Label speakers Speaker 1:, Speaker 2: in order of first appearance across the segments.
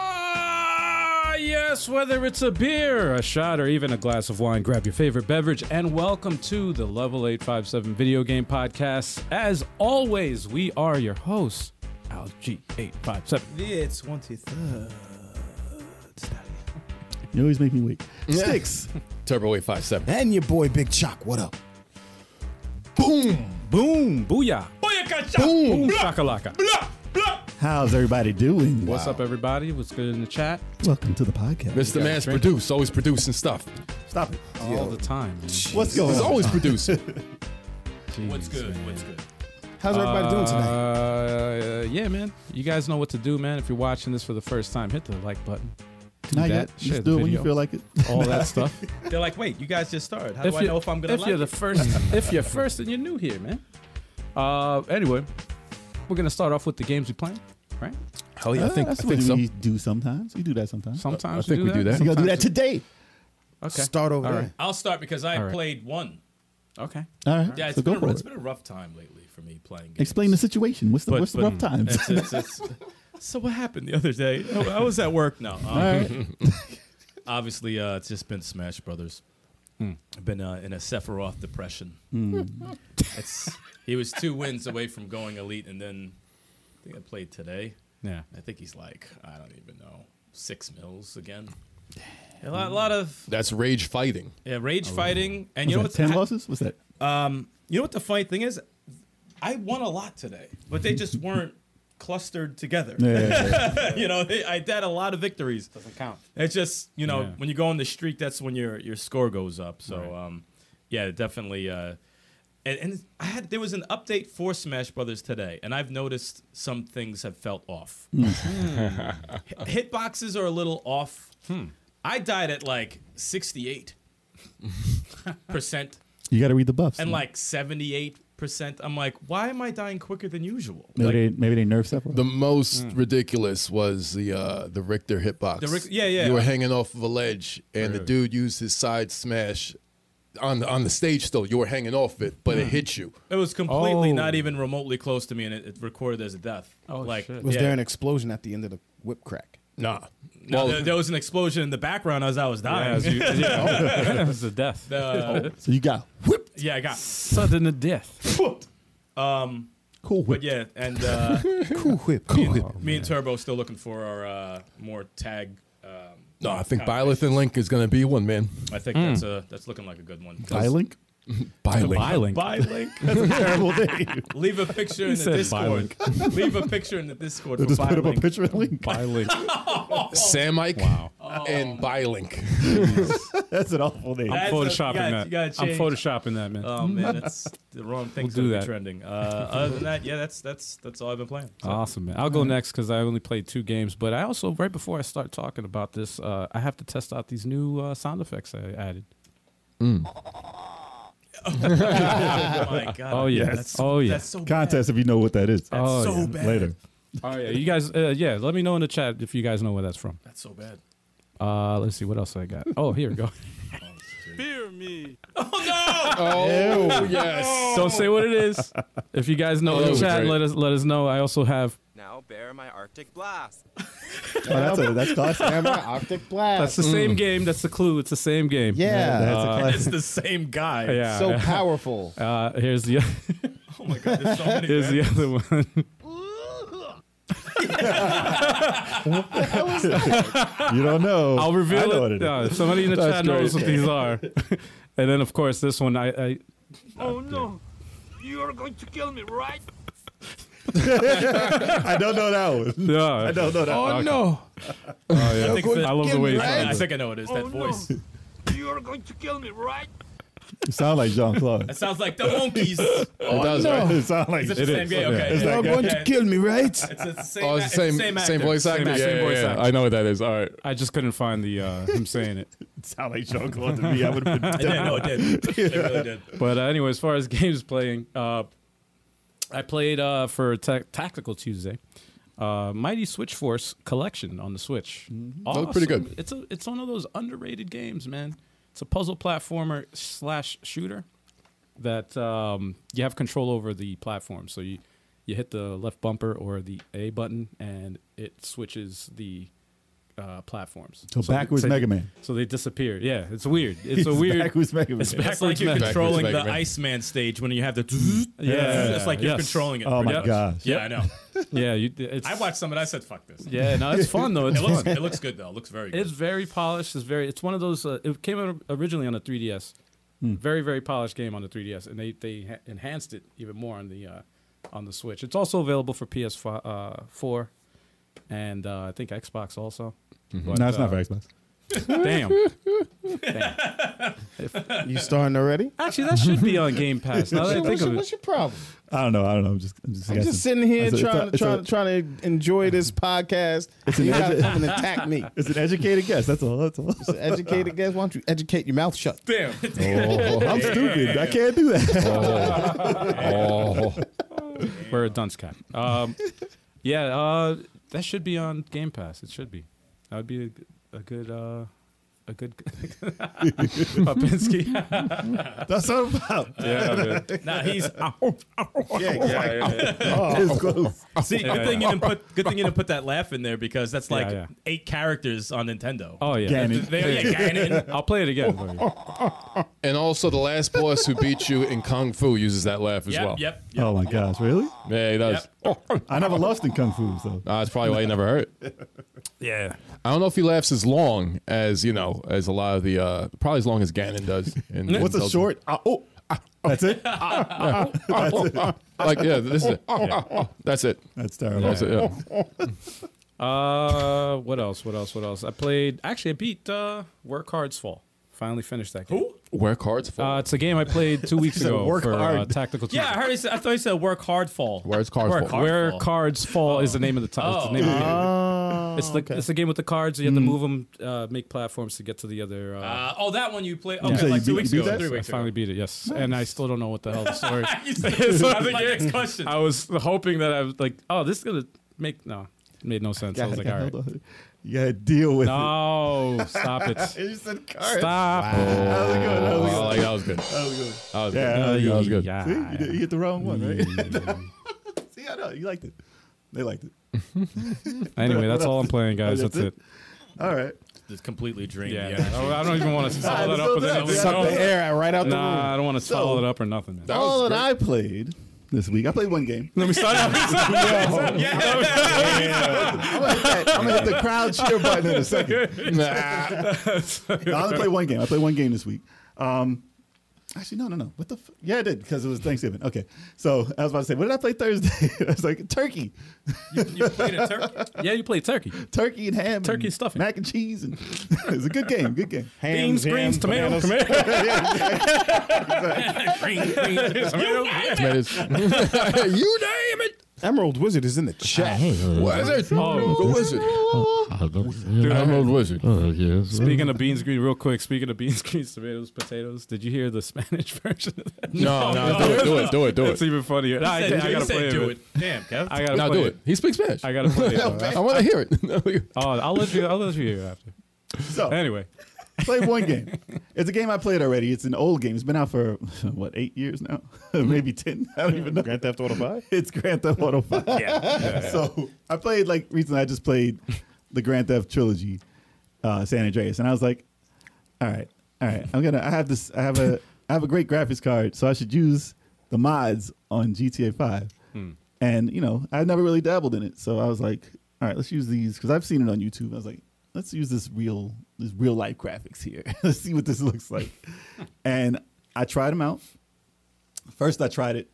Speaker 1: Ah, yes, whether it's a beer, a shot, or even a glass of wine, grab your favorite beverage and welcome to the Level 857 Video Game Podcast. As always, we are your hosts, Al G857.
Speaker 2: It's one, two, three.
Speaker 3: You always make me weak. Sticks.
Speaker 4: Turbo 857.
Speaker 2: And your boy Big Chalk, what up?
Speaker 1: Boom, booyah, boom, boom shakalaka.
Speaker 3: How's everybody doing?
Speaker 1: What's up, everybody? What's good in the chat?
Speaker 3: Welcome to the podcast.
Speaker 4: Mr. Man's
Speaker 1: drink?
Speaker 4: produced, always producing stuff.
Speaker 3: Stop it.
Speaker 1: All the time. man.
Speaker 3: What's going
Speaker 4: He's
Speaker 3: on?
Speaker 4: always producing.
Speaker 1: Jeez.
Speaker 5: good? What's good?
Speaker 2: How's everybody doing
Speaker 3: Uh,
Speaker 2: tonight?
Speaker 1: Uh, yeah, man. You guys know what to do, man. If you're watching this for the first time, hit the like button. Do
Speaker 3: Not
Speaker 1: that.
Speaker 3: yet.
Speaker 1: Share
Speaker 3: Just
Speaker 1: the
Speaker 3: do it when you
Speaker 1: video. Oh,
Speaker 3: feel like it.
Speaker 1: all that stuff.
Speaker 5: They're like, wait, you guys just started. How
Speaker 1: if
Speaker 5: do I
Speaker 1: you-
Speaker 5: know if I'm gonna
Speaker 1: if
Speaker 5: like
Speaker 1: you're
Speaker 5: it?
Speaker 1: the first if you're first and you're new here, man. Uh, anyway, we're gonna start off with the games we play, right?
Speaker 5: Uh,
Speaker 4: Hell yeah, I
Speaker 3: Ah,
Speaker 4: think, I
Speaker 3: that's
Speaker 4: think
Speaker 3: what
Speaker 4: so.
Speaker 3: we do sometimes. We do that sometimes.
Speaker 1: Sometimes
Speaker 4: I think we do that.
Speaker 3: you gotta do that
Speaker 1: sometimes
Speaker 3: today.
Speaker 1: we- Okay.
Speaker 2: Start over
Speaker 1: All
Speaker 2: there.
Speaker 1: right.
Speaker 5: I'll start because I
Speaker 1: All right.
Speaker 5: played one.
Speaker 1: Okay.
Speaker 3: All right.
Speaker 5: Yeah, it's
Speaker 3: so
Speaker 5: been
Speaker 3: go
Speaker 5: a,
Speaker 3: for
Speaker 5: it's
Speaker 3: it.
Speaker 5: been a rough time lately for me playing. Games.
Speaker 3: Explain the situation. What's the
Speaker 5: But-
Speaker 3: what's the
Speaker 5: but-
Speaker 3: rough times?
Speaker 5: It's- it's- it's- so what happened the other day? I, I was at work. No, um, obviously uh, it's just been Smash Brothers.
Speaker 3: Hmm.
Speaker 5: I've been uh, in a Sephiroth depression. It's, he was two wins away from going elite, and then I think I played today.
Speaker 1: Yeah.
Speaker 5: I think he's like I don't even know six mils again. A lot, a lot of
Speaker 4: That's rage fighting.
Speaker 5: Yeah, rage fighting, and
Speaker 3: What's
Speaker 5: you know
Speaker 3: that,
Speaker 5: what?
Speaker 3: Ten
Speaker 5: I-
Speaker 3: losses? What's that?
Speaker 5: You know what the funny thing is? I won a lot today, but they just weren't clustered together.
Speaker 3: Yeah, yeah, yeah, yeah.
Speaker 5: you know, they, I had a lot of victories.
Speaker 1: Doesn't count.
Speaker 5: It's just you know
Speaker 1: Yeah.
Speaker 5: when you go on the streak, that's when your your score goes up. So
Speaker 1: Right.
Speaker 5: um, yeah, definitely. Uh, and, and I had there was an update for Smash Brothers today, and I've noticed some things have felt off.
Speaker 1: Hmm.
Speaker 5: Hi- Hitboxes are a little off.
Speaker 1: Hmm.
Speaker 5: I died at like sixty eight percent
Speaker 3: You gotta read the buffs.
Speaker 5: and like 78%. I'm like, why am I dying quicker than usual?
Speaker 3: maybe
Speaker 5: Like,
Speaker 3: they maybe they nerf separate.
Speaker 4: The most ridiculous was the uh, the Richter hitbox.
Speaker 5: The Ric- yeah, yeah.
Speaker 4: You were hanging off of a ledge, and the dude used his side smash on the, on the stage. Still, you were hanging off it, but it hit you.
Speaker 5: it was completely
Speaker 1: Oh.
Speaker 5: not even remotely close to me and it, it recorded as a death.
Speaker 1: Oh,
Speaker 5: like,
Speaker 1: shit.
Speaker 2: Was
Speaker 5: yeah.
Speaker 2: there an explosion at the end of the whip crack?
Speaker 4: Nah.
Speaker 5: No,
Speaker 4: well,
Speaker 5: there, there was an explosion in the background as I was
Speaker 1: Yeah, it
Speaker 5: dying.
Speaker 1: was,
Speaker 5: Yeah,
Speaker 1: yeah. It was a death.
Speaker 5: uh,
Speaker 3: So you got whip.
Speaker 5: yeah I got.
Speaker 1: Sudden a death.
Speaker 3: Cool
Speaker 5: But
Speaker 3: whip.
Speaker 5: yeah, and uh,
Speaker 2: Cool whip. Cool whip.
Speaker 5: me and Turbo still looking for our uh, more tag. Um,
Speaker 4: no, I think Byleth and Link is going to be one, man.
Speaker 5: I
Speaker 1: Hmm.
Speaker 5: think that's a that's looking like a good one.
Speaker 3: Violink.
Speaker 4: Bylink.
Speaker 1: Violent.
Speaker 5: Bye, Link.
Speaker 3: Terrible day.
Speaker 5: Leave a picture in the
Speaker 1: said
Speaker 5: Discord. Leave a picture in the Discord.
Speaker 3: Just
Speaker 5: for
Speaker 3: put up a
Speaker 5: Bylink.
Speaker 3: picture of Link.
Speaker 1: Violent.
Speaker 4: Samike and Bylink.
Speaker 3: That's an awful name.
Speaker 1: I'm
Speaker 5: That's a- you
Speaker 1: photoshopping
Speaker 5: gotta- you gotta
Speaker 1: that. I'm
Speaker 5: change.
Speaker 1: photoshopping that, man.
Speaker 5: Oh man, that's the wrong thing's
Speaker 1: do
Speaker 5: gonna
Speaker 1: that.
Speaker 5: be trending. Uh, other than that, yeah, that's that's that's all I've been playing. So-
Speaker 1: Awesome, man. I'll go next because I only played two games, but I also right before I start talking about this, uh, I have to test out these new uh, sound effects I added.
Speaker 5: Oh my god.
Speaker 1: Oh yes.
Speaker 5: That's,
Speaker 1: oh yes.
Speaker 5: that's so
Speaker 3: Contest if you know what that is.
Speaker 5: bad.
Speaker 1: Oh,
Speaker 5: so
Speaker 1: yeah.
Speaker 5: bad.
Speaker 3: Later.
Speaker 1: Oh yeah, you guys. Uh, yeah, let me know in the chat if you guys know where that's from.
Speaker 5: That's so bad.
Speaker 1: Uh, let's see what else I got. Oh, here we go.
Speaker 4: Oh, yes.
Speaker 1: Don't say what it is. If you guys know in
Speaker 3: Oh,
Speaker 4: that
Speaker 1: the
Speaker 4: was
Speaker 1: chat,
Speaker 4: great.
Speaker 1: let us let us know. I also have
Speaker 6: Now bear my Arctic blast.
Speaker 3: Oh, that's a that's classic.
Speaker 2: Am I optic
Speaker 1: that's
Speaker 2: blast?
Speaker 3: Mm.
Speaker 1: the same game. That's the clue. It's the same game.
Speaker 2: yeah.
Speaker 3: That's
Speaker 1: Uh,
Speaker 3: a
Speaker 5: It's
Speaker 3: classic.
Speaker 5: the same guy.
Speaker 1: Yeah.
Speaker 2: so powerful.
Speaker 1: uh, here's the
Speaker 5: Oh my god. There's so many.
Speaker 1: here's the
Speaker 5: bad-
Speaker 1: other one.
Speaker 3: You don't know.
Speaker 1: I'll
Speaker 3: I
Speaker 1: reveal
Speaker 3: know
Speaker 1: it.
Speaker 3: what
Speaker 1: No, if somebody in the
Speaker 3: That's
Speaker 1: chat
Speaker 3: great.
Speaker 1: knows what these are. and then of course this one I, I
Speaker 7: Oh no! You are going to kill me, right?
Speaker 3: I don't know that one.
Speaker 1: yeah.
Speaker 3: I don't know that
Speaker 1: Oh,
Speaker 3: one.
Speaker 4: Oh, no.
Speaker 5: I, think that-
Speaker 1: I love the way you
Speaker 5: I
Speaker 1: sound.
Speaker 5: think I know what it is.
Speaker 7: oh
Speaker 5: That voice.
Speaker 7: no! You are going to kill me, right?
Speaker 3: You sound like Jean Claude.
Speaker 5: That sounds like the monkeys. oh,
Speaker 4: It does, right?
Speaker 3: It sound like
Speaker 5: Is it the same game? Okay.
Speaker 3: It's
Speaker 5: yeah.
Speaker 3: that
Speaker 2: You're
Speaker 3: guy.
Speaker 2: going to kill me, right?
Speaker 5: It's, it's the same.
Speaker 4: Oh,
Speaker 5: a-
Speaker 4: it's the same, same,
Speaker 5: actor.
Speaker 4: voice actor.
Speaker 1: Same-
Speaker 4: yeah,
Speaker 1: same
Speaker 4: yeah,
Speaker 1: voice
Speaker 4: yeah.
Speaker 1: actor.
Speaker 4: I know what that is. All right.
Speaker 1: I just couldn't find the uh, him saying it.
Speaker 3: It sound like Jean Claude to me. I would have been
Speaker 5: It did. No, it did. It really did.
Speaker 1: But uh, anyway, as far as games playing, uh, I played uh, for Ta- Tactical Tuesday. Uh, Mighty Switch Force Collection on the Switch.
Speaker 5: Mm-hmm.
Speaker 4: That looked pretty
Speaker 1: Awesome.
Speaker 4: good.
Speaker 1: It's a, it's one of those underrated games, man. It's a puzzle platformer slash shooter that um, you have control over the platform. So you you hit the left bumper or the A button, and it switches the uh, platforms.
Speaker 3: So backwards
Speaker 1: say-
Speaker 3: Mega Man.
Speaker 1: So they disappear. Yeah, it's weird. It's a weird.
Speaker 3: Backwards Mega Man.
Speaker 1: It's
Speaker 5: That's like
Speaker 1: backwards
Speaker 5: you're
Speaker 1: Mega Man.
Speaker 5: controlling the
Speaker 4: Backwards Mega Man.
Speaker 5: Iceman stage when you have the.
Speaker 1: Yeah.
Speaker 5: It's like you're
Speaker 1: Yes.
Speaker 5: controlling it.
Speaker 3: Oh
Speaker 5: pretty
Speaker 3: my
Speaker 5: much.
Speaker 3: gosh.
Speaker 5: Yeah, I know.
Speaker 1: Yeah, you, it's,
Speaker 5: I watched some of it. I said, fuck this.
Speaker 1: Yeah, no, it's fun though. It's
Speaker 5: It looks,
Speaker 1: fun.
Speaker 5: it looks good, though. It looks very good.
Speaker 1: It's very polished. It's very. It's one of those. Uh, it came out originally on the 3DS.
Speaker 3: Hmm.
Speaker 1: Very very polished game on the 3DS, and they they ha- enhanced it even more on the uh, on the Switch. It's also available for PS4 uh, four, and uh, I think Xbox also. But,
Speaker 3: Mm-hmm. No, it's not
Speaker 1: uh,
Speaker 3: for Xbox.
Speaker 1: Damn.
Speaker 2: You starting already?
Speaker 1: Actually, that should be on Game Pass. Now that I
Speaker 2: Shit,
Speaker 1: think
Speaker 2: what's,
Speaker 1: of
Speaker 2: your,
Speaker 1: it.
Speaker 2: what's your problem?
Speaker 3: I don't know. I don't know. I'm just, I'm just,
Speaker 2: I'm
Speaker 3: guessing.
Speaker 2: just sitting here
Speaker 3: It's a- it's
Speaker 2: trying,
Speaker 3: a- it's
Speaker 2: trying,
Speaker 3: a-
Speaker 2: trying to enjoy this podcast. You gotta come and attack me.
Speaker 3: It's an educated guess. That's all. That's all.
Speaker 2: It's an educated guess. Why don't you educate your mouth shut?
Speaker 5: Damn.
Speaker 4: Oh.
Speaker 3: I'm stupid. I can't do that.
Speaker 1: We're a dunce cat. Um, yeah, uh, that should be on Game Pass. It should be. That would be a, g- a good. Uh, a good Papinski.
Speaker 3: That's all about.
Speaker 1: yeah, man.
Speaker 5: Nah, he's.
Speaker 3: Yeah, it's close.
Speaker 5: See,
Speaker 1: Yeah,
Speaker 5: good thing
Speaker 1: yeah.
Speaker 5: you didn't put good thing you didn't put that laugh in there because that's like
Speaker 1: yeah.
Speaker 5: eight characters on Nintendo.
Speaker 1: Oh yeah.
Speaker 3: Gannon.
Speaker 5: They, yeah, Ganon.
Speaker 1: I'll play it again. for you.
Speaker 4: And also, the last boss who beat you in Kung Fu uses that laugh as
Speaker 5: Yep,
Speaker 4: well.
Speaker 5: yep, yep.
Speaker 3: Oh my gosh, really?
Speaker 4: Yeah, he does.
Speaker 3: I never lost in kung fu, so
Speaker 4: Uh, that's probably why you never heard it.
Speaker 1: yeah.
Speaker 4: I don't know if he laughs as long as, you know, as a lot of the, uh, probably as long as Ganon does. in- in
Speaker 3: what's a
Speaker 4: Zelda.
Speaker 3: short? Ah, oh, ah, that's it.
Speaker 4: Like, yeah, this is it. That's it.
Speaker 3: That's terrible.
Speaker 4: That's it, yeah.
Speaker 1: Uh, what else? What else? What else? I played. Actually, I beat uh, Work Hard's Fall. Finally finished that game.
Speaker 5: Who?
Speaker 4: Where cards fall.
Speaker 1: Uh, it's a game I played two weeks
Speaker 3: said
Speaker 1: ago
Speaker 3: Work
Speaker 1: for uh,
Speaker 3: Hard.
Speaker 1: Tactical.
Speaker 5: Yeah, I
Speaker 1: Tuesday.
Speaker 5: heard. He said, I thought he said work hard fall.
Speaker 4: Where's cards
Speaker 5: Where
Speaker 4: fall.
Speaker 5: Card
Speaker 1: Where
Speaker 5: Fall.
Speaker 1: cards fall is the name of the title. It's the
Speaker 5: Oh.
Speaker 1: name of the game. it's the it's the game with the cards. You have
Speaker 4: Mm.
Speaker 1: to move them, uh, make platforms to get to the other. Uh,
Speaker 5: Uh, oh, that one you played.
Speaker 3: You
Speaker 5: Okay,
Speaker 3: said you
Speaker 5: like two
Speaker 3: beat-
Speaker 5: weeks
Speaker 3: you
Speaker 5: ago,
Speaker 3: beat that?
Speaker 5: three
Speaker 1: I
Speaker 5: weeks
Speaker 1: finally
Speaker 5: ago.
Speaker 1: beat it. Yes, and I still don't know what the hell the story.
Speaker 5: you said, this was my next question.
Speaker 1: I was hoping that I was like, oh, this is gonna make no, it made no sense. I was like, all right,
Speaker 3: You gotta deal with it.
Speaker 1: no, stop it,
Speaker 3: You said cards.
Speaker 1: stop.
Speaker 3: How's it going? How's it
Speaker 4: Oh,
Speaker 3: going?
Speaker 4: like, that was good. That
Speaker 3: How's it going?
Speaker 4: was
Speaker 3: Yeah,
Speaker 4: good.
Speaker 3: that
Speaker 4: was good.
Speaker 1: Yeah.
Speaker 3: See, you, Mm. did- you hit the wrong one, right? See, I know you liked it. They liked it.
Speaker 1: Anyway, that's all I'm playing, guys.
Speaker 3: That's
Speaker 1: That's it.
Speaker 3: All right.
Speaker 5: Just completely drained.
Speaker 1: Yeah,
Speaker 5: Yeah.
Speaker 3: Oh,
Speaker 1: I don't even want to follow that
Speaker 3: let's
Speaker 1: up
Speaker 3: go
Speaker 1: with
Speaker 3: to that.
Speaker 1: anything.
Speaker 3: We
Speaker 2: Suck
Speaker 1: No.
Speaker 2: the air out- right out the
Speaker 1: Nah, I
Speaker 2: room.
Speaker 1: don't want to follow it up or nothing. Man.
Speaker 4: That
Speaker 3: All
Speaker 4: was
Speaker 3: that I played this week, I played one game.
Speaker 1: Let me start out.
Speaker 3: I'm gonna hit the crowd cheer button in a second. No, I only played one game. I played one game this week. Um, actually, no, no, no. What the? F- yeah, I did because it was Thanksgiving. Okay, so I was about to say, what did I play Thursday? I was like turkey,
Speaker 5: You, you played a turkey.
Speaker 1: yeah, you play turkey.
Speaker 3: turkey and ham,
Speaker 1: Turkey
Speaker 3: and
Speaker 1: stuffing.
Speaker 3: mac and cheese, and it was a good game. Good game.
Speaker 1: Beans, greens, tomatoes, tomatoes.
Speaker 5: Green, green.
Speaker 4: Tomatoes. you name it.
Speaker 2: Emerald Wizard is in the chat.
Speaker 4: Wizard.
Speaker 1: Oh.
Speaker 4: The wizard.
Speaker 1: Dude, I
Speaker 4: Emerald wizard.
Speaker 1: Speaking of beans, green, real quick. Speaking of beans, greens, tomatoes, potatoes. Did you hear the Spanish version of that?
Speaker 4: No, no, do it, do it, do it, do
Speaker 1: It's
Speaker 4: it.
Speaker 1: even funnier. Nah, I,
Speaker 5: Said,
Speaker 1: did- I
Speaker 5: you
Speaker 1: gotta
Speaker 5: said
Speaker 1: play
Speaker 5: do
Speaker 1: it.
Speaker 5: it. Damn, Kev.
Speaker 1: I gotta
Speaker 4: Now
Speaker 1: play
Speaker 4: do it. He speaks Spanish.
Speaker 1: I gotta play it.
Speaker 4: I want to hear it.
Speaker 1: Oh, I'll let you. I'll let you hear it after.
Speaker 3: So
Speaker 1: Anyway,
Speaker 3: played one game. It's a game I played already. It's an old game. It's been out for what eight years now, maybe ten. I don't even know.
Speaker 2: Mm-hmm. Grand Theft Auto 5?
Speaker 3: It's Grand Theft Auto 5. So I played like recently. I just played the Grand Theft trilogy, uh, San Andreas, and I was like, all right, all right. I'm gonna. I have this. I have a. I have a great graphics card, so I should use the mods on GTA 5. And you know, I never really dabbled in it, so I was like, all right, let's use these because I've seen it on YouTube. I was like, let's use this real, this real life graphics here. let's see what this looks like. and I tried them out. First, I tried it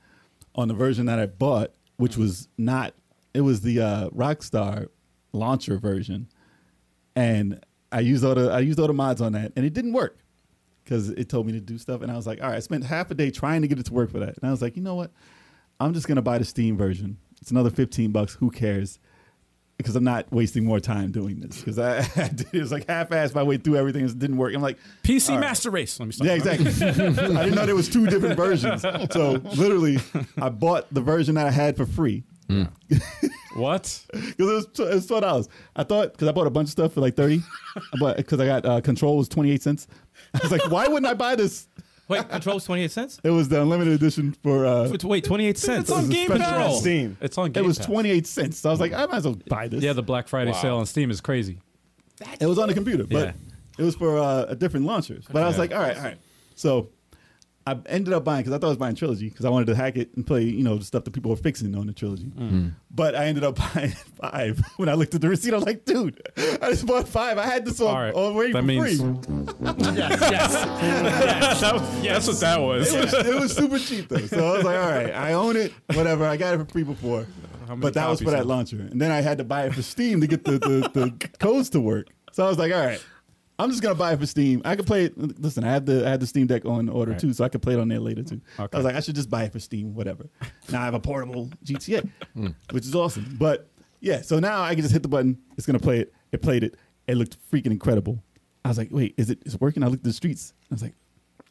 Speaker 3: on the version that I bought, which was not. It was the uh, Rockstar launcher version, and I used all the I used all the mods on that, and it didn't work because it told me to do stuff, and I was like, all right. I spent half a day trying to get it to work for that, and I was like, you know what? I'm just gonna buy the Steam version. It's another 15 bucks. Who cares? Because I'm not wasting more time doing this. Because I, I did, it was like half-assed my way through everything. It didn't work. I'm like,
Speaker 1: PC
Speaker 3: All right.
Speaker 1: Master Race. Let me stop.
Speaker 3: yeah, exactly. I didn't know there was two different versions. So literally, I bought the version that I had for free
Speaker 1: What?
Speaker 3: because it was tw- it was twelve dollars. I thought because I bought a bunch of stuff for like thirty, but because I got uh, control was twenty eight cents. I was like, why wouldn't I buy this?
Speaker 5: Wait, control's 28 cents?
Speaker 3: It was the unlimited edition for. Uh,
Speaker 5: Wait, Wait, 28 cents.
Speaker 1: It's on Game
Speaker 3: special
Speaker 1: Pass.
Speaker 3: on
Speaker 2: Steam.
Speaker 1: It's on Game
Speaker 3: it was
Speaker 1: Pass.
Speaker 3: twenty eight cents. So I was like, I might as well buy this.
Speaker 1: Yeah, the Black Friday sale on Steam is crazy.
Speaker 3: it was on the computer, but
Speaker 1: Yeah.
Speaker 3: it was for uh, a different launcher. But I was like, all right, all right. So I ended up buying because I thought I was buying trilogy because I wanted to hack it and play you know the stuff that people were fixing on the trilogy.
Speaker 1: Mm.
Speaker 3: But I ended up buying five. When I looked at the receipt, I was like, dude, I just bought five. I had this on
Speaker 1: All right,
Speaker 3: already
Speaker 1: that
Speaker 3: oh, for
Speaker 1: means-
Speaker 3: free.
Speaker 1: That's what that was.
Speaker 3: It was, it was super cheap though, so I was like, all right, I own it, whatever. I got it for free before,
Speaker 1: How many
Speaker 3: but that was for
Speaker 1: copies
Speaker 3: that
Speaker 1: now?
Speaker 3: launcher, and then I had to buy it for Steam to get the, the, the codes to work. So I was like, all right, I'm just gonna buy it for Steam. I could play it. Listen, I have the I have the Steam Deck on order too, so I could play it on there later too.
Speaker 1: Okay.
Speaker 3: I was like, I should just buy it for Steam, whatever. Now I have a portable GTA,
Speaker 1: Hmm.
Speaker 3: which is awesome. But yeah, so now I can just hit the button. It's gonna play it. It played it. It looked freaking incredible. I was like, wait, is it is it working? I looked at the streets. I was like,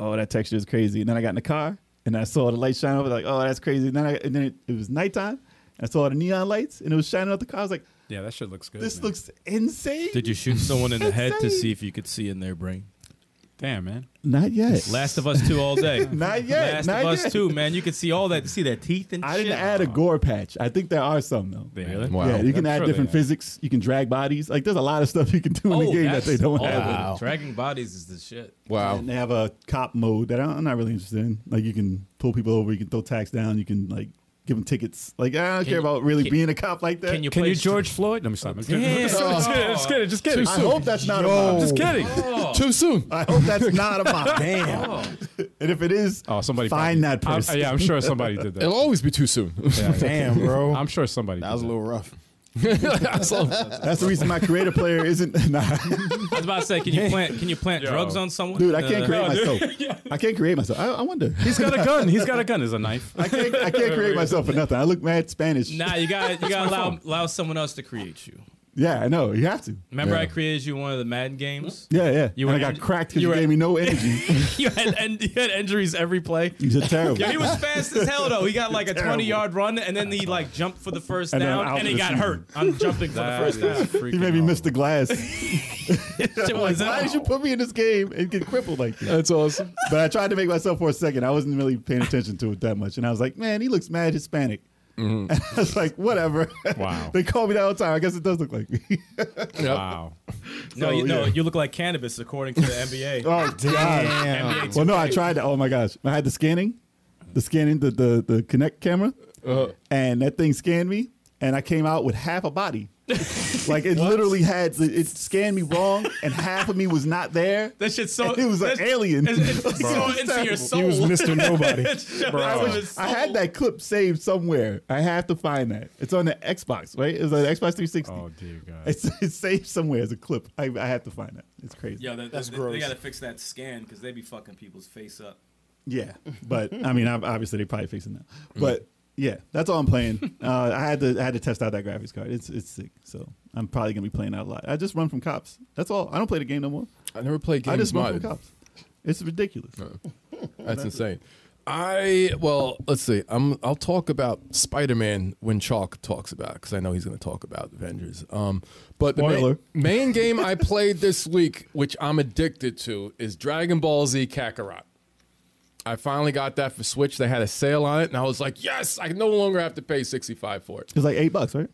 Speaker 3: oh, that texture is crazy. And then I got in the car and I saw the light shine over, like, oh, that's crazy. And then, I, and then it, it was nighttime. And I saw the neon lights and it was shining out the car. I was like,
Speaker 1: Yeah, that shit looks good.
Speaker 3: this
Speaker 1: man.
Speaker 3: looks insane.
Speaker 5: Did you shoot someone in the head to
Speaker 3: Insane.
Speaker 5: see if you could see in their brain?
Speaker 1: damn, man.
Speaker 3: Not yet.
Speaker 5: Last of Us 2 all day.
Speaker 3: Not yet,
Speaker 5: Last
Speaker 3: not
Speaker 5: of Us
Speaker 3: yet.
Speaker 5: 2, man. You could see all that. See their teeth and
Speaker 3: I
Speaker 5: shit. Oh.
Speaker 3: didn't add a gore patch. I think there are some though.
Speaker 1: Really?
Speaker 4: Wow.
Speaker 3: Yeah, you can
Speaker 1: I'm
Speaker 3: add
Speaker 1: sure
Speaker 3: different
Speaker 1: they are.
Speaker 3: physics. You can drag bodies. Like, there's a lot of stuff you can do in the game that
Speaker 5: Oh, that's
Speaker 3: they don't
Speaker 5: all
Speaker 3: have.
Speaker 5: of it.
Speaker 4: Wow.
Speaker 5: Dragging bodies is the shit.
Speaker 4: Wow.
Speaker 3: And they have a cop mode that I- I'm not really interested in. Like you can pull people over, you can throw tax down, you can like give them tickets. Like I don't care
Speaker 5: you-
Speaker 3: about really
Speaker 5: can-
Speaker 3: being a cop like that.
Speaker 5: Can you
Speaker 1: Can
Speaker 5: play
Speaker 1: you George Floyd? Let me stop. I'm kidding.
Speaker 5: Damn.
Speaker 1: Just kidding. Just kidding. Just kidding.
Speaker 3: I hope that's not a
Speaker 4: Yo.
Speaker 3: mop.
Speaker 1: Just kidding.
Speaker 5: Oh,
Speaker 4: Too soon.
Speaker 3: I hope that's not a mop. Damn.
Speaker 5: oh.
Speaker 3: And if it is,
Speaker 1: Oh, somebody
Speaker 3: find
Speaker 1: probably-
Speaker 3: that person.
Speaker 1: I'm, yeah, I'm sure somebody did
Speaker 4: It'll
Speaker 1: that.
Speaker 4: always be too soon.
Speaker 2: Damn, bro.
Speaker 1: I'm sure somebody.
Speaker 2: that was a little rough.
Speaker 4: So-
Speaker 3: That's the reason my creator player isn't. Nah,
Speaker 5: I was about to say, can you plant? Can you plant
Speaker 1: Yo.
Speaker 5: drugs on someone?
Speaker 3: dude, I can't
Speaker 5: Uh,
Speaker 3: create myself. I can't create myself. I, I wonder.
Speaker 1: He's got a gun. He's got a gun. Is a knife.
Speaker 3: I can't, I can't create myself for nothing. I look mad Spanish.
Speaker 5: Nah, you got to you got to allow allow someone else to create you.
Speaker 3: Yeah, I know. You have to.
Speaker 5: Remember,
Speaker 4: Yeah.
Speaker 5: I created you one of the Madden games.
Speaker 3: Yeah, yeah.
Speaker 5: You
Speaker 3: You and I
Speaker 5: were-
Speaker 3: got cracked because
Speaker 5: you
Speaker 3: you,
Speaker 5: were-
Speaker 3: gave me no energy.
Speaker 5: you had and you had injuries every play.
Speaker 3: You're terrible.
Speaker 5: Yo, he was fast as hell though. He got like a twenty yard run, and then he like jumped for the first
Speaker 3: And then I'm
Speaker 5: down,
Speaker 3: out
Speaker 5: and
Speaker 3: for
Speaker 5: he
Speaker 3: the
Speaker 5: got
Speaker 3: season.
Speaker 5: hurt. I'm jumping for the first down.
Speaker 3: He made me miss the glass.
Speaker 5: Shit
Speaker 3: Like,
Speaker 5: was
Speaker 3: why
Speaker 5: out.
Speaker 3: did you put me in this game and get crippled like that?
Speaker 4: That's awesome.
Speaker 3: But I tried to make myself for a second. I wasn't really paying attention to it that much. And I was like, man, he looks mad Hispanic. I was like, whatever.
Speaker 1: Wow.
Speaker 3: they call me that all the time. I guess it does look like me.
Speaker 1: Wow.
Speaker 5: No,
Speaker 3: So,
Speaker 5: you, no,
Speaker 3: Oh, yeah.
Speaker 5: you look like cannabis according to the NBA.
Speaker 3: oh, God.
Speaker 2: Damn.
Speaker 3: Well, no, I tried that. Oh, my gosh. I had the scanning, the scanning, the, the, the Connect camera. And that thing scanned me. And I came out with half a body. like it literally had it scanned me wrong, and half of me was not there.
Speaker 5: That shit's so.
Speaker 3: It was an
Speaker 5: that's-
Speaker 3: alien.
Speaker 5: It's, it's
Speaker 3: Like, it
Speaker 5: so
Speaker 3: was
Speaker 5: into your
Speaker 3: terrible.
Speaker 5: soul.
Speaker 2: He was Mr. Nobody.
Speaker 5: It shows
Speaker 3: I,
Speaker 5: into
Speaker 3: wish-
Speaker 5: his
Speaker 3: I
Speaker 5: soul.
Speaker 3: had that clip saved somewhere. I have to find that. It's on the Xbox, right? It's on the Xbox 360.
Speaker 1: Oh dear God.
Speaker 3: it's, it's saved somewhere as a clip. I, I have to find that. It's crazy.
Speaker 5: Yo, that,
Speaker 2: That's
Speaker 5: they, They
Speaker 2: gross.
Speaker 5: gotta fix that scan because they be fucking people's face up.
Speaker 3: Yeah, but I mean, ob- obviously they're probably fixing that.
Speaker 4: Mm-hmm.
Speaker 3: But yeah, that's all I'm playing. Uh, I had to I had to test out that graphics card. It's it's sick. So I'm probably gonna be playing out a lot. I just run from cops. That's all. I don't play the game no more.
Speaker 4: I never played games
Speaker 3: I just run
Speaker 4: modded.
Speaker 3: from cops. It's ridiculous.
Speaker 4: That's insane. I well, let's see. I'm I'll talk about Spider-Man when Chalk talks about because I know he's going to talk about Avengers. Um, but the main,
Speaker 3: Spoiler.
Speaker 4: main game I played this week, which I'm addicted to, is Dragon Ball Z Kakarot. I finally got that for Switch. They had a sale on it, and I was like, "Yes, I no longer have to pay sixty-five for it."
Speaker 3: It's like eight bucks, right?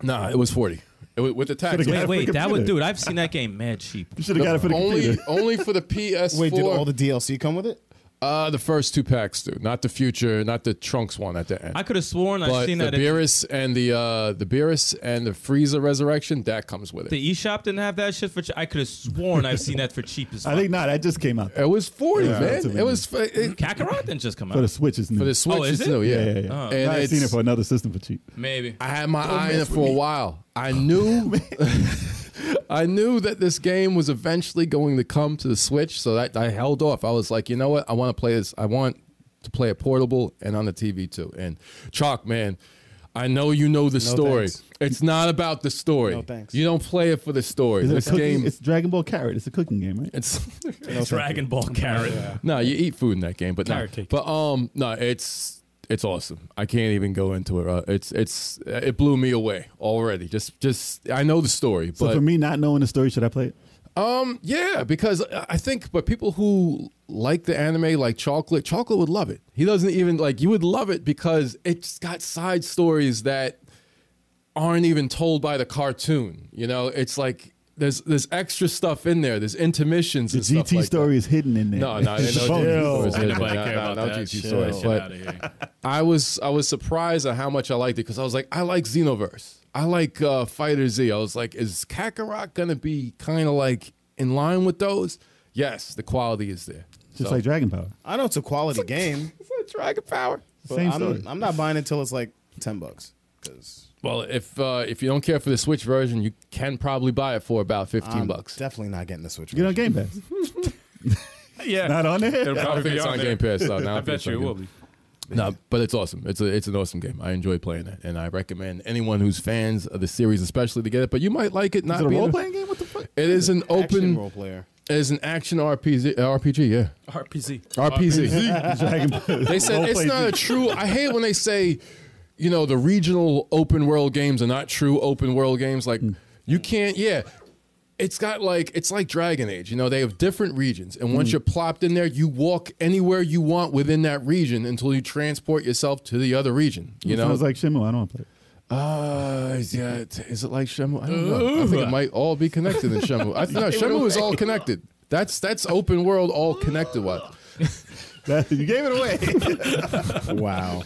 Speaker 4: Nah, it was forty it, wa- with the tax.
Speaker 3: Should've got
Speaker 5: Wait,
Speaker 3: Gotta
Speaker 5: wait,
Speaker 3: freaking
Speaker 5: that
Speaker 3: put
Speaker 5: would
Speaker 3: it.
Speaker 5: dude. I've seen that game mad cheap.
Speaker 3: You should have got it for the
Speaker 4: only,
Speaker 3: computer.
Speaker 4: only for the PS4.
Speaker 2: Wait, did all the DLC come with it?
Speaker 4: uh, the first two packs do, not the future, not the Trunks one at the end.
Speaker 5: I could have sworn I've
Speaker 4: But
Speaker 5: seen
Speaker 4: the
Speaker 5: that. at
Speaker 4: Beerus and the uh, the Beerus and the Frieza resurrection that comes with it.
Speaker 5: the eShop didn't have that shit for. Ch- I could have sworn I've seen that for cheap as.
Speaker 3: I think not. That just came out.
Speaker 4: it was forty,
Speaker 3: Yeah, that's
Speaker 4: man.
Speaker 3: amazing.
Speaker 4: It was f- it,
Speaker 5: Kakarot didn't just come
Speaker 3: For the
Speaker 5: out.
Speaker 3: Switch is new.
Speaker 4: for the Switch.
Speaker 5: Oh, is
Speaker 4: it's
Speaker 5: it? Oh.
Speaker 4: new, yeah.
Speaker 3: Yeah, yeah, yeah.
Speaker 4: And
Speaker 3: I
Speaker 4: it's-
Speaker 3: seen it for another system for cheap.
Speaker 5: Maybe.
Speaker 4: I had my eye on it for a while. I knew, I knew that this game was eventually going to come to the Switch, so that I held off. I was like, you know what? I want to play this. I want to play it portable and on the TV too. And Chalk, man, I know you know the story.
Speaker 2: thanks.
Speaker 4: It's not about the story.
Speaker 2: No thanks.
Speaker 4: You don't play it for the story.
Speaker 3: Is it a
Speaker 4: this
Speaker 3: cooking-
Speaker 4: game,
Speaker 3: It's Dragon Ball Carrot. It's a cooking game, right?
Speaker 4: it's
Speaker 5: Dragon Ball carrot.
Speaker 4: No, you eat food in that game, but no.
Speaker 1: Carrot cake.
Speaker 4: But um, no, it's it's awesome. I can't even go into it. Uh, it's it's it blew me away already. Just just I know the story,
Speaker 3: So
Speaker 4: but
Speaker 3: for me, not knowing the story, should I play it?
Speaker 4: Um, yeah, because I I think, but people who like the anime, like Chocolate, Chocolate would love it. He doesn't even like you would love it because it's got side stories that aren't even told by the cartoon. You know, it's like there's there's extra stuff in there. There's intermissions.
Speaker 3: The
Speaker 4: and stuff
Speaker 3: GT
Speaker 4: like
Speaker 3: story
Speaker 4: That.
Speaker 3: is hidden in there.
Speaker 4: No, no, I didn't know GT stories.
Speaker 5: I
Speaker 4: Yeah,
Speaker 5: nobody
Speaker 4: no,
Speaker 5: care
Speaker 4: no,
Speaker 5: about
Speaker 4: no
Speaker 5: that
Speaker 4: GT
Speaker 5: shit.
Speaker 4: stories,
Speaker 5: Get
Speaker 4: but-
Speaker 5: outta here.
Speaker 4: I was I was surprised at how much I liked it because I was like, I like Xenoverse. I like uh, Fighter Z. I was like, is Kakarot gonna be kind of like in line with those? Yes, the quality is there.
Speaker 3: Just
Speaker 4: So-
Speaker 3: like Dragon Power.
Speaker 2: I know it's a quality game,
Speaker 4: It's like Dragon Power.
Speaker 2: but
Speaker 3: Same story.
Speaker 2: I'm, I'm not buying it till it's like ten bucks. Because
Speaker 4: Well, if uh, if you don't care for the Switch version, you can probably buy it for about 15 bucks.
Speaker 2: definitely not getting the Switch.
Speaker 3: Get on
Speaker 2: version.
Speaker 3: Game Pass.
Speaker 1: Yeah,
Speaker 3: Not on
Speaker 1: it'll
Speaker 3: there.
Speaker 4: I
Speaker 1: probably be
Speaker 4: don't think it's
Speaker 1: on,
Speaker 4: on
Speaker 1: there.
Speaker 4: Game Pass though. Now
Speaker 1: I bet you it will be.
Speaker 4: No, but it's awesome. It's a, it's an awesome game. I enjoy playing it, and I recommend anyone who's fans of the series, especially, to get it. But you might like it. Not
Speaker 3: Is it a
Speaker 4: being
Speaker 3: role playing game? What the fuck?
Speaker 4: It is an
Speaker 2: Action
Speaker 4: open.
Speaker 2: role player.
Speaker 4: It is an action RPG. RPG, yeah.
Speaker 5: RPZ.
Speaker 4: RPG.
Speaker 3: Dragon Ball.
Speaker 4: they said it's not a true. I hate when they say, you know, the regional open world games are not true open world games. Like you can't. Yeah, it's got like it's like Dragon Age. You know, they have different regions, and once you're plopped in there, you walk anywhere you want within that region until you transport yourself to the other region. You know,
Speaker 3: sounds like Shimu. I don't want to play. it.
Speaker 4: Uh, is- yeah. it's- Is it like Shemu? I don't know. I think it might all be connected in Shemu. I, no, Shemu is all connected. That's that's open world, all connected one.
Speaker 3: That- you gave it away.
Speaker 2: Wow.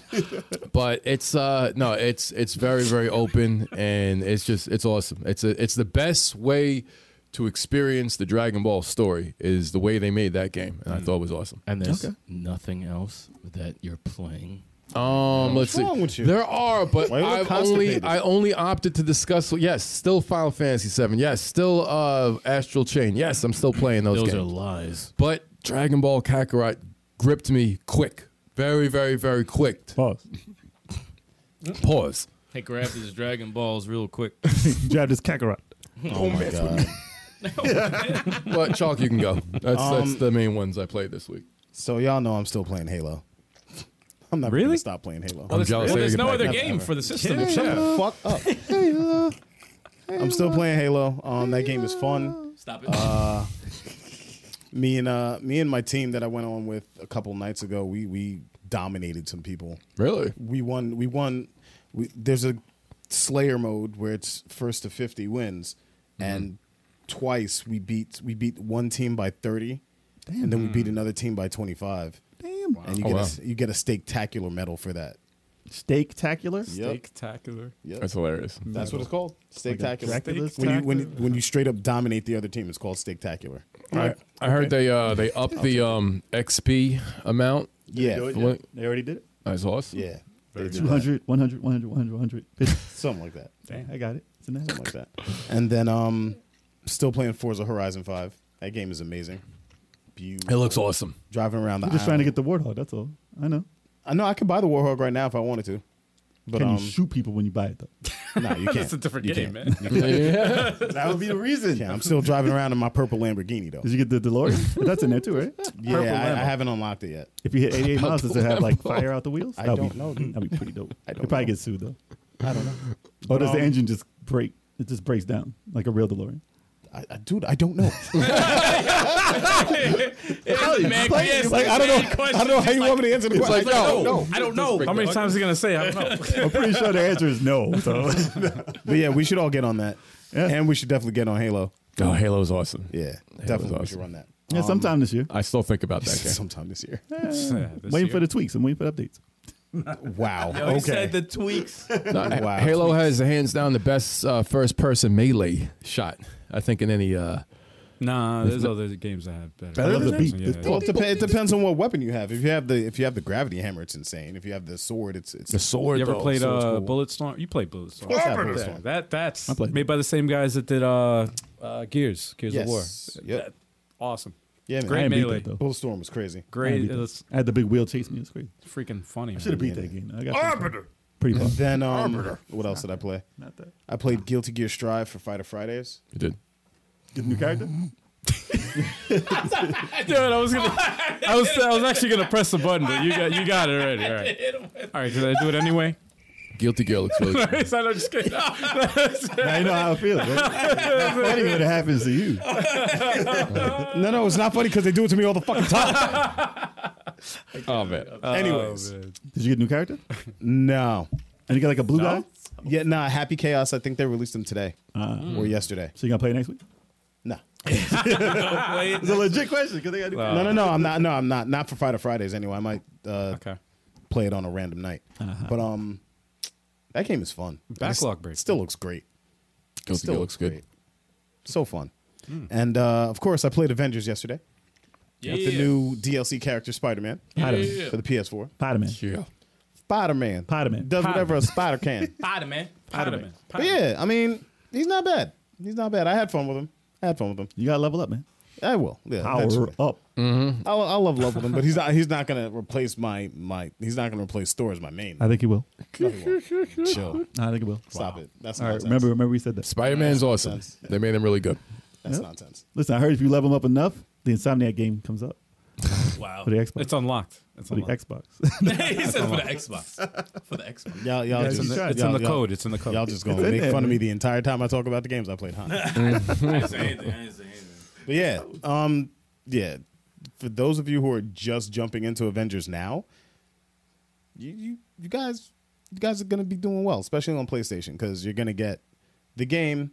Speaker 4: But it's uh no, it's it's very very open and it's just it's awesome. It's a it's the best way to experience the Dragon Ball story is the way they made that game, and I thought it was awesome.
Speaker 5: And there's nothing else that you're playing.
Speaker 4: Um, let's see.
Speaker 2: wrong with you?
Speaker 4: There are, but
Speaker 2: Why you
Speaker 4: I've
Speaker 2: look
Speaker 4: only
Speaker 2: constipated?
Speaker 4: I only opted to discuss. Yes, still Final Fantasy Seven. Yes, still uh, Astral Chain. Yes, I'm still playing those,
Speaker 5: Those
Speaker 4: games.
Speaker 5: are lies.
Speaker 4: but Dragon Ball Kakarot gripped me quick, very, very, very quick.
Speaker 3: Pause.
Speaker 4: Pause.
Speaker 5: He grabbed his Dragon Balls real quick.
Speaker 3: You grabbed this Kakarot.
Speaker 2: Oh my god.
Speaker 4: But chalk, you can go. That's that's
Speaker 2: Um,
Speaker 4: the main ones I played this week.
Speaker 2: So y'all know I'm still playing Halo. I'm not
Speaker 1: Really?
Speaker 2: gonna stop playing Halo.
Speaker 4: I'm jealous.
Speaker 1: Well,
Speaker 4: They
Speaker 1: there's
Speaker 4: didn't
Speaker 1: no
Speaker 4: get
Speaker 1: other
Speaker 4: back.
Speaker 1: game for the system. Yeah,
Speaker 2: fuck up. I'm still playing Halo. Um, that game is fun.
Speaker 5: Stop it.
Speaker 2: Me and uh, me and my team that I went on with a couple nights ago, we we dominated some people.
Speaker 4: Really?
Speaker 2: We won. We won. We, there's a Slayer mode where it's first to 50 wins,
Speaker 4: Mm-hmm.
Speaker 2: and twice we beat we beat one team by 30, and then we beat another team by 25. Damn. And you
Speaker 4: Oh,
Speaker 2: get
Speaker 4: wow.
Speaker 2: a, you get a spectacular medal for that.
Speaker 3: Steak tacular.
Speaker 1: Spectacular.
Speaker 4: That's hilarious.
Speaker 2: That's what it's called. Spectacular.
Speaker 3: Dracula's
Speaker 2: When you, when, you, when you straight up dominate the other team, it's called spectacular.
Speaker 4: I, I heard they uh they upped the um XP amount.
Speaker 2: Yeah.
Speaker 3: They
Speaker 2: f-
Speaker 4: it? What?
Speaker 3: already did it.
Speaker 4: That's awesome.
Speaker 2: Yeah. They do that.
Speaker 3: 200, 100, 100, 100, 100.
Speaker 2: Something like that.
Speaker 3: Damn, I got it. It's in there.
Speaker 2: Something like that. And then um still playing Forza Horizon 5. That game is amazing.
Speaker 4: It
Speaker 2: Beautiful.
Speaker 4: looks awesome.
Speaker 2: Driving around the
Speaker 3: I'm just trying to
Speaker 2: island.
Speaker 3: get the warthog. That's all. I know.
Speaker 2: I know I could buy the Warhog right now if I wanted to. But
Speaker 3: Can
Speaker 2: um,
Speaker 3: you shoot people when you buy it though?
Speaker 2: no, you can't.
Speaker 1: That's a different
Speaker 2: You
Speaker 1: game,
Speaker 2: can't.
Speaker 1: man.
Speaker 4: Yeah.
Speaker 2: That would be the reason. Yeah, I'm still driving around in my purple Lamborghini though.
Speaker 3: Did you get the DeLorean? That's in there too, right?
Speaker 2: Yeah, I, I haven't unlocked it yet.
Speaker 3: If you hit 88 miles, does it have like fire out the wheels?
Speaker 2: I
Speaker 3: That'd
Speaker 2: don't
Speaker 3: be,
Speaker 2: know, dude.
Speaker 3: That'd be pretty dope.
Speaker 2: I
Speaker 3: It
Speaker 2: don't
Speaker 3: probably
Speaker 2: know.
Speaker 3: gets sued though.
Speaker 2: I don't know.
Speaker 3: Or does the
Speaker 2: um,
Speaker 3: engine just break? It just breaks down like a real DeLorean.
Speaker 2: I, I, dude, I don't know.
Speaker 5: man,
Speaker 3: play
Speaker 5: yes,
Speaker 3: it. Like, I don't know-
Speaker 5: man,
Speaker 2: I don't know how
Speaker 5: questions.
Speaker 2: you want me to answer the question.
Speaker 4: like, no,
Speaker 2: no.
Speaker 5: I don't know.
Speaker 1: How many times is he gonna say? I don't know.
Speaker 3: I'm pretty sure the answer is no. So
Speaker 2: But yeah, we should all get on that.
Speaker 3: Yeah.
Speaker 2: And we should definitely get on Halo.
Speaker 4: Oh, Halo's awesome.
Speaker 2: Yeah, definitely we
Speaker 4: awesome.
Speaker 2: should run that.
Speaker 3: yeah, sometime this
Speaker 2: Um,
Speaker 3: year.
Speaker 4: I still think about that game.
Speaker 2: Sometime this year.
Speaker 1: This
Speaker 3: Waiting
Speaker 1: year.
Speaker 3: for the tweaks. I'm waiting for the updates.
Speaker 2: Wow.
Speaker 5: Yo, he
Speaker 2: okay.
Speaker 5: said the tweaks.
Speaker 4: No, Ha-
Speaker 2: Oh, Wow.
Speaker 4: Uh, Halo has hands down the best uh, first person melee shot. I think in any. Uh,
Speaker 1: Nah, there's other games that have better.
Speaker 3: Better than
Speaker 1: Yeah,
Speaker 3: that?
Speaker 1: yeah,
Speaker 3: This-
Speaker 1: yeah.
Speaker 2: well, it, dep- it depends on what weapon you have. If you have the if you have the gravity hammer, it's insane. If you have the sword, it's it's
Speaker 4: sword.
Speaker 1: You ever played
Speaker 2: so it's
Speaker 1: uh,
Speaker 2: cool.
Speaker 1: Bulletstorm? You played Bulletstorm.
Speaker 2: course I played
Speaker 1: Yeah,
Speaker 2: Bulletstorm.
Speaker 1: That that's
Speaker 3: I played
Speaker 1: made by the same guys that did uh, uh, Gears, Gears of War.
Speaker 2: yes. Yep.
Speaker 1: Awesome,
Speaker 2: Yeah, man.
Speaker 1: Great
Speaker 3: I ain't beat
Speaker 1: melee.
Speaker 3: that, though.
Speaker 2: Bulletstorm was
Speaker 3: I
Speaker 2: crazy.
Speaker 3: ain't
Speaker 1: great.
Speaker 3: beat that.
Speaker 1: It's
Speaker 3: I had the big wheel chase me. It was crazy.
Speaker 1: freaking funny.
Speaker 3: Should have beat that game. I got Arbiter. Pretty
Speaker 2: And
Speaker 3: fun.
Speaker 2: then um, what else did I play?
Speaker 3: Not that.
Speaker 2: I played Guilty Gear Strive for Fighter Fridays.
Speaker 4: You did.
Speaker 3: Get a new character.
Speaker 1: Dude, I was gonna, I was, I was actually gonna press the button, but you got, you got it already. All right, all right. Did I do it anyway?
Speaker 4: Guilty Gear looks really. cool.
Speaker 1: So I'm just kidding.
Speaker 3: now you know how I feel. Right? It's funny when it happens to you.
Speaker 2: No, no, it's not funny because they do it to me all the fucking time.
Speaker 4: oh man,
Speaker 2: Anyways,
Speaker 3: Did you get a new character?
Speaker 2: no.
Speaker 3: Oh, And you got like a blue guy?
Speaker 2: Yeah, nah, Happy Chaos, I think they released them today
Speaker 3: Uh-huh.
Speaker 2: or yesterday.
Speaker 3: So you gonna play it next week?
Speaker 2: No.
Speaker 5: Play it.
Speaker 3: It's a legit question because they got to.
Speaker 2: No, no, no, I'm not. No, I'm not. Not for Friday Fridays anyway. I might uh,
Speaker 1: Okay.
Speaker 2: play it on a random night. But um, that game is fun.
Speaker 1: Backlog
Speaker 2: It
Speaker 1: break.
Speaker 2: still looks great.
Speaker 4: Guilty
Speaker 2: Still
Speaker 4: Gear looks good.
Speaker 2: So fun. And uh, of course, I played Avengers yesterday
Speaker 5: Yeah.
Speaker 2: with the new DLC character Spider Man for the PS4.
Speaker 3: Potterman.
Speaker 4: Yeah,
Speaker 2: Spider Man.
Speaker 3: Spider-Man.
Speaker 2: Does whatever a spider can.
Speaker 5: Spider Man. Spider Man.
Speaker 2: but yeah, I mean, he's not bad. He's not bad. I had fun with him. I had fun with him.
Speaker 3: You gotta level up, man.
Speaker 2: I will. Yeah,
Speaker 3: Power
Speaker 2: eventually.
Speaker 3: up.
Speaker 2: I'll, I'll love love with him, but he's not. He's not gonna replace my my. He's not gonna replace Thor as my main.
Speaker 3: I think he will.
Speaker 2: No, he won't. Chill.
Speaker 3: I think he will.
Speaker 2: Stop it. That's
Speaker 3: All right.
Speaker 2: nonsense.
Speaker 3: Remember, remember we said that.
Speaker 4: Spider Man's awesome. They made him really good.
Speaker 2: That's nonsense.
Speaker 3: Listen, I heard if you level him up enough, the Insomniac game comes up
Speaker 5: Wow.
Speaker 3: for the Xbox.
Speaker 1: It's unlocked. It's
Speaker 3: for the
Speaker 1: unlocked.
Speaker 3: Xbox.
Speaker 5: he said for the Xbox. For the Xbox.
Speaker 2: Y'all, y'all
Speaker 3: It's
Speaker 2: just,
Speaker 3: in the-
Speaker 1: It's
Speaker 2: y'all-
Speaker 1: in the
Speaker 2: y'all-
Speaker 1: code. It's in the code.
Speaker 2: Y'all just gonna make fun of me the entire time I talk about the games I played, huh?
Speaker 5: I didn't say anything. I didn't say anything.
Speaker 2: But yeah, um, yeah. For those of you who are just jumping into Avengers now, you you, you guys you guys are gonna be doing well, especially on PlayStation, because you're gonna get the game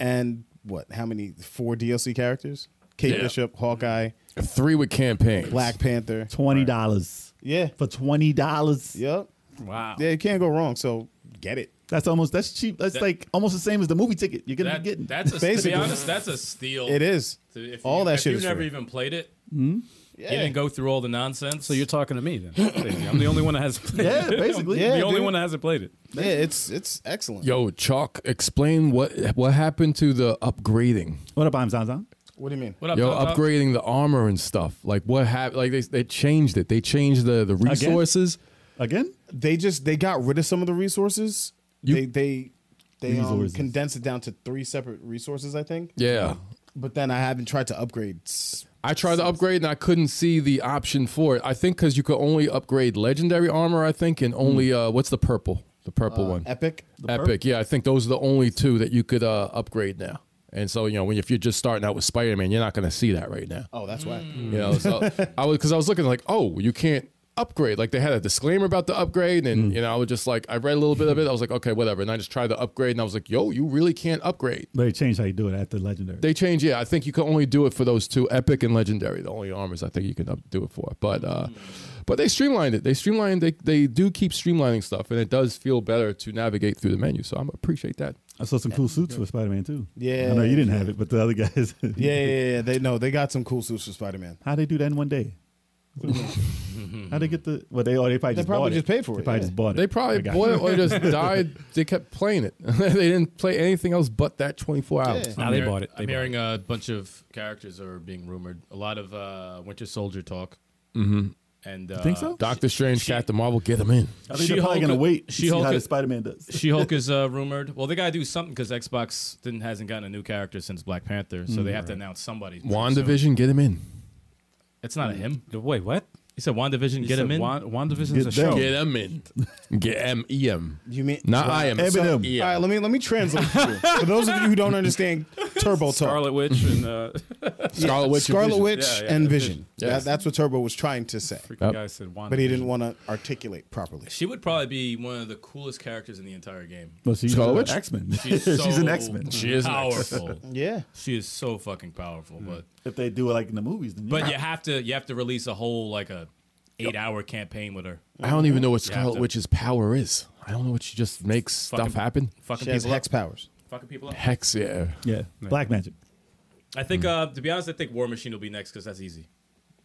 Speaker 2: and what? How many? Four DLC characters: Kate
Speaker 4: Yeah.
Speaker 2: Bishop, Hawkeye,
Speaker 4: Three with campaigns.
Speaker 2: Black Panther.
Speaker 3: Twenty dollars
Speaker 2: Yeah,
Speaker 3: for twenty dollars.
Speaker 2: yep.
Speaker 1: Wow.
Speaker 2: Yeah, you can't go wrong. So get it.
Speaker 3: That's almost that's cheap. That's
Speaker 5: That-
Speaker 3: like almost the same as the movie ticket. You're gonna
Speaker 5: That,
Speaker 3: be getting.
Speaker 5: that's a, to
Speaker 2: Basically.
Speaker 5: be honest, that's a steal.
Speaker 2: It is.
Speaker 5: To- if
Speaker 2: All
Speaker 5: you,
Speaker 2: that
Speaker 5: if
Speaker 2: shit
Speaker 5: you
Speaker 2: is
Speaker 5: never
Speaker 2: free.
Speaker 5: even played it.
Speaker 2: Yeah.
Speaker 5: You didn't go through all the nonsense.
Speaker 1: So you're talking to me then? Crazy. I'm the only one that hasn't played
Speaker 3: yeah,
Speaker 1: it.
Speaker 3: basically.
Speaker 2: Yeah,
Speaker 1: the only
Speaker 2: dude.
Speaker 1: one that hasn't played it.
Speaker 2: yeah, it's it's excellent.
Speaker 4: Yo, Chalk, explain what what happened to the upgrading.
Speaker 3: What up, I'm Zanzan?
Speaker 2: What do you mean?
Speaker 5: what up,
Speaker 4: Yo,
Speaker 5: Tom, Tom?
Speaker 4: upgrading the armor and stuff. Like what happened? Like they they changed it. They changed the the resources.
Speaker 3: Again?
Speaker 2: They just they got rid of some of the resources. they they they um,
Speaker 3: Resources.
Speaker 2: condensed it down to three separate resources, I think.
Speaker 4: Yeah.
Speaker 2: But then I haven't tried to upgrade. S-
Speaker 4: I tried to upgrade and I couldn't see the option for it. I think because you could only upgrade legendary armor. I think and only uh, what's the purple? The
Speaker 2: Uh,
Speaker 4: purple one.
Speaker 2: Epic.
Speaker 4: Epic. Yeah, I think those are the only two that you could uh, upgrade now. And so you know when if you're just starting out with Spider Man, you're not going to see that right now.
Speaker 2: Oh, that's why.
Speaker 4: You know, so I was because I was looking like, oh, you can't upgrade. Like they had a disclaimer about the upgrade, and you know, I was just like, I read a little bit of it. I was like, okay, whatever. And I just tried the upgrade, and I was like, yo, you really can't upgrade.
Speaker 3: But they changed how you do it after Legendary.
Speaker 4: They changed, yeah. I think you can only do it for those two, epic and legendary. The only armors I think you can up- do it for. But uh, but they streamlined it. They streamlined. They they do keep streamlining stuff, and it does feel better to navigate through the menu. So I appreciate that.
Speaker 3: I saw some cool suits for Spider Man too.
Speaker 2: Yeah.
Speaker 3: I know you didn't have it, but the other guys
Speaker 2: Yeah, yeah, yeah, yeah. They no, they got some cool suits for Spider Man.
Speaker 3: How'd they do that in one day? How'd they get the well they oh, they probably
Speaker 2: They
Speaker 3: just
Speaker 2: probably
Speaker 3: bought
Speaker 2: just
Speaker 3: it.
Speaker 2: paid for
Speaker 3: They
Speaker 2: it,
Speaker 3: probably
Speaker 2: yeah.
Speaker 3: just bought it.
Speaker 4: They probably
Speaker 3: I got
Speaker 4: bought
Speaker 3: it.
Speaker 4: it or just died. They kept playing it. they didn't play anything else but that 24 hours.
Speaker 2: Yeah.
Speaker 1: Now they bought it. They
Speaker 5: I'm
Speaker 1: bought it.
Speaker 5: hearing a bunch of characters are being rumored. A lot of uh, Winter Soldier talk. Mm-hmm. And uh,
Speaker 3: think so?
Speaker 4: Doctor Strange, Captain Marvel, get him in.
Speaker 3: I think
Speaker 5: She
Speaker 3: they're
Speaker 5: Hulk-
Speaker 3: probably gonna wait.
Speaker 5: She
Speaker 3: She see
Speaker 5: Hulk
Speaker 3: how the
Speaker 5: is-
Speaker 3: Spider Man does.
Speaker 5: She Hulk is uh, rumored. Well, they gotta do something because Xbox didn't hasn't gotten a new character since Black Panther, so they
Speaker 1: Mm.
Speaker 5: have to announce somebody. So
Speaker 4: WandaVision, get him in.
Speaker 5: it's not a him.
Speaker 1: Wait, what?
Speaker 5: He said WandaVision.
Speaker 1: Mm. You
Speaker 5: get
Speaker 1: said
Speaker 5: him in.
Speaker 1: Wan- WandaVision's
Speaker 3: Get
Speaker 1: a show.
Speaker 3: them.
Speaker 4: Get him in. Get him, em.
Speaker 2: You mean
Speaker 4: Not I am.
Speaker 3: Eminem.
Speaker 4: some
Speaker 2: All right,
Speaker 4: em.
Speaker 2: let me let me translate for you. For those of you who don't understand Turbo Talk,
Speaker 1: Scarlet Witch and uh,
Speaker 4: Scarlet Witch. and
Speaker 2: Scarlet
Speaker 4: Vision.
Speaker 2: Witch
Speaker 1: Yeah, yeah,
Speaker 2: and
Speaker 1: the
Speaker 2: Vision.
Speaker 1: Vision.
Speaker 4: Yes.
Speaker 2: That, that's what Turbo was trying to say,
Speaker 1: freaking
Speaker 4: Yep.
Speaker 1: guy said Wanda.
Speaker 2: but he didn't want to articulate properly.
Speaker 5: She would probably be one of the coolest characters in the entire game.
Speaker 3: Well, she's
Speaker 4: Scarlet
Speaker 3: an
Speaker 4: Witch?
Speaker 3: X Men.
Speaker 5: She's, so
Speaker 3: an X Men.
Speaker 5: She is
Speaker 4: an X.
Speaker 5: powerful.
Speaker 2: Yeah,
Speaker 5: she is so fucking powerful.
Speaker 1: Mm.
Speaker 5: But
Speaker 3: If they do it like in the movies, then
Speaker 5: but you have to you have to release a whole like a eight hour campaign with her.
Speaker 4: I don't even know what
Speaker 5: have
Speaker 4: Scarlet
Speaker 5: to-
Speaker 4: Witch's power is. I don't know what she just makes
Speaker 5: Fucking-
Speaker 4: stuff happen.
Speaker 5: Fucking
Speaker 2: she has
Speaker 5: people
Speaker 2: hex
Speaker 5: up.
Speaker 2: powers.
Speaker 5: Fucking people up.
Speaker 4: Hex, yeah.
Speaker 3: yeah, Black Magic.
Speaker 5: I think uh, to be honest, I think War Machine will be next because that's easy.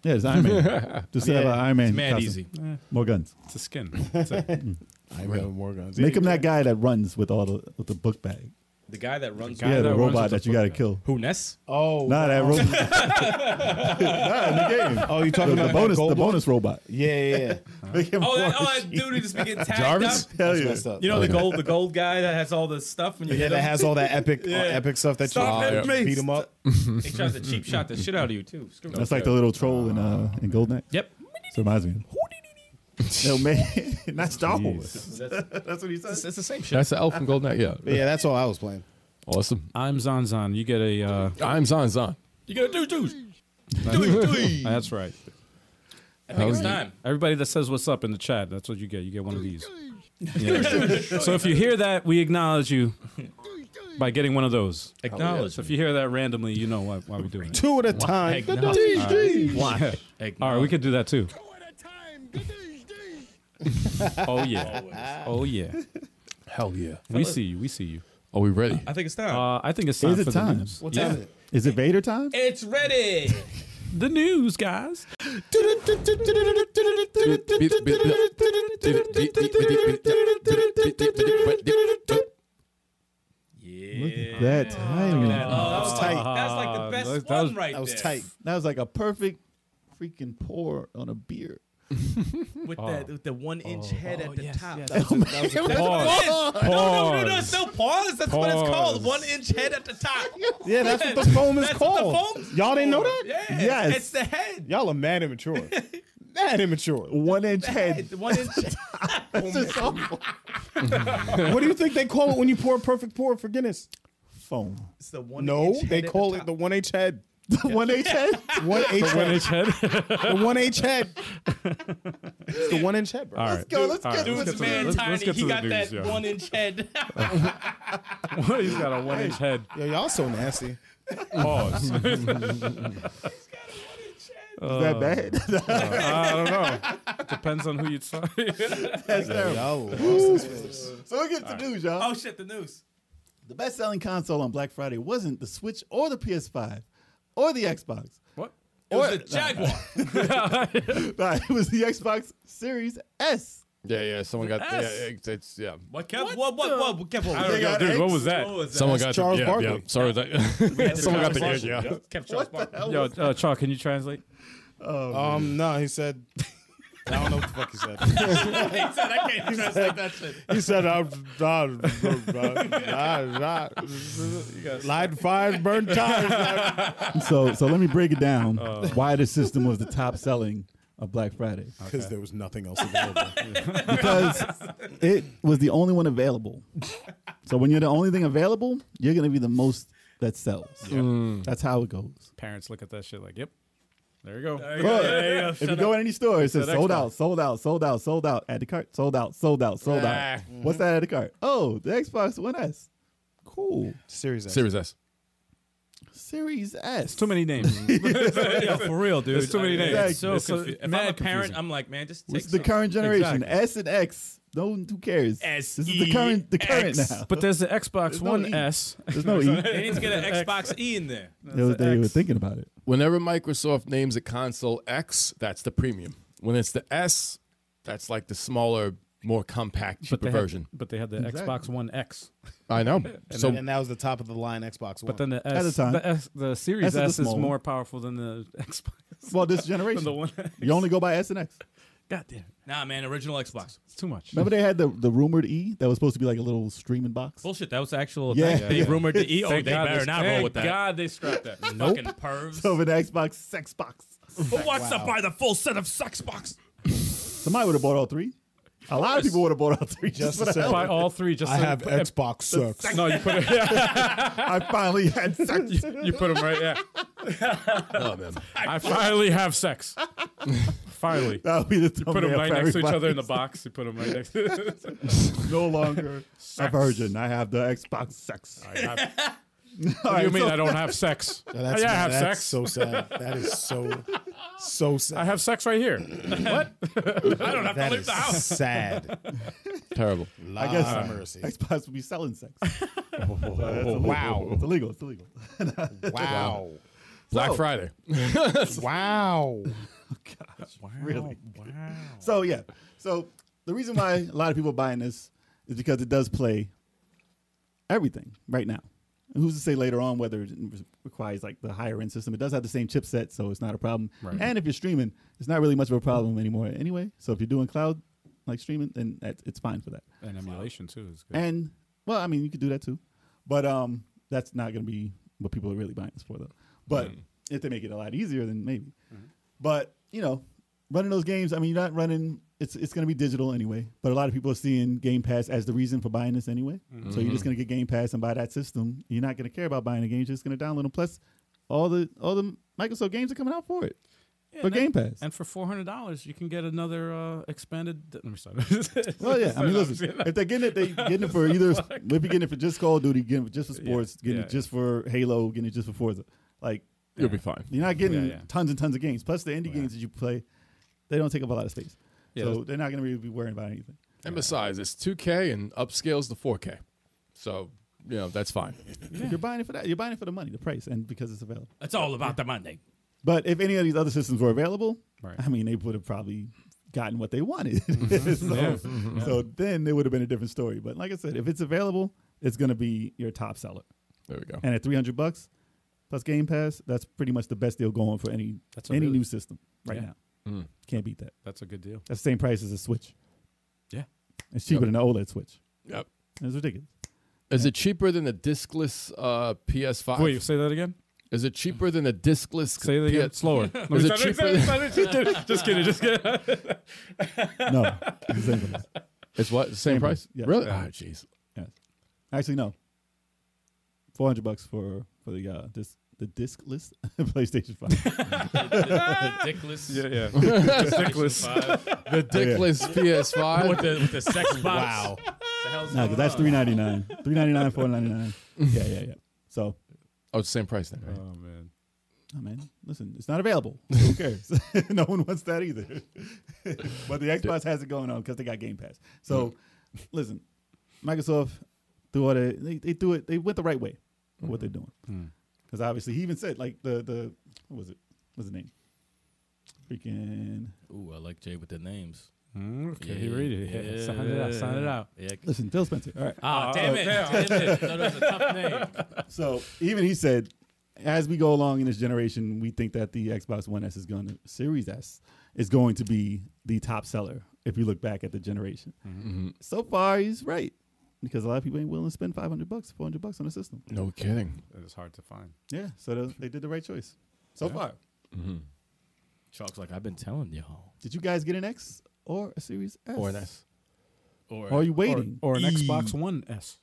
Speaker 3: Yeah, it's Iron Man. Just have an Iron Man.
Speaker 5: It's mad
Speaker 3: costume.
Speaker 5: easy.
Speaker 3: More guns.
Speaker 1: It's a skin. It's a-
Speaker 2: I have more guns.
Speaker 3: Make him that guy that runs with all the with the book bag.
Speaker 5: The guy that runs.
Speaker 1: guy
Speaker 3: yeah,
Speaker 1: that
Speaker 3: the
Speaker 1: runs with
Speaker 3: robot
Speaker 1: the
Speaker 3: that you
Speaker 1: book
Speaker 3: got to
Speaker 1: bag.
Speaker 3: kill.
Speaker 5: Who Ness?
Speaker 2: Oh,
Speaker 3: Not that robot. Not in the game.
Speaker 2: oh, you
Speaker 3: The,
Speaker 2: talking
Speaker 3: the
Speaker 2: about
Speaker 3: bonus,
Speaker 2: Goldblum?
Speaker 3: the bonus robot.
Speaker 2: Yeah, yeah, yeah.
Speaker 3: Make him
Speaker 5: Oh, that,
Speaker 3: War
Speaker 5: oh, that
Speaker 3: Machine.
Speaker 5: dude who just be getting tagged
Speaker 4: Jarvis?
Speaker 5: up.
Speaker 3: Hell
Speaker 2: That's
Speaker 3: yeah.
Speaker 2: messed up.
Speaker 5: You know the gold, the gold guy that has all the stuff when you
Speaker 2: Yeah,
Speaker 5: hit
Speaker 2: that
Speaker 5: him.
Speaker 2: has all that epic, uh, epic stuff that
Speaker 5: Stop
Speaker 2: you
Speaker 5: hitting me.
Speaker 2: beat him up.
Speaker 5: He tries to cheap shot the shit out of you too. Screw
Speaker 3: That's
Speaker 5: him.
Speaker 3: like the little troll in uh in Golden Knight.
Speaker 5: Yep.
Speaker 3: So it reminds me. No man, not Star Wars.
Speaker 5: That's what he says. It's the same shit.
Speaker 4: That's the elf from Golden Eye. Yeah.
Speaker 2: But yeah, that's all I was playing.
Speaker 4: Awesome.
Speaker 1: I'm Zanzan. You get a. Uh,
Speaker 4: I'm Zon Zon.
Speaker 5: You gotta do dudes.
Speaker 1: that's right.
Speaker 5: I think it's time.
Speaker 1: Everybody that says what's up in the chat, that's what you get. You get one of these. Yeah. so if you hear that, we acknowledge you by getting one of those.
Speaker 5: Acknowledge.
Speaker 1: So if you hear that randomly, you know why, why we're doing it.
Speaker 2: Two at a time.
Speaker 5: Acknowledge.
Speaker 1: Yeah. All right, we could do that too. Oh yeah. Oh yeah.
Speaker 4: Hell yeah.
Speaker 1: We see you. We see you.
Speaker 4: Are we ready?
Speaker 5: I think it's time.
Speaker 1: Uh, I think it's time
Speaker 3: Is it
Speaker 1: for
Speaker 3: time?
Speaker 1: the news.
Speaker 2: What
Speaker 1: Yeah.
Speaker 2: time is it?
Speaker 3: Is it Vader time?
Speaker 5: it's ready.
Speaker 1: The news, guys.
Speaker 5: yeah.
Speaker 3: That timing.
Speaker 5: that was
Speaker 2: tight.
Speaker 5: That's like the best
Speaker 1: That
Speaker 5: one
Speaker 1: was-
Speaker 5: right
Speaker 2: That was
Speaker 5: there.
Speaker 2: tight.
Speaker 3: That was like a perfect freaking pour on a beer.
Speaker 5: With
Speaker 1: Oh.
Speaker 5: that, with the one inch head at the top.
Speaker 2: That was, that was a-
Speaker 1: Pause.
Speaker 5: No, no, no, no,
Speaker 1: Pause.
Speaker 5: it's no pause. That's what it's
Speaker 1: Pause.
Speaker 5: called. One inch head at the top.
Speaker 2: yeah, that's what the foam is
Speaker 5: That's what the
Speaker 2: called.
Speaker 5: foam's
Speaker 2: Y'all didn't know that?
Speaker 5: Yeah.
Speaker 3: Yes.
Speaker 5: It's the head.
Speaker 2: Y'all are mad immature. mad immature.
Speaker 3: One inch
Speaker 5: Head.
Speaker 3: head.
Speaker 5: The one inch.
Speaker 2: What do you think they call it when you pour perfect pour for Guinness?
Speaker 3: Foam.
Speaker 5: It's the one.
Speaker 2: No,
Speaker 5: inch
Speaker 2: they
Speaker 5: head at
Speaker 2: call it
Speaker 5: top.
Speaker 2: the one H head.
Speaker 3: One inch head.
Speaker 2: One H
Speaker 1: One
Speaker 2: head.
Speaker 1: inch head.
Speaker 2: The one H head. It's the one inch head, bro.
Speaker 1: All right.
Speaker 3: Yo, let's get
Speaker 1: right,
Speaker 3: this.
Speaker 1: let's
Speaker 5: Dude's
Speaker 1: get to the-
Speaker 5: man
Speaker 1: let's-
Speaker 5: tiny.
Speaker 1: let's get
Speaker 5: he
Speaker 1: to the
Speaker 5: got
Speaker 1: news,
Speaker 5: that
Speaker 1: yeah.
Speaker 5: one inch head.
Speaker 1: He's got a one inch head.
Speaker 2: Yo, y'all so nasty.
Speaker 1: Pause.
Speaker 3: Is that bad?
Speaker 1: I don't know. Depends on who you talk.
Speaker 3: That's terrible.
Speaker 2: Y'all lost this place.
Speaker 3: So we'll get to news, y'all.
Speaker 5: oh shit! The news.
Speaker 3: The best selling console on Black Friday wasn't the Switch or the PS5 or the Xbox.
Speaker 1: what?
Speaker 5: It was a jaguar.
Speaker 3: Nah, it was the Xbox Series S.
Speaker 4: Yeah, yeah. Someone got. Yeah,
Speaker 1: S.
Speaker 4: it's, it's yeah.
Speaker 5: What? Kev? What? What? What? what, Kev, what
Speaker 1: I don't know, dude. What was that?
Speaker 5: What was that?
Speaker 4: Someone got.
Speaker 2: Charles
Speaker 4: the, yeah,
Speaker 2: Barkley.
Speaker 4: Yeah. Sorry, that. someone got the. Yeah, yeah.
Speaker 5: Kev Charles Barkley.
Speaker 1: Yo, uh, Chaw, can you translate?
Speaker 2: Um, no, he said. I don't know what the fuck he said.
Speaker 5: He said, "I can't translate that shit."
Speaker 2: he said, "I'm I'm- I'm- I'm- I'm- lied, fired, burned tires."
Speaker 3: So, so let me break it down why the system was the top selling of Black Friday.
Speaker 2: Because there was nothing else available.
Speaker 3: Because it was the only one available. So when you're the only thing available, you're going to be the most that sells. That's how it goes.
Speaker 1: Parents look at that shit like, yep. There you go.
Speaker 3: But if you go in any store, it says
Speaker 1: Shut
Speaker 3: sold
Speaker 1: up.
Speaker 3: out, sold out, sold out, sold out. Add to cart, sold out, sold out, sold
Speaker 1: Ah.
Speaker 3: out.
Speaker 2: Mm-hmm.
Speaker 3: What's that at the cart? Oh, the Xbox One S. Cool.
Speaker 2: Series X.
Speaker 4: Series S.
Speaker 3: Series S.
Speaker 1: Too many names. Yo, for real, dude. There's too many names.
Speaker 3: Exactly.
Speaker 1: It's so
Speaker 5: It's
Speaker 1: confu-
Speaker 5: confu- if I'm a
Speaker 1: mad
Speaker 5: parent,
Speaker 1: confusing.
Speaker 5: I'm like, man, just take
Speaker 3: It's the
Speaker 5: some.
Speaker 3: current generation.
Speaker 1: Exactly.
Speaker 3: S and X. No one who cares.
Speaker 5: S
Speaker 3: this is the current the current
Speaker 5: E X.
Speaker 3: now.
Speaker 1: but there's the Xbox
Speaker 3: There's no
Speaker 1: One
Speaker 3: E.
Speaker 1: S.
Speaker 3: There's no E.
Speaker 5: They need to get an Xbox E in there.
Speaker 3: They were, they were thinking about it.
Speaker 4: Whenever Microsoft names a console X, that's the premium. When it's the S, that's like the smaller, more compact,
Speaker 1: But
Speaker 4: cheaper
Speaker 1: they,
Speaker 4: version.
Speaker 1: had, but they had the Xbox One X.
Speaker 4: I know. So
Speaker 2: and that was the top of the line Xbox One.
Speaker 1: But then the S,
Speaker 3: At the time.
Speaker 1: the, S, the Series
Speaker 3: S is
Speaker 1: S,
Speaker 3: the
Speaker 1: is
Speaker 3: small one.
Speaker 1: more powerful than the Xbox.
Speaker 3: Well, this
Speaker 1: Than
Speaker 3: generation.
Speaker 1: the one.
Speaker 3: You only go by S and X.
Speaker 1: God damn, it.
Speaker 5: Nah, man, original Xbox.
Speaker 1: it's too much.
Speaker 3: Remember they had the, the rumored E that was supposed to be like a little streaming box.
Speaker 5: Bullshit. That was actual.
Speaker 3: Yeah.
Speaker 5: thing. They
Speaker 3: Yeah.
Speaker 5: rumored the E. Oh, they
Speaker 1: Thank God
Speaker 5: better
Speaker 1: they-
Speaker 5: not roll
Speaker 1: thank
Speaker 5: with that.
Speaker 1: God they scrapped that.
Speaker 5: Fucking pervs.
Speaker 3: So for the Xbox sex box,
Speaker 5: Who wants to buy the full set of Xbox?
Speaker 3: somebody would have bought all three. A lot of people would have bought all three. Just
Speaker 2: Just
Speaker 3: for
Speaker 2: to
Speaker 3: the
Speaker 2: say-
Speaker 3: hell
Speaker 1: Buy
Speaker 3: of it.
Speaker 1: all three. Just
Speaker 2: I
Speaker 1: so-
Speaker 2: have Xbox sucks.
Speaker 1: No, you put it. Yeah,
Speaker 3: I finally had sex.
Speaker 1: you put them right. Yeah.
Speaker 4: oh, man.
Speaker 1: I finally have sex. finally.
Speaker 3: That would be the
Speaker 1: Put them
Speaker 3: thumbnail
Speaker 1: right
Speaker 3: for
Speaker 1: next to each
Speaker 3: everybody.
Speaker 1: other in the box. You put them right next. to
Speaker 3: No longer a virgin. I have the Xbox sex. All
Speaker 1: What do
Speaker 3: right,
Speaker 1: you mean
Speaker 3: so-
Speaker 1: I don't have sex?
Speaker 2: Yeah, that's,
Speaker 1: yeah, I have
Speaker 2: that's
Speaker 1: sex.
Speaker 2: so sad. That is so, so sad.
Speaker 1: I have sex right here. what?
Speaker 5: I don't have to
Speaker 2: that
Speaker 5: leave
Speaker 2: is
Speaker 5: the house.
Speaker 2: sad.
Speaker 4: Terrible.
Speaker 2: I
Speaker 3: guess-
Speaker 2: mercy.
Speaker 3: Xbox would be selling sex.
Speaker 2: Wow.
Speaker 3: It's illegal. It's illegal.
Speaker 2: Wow.
Speaker 4: Black Friday.
Speaker 2: Wow.
Speaker 3: really. So yeah. So the reason why a lot of people are buying this is because it does play everything right now. And who's to say later on whether it re- requires like the higher end system? It does have the same chipset, so it's not a problem. And if you're streaming, it's not really much of a problem anymore anyway. So if you're doing cloud like streaming, then that, it's fine for that.
Speaker 1: And emulation too is good.
Speaker 3: And well, I mean, you could do that too, but um, that's not going to be what people are
Speaker 1: Mm-hmm.
Speaker 3: really buying this for, though. But if they make it a lot easier, then maybe. But you know, running those games, I mean, you're not running. It's it's going to be digital anyway. But a lot of people are seeing Game Pass as the reason for buying this anyway.
Speaker 1: Mm-hmm.
Speaker 3: So you're just going to get Game Pass and buy that system. You're not going to care about buying the games. You're just going to download them. Plus, all the all the Microsoft games are coming out for it
Speaker 1: Yeah,
Speaker 3: for
Speaker 1: and
Speaker 3: Game
Speaker 1: then-
Speaker 3: Pass.
Speaker 1: And for four hundred dollars, you can get another uh, expanded. Let me start.
Speaker 3: Oh yeah, I mean, listen. If they're getting it, they getting it for either. If you're getting it for just Call of Duty, getting it for just for sports, getting
Speaker 1: yeah,
Speaker 3: it just for Halo, getting it just for Forza. Like
Speaker 4: You'll be fine.
Speaker 3: you're not getting
Speaker 1: Yeah, yeah.
Speaker 3: tons and tons of games. Plus, the indie games that you play, they don't take up a lot of space,
Speaker 1: Yeah,
Speaker 3: so
Speaker 1: that's-
Speaker 3: they're not going to really be worrying about anything.
Speaker 4: And besides, it's 2K and upscales to 4K. So, you know, that's fine.
Speaker 3: You're buying it for that. You're buying it for the money, the price, and because it's available.
Speaker 5: It's all about the money.
Speaker 3: But if any of these other systems were available,
Speaker 1: Right.
Speaker 3: I mean, they would have probably gotten what they wanted. so,
Speaker 1: Mm-hmm. Yeah.
Speaker 3: so then it would have been a different story. But like I said, if it's available, it's going to be your top seller.
Speaker 4: There we go.
Speaker 3: And at 300 bucks plus Game Pass, that's pretty much the best deal going for any
Speaker 1: That's a
Speaker 3: any
Speaker 1: really-
Speaker 3: new system right
Speaker 1: Yeah.
Speaker 3: now. Can't beat that.
Speaker 1: That's a good deal.
Speaker 3: That's the same price as a Switch.
Speaker 1: Yeah.
Speaker 3: It's cheaper than the OLED Switch.
Speaker 4: Yep.
Speaker 3: It's ridiculous.
Speaker 4: Is it cheaper than the discless uh, PS5?
Speaker 1: Wait, say that again.
Speaker 4: Is it cheaper than the discless?
Speaker 1: Say that
Speaker 4: P-
Speaker 1: again. Slower. Let me
Speaker 4: Is it
Speaker 1: start-
Speaker 4: cheaper
Speaker 1: just kidding. Just kidding.
Speaker 3: No, it's the same price.
Speaker 4: It's what? The same,
Speaker 3: Same
Speaker 4: price?
Speaker 3: price, yeah.
Speaker 4: Really?
Speaker 1: Yeah.
Speaker 4: Oh, jeez.
Speaker 3: Yes. Actually, no. Four hundred bucks for for the uh, this the discless PlayStation Five.
Speaker 5: Ridiculous.
Speaker 1: Yeah, yeah.
Speaker 5: Ridiculous. With
Speaker 4: The dickless PS5?
Speaker 5: the, with the sex box. Wow. The hell's
Speaker 3: no,
Speaker 5: going
Speaker 3: because that's
Speaker 5: on?
Speaker 3: three ninety nine, three ninety nine, four ninety nine. Yeah, yeah, yeah. So,
Speaker 4: Oh, it's the same price then, right?
Speaker 1: Oh man.
Speaker 3: I mean, listen, it's not available. So who cares? no one wants that either. but the Xbox has it going on because they got Game Pass. So, listen, Microsoft threw all the they they threw it. They went the right way. with What they're doing.
Speaker 1: Hmm.
Speaker 3: Because obviously, he even said like the the what was it? What's the name? Freaking
Speaker 5: Ooh, I like Jay with the names.
Speaker 1: Hmm, Okay, you read it. Yeah, Sound it out. Sound it out.
Speaker 5: Yeah.
Speaker 3: listen, Phil Spencer. All right.
Speaker 5: Ah, damn it. Damn it. That was a tough name.
Speaker 3: Oh, So even he said, as we go along in this generation, we think that the Xbox One S is going to Series S is going to be the top seller. If you look back at the generation,
Speaker 4: Mm-hmm.
Speaker 3: so far he's right because a lot of people ain't willing to spend five hundred bucks, four hundred bucks on a system.
Speaker 4: No kidding.
Speaker 1: It's hard to find.
Speaker 3: Yeah, so they, they did the right choice so far.
Speaker 5: Chalk's like, I've been telling y'all.
Speaker 3: Did you guys get an X or a Series S?
Speaker 4: Or an S.
Speaker 5: Or,
Speaker 3: Or are you
Speaker 1: Or,
Speaker 3: waiting? E.
Speaker 1: or an Xbox One S.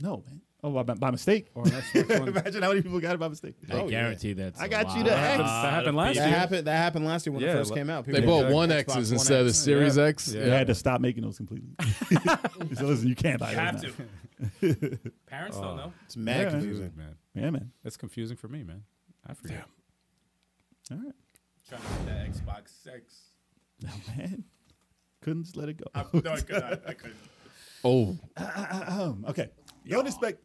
Speaker 3: No, man. Oh, by, by mistake.
Speaker 1: Or an Xbox One. that
Speaker 3: Imagine how many people got it by mistake.
Speaker 5: I guarantee that's.
Speaker 3: Oh, I
Speaker 5: a
Speaker 3: got you
Speaker 5: lot.
Speaker 3: the X.
Speaker 5: Uh,
Speaker 1: happened last
Speaker 2: That
Speaker 1: year.
Speaker 2: happened. That happened last year when
Speaker 1: Yeah,
Speaker 2: it first
Speaker 1: like-
Speaker 2: came out.
Speaker 4: They
Speaker 2: People
Speaker 4: bought
Speaker 2: got
Speaker 4: one
Speaker 2: Xbox
Speaker 4: X's
Speaker 2: One
Speaker 4: instead of
Speaker 2: X.
Speaker 4: Series X.
Speaker 1: Yeah.
Speaker 3: They had to stop making those completely. so listen, you can't buy
Speaker 5: You
Speaker 3: those
Speaker 5: have
Speaker 3: now.
Speaker 5: to. Parents don't know.
Speaker 2: It's mad
Speaker 3: Yeah.
Speaker 2: confusing.
Speaker 1: man.
Speaker 3: Yeah, man.
Speaker 1: That's confusing for me, man. I forget.
Speaker 3: All right.
Speaker 5: Trying to get that Xbox Six.
Speaker 3: Man, couldn't just let it go.
Speaker 5: No, I could not. I couldn't.
Speaker 4: Oh,
Speaker 3: Um, okay. Don't expect.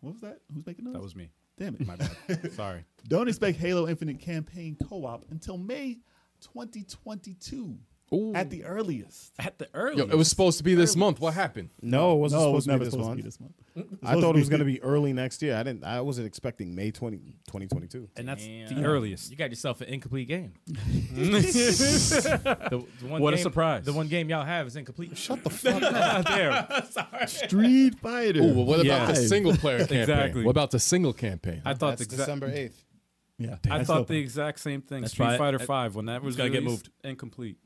Speaker 3: What was that? Who's making noise?
Speaker 1: That was me.
Speaker 3: Damn it.
Speaker 1: My bad. Sorry.
Speaker 3: Don't expect Halo Infinite campaign co-op until May 2022
Speaker 4: Ooh.
Speaker 3: at the earliest.
Speaker 1: At the early.
Speaker 4: yo, it was supposed to be this month. What happened?
Speaker 2: No, it wasn't
Speaker 3: No, Oh, it was
Speaker 2: supposed to
Speaker 3: never
Speaker 2: be this
Speaker 3: supposed to be
Speaker 2: one.
Speaker 3: this month.
Speaker 2: I thought it was going to be early next year. I didn't. I wasn't expecting May 20, 2022.
Speaker 1: and that's the
Speaker 5: Damn.
Speaker 1: earliest.
Speaker 5: You got yourself an incomplete game. the, the one
Speaker 1: What a
Speaker 5: game-
Speaker 1: surprise.
Speaker 5: The one game y'all have is incomplete. Shut the fuck
Speaker 1: there.
Speaker 3: Street Fighter.
Speaker 4: Ooh, well, what about the
Speaker 3: Five.
Speaker 4: single player campaign?
Speaker 1: Exactly.
Speaker 4: What about the single campaign?
Speaker 1: I thought
Speaker 2: That's
Speaker 1: the exact.
Speaker 2: December eighth.
Speaker 3: Yeah,
Speaker 1: I
Speaker 3: that's
Speaker 1: thought
Speaker 3: dope.
Speaker 1: the exact same thing.
Speaker 5: That's
Speaker 1: Street
Speaker 5: why-
Speaker 1: Fighter
Speaker 5: I-
Speaker 1: Five when that was
Speaker 5: gotta get
Speaker 1: released,
Speaker 5: moved.
Speaker 1: incomplete.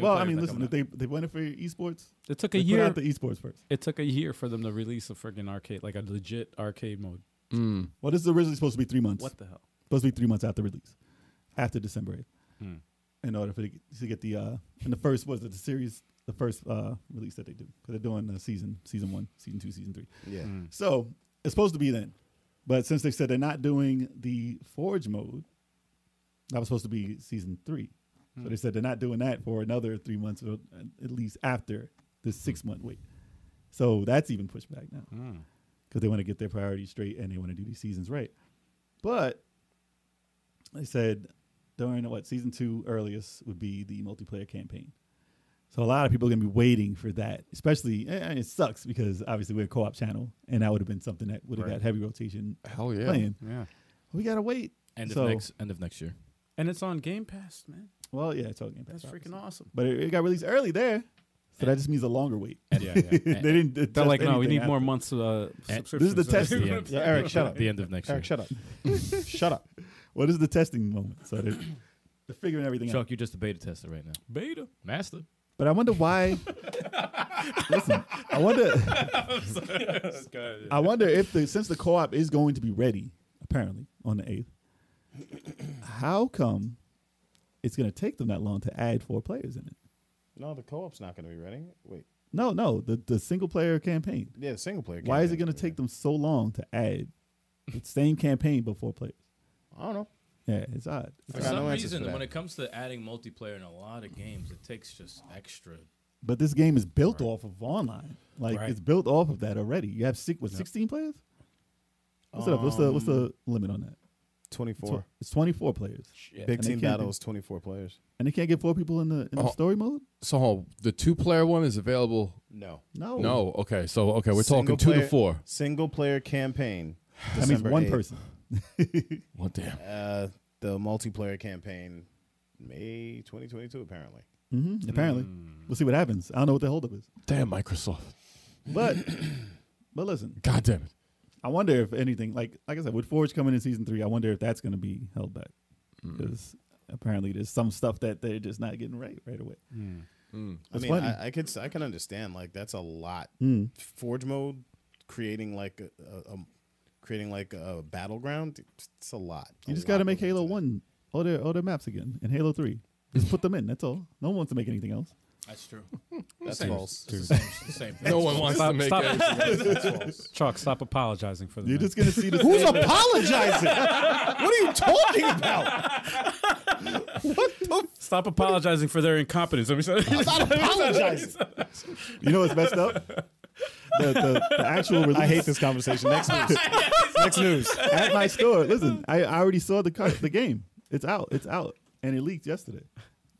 Speaker 3: Well, I mean, listen, if they they went it for esports.
Speaker 1: It took a
Speaker 3: They put
Speaker 1: year.
Speaker 3: out the esports first.
Speaker 1: It took a year for them to release a friggin' arcade, like a legit arcade mode.
Speaker 3: Well, this is originally supposed to be three months.
Speaker 1: What the hell?
Speaker 3: supposed to be three months after release, after December eighth, in order for the, to get the uh and the first was it the series the first uh release that they do because they're doing the season season one season two season three.
Speaker 2: Yeah.
Speaker 3: So it's supposed to be then, but since they said they're not doing the Forge mode, that was supposed to be season three. So they said they're not doing that for another three months or at least after the six month wait. So that's even pushed back now because they want to get their priorities straight and they want to do these seasons right. But they said during what season two earliest would be the multiplayer campaign. So a lot of people are going to be waiting for that, especially and it sucks because obviously we're a co-op channel, and that would have been something that would have
Speaker 1: Right.
Speaker 3: got heavy rotation.
Speaker 4: Hell yeah.
Speaker 3: playing.
Speaker 1: Yeah.
Speaker 3: We gotta wait.
Speaker 5: end of
Speaker 3: So-
Speaker 5: next end of next year.
Speaker 1: And it's on Game Pass, man.
Speaker 3: Well, yeah, it's all Game Pass.
Speaker 1: That's freaking
Speaker 3: obviously.
Speaker 1: awesome.
Speaker 3: But it, it got released early there, so that just means a longer wait.
Speaker 1: Yeah, yeah.
Speaker 3: they didn't.
Speaker 1: They're
Speaker 3: adjust
Speaker 1: like, no, we
Speaker 3: anything
Speaker 1: need more
Speaker 3: after.
Speaker 1: months of uh, subscriptions.
Speaker 3: This is the test.
Speaker 5: The
Speaker 3: yeah,
Speaker 5: end.
Speaker 3: Eric, shut up.
Speaker 5: The end of next
Speaker 2: Eric,
Speaker 5: year.
Speaker 2: shut up. shut up.
Speaker 3: What is the testing moment? So they, They're figuring everything out.
Speaker 5: Chuck, you're just a beta tester right now.
Speaker 1: Beta.
Speaker 5: Master.
Speaker 3: But I wonder why. listen, I wonder. I wonder if the since the co-op is going to be ready apparently on the eighth, how come it's going to take them that long to add four players in it?
Speaker 2: No, the co-op's not going to be ready. Wait,
Speaker 3: No, no, the the single player campaign.
Speaker 2: yeah, the single player.
Speaker 3: Why is it
Speaker 2: campaign.
Speaker 3: going to take them so long to add the same campaign but four players?
Speaker 2: I don't know.
Speaker 3: Yeah, it's odd.
Speaker 5: For
Speaker 2: I got
Speaker 5: some
Speaker 2: no answers
Speaker 5: reason,
Speaker 2: for that.
Speaker 5: when it comes to adding multiplayer in a lot of games, it takes just extra.
Speaker 3: But this game is built off of online. Like
Speaker 1: Right.
Speaker 3: it's built off of that already. You have six, what, sixteen players? What's the what's the what's the limit on that?
Speaker 2: Twenty-four.
Speaker 3: Tw- It's twenty Um, four players.
Speaker 2: Big
Speaker 3: And they
Speaker 2: team
Speaker 3: can't do-
Speaker 2: battles, twenty-four players.
Speaker 3: And they can't get four people in the in the
Speaker 4: Oh.
Speaker 3: story mode?
Speaker 4: So the two-player one is available.
Speaker 2: No,
Speaker 3: No.
Speaker 4: No, okay. So okay, we're talking
Speaker 2: Single
Speaker 4: two to
Speaker 2: player-
Speaker 4: four.
Speaker 2: Single player campaign.
Speaker 3: That means
Speaker 2: December
Speaker 3: one
Speaker 2: 8th.
Speaker 3: person.
Speaker 4: Well, damn.
Speaker 2: Uh, the multiplayer campaign, May twenty twenty-two. Apparently,
Speaker 3: hmm apparently. We'll see what happens. I don't know what the holdup is.
Speaker 4: Damn Microsoft.
Speaker 3: But but listen,
Speaker 4: God damn it.
Speaker 3: I wonder if anything like like I said, with Forge coming in season three, I wonder if that's gonna be held back.
Speaker 4: Hmm.
Speaker 3: Because apparently there's some stuff that they're just not getting right right away.
Speaker 2: I
Speaker 3: That's
Speaker 2: mean,
Speaker 3: funny.
Speaker 2: I, I could s- I can understand like that's a lot.
Speaker 3: Hmm.
Speaker 2: Forge mode, creating like a, a, a creating like a battleground. It's a lot.
Speaker 3: You
Speaker 2: A
Speaker 3: just
Speaker 2: lot
Speaker 3: got to make
Speaker 2: goes
Speaker 3: Halo
Speaker 2: into that.
Speaker 3: One all their all their maps again and Halo Three. Just put them in. That's all. No one wants to make anything else.
Speaker 5: That's true.
Speaker 2: That's
Speaker 5: Same.
Speaker 2: false.
Speaker 5: It's the same, it's the same thing.
Speaker 4: No one wants to
Speaker 1: Stop.
Speaker 4: make it.
Speaker 1: Stop. Chuck, stop apologizing for the.
Speaker 3: You're
Speaker 1: man.
Speaker 3: just gonna see the
Speaker 2: Who's
Speaker 3: same-
Speaker 2: apologizing? what are you talking about?
Speaker 1: stop apologizing for their incompetence. Let me say-
Speaker 2: I'm not apologizing.
Speaker 3: You know what's messed up? The, the, the actual release.
Speaker 2: I hate this conversation. Next news. Next news.
Speaker 3: At my store, listen, I, I already saw the car, the game. It's out. It's out, and it leaked yesterday.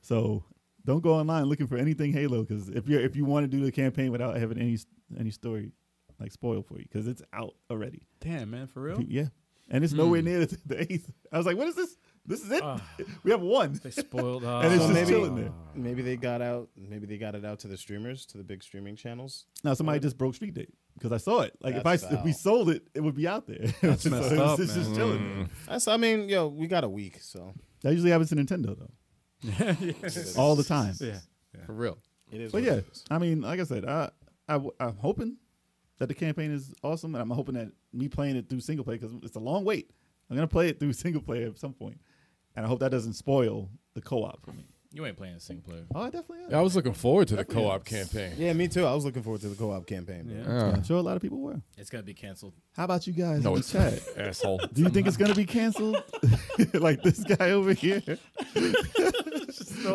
Speaker 3: So don't go online looking for anything Halo because if you are if you want to do the campaign without having any any story like spoiled for you because it's out already.
Speaker 1: Damn, man, for real.
Speaker 3: Yeah, and it's nowhere
Speaker 1: Hmm.
Speaker 3: near the, the eighth. I was like, what is this? This is it. we have one.
Speaker 1: Ah. They spoiled.
Speaker 3: And it's
Speaker 1: uh,
Speaker 3: just
Speaker 2: maybe-
Speaker 3: chilling there.
Speaker 2: Maybe they got out. Maybe they got it out to the streamers, to the big streaming channels.
Speaker 3: Now somebody just broke street date because I saw it. Like if I
Speaker 2: That's
Speaker 3: s if we
Speaker 2: foul.
Speaker 3: sold it, it would be out there. so
Speaker 1: messed
Speaker 3: it was
Speaker 1: up,
Speaker 3: just- just
Speaker 1: man. Hmm.
Speaker 3: chilling. there.
Speaker 2: That's. I mean, yo, we got a week, so
Speaker 3: That usually happens to Nintendo though, all the time.
Speaker 1: yeah.
Speaker 4: For real.
Speaker 2: it is.
Speaker 3: But
Speaker 2: what
Speaker 3: yeah,
Speaker 2: it is.
Speaker 3: I mean, like I said, I, I w- I'm hoping that the campaign is awesome, and I'm hoping that me playing it through single player because it's a long wait. I'm gonna play it through single player at some point, and I hope that doesn't spoil the co-op for me.
Speaker 5: You ain't playing single player.
Speaker 3: Oh, I definitely am.
Speaker 4: I was looking forward to the co-op campaign.
Speaker 2: Yeah, me too. I was looking forward to the co-op campaign. bro.
Speaker 4: Uh,
Speaker 3: I'm sure a lot of people were.
Speaker 5: It's gonna be canceled.
Speaker 3: How about you guys
Speaker 4: No,
Speaker 3: in the
Speaker 4: it's-
Speaker 3: chat?
Speaker 4: asshole.
Speaker 3: Do you think it's gonna be canceled, like this guy over here,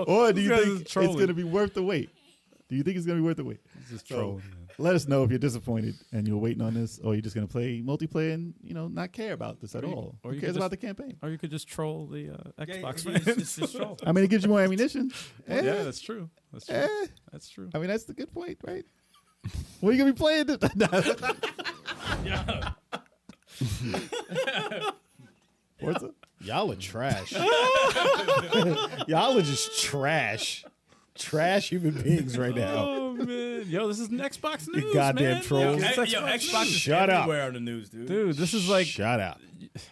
Speaker 3: or do
Speaker 1: this
Speaker 3: you
Speaker 1: guy's
Speaker 3: think it's
Speaker 1: trolling.
Speaker 3: gonna be worth the wait? Do you think it's gonna be worth the wait?
Speaker 1: This is
Speaker 3: So,
Speaker 1: trolling. man.
Speaker 3: Let us know if you're disappointed and you're waiting on this, or you're just gonna play multiplayer and you know not care about this at
Speaker 1: Or you-
Speaker 3: all.
Speaker 1: or
Speaker 3: Who
Speaker 1: you
Speaker 3: cares
Speaker 1: could
Speaker 3: about the
Speaker 1: just-
Speaker 3: campaign?
Speaker 1: Or you could just troll the uh, Xbox.
Speaker 5: yeah,
Speaker 1: fans.
Speaker 5: it's- it's just troll.
Speaker 3: I mean, it gives you more ammunition. Eh,
Speaker 1: yeah, that's true. That's true.
Speaker 3: eh.
Speaker 1: That's true.
Speaker 3: I mean, that's the good point, right? what are you gonna be playing? this- No. Forza?
Speaker 2: Y'all are trash. Y'all are just trash. Trash human beings right now.
Speaker 1: Oh man, yo, this is an Xbox news,
Speaker 2: goddamn
Speaker 1: man.
Speaker 5: Yo,
Speaker 2: trolls.
Speaker 1: This
Speaker 5: hey,
Speaker 1: is
Speaker 5: yo,
Speaker 1: Xbox-
Speaker 5: Xbox is
Speaker 2: Shut up.
Speaker 5: everywhere on the news, dude.
Speaker 1: dude. This is like
Speaker 2: Shut up.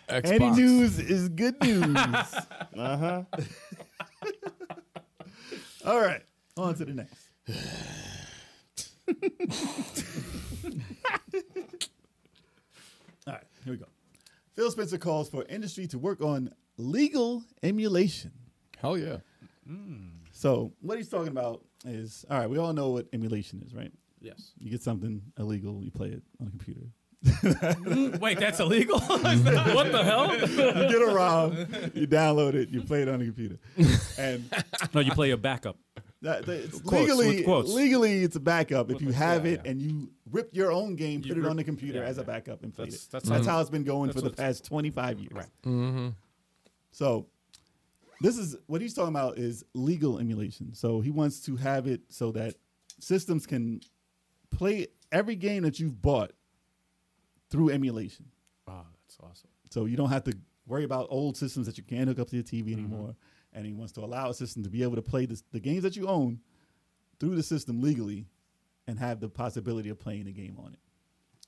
Speaker 4: Xbox.
Speaker 3: Any news is good news.
Speaker 2: Uh huh.
Speaker 3: All right, on to the next. All right, here we go. Phil Spencer calls for industry to work on legal emulation.
Speaker 4: Hell yeah.
Speaker 3: So, what he's talking about is all right, we all know what emulation is, right?
Speaker 5: Yes.
Speaker 3: You get something illegal, you play it on a computer.
Speaker 5: Wait, that's illegal? what the hell?
Speaker 3: You get a ROM, you download it, you play it on a computer. And
Speaker 1: no, you play a backup.
Speaker 3: That, that- it's
Speaker 1: Quotes,
Speaker 3: legally,
Speaker 1: with quotes.
Speaker 3: legally, it's a backup. If you have
Speaker 4: yeah,
Speaker 3: it and you rip your own game, put it
Speaker 1: rip-
Speaker 3: on the computer
Speaker 1: yeah,
Speaker 3: as a
Speaker 1: yeah.
Speaker 3: backup and play
Speaker 1: That's-
Speaker 3: it.
Speaker 1: that's
Speaker 3: That's,
Speaker 1: what-
Speaker 3: how it's been going
Speaker 1: that's
Speaker 3: for the
Speaker 1: what-
Speaker 3: past 25 years.
Speaker 1: Right. Mm-hmm.
Speaker 3: So, this is what he's talking about is legal emulation. So he wants to have it so that systems can play every game that you've bought through emulation.
Speaker 1: Wow, that's awesome.
Speaker 3: So you don't have to worry about old systems that you can't hook up to your TV anymore. And he wants to allow a system to be able to play this, the games that you own through the system legally and have the possibility of playing the game on it,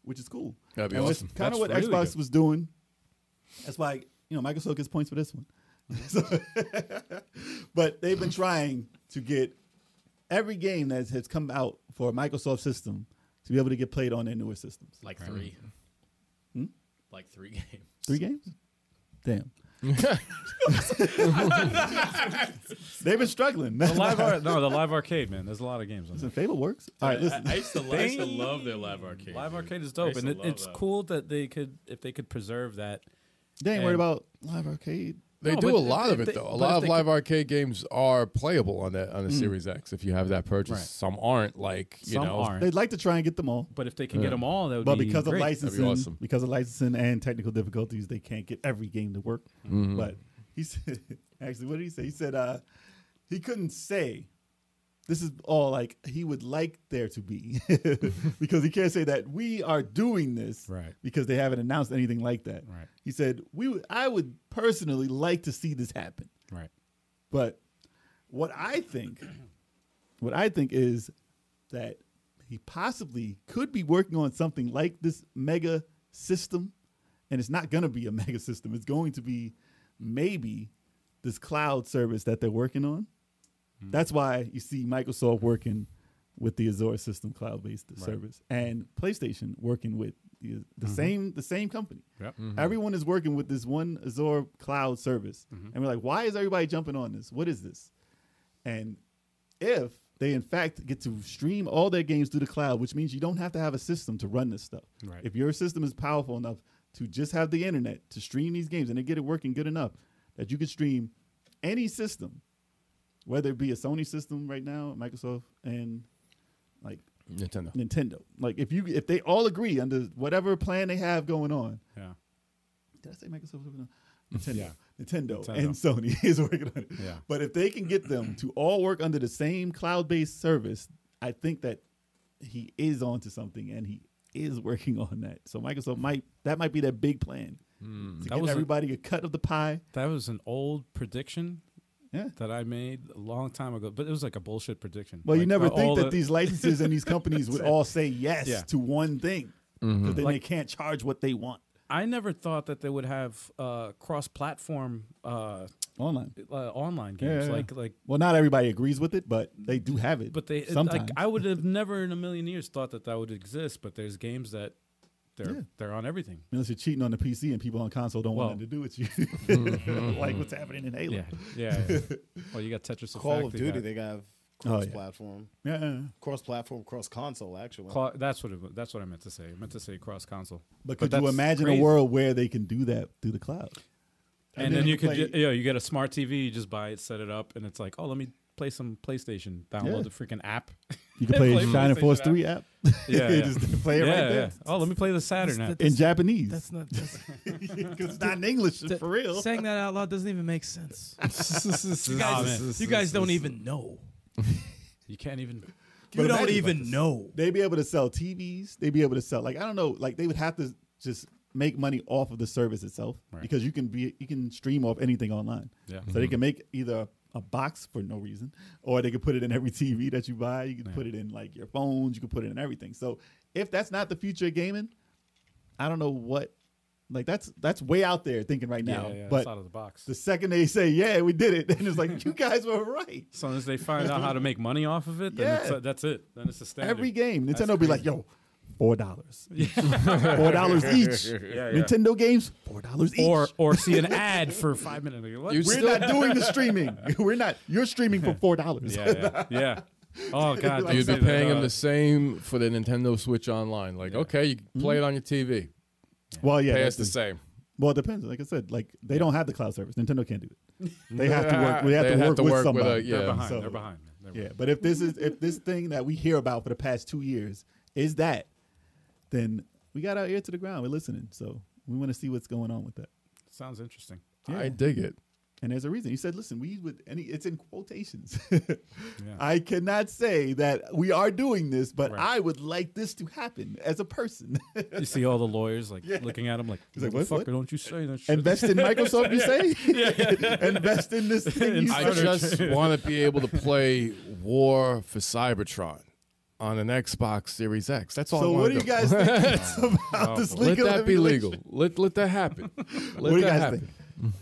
Speaker 3: which is cool.
Speaker 4: That'd be
Speaker 3: and
Speaker 4: awesome.
Speaker 3: Kind
Speaker 1: That's
Speaker 3: of what
Speaker 1: really
Speaker 3: Xbox
Speaker 1: good.
Speaker 3: was doing. That's why, you know, Microsoft gets points for this one. but they've been trying to get every game that has come out for a Microsoft system to be able to get played on their newer systems. Hmm?
Speaker 5: Like three. Like three games.
Speaker 3: Three games? Damn. They've been struggling.
Speaker 1: The live ar- no, the live arcade, man. There's a lot of games on there.
Speaker 3: Listen, Fable works. All right, listen.
Speaker 5: I, I used to, I used to love their live arcade.
Speaker 1: Live
Speaker 5: dude.
Speaker 1: arcade is
Speaker 5: I
Speaker 1: dope,
Speaker 5: used
Speaker 1: and
Speaker 5: to
Speaker 1: it,
Speaker 5: love
Speaker 1: it's
Speaker 5: that.
Speaker 1: cool that they could, if they could preserve that.
Speaker 3: They ain't worried
Speaker 1: And-
Speaker 3: about live arcade.
Speaker 4: They
Speaker 1: No,
Speaker 4: do
Speaker 1: but
Speaker 4: a lot
Speaker 1: if
Speaker 4: of it
Speaker 1: they-
Speaker 4: though.
Speaker 1: but
Speaker 4: A
Speaker 1: if
Speaker 4: lot of
Speaker 1: they Mm.
Speaker 4: live arcade games are playable on that on the Series X if you have that purchase.
Speaker 1: Right.
Speaker 4: Some aren't, like you
Speaker 1: Some
Speaker 4: know.
Speaker 1: aren't.
Speaker 3: They'd like to try and get them all,
Speaker 1: But if they can get them all, that would
Speaker 3: but
Speaker 1: be
Speaker 3: because of
Speaker 1: great.
Speaker 4: be
Speaker 3: licensing,
Speaker 4: awesome.
Speaker 3: because of licensing and technical difficulties, they can't get every game to work.
Speaker 1: Mm-hmm.
Speaker 3: But he said, actually, what did he say? He said uh, he couldn't say. This is all like he would like there to be, because he can't say that we are doing this,
Speaker 1: Right.
Speaker 3: Because they haven't announced anything like that,
Speaker 1: Right.
Speaker 3: He said we, would- I would personally like to see this happen.
Speaker 1: right.
Speaker 3: But what I think, what I think is that he possibly could be working on something like this mega system, and it's not going to be a mega system. It's going to be maybe this cloud service that they're working on. That's why you see Microsoft working with the Azure system cloud-based service and PlayStation working with the, the same the same company.
Speaker 1: Yep.
Speaker 3: Everyone is working with this one Azure cloud service. And we're like, why is everybody jumping on this? What is this? And if they in fact get to stream all their games through the cloud, which means you don't have to have a system to run this stuff.
Speaker 1: Right.
Speaker 3: If your system is powerful enough to just have the internet to stream these games and they get it working good enough that you could stream any system, whether it be a Sony system right now, Microsoft and like
Speaker 4: Nintendo.
Speaker 3: Nintendo. Like if you if they all agree under whatever plan they have going on,
Speaker 1: Yeah.
Speaker 3: did I say Microsoft? No. Nintendo,
Speaker 1: Yeah.
Speaker 3: Nintendo,
Speaker 1: Nintendo.
Speaker 3: and Sony is working on it.
Speaker 1: Yeah.
Speaker 3: But if they can get them to all work under the same cloud-based service, I think that he is onto something, and he is working on that. So Microsoft might that might be their big plan to
Speaker 1: Hmm. That
Speaker 3: give
Speaker 1: was a-
Speaker 3: everybody a cut of the pie.
Speaker 1: That was an old prediction
Speaker 3: Yeah.
Speaker 1: that I made a long time ago, but it was like a bullshit prediction.
Speaker 3: Well, you
Speaker 1: Like,
Speaker 3: never
Speaker 1: uh,
Speaker 3: think
Speaker 1: all
Speaker 3: that
Speaker 1: the-
Speaker 3: these licenses and these companies would all say yes
Speaker 1: Yeah. Mm-hmm.
Speaker 3: to one thing, because then they
Speaker 1: Like-
Speaker 3: can't charge what they want
Speaker 1: I never thought that they would have uh, cross-platform uh,
Speaker 3: online.
Speaker 1: uh, online games
Speaker 3: yeah,
Speaker 1: like like.
Speaker 3: Well, not everybody agrees with it, but they do have it.
Speaker 1: But they it-
Speaker 3: sometimes
Speaker 1: like I would have never in a million years thought that that would exist. But there's games that they're
Speaker 3: Yeah.
Speaker 1: they're on everything.
Speaker 3: Unless you're cheating on the PC and people on console don't
Speaker 1: Well.
Speaker 3: want nothing to do with you. like what's happening in Halo.
Speaker 1: Yeah, yeah. yeah. well, you got Tetris Effect.
Speaker 2: Call of
Speaker 1: you
Speaker 2: Duty,
Speaker 1: got-
Speaker 2: they have
Speaker 3: Oh, yeah.
Speaker 2: cross platform,
Speaker 3: Yeah.
Speaker 2: cross platform, cross console. Actually,
Speaker 1: Cla- that's what it, that's what I meant to say. I meant to say cross console.
Speaker 3: But could you
Speaker 1: that's
Speaker 3: imagine
Speaker 1: crazy.
Speaker 3: a world where they can do that through the cloud?
Speaker 1: And,
Speaker 3: and
Speaker 1: then
Speaker 3: then
Speaker 1: you
Speaker 3: you
Speaker 1: could,
Speaker 3: play-
Speaker 1: ju- you know, you get a smart TV, you just buy it, set it up, and it's like, oh, let me play some PlayStation. Download
Speaker 3: Yeah.
Speaker 1: the freaking app.
Speaker 3: You can
Speaker 1: Play
Speaker 3: play, Shining
Speaker 1: PlayStation
Speaker 3: Force
Speaker 1: app.
Speaker 3: 3 app.
Speaker 1: Yeah, yeah.
Speaker 3: Just play it
Speaker 1: yeah,
Speaker 3: right
Speaker 1: yeah.
Speaker 3: there.
Speaker 1: Oh, let me play the Saturn app.
Speaker 3: In Japanese.
Speaker 8: That's not that's,
Speaker 3: Because it's not in English, for real.
Speaker 8: saying that out loud doesn't even make sense. you,
Speaker 1: Nah,
Speaker 8: guys,
Speaker 1: man.
Speaker 8: you guys don't even know.
Speaker 1: You can't even.
Speaker 3: But
Speaker 8: You don't
Speaker 3: imagine-
Speaker 8: even know.
Speaker 3: They'd be able to sell TVs. They'd be able to sell like I don't know, like they would have to just make money off of the service itself
Speaker 1: Right.
Speaker 3: because you can be you can stream off anything online.
Speaker 1: Yeah.
Speaker 3: So they can make either a box for no reason, or they could put it in every TV that you buy. You can put it in like your phones. You can put it in everything. So if that's not the future of gaming, I don't know what. Like that's that's way out there thinking right
Speaker 1: Yeah,
Speaker 3: now.
Speaker 1: yeah, it's
Speaker 3: but
Speaker 1: out of the box.
Speaker 3: the second they say, "Yeah, we did it," and it's like you guys were right.
Speaker 1: As soon as they find out how to make money off of it, then
Speaker 3: Yeah.
Speaker 1: it's uh, that's it. Then it's a standard.
Speaker 3: Every game,
Speaker 1: That's
Speaker 3: Nintendo will be like, yo, four dollars, four dollars each. Nintendo games, four dollars each.
Speaker 1: Or or see an ad for five minutes. Like, what?
Speaker 4: You
Speaker 3: we're
Speaker 4: still-
Speaker 3: not doing the streaming. We're not. You're streaming for four dollars.
Speaker 1: yeah, yeah, yeah. Oh God,
Speaker 4: You'd be
Speaker 1: that's-
Speaker 4: paying them
Speaker 1: uh,
Speaker 4: the same for the Nintendo Switch Online. Like, okay, you can
Speaker 1: Mm-hmm.
Speaker 4: play it on your TV.
Speaker 3: Well, yeah.
Speaker 4: Pay
Speaker 3: that's
Speaker 4: us the same.
Speaker 3: Well, it depends. Like I said, like they don't have the cloud service. Nintendo can't do it. They have to work. We have,
Speaker 4: They
Speaker 3: to,
Speaker 4: have
Speaker 3: work
Speaker 4: to
Speaker 3: with
Speaker 4: work with
Speaker 3: somebody.
Speaker 4: a- yeah.
Speaker 1: They're behind.
Speaker 3: So-
Speaker 1: they're behind. man. They're
Speaker 3: Yeah, but if this is if this thing that we hear about for the past two years is that, then we got our ear to the ground. We're listening, so we want to see what's going on with that.
Speaker 1: Sounds interesting.
Speaker 4: I dig it.
Speaker 3: And there's a reason. He said, listen, we would, and he, it's in quotations.
Speaker 1: Yeah.
Speaker 3: I cannot say that we are doing this, but
Speaker 1: Right.
Speaker 3: I would like this to happen as a person.
Speaker 1: You see all the lawyers like looking at him like,
Speaker 3: like, what,
Speaker 1: "Motherfucker,
Speaker 3: what?"
Speaker 1: don't you say that shit."
Speaker 3: Invest in Microsoft, you say? Invest in this thing. You
Speaker 4: I
Speaker 3: say?
Speaker 4: just want to be able to play War for Cybertron on an Xbox Series X. That's all. I
Speaker 3: So,
Speaker 4: wanna
Speaker 3: what do you guys think about this
Speaker 4: Let
Speaker 3: legal
Speaker 4: that be
Speaker 3: regulation?
Speaker 4: legal. Let let that happen. Let
Speaker 3: What do you
Speaker 4: that
Speaker 3: guys
Speaker 4: happen.
Speaker 3: think?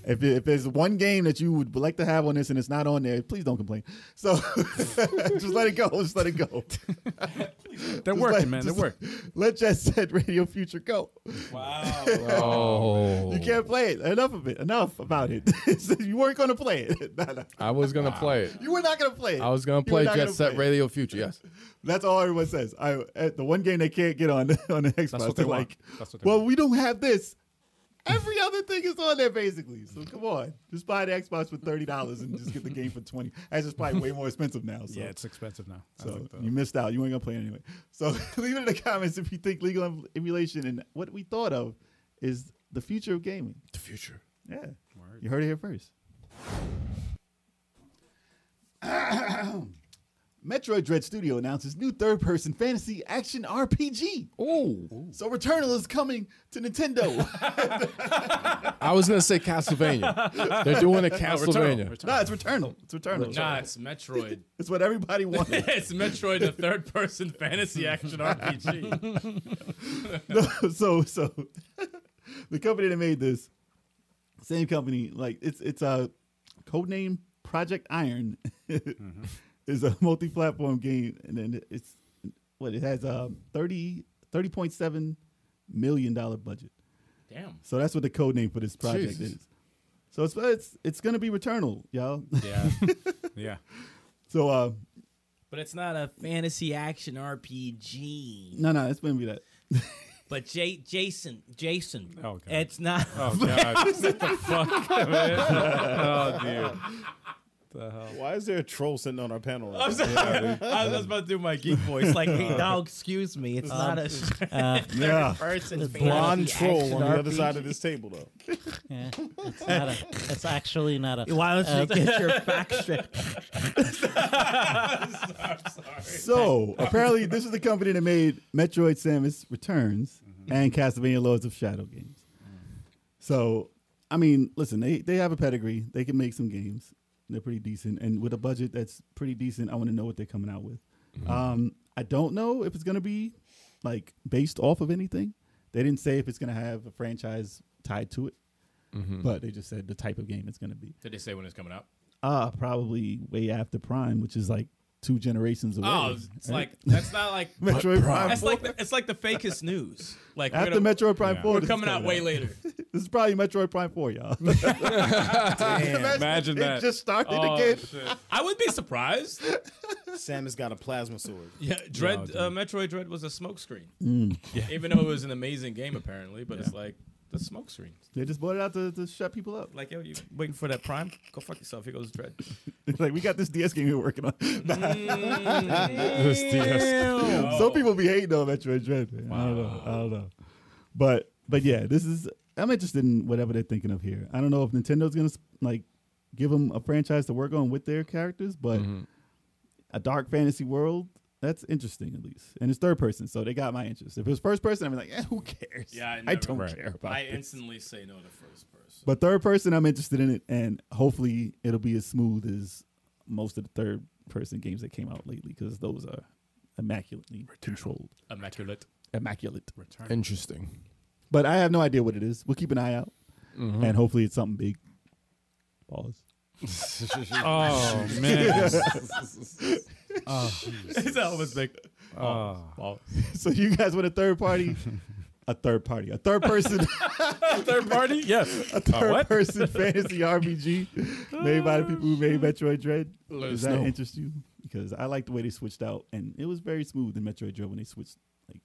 Speaker 3: If, if there's one game that you would like to have on this and it's not on there, please don't complain. So just let it go. Just let it go.
Speaker 1: They're
Speaker 3: Just
Speaker 1: working, man.
Speaker 3: let-
Speaker 1: They're
Speaker 3: just
Speaker 1: working.
Speaker 3: Let Jet Set Radio Future go.
Speaker 5: Wow.
Speaker 4: Oh,
Speaker 3: You can't play it. Enough of it. Enough about it. you weren't going to play it. No, no.
Speaker 4: I was gonna play it.
Speaker 3: You were not going to play it.
Speaker 4: I was
Speaker 3: You
Speaker 4: gonna
Speaker 3: were
Speaker 4: play
Speaker 3: not
Speaker 4: Jet
Speaker 3: gonna play
Speaker 4: Set
Speaker 3: it.
Speaker 4: Radio Future. Yes.
Speaker 3: That's all everyone says. I uh, the one game they can't get on on the Xbox.
Speaker 1: what they
Speaker 3: they're
Speaker 1: want.
Speaker 3: like,
Speaker 1: That's what they
Speaker 3: well,
Speaker 1: want."
Speaker 3: we don't have this. Every other thing is on there basically. So come on, just buy the Xbox for thirty dollars and just get the game for twenty. That's just probably way more expensive now. So.
Speaker 1: Yeah, it's expensive now. I
Speaker 3: so
Speaker 1: think the-
Speaker 3: you missed out. You weren't gonna play it anyway. So leave it in the comments if you think legal em- emulation and what we thought of is the future of gaming.
Speaker 2: The future.
Speaker 3: Yeah, you heard it here first. Metroid Dread Studio announces new third-person fantasy action RPG.
Speaker 4: Oh,
Speaker 3: So Returnal is coming to Nintendo.
Speaker 4: I was gonna say Castlevania. They're doing a Castlevania.
Speaker 1: Returnal.
Speaker 3: no, it's Returnal. It's Returnal.
Speaker 5: Nah, it's Metroid.
Speaker 3: It's what everybody wanted.
Speaker 5: it's Metroid, the third person fantasy action RPG.
Speaker 3: so so the company that made this same company like it's it's a codename project iron is a multi-platform game and then it's what it has a 30 30.7 million dollar budget
Speaker 5: Damn.
Speaker 3: so that's what the code name for this project
Speaker 4: Jesus.
Speaker 3: is so it's it's it's gonna be returnal y'all
Speaker 1: Yeah. yeah.
Speaker 3: so uh
Speaker 8: But it's not a fantasy action RPG.
Speaker 3: no no it's gonna be that
Speaker 8: But J- Jason, Jason,
Speaker 1: Oh, God.
Speaker 8: it's not.
Speaker 1: Oh, God. what the fuck, man? Oh, dude. The hell?
Speaker 2: Why is there a troll sitting on our panel? Right now?
Speaker 5: I was about to do my geek voice.
Speaker 8: It's like, hey, dog, excuse me. It's not a uh,
Speaker 3: yeah
Speaker 8: person.
Speaker 2: Um, Blonde troll on the other side of this table, though.
Speaker 9: Yeah, it's not a. It's actually not a.
Speaker 8: Why don't you
Speaker 9: Uh, get your facts straight.
Speaker 3: So apparently, this is the company that made Metroid: Samus Returns and Castlevania: Lords of Shadow games. So, I mean, listen, they they have a pedigree. They can make some games. They're pretty decent, and with a budget that's pretty decent, I want to know what they're coming out with. Um, I don't know if it's gonna be like based off of anything. They didn't say if it's gonna have a franchise tied to it, but they just said the type of game it's gonna be.
Speaker 5: Did they say when it's coming out?
Speaker 3: Uh probably way after Prime, which is like two generations away.
Speaker 5: Oh, it's
Speaker 3: right?
Speaker 5: like, that's not like.
Speaker 3: Metroid Prime.
Speaker 5: That's like the, it's like the fakest news. Like we're,
Speaker 3: After
Speaker 5: gonna,
Speaker 3: Metroid Prime
Speaker 1: Yeah.
Speaker 3: 4.
Speaker 5: we're
Speaker 3: this is
Speaker 5: coming out way later.
Speaker 3: This is probably Metroid Prime 4, y'all.
Speaker 1: Imagine
Speaker 3: it
Speaker 1: that.
Speaker 3: just started
Speaker 1: Oh,
Speaker 3: again.
Speaker 1: shit.
Speaker 5: I would be surprised.
Speaker 2: Sam has got a plasma sword.
Speaker 5: Yeah, Dread uh, Metroid Dread was a smokescreen. Even though it was an amazing game apparently, but it's like the smokescreen.
Speaker 3: They just bought it out to, to shut people up.
Speaker 5: Like yo, you waiting for that prime? Go fuck yourself. Here goes Dread.
Speaker 3: like, we got this DS game we we're working on.
Speaker 5: Mm.
Speaker 1: This DS.
Speaker 3: Some people be hating on Metroid Dread. man. I don't know. I don't know. But but yeah, this is I'm interested in whatever they're thinking of here. I don't know if Nintendo's gonna like give them a franchise to work on with their characters, but a dark fantasy world that's interesting at least, and it's third person, so they got my interest. If it was first person, I'd be like, eh, who cares?
Speaker 5: Yeah, I
Speaker 3: I
Speaker 5: never-
Speaker 3: don't
Speaker 5: Right.
Speaker 3: care about.
Speaker 5: I
Speaker 3: this.
Speaker 5: instantly say no to first person.
Speaker 3: But third person, I'm interested in it, and hopefully it'll be as smooth as most of the third person games that came out lately, because those are immaculately controlled,
Speaker 5: Immaculate.
Speaker 3: immaculate.
Speaker 4: Interesting.
Speaker 3: But I have no idea what it is. We'll keep an eye out, and hopefully it's something big. Pause.
Speaker 1: Oh, man.
Speaker 5: Is that was big?
Speaker 1: Oh.
Speaker 3: so you guys want a third party, a third party, a third person,
Speaker 1: Third party? Yes.
Speaker 3: a third
Speaker 1: what?
Speaker 3: person fantasy RPG made by the people who made Metroid Dread.
Speaker 4: Let
Speaker 3: Does
Speaker 4: us
Speaker 3: that
Speaker 4: know.
Speaker 3: interest you? Because I like the way they switched out, and it was very smooth in Metroid Dread when they switched like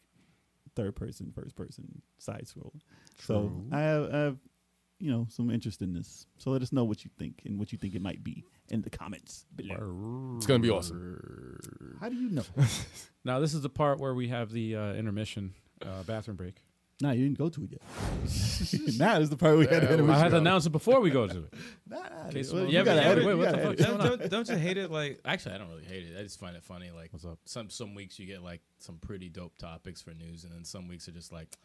Speaker 3: third person, first person, side scroll. So I have, I have, you know, some interest in this. So let us know what you think and what you think it might be in the comments below.
Speaker 4: It's gonna be awesome.
Speaker 3: How do you know?
Speaker 1: Now, this is the part where we have the uh, intermission uh, bathroom break.
Speaker 3: nah, you didn't go to it yet. now is the part we had to
Speaker 4: Yeah,
Speaker 3: edit.
Speaker 4: we-
Speaker 1: I had to announce it before we go to it.
Speaker 3: Nah, nah,
Speaker 1: Okay, so-
Speaker 3: well, you
Speaker 1: yeah,
Speaker 3: gotta
Speaker 1: but-
Speaker 3: edit,
Speaker 1: wait,
Speaker 3: you
Speaker 1: what the
Speaker 3: gotta
Speaker 1: fuck?
Speaker 3: edit.
Speaker 5: Don't, don't, don't you hate it? Like, actually, I don't really hate it. I just find it funny. Like,
Speaker 1: What's up?
Speaker 5: some some weeks you get like some pretty dope topics for news, and then some weeks are just like,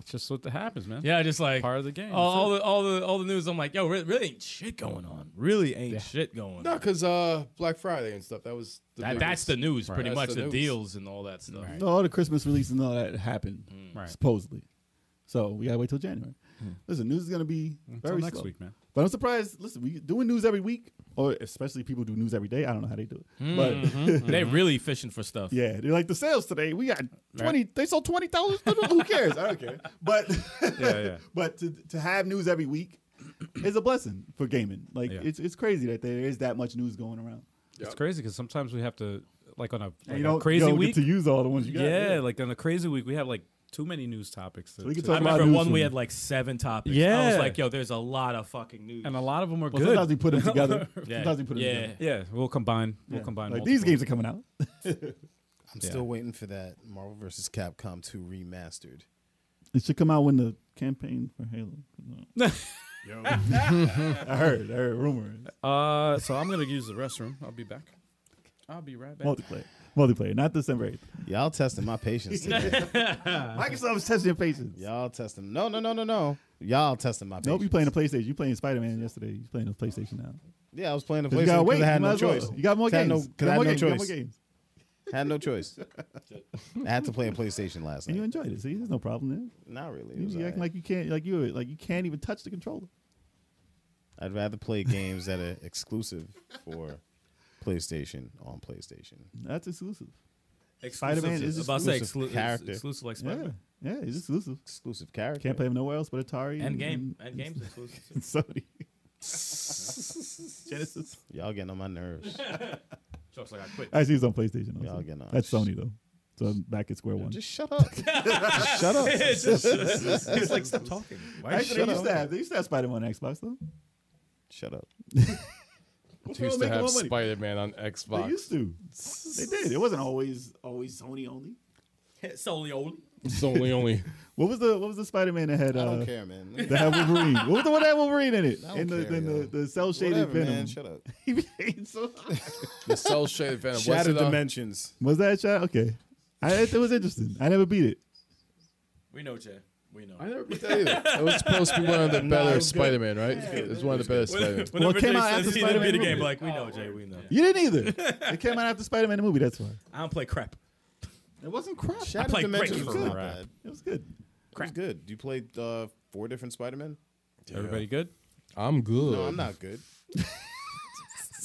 Speaker 1: It's just what happens, man.
Speaker 5: yeah, just like
Speaker 1: Part of the game.
Speaker 5: all, all the all the all the news. I'm like, yo, really, really ain't shit going on. Really ain't shit going.
Speaker 4: No,
Speaker 5: on.
Speaker 4: because uh, Black Friday and stuff. That was the
Speaker 5: That,
Speaker 4: biggest-
Speaker 5: that's the news, pretty
Speaker 4: That's
Speaker 5: much
Speaker 4: the
Speaker 5: the,
Speaker 4: news.
Speaker 5: deals and all that stuff.
Speaker 3: all the Christmas releases and all that happened
Speaker 1: Hmm. Right. Hmm.
Speaker 3: supposedly. So we gotta wait till January. Listen, news is gonna be very
Speaker 1: next
Speaker 3: slow.
Speaker 1: week, man.
Speaker 3: But I'm surprised. Listen, we doing news every week, or especially people do news every day. I don't know how they do it,
Speaker 1: Hmm. Mm-hmm.
Speaker 3: but
Speaker 5: They're really fishing for stuff.
Speaker 3: yeah, they're like the sales today. We got twenty. They sold twenty thousand. Who cares? I don't care. But
Speaker 1: yeah.
Speaker 3: but to to have news every week is a blessing for gaming. Like
Speaker 1: Yeah.
Speaker 3: it's it's crazy that there is that much news going around.
Speaker 1: It's crazy because sometimes we have to like on a, like
Speaker 3: And you
Speaker 1: a
Speaker 3: don't
Speaker 1: crazy
Speaker 3: you don't
Speaker 1: week.
Speaker 3: get to use all the ones you got.
Speaker 1: yeah, like on a crazy week, we have like too many news topics. to-
Speaker 3: we can
Speaker 1: to-
Speaker 5: I
Speaker 3: talk about
Speaker 5: remember
Speaker 3: news
Speaker 5: one
Speaker 3: from-
Speaker 5: we had like seven topics. I
Speaker 1: Yeah.
Speaker 5: was like, yo, there's a lot of fucking news.
Speaker 1: and a lot of them are
Speaker 3: Well,
Speaker 1: good.
Speaker 3: sometimes we put them together. Sometimes we put them
Speaker 5: Yeah.
Speaker 3: together.
Speaker 1: yeah, we'll combine. We'll
Speaker 3: Yeah.
Speaker 1: combine.
Speaker 3: Like these
Speaker 1: multiple.
Speaker 3: games are coming out.
Speaker 2: I'm still waiting for that Marvel vs. Capcom 2 remastered.
Speaker 3: It should come out when the campaign for Halo. I heard, I heard rumors.
Speaker 1: Uh, so I'm gonna use the restroom. I'll be back. I'll be right back.
Speaker 3: Multiplayer, multiplayer, not December eighth.
Speaker 2: Y'all testing my patience today.
Speaker 3: Microsoft's testing your patience.
Speaker 2: Y'all testing. No, no, no, no, no. Y'all testing my patience.
Speaker 3: Nope, you playing the PlayStation. You playing Spider Man yesterday. You playing the PlayStation now.
Speaker 2: Yeah, I was playing the
Speaker 3: 'Cause
Speaker 2: PlayStation
Speaker 3: you gotta
Speaker 2: 'cause
Speaker 3: wait.
Speaker 2: I had
Speaker 3: you might
Speaker 2: no
Speaker 3: as well.
Speaker 2: choice.
Speaker 3: You got more
Speaker 2: 'Cause I had
Speaker 3: games.
Speaker 2: no-
Speaker 3: You
Speaker 2: 'cause I
Speaker 3: got more games.
Speaker 2: had no
Speaker 3: You got more
Speaker 2: choice.
Speaker 3: games.
Speaker 2: Had no choice. I had to play a PlayStation last
Speaker 3: And you
Speaker 2: night.
Speaker 3: enjoyed it. See, there's no problem there.
Speaker 2: Not really. It
Speaker 3: You
Speaker 2: was
Speaker 3: acting
Speaker 2: alright.
Speaker 3: like you can't, like you, were- like you can't even touch the controller.
Speaker 2: I'd rather play games that are exclusive for PlayStation on Playstation.
Speaker 3: That's exclusive.
Speaker 5: Exclusive.
Speaker 3: Spider-Man is
Speaker 5: about to say
Speaker 2: exclusive
Speaker 5: exclu-
Speaker 2: character.
Speaker 5: exclusive like
Speaker 3: Yeah,
Speaker 5: Spider-Man.
Speaker 3: yeah, it's exclusive.
Speaker 2: Exclusive character.
Speaker 3: Can't play them nowhere else but Atari
Speaker 5: End
Speaker 3: and,
Speaker 5: game.
Speaker 3: and,
Speaker 5: End game's exclusive.
Speaker 3: and Sony. Genesis.
Speaker 2: Y'all getting on my nerves.
Speaker 5: Jokes like I quit.
Speaker 3: Actually, it's on PlayStation. Also.
Speaker 2: Y'all getting on.
Speaker 3: That's Sony though. So I'm back at square one.
Speaker 2: Just shut up. shut up.
Speaker 5: it's, just, it's like stop talking. Why
Speaker 3: Actually,
Speaker 2: shut
Speaker 3: they used
Speaker 2: up.
Speaker 3: to have they used to have Spider Man on Xbox though.
Speaker 2: Shut up.
Speaker 4: They used to have Spider Man on Xbox.
Speaker 3: They used to. They did. It wasn't always always Sony only.
Speaker 5: it's only only.
Speaker 4: It's only only.
Speaker 3: What was the What was the Spider Man that had
Speaker 2: I
Speaker 3: uh,
Speaker 2: don't care, man.
Speaker 3: that had Wolverine? What was the one that had Wolverine in it?
Speaker 2: I don't
Speaker 3: And the
Speaker 2: care,
Speaker 3: then
Speaker 2: yo.
Speaker 3: the, the cell shaded
Speaker 2: Whatever, man.
Speaker 3: Venom.
Speaker 2: Shut up.
Speaker 3: He became so-
Speaker 4: The cell shaded Venom. What's
Speaker 2: Shattered
Speaker 4: it uh, on?
Speaker 2: dimensions.
Speaker 3: was that a shot? Okay, I, it was interesting. I never beat it.
Speaker 5: We know, Jay. We know.
Speaker 4: I never beat that either. It was supposed to be one of the better Spider Man, right? It's one of the better Spider Man.
Speaker 5: Whenever
Speaker 3: it came
Speaker 5: Jay
Speaker 3: out
Speaker 5: says
Speaker 3: after
Speaker 5: he didn't beat a
Speaker 3: Spider-Man
Speaker 5: game,
Speaker 3: movie.
Speaker 5: like we know, Jay. We know.
Speaker 3: You didn't either. it came out after Spider Man the movie. That's why
Speaker 5: I don't play crap.
Speaker 3: it wasn't crap.
Speaker 2: Shattered
Speaker 5: played
Speaker 2: dimensions
Speaker 5: Great
Speaker 2: was
Speaker 5: for
Speaker 2: not
Speaker 5: crap.
Speaker 2: bad.
Speaker 3: It was good.
Speaker 2: It was good. You played uh, four different Spider-Men?
Speaker 1: Everybody good?
Speaker 4: I'm good.
Speaker 2: No, I'm not good.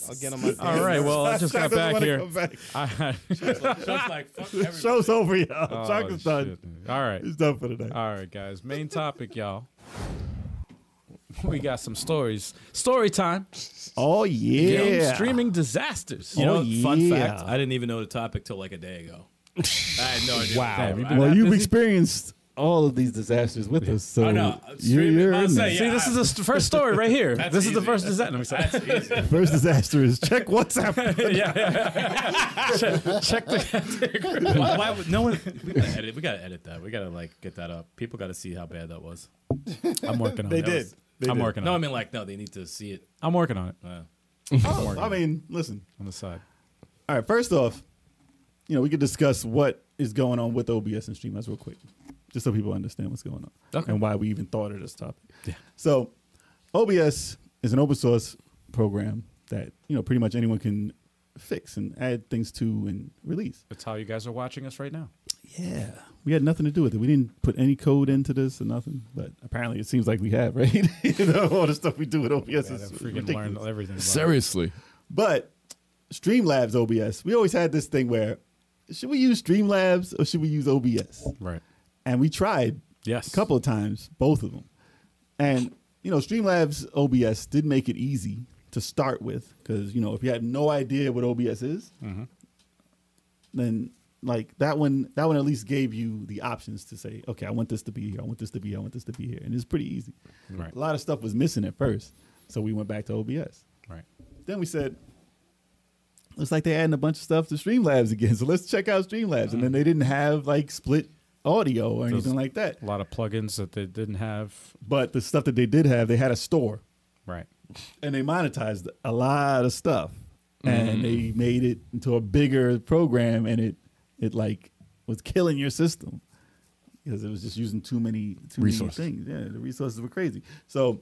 Speaker 2: I'll get on my
Speaker 1: All right. Well, I just got back
Speaker 2: wanna
Speaker 1: here.
Speaker 2: come back.
Speaker 1: I-
Speaker 5: Jokes like fuck everybody.
Speaker 3: Show's over, y'all.
Speaker 1: Oh,
Speaker 3: Chocolate's done.
Speaker 1: shit. Uh, All right.
Speaker 3: It's done for the night.
Speaker 1: All right, guys. Main topic, y'all. We got some stories. Story time.
Speaker 3: Oh yeah.
Speaker 1: Game streaming disasters.
Speaker 5: You know,
Speaker 3: Oh,
Speaker 5: fun
Speaker 3: yeah.
Speaker 5: fact: I didn't even know the topic till like a day ago. I had no idea.
Speaker 1: Wow. Damn, you been
Speaker 3: Well,
Speaker 1: that
Speaker 3: you've
Speaker 1: busy?
Speaker 3: experienced all of these disasters
Speaker 4: Oh,
Speaker 3: with us, so
Speaker 5: I know.
Speaker 3: you're, you're
Speaker 5: I'll
Speaker 3: in
Speaker 5: say,
Speaker 3: there.
Speaker 1: See, this is the st- first story right here. this is the
Speaker 5: easy.
Speaker 1: first disaster. I'm excited.
Speaker 3: First disaster is check WhatsApp.
Speaker 1: yeah, yeah. check, check the.
Speaker 5: why, why would no one? We gotta edit. We gotta edit that. We gotta like get that up. People gotta see how bad that was.
Speaker 1: I'm working on
Speaker 2: They
Speaker 1: it.
Speaker 2: did. They
Speaker 1: I'm
Speaker 2: did.
Speaker 1: working on
Speaker 5: No, I
Speaker 1: it.
Speaker 5: mean like no, they need to see it.
Speaker 1: I'm working on it
Speaker 5: Uh,
Speaker 3: oh, I mean, listen.
Speaker 1: on the side.
Speaker 3: All right, first off, you know we could discuss what is going on with OBS and Streamlabs real quick, just so people understand what's going on
Speaker 1: Okay.
Speaker 3: and why we even thought of this topic.
Speaker 1: Yeah.
Speaker 3: So, OBS is an open source program that you know pretty much anyone can fix and add things to and release.
Speaker 1: That's how you guys are watching us right now.
Speaker 3: Yeah. We had nothing to do with it. We didn't put any code into this or nothing. But apparently it seems like we have, right? you know, all the stuff we do with OBS
Speaker 1: I
Speaker 3: is
Speaker 1: freaking learned
Speaker 3: ridiculous.
Speaker 1: everything. about it.
Speaker 4: Seriously.
Speaker 3: But Streamlabs OBS, we always had this thing where should we use Streamlabs or should we use OBS?
Speaker 1: Right.
Speaker 3: And we tried
Speaker 1: Yes.
Speaker 3: a couple of times, both of them. And, you know, Streamlabs OBS did make it easy to start with because, you know, if you had no idea what OBS is,
Speaker 1: Mm-hmm.
Speaker 3: then like that one, that one at least gave you the options to say, okay, I want this to be here. I want this to be here. I want this to be here. And it's pretty easy.
Speaker 1: Right.
Speaker 3: A lot of stuff was missing at first. So we went back to OBS.
Speaker 1: Right.
Speaker 3: Then we said, looks like they're adding a bunch of stuff to Streamlabs again. So let's check out Streamlabs.
Speaker 1: Mm-hmm.
Speaker 3: And then they didn't have like split audio or
Speaker 1: Those-
Speaker 3: anything like that.
Speaker 1: A lot of plugins that they didn't have.
Speaker 3: But the stuff that they did have, they had a store
Speaker 1: Right.
Speaker 3: and they monetized a lot of stuff. And they made it into a bigger program and it it like was killing your system. Because it was just using too many too
Speaker 4: Resources.
Speaker 3: many things. Yeah, the resources were crazy. So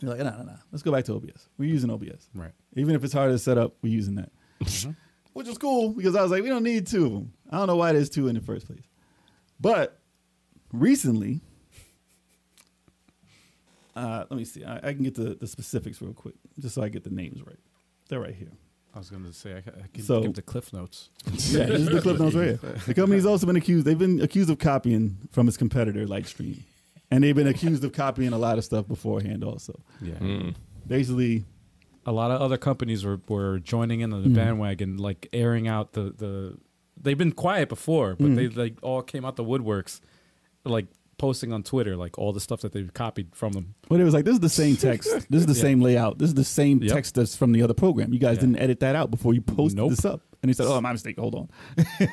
Speaker 3: you're like, no, no, no. Let's go back to OBS. We're using OBS.
Speaker 1: Right.
Speaker 3: Even if it's hard to set up, we're using that. Which was cool because I was like, we don't need two of them. I don't know why there's two in the first place. But recently, Uh, let me see. I, I can get the, the specifics real quick, just so I get the names right. They're right here.
Speaker 1: I was going to say I, ca- I can
Speaker 3: So-
Speaker 1: give the cliff notes.
Speaker 3: Yeah, this is the clip notes right here. The company's also been accused. They've been accused of copying from its competitor Lightstream, and they've been accused of copying a lot of stuff beforehand. Also,
Speaker 1: Yeah.
Speaker 5: Hmm.
Speaker 3: basically,
Speaker 1: a lot of other companies were, were joining in on
Speaker 3: Mm.
Speaker 1: the bandwagon, like airing out the, the they've been quiet before,
Speaker 3: Mm.
Speaker 1: but they like all came out the woodworks, like posting on Twitter, like all the stuff that they've copied from them.
Speaker 3: But it was like, this is the same text. This is the same layout. This is the same
Speaker 1: Yep.
Speaker 3: text that's from the other program. You guys
Speaker 1: Yeah.
Speaker 3: didn't edit that out before you posted
Speaker 1: Nope.
Speaker 3: this up. And he said, oh, my mistake. Hold on.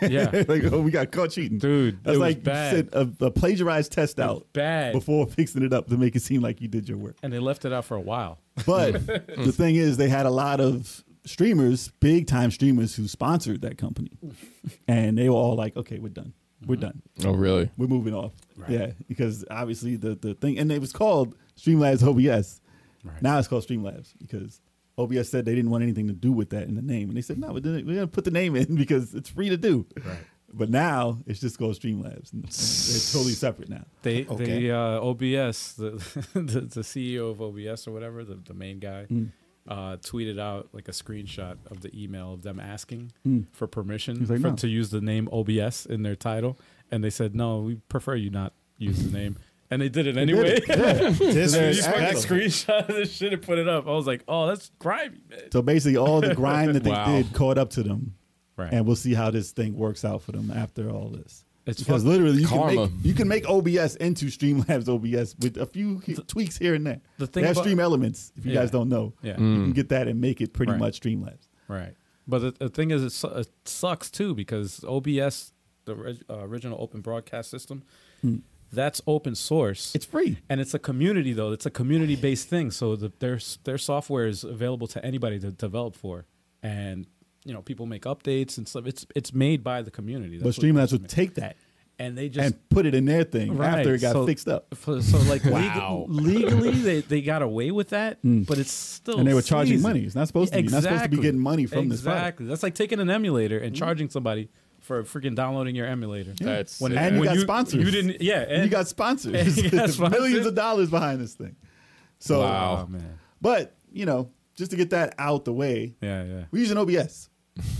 Speaker 1: Yeah.
Speaker 3: like, oh, we got caught cheating.
Speaker 1: Dude,
Speaker 3: That's
Speaker 1: it was
Speaker 3: like you
Speaker 1: bad.
Speaker 3: sent a, a plagiarized test
Speaker 1: was
Speaker 3: out
Speaker 1: bad.
Speaker 3: before fixing it up to make it seem like you did your work.
Speaker 1: And they left it out for a while.
Speaker 3: But the thing is, they had a lot of streamers, big time streamers, who sponsored that company. And they were all like, okay, we're done. We're done.
Speaker 4: Oh, really?
Speaker 3: We're moving off. Yeah, because obviously the, the thing, and it was called Streamlabs OBS.
Speaker 1: Right.
Speaker 3: Now it's called Streamlabs because OBS said they didn't want anything to do with that in the name. And they said, no, we're going to put the name in because it's free to do. Right. But now it's just called Streamlabs. And they're totally separate now.
Speaker 1: They
Speaker 2: Okay.
Speaker 1: they uh, OBS the, the the CEO of OBS or whatever the the main guy. Uh, tweeted out like a screenshot of the email of them asking for permission
Speaker 3: He's like,
Speaker 1: for-
Speaker 3: "No."
Speaker 1: to use the name OBS in their title, and they said no, we prefer you not use the name, and they did it anyway.
Speaker 2: This
Speaker 1: Dude,
Speaker 2: is
Speaker 1: you fucking
Speaker 2: excellent.
Speaker 1: screenshot of this shit and put it up. I was like, oh, that's grimy, man.
Speaker 3: So basically, all the grime that they
Speaker 4: Wow.
Speaker 3: did caught up to them,
Speaker 1: Right.
Speaker 3: and we'll see how this thing works out for them after all this.
Speaker 1: It's
Speaker 3: because
Speaker 1: fuck-
Speaker 3: literally, you can,
Speaker 4: Karma.
Speaker 3: make, you can make OBS into Streamlabs OBS with a few he- tweaks here and there.
Speaker 1: the thing
Speaker 3: they have
Speaker 1: about-
Speaker 3: Stream Elements. If you
Speaker 1: Yeah.
Speaker 3: guys don't know,
Speaker 1: Yeah.
Speaker 3: you can get that and make it pretty
Speaker 1: Right.
Speaker 3: much Streamlabs.
Speaker 1: Right. But the, the thing is, it, su- it sucks too because OBS, the ri- uh, original open broadcast system, that's open source.
Speaker 3: It's free.
Speaker 1: and it's a community though. It's a community based thing. So the, their s- their software is available to anybody to develop for, and you know people make updates and stuff. It's it's made by the community.
Speaker 3: But
Speaker 1: That's what-
Speaker 3: Streamlabs would take that
Speaker 1: and they just
Speaker 3: and put it in their thing
Speaker 1: Right,
Speaker 3: after it got
Speaker 1: so-
Speaker 3: fixed up.
Speaker 1: For, so like leg- legally they, they got away with that, but it's still
Speaker 3: Hmm. And they were charging
Speaker 1: sleazy.
Speaker 3: money. It's not supposed to be. You're not supposed to be
Speaker 1: Exactly.
Speaker 3: getting money from this product. Hmm.
Speaker 1: exactly. That's like taking an emulator and charging somebody for freaking downloading your emulator.
Speaker 4: That's
Speaker 1: When-
Speaker 4: sad.
Speaker 3: and you
Speaker 1: when
Speaker 3: got sponsors.
Speaker 1: You didn't. Yeah. And
Speaker 3: you got sponsors.
Speaker 1: and you got
Speaker 3: There's
Speaker 1: sponsors.
Speaker 3: Millions of dollars behind this thing. So,
Speaker 1: Oh
Speaker 4: Wow.
Speaker 1: man.
Speaker 3: but you know, just to get that out the way,
Speaker 1: Yeah. Yeah.
Speaker 3: we're using OBS,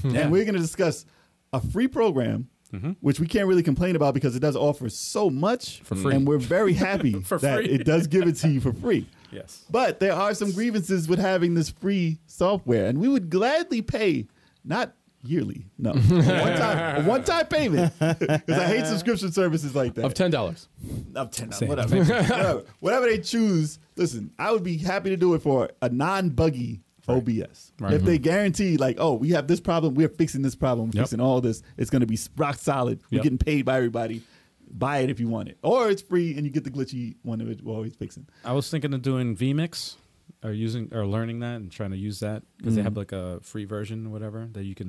Speaker 3: and we're going to discuss a free program,
Speaker 1: Mm-hmm.
Speaker 3: which we can't really complain about because it does offer so much for
Speaker 1: free.
Speaker 3: and we're very happy
Speaker 1: For
Speaker 3: that
Speaker 1: free.
Speaker 3: it does give it to you for free.
Speaker 1: Yes.
Speaker 3: But there are some grievances with having this free software, and we would gladly pay not yearly, no, one time, one time payment because I hate subscription services like that
Speaker 4: Of ten dollars.
Speaker 3: of ten dollars, whatever, whatever, whatever they choose. Listen, I would be happy to do it for a non-buggy OBS.
Speaker 1: Right. Mm-hmm.
Speaker 3: If they guarantee, like, oh, we have this problem, we're fixing this problem,
Speaker 1: Yep.
Speaker 3: fixing all this, it's going to be rock solid. We're
Speaker 1: Yep.
Speaker 3: getting paid by everybody. Buy it if you want it, or it's free and you get the glitchy one of it we're always fixing.
Speaker 1: I was thinking of doing vMix or using or learning that and trying to use that because they have like a free version or whatever that you can.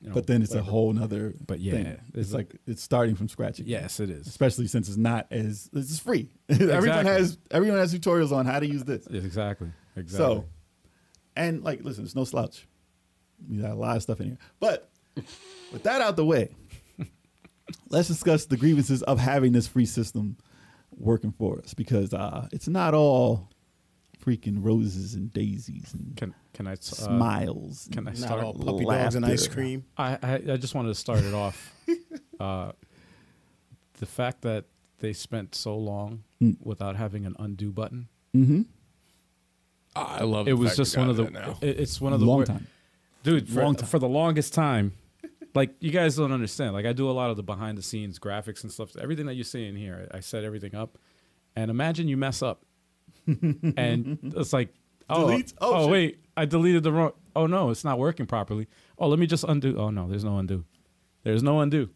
Speaker 1: You know,
Speaker 3: Mm-hmm. But then it's
Speaker 1: whatever.
Speaker 3: a whole nother
Speaker 1: But yeah,
Speaker 3: thing.
Speaker 1: it's
Speaker 3: It's, like it's starting from scratch. again.
Speaker 1: Yes, it is.
Speaker 3: Especially since it's not as this is free. everyone
Speaker 1: Exactly.
Speaker 3: has everyone has tutorials on how to use this.
Speaker 1: Yes, Exactly. Exactly.
Speaker 3: So, and like, listen, it's no slouch. We got a lot of stuff in here. But with that out the way, let's discuss the grievances of having this free system working for us because uh, it's not all freaking roses and daisies and
Speaker 1: can can I uh,
Speaker 3: smiles.
Speaker 1: can I
Speaker 3: and
Speaker 1: start?
Speaker 2: Not all puppy dogs and
Speaker 3: laughter.
Speaker 2: ice cream.
Speaker 1: I, I I just wanted to start it off. uh, the fact that they spent so long
Speaker 3: Mm.
Speaker 1: without having an undo button.
Speaker 3: Mhm.
Speaker 4: Ah, I love.
Speaker 1: It
Speaker 4: the
Speaker 1: was
Speaker 4: fact you
Speaker 1: just one
Speaker 4: got
Speaker 1: of the.
Speaker 4: that now.
Speaker 1: It, it's one of the
Speaker 3: long
Speaker 1: wor-
Speaker 3: time.
Speaker 1: dude for,
Speaker 3: Long time.
Speaker 1: for the longest time. Like you guys don't understand. Like I do a lot of the behind the scenes graphics and stuff. Everything that you see in here, I set everything up. And imagine you mess up, and it's like, oh,
Speaker 3: Delete?
Speaker 1: oh,
Speaker 3: Oh, shit.
Speaker 1: wait, I deleted the wrong. Oh no, it's not working properly. Oh, let me just undo. Oh no, there's no undo. There's no undo.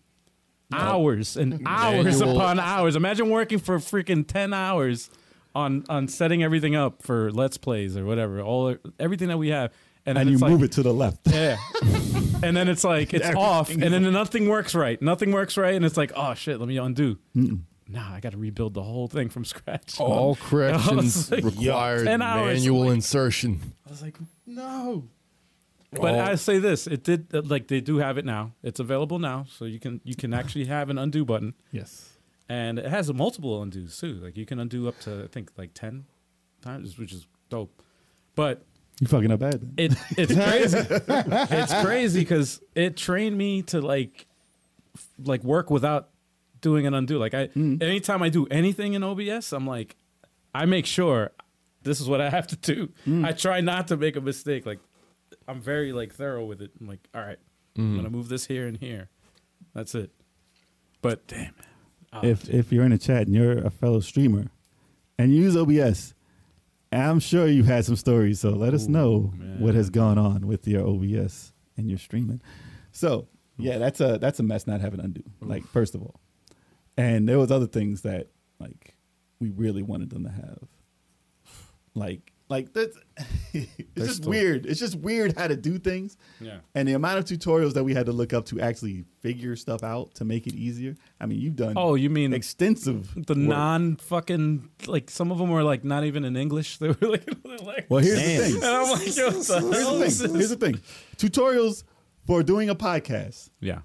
Speaker 1: Hours and hours
Speaker 4: Manual.
Speaker 1: upon hours. Imagine working for freaking ten hours on on setting everything up for let's plays or whatever. All everything that we have, and, then
Speaker 3: And you
Speaker 1: it's like,
Speaker 3: move it to the left.
Speaker 1: yeah. and then it's like it's off, and then nothing works right. Nothing works right, and it's like, oh shit, let me undo. Nah, I got to rebuild the whole thing from scratch.
Speaker 4: All
Speaker 1: I was
Speaker 4: corrections
Speaker 1: Um, like, yo,
Speaker 4: required
Speaker 1: 10 hours,
Speaker 4: manual insertion.
Speaker 1: I was like, no. But I say this: it did uh, like they do have it now. It's available now, so you can you can actually have an undo button,
Speaker 3: Yes.
Speaker 1: and it has multiple undos too. Like you can undo up to I think like ten times, which is dope. But
Speaker 3: You fucking up bad.
Speaker 1: it it's crazy. it's crazy because it trained me to like f- like work without doing an undo. Like I
Speaker 3: Mm.
Speaker 1: anytime I do anything in OBS, I'm like I make sure this is what I have to do.
Speaker 3: Mm.
Speaker 1: I try not to make a mistake. Like I'm very like thorough with it. I'm like, all right, I'm
Speaker 3: Mm.
Speaker 1: gonna move this here and here. That's it. But damn, Oh,
Speaker 3: if if you're in a chat and you're a fellow streamer and you use OBS, I'm sure you've had some stories. So let us know what has gone on with your OBS and your streaming. So
Speaker 1: Hmm.
Speaker 3: yeah, that's a that's a mess not having undo. Like first of all, and there was other things that like we really wanted them to have. Like like that's it's just
Speaker 1: still-
Speaker 3: weird. It's just weird how to do things.
Speaker 1: Yeah.
Speaker 3: And the amount of tutorials that we had to look up to actually figure stuff out to make it easier. I mean, you've done
Speaker 1: Oh, you mean
Speaker 3: extensive.
Speaker 1: the non fucking like some of them were like not even in English. They were like, they're like
Speaker 3: Well, here's
Speaker 2: Damn.
Speaker 3: the thing.
Speaker 1: and I'm like, yo, what the
Speaker 3: Here's
Speaker 1: hell
Speaker 3: the
Speaker 1: is
Speaker 3: thing.
Speaker 1: this?
Speaker 3: Here's the thing. Tutorials for doing a podcast
Speaker 1: Yeah.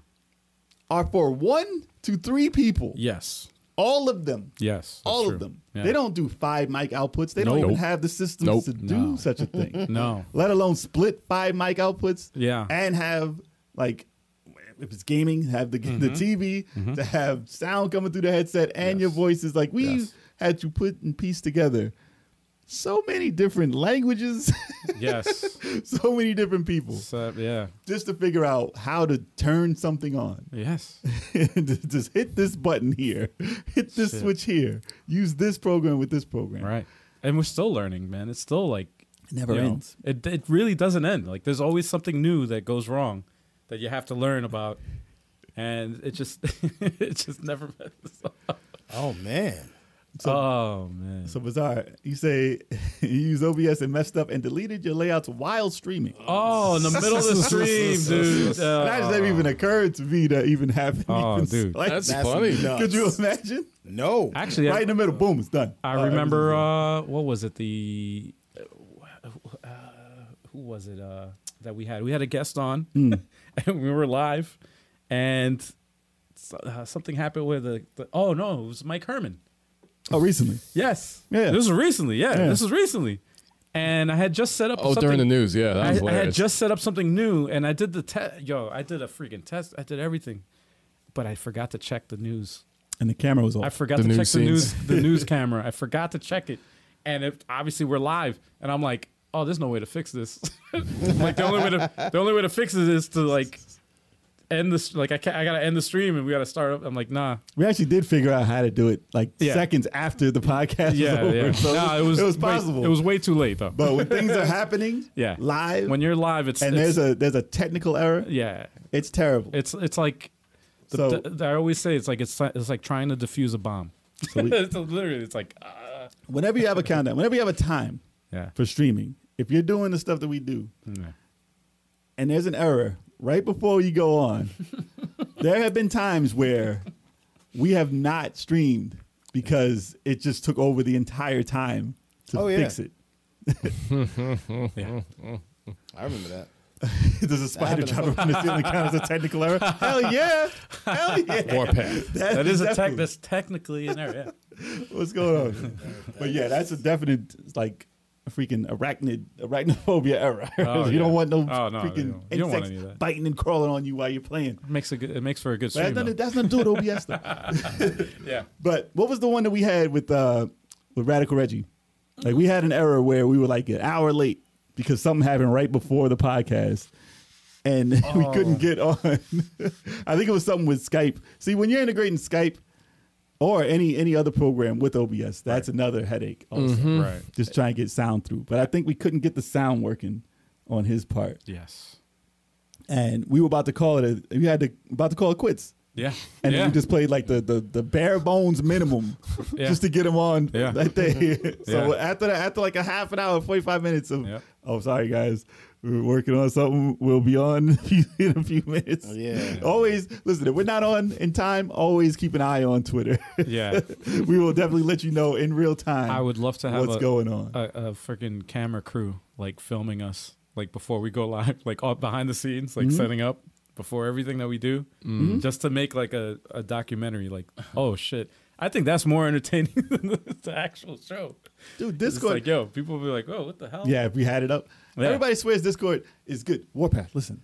Speaker 3: are for one to three people.
Speaker 1: Yes.
Speaker 3: All of them.
Speaker 1: Yes. that's
Speaker 3: All
Speaker 1: true.
Speaker 3: of them.
Speaker 1: Yeah.
Speaker 3: They don't do five mic outputs. They don't
Speaker 1: Nope.
Speaker 3: even have the systems
Speaker 4: Nope.
Speaker 3: to do
Speaker 1: No.
Speaker 3: such a thing.
Speaker 1: No.
Speaker 3: Let alone split five mic outputs.
Speaker 1: Yeah.
Speaker 3: And have like if it's gaming, have the
Speaker 1: Mm-hmm.
Speaker 3: the TV to have sound coming through the headset and your voices. Like we
Speaker 1: Yes.
Speaker 3: had to put and piece together so many different languages,
Speaker 1: Yes.
Speaker 3: so many different people.
Speaker 1: so, yeah.
Speaker 3: just to figure out how to turn something on.
Speaker 1: Yes.
Speaker 3: Just just hit this button here, hit this
Speaker 1: Shit.
Speaker 3: switch here, use this program with this program.
Speaker 1: Right. And we're still learning, man. It's still like
Speaker 3: It never
Speaker 1: you know,
Speaker 3: ends.
Speaker 1: it it really doesn't end. Like there's always something new that goes wrong that you have to learn about, and it just it just never.
Speaker 2: Oh man.
Speaker 1: oh man.
Speaker 3: So bizarre. You say you use OBS and messed up and deleted your layouts while streaming.
Speaker 1: Oh, in the middle of the stream, dude.
Speaker 3: that just
Speaker 1: Uh,
Speaker 3: never even occurred to me to even happen.
Speaker 1: Oh,
Speaker 3: even
Speaker 1: dude.
Speaker 3: slight-
Speaker 4: That's,
Speaker 2: That's
Speaker 4: funny.
Speaker 2: nuts.
Speaker 3: could you imagine?
Speaker 2: No.
Speaker 1: actually,
Speaker 3: Right
Speaker 1: I,
Speaker 3: in the middle, boom, it's done.
Speaker 1: I
Speaker 3: Uh,
Speaker 1: remember uh, what was it the uh, who was it uh, that we had? We had a guest on, and we were live, and so- uh, something happened with the, the oh no, it was Mike Herman.
Speaker 3: Oh, recently.
Speaker 1: Yes,
Speaker 3: Yeah.
Speaker 1: this was recently. Yeah,
Speaker 3: Yeah.
Speaker 1: this was recently, and I had just set up.
Speaker 4: Oh,
Speaker 1: something-
Speaker 4: during the news, yeah,
Speaker 1: I, I
Speaker 4: that was
Speaker 1: had
Speaker 4: hilarious.
Speaker 1: just set up something new, and I did the test. Yo, I did a freaking test. I did everything, but I forgot to check the news.
Speaker 3: And the camera was off.
Speaker 1: I forgot
Speaker 4: The
Speaker 1: to
Speaker 4: news
Speaker 1: check the news
Speaker 4: scenes.
Speaker 1: the news camera. I forgot to check it, and it, obviously we're live. And I'm like, oh, there's no way to fix this. like the only way to the only way to fix it is to like end this. Like I can't, I gotta end the stream and we gotta start up. I'm like, nah,
Speaker 3: We actually did figure out how to do it like
Speaker 1: Yeah.
Speaker 3: seconds after the podcast
Speaker 1: yeah,
Speaker 3: was over.
Speaker 1: yeah.
Speaker 3: So
Speaker 1: nah, it was
Speaker 3: it was
Speaker 1: way-
Speaker 3: possible.
Speaker 1: it was way too late though.
Speaker 3: but when things are happening,
Speaker 1: yeah,
Speaker 3: live,
Speaker 1: when you're live, it's
Speaker 3: and
Speaker 1: it's,
Speaker 3: there's a there's a technical error,
Speaker 1: yeah,
Speaker 3: it's terrible.
Speaker 1: it's it's like. The,
Speaker 3: So-
Speaker 1: the- I always say it's like it's it's like trying to defuse a bomb.
Speaker 3: So we-
Speaker 1: it's literally, it's like uh,
Speaker 3: whenever you have a countdown, whenever you have a time
Speaker 1: yeah,
Speaker 3: for streaming, if you're doing the stuff that we do,
Speaker 1: yeah,
Speaker 3: and there's an error right before you go on, there have been times where we have not streamed because it just took over the entire time to
Speaker 2: Oh, yeah.
Speaker 3: fix it.
Speaker 1: yeah.
Speaker 2: I remember that.
Speaker 3: There's a spider trying to run the ceiling count as a technical error. Hell yeah. Hell yeah.
Speaker 4: Warpath.
Speaker 1: That is a tech.
Speaker 3: definitely-
Speaker 1: That's technically in there. Yeah.
Speaker 3: What's going on? but yeah, that's a definite like freaking arachnid arachnophobia error.
Speaker 1: Oh,
Speaker 3: you
Speaker 1: yeah.
Speaker 3: don't want no,
Speaker 1: Oh, no, you
Speaker 3: freaking
Speaker 1: don't- you don't want
Speaker 3: insects
Speaker 1: any of that.
Speaker 3: biting and crawling on you while you're playing.
Speaker 1: makes a good, it makes for a good
Speaker 3: But
Speaker 1: stream.
Speaker 3: that's nothing,
Speaker 1: though.
Speaker 3: that's nothing to do with OBS though.
Speaker 1: yeah.
Speaker 3: But what was the one that we had with uh with Radical Reggie? Like we had an error where we were like an hour late because something happened right before the podcast. And we couldn't get on. I think it was something with Skype. See, when you're integrating Skype or any any other program with OBS, that's another headache. Also.
Speaker 1: Right.
Speaker 3: Just trying to get sound through. But I think we couldn't get the sound working on his part.
Speaker 1: Yes.
Speaker 3: And we were about to call it a, we had to about to call it quits.
Speaker 1: Yeah.
Speaker 3: And
Speaker 1: yeah.
Speaker 3: then we just played like the the, the bare bones minimum
Speaker 1: Yeah.
Speaker 3: just to get him on
Speaker 1: Yeah.
Speaker 3: that day. so
Speaker 1: Yeah.
Speaker 3: after that, after like a half an hour, forty five minutes of
Speaker 1: Yeah.
Speaker 3: oh sorry guys, we are working on something. We'll be on in a few minutes.
Speaker 2: Oh, Yeah.
Speaker 3: Always listen. If we're not on in time, always keep an eye on Twitter.
Speaker 1: yeah.
Speaker 3: we will definitely let you know in real time.
Speaker 1: I would love to have
Speaker 3: what's
Speaker 1: a,
Speaker 3: going on.
Speaker 1: a, a freaking camera crew like filming us like before we go live, like all behind the scenes,
Speaker 3: Mm-hmm.
Speaker 1: like setting up before everything that we do, just to make like a, a documentary. Like, oh shit, I think that's more entertaining than the, the actual show.
Speaker 3: Dude,
Speaker 1: It's
Speaker 3: Discord.
Speaker 1: like, yo, people will be like, oh, what the hell?
Speaker 3: yeah, if we had it up.
Speaker 1: Yeah.
Speaker 3: Everybody swears Discord is good. Warpath, listen.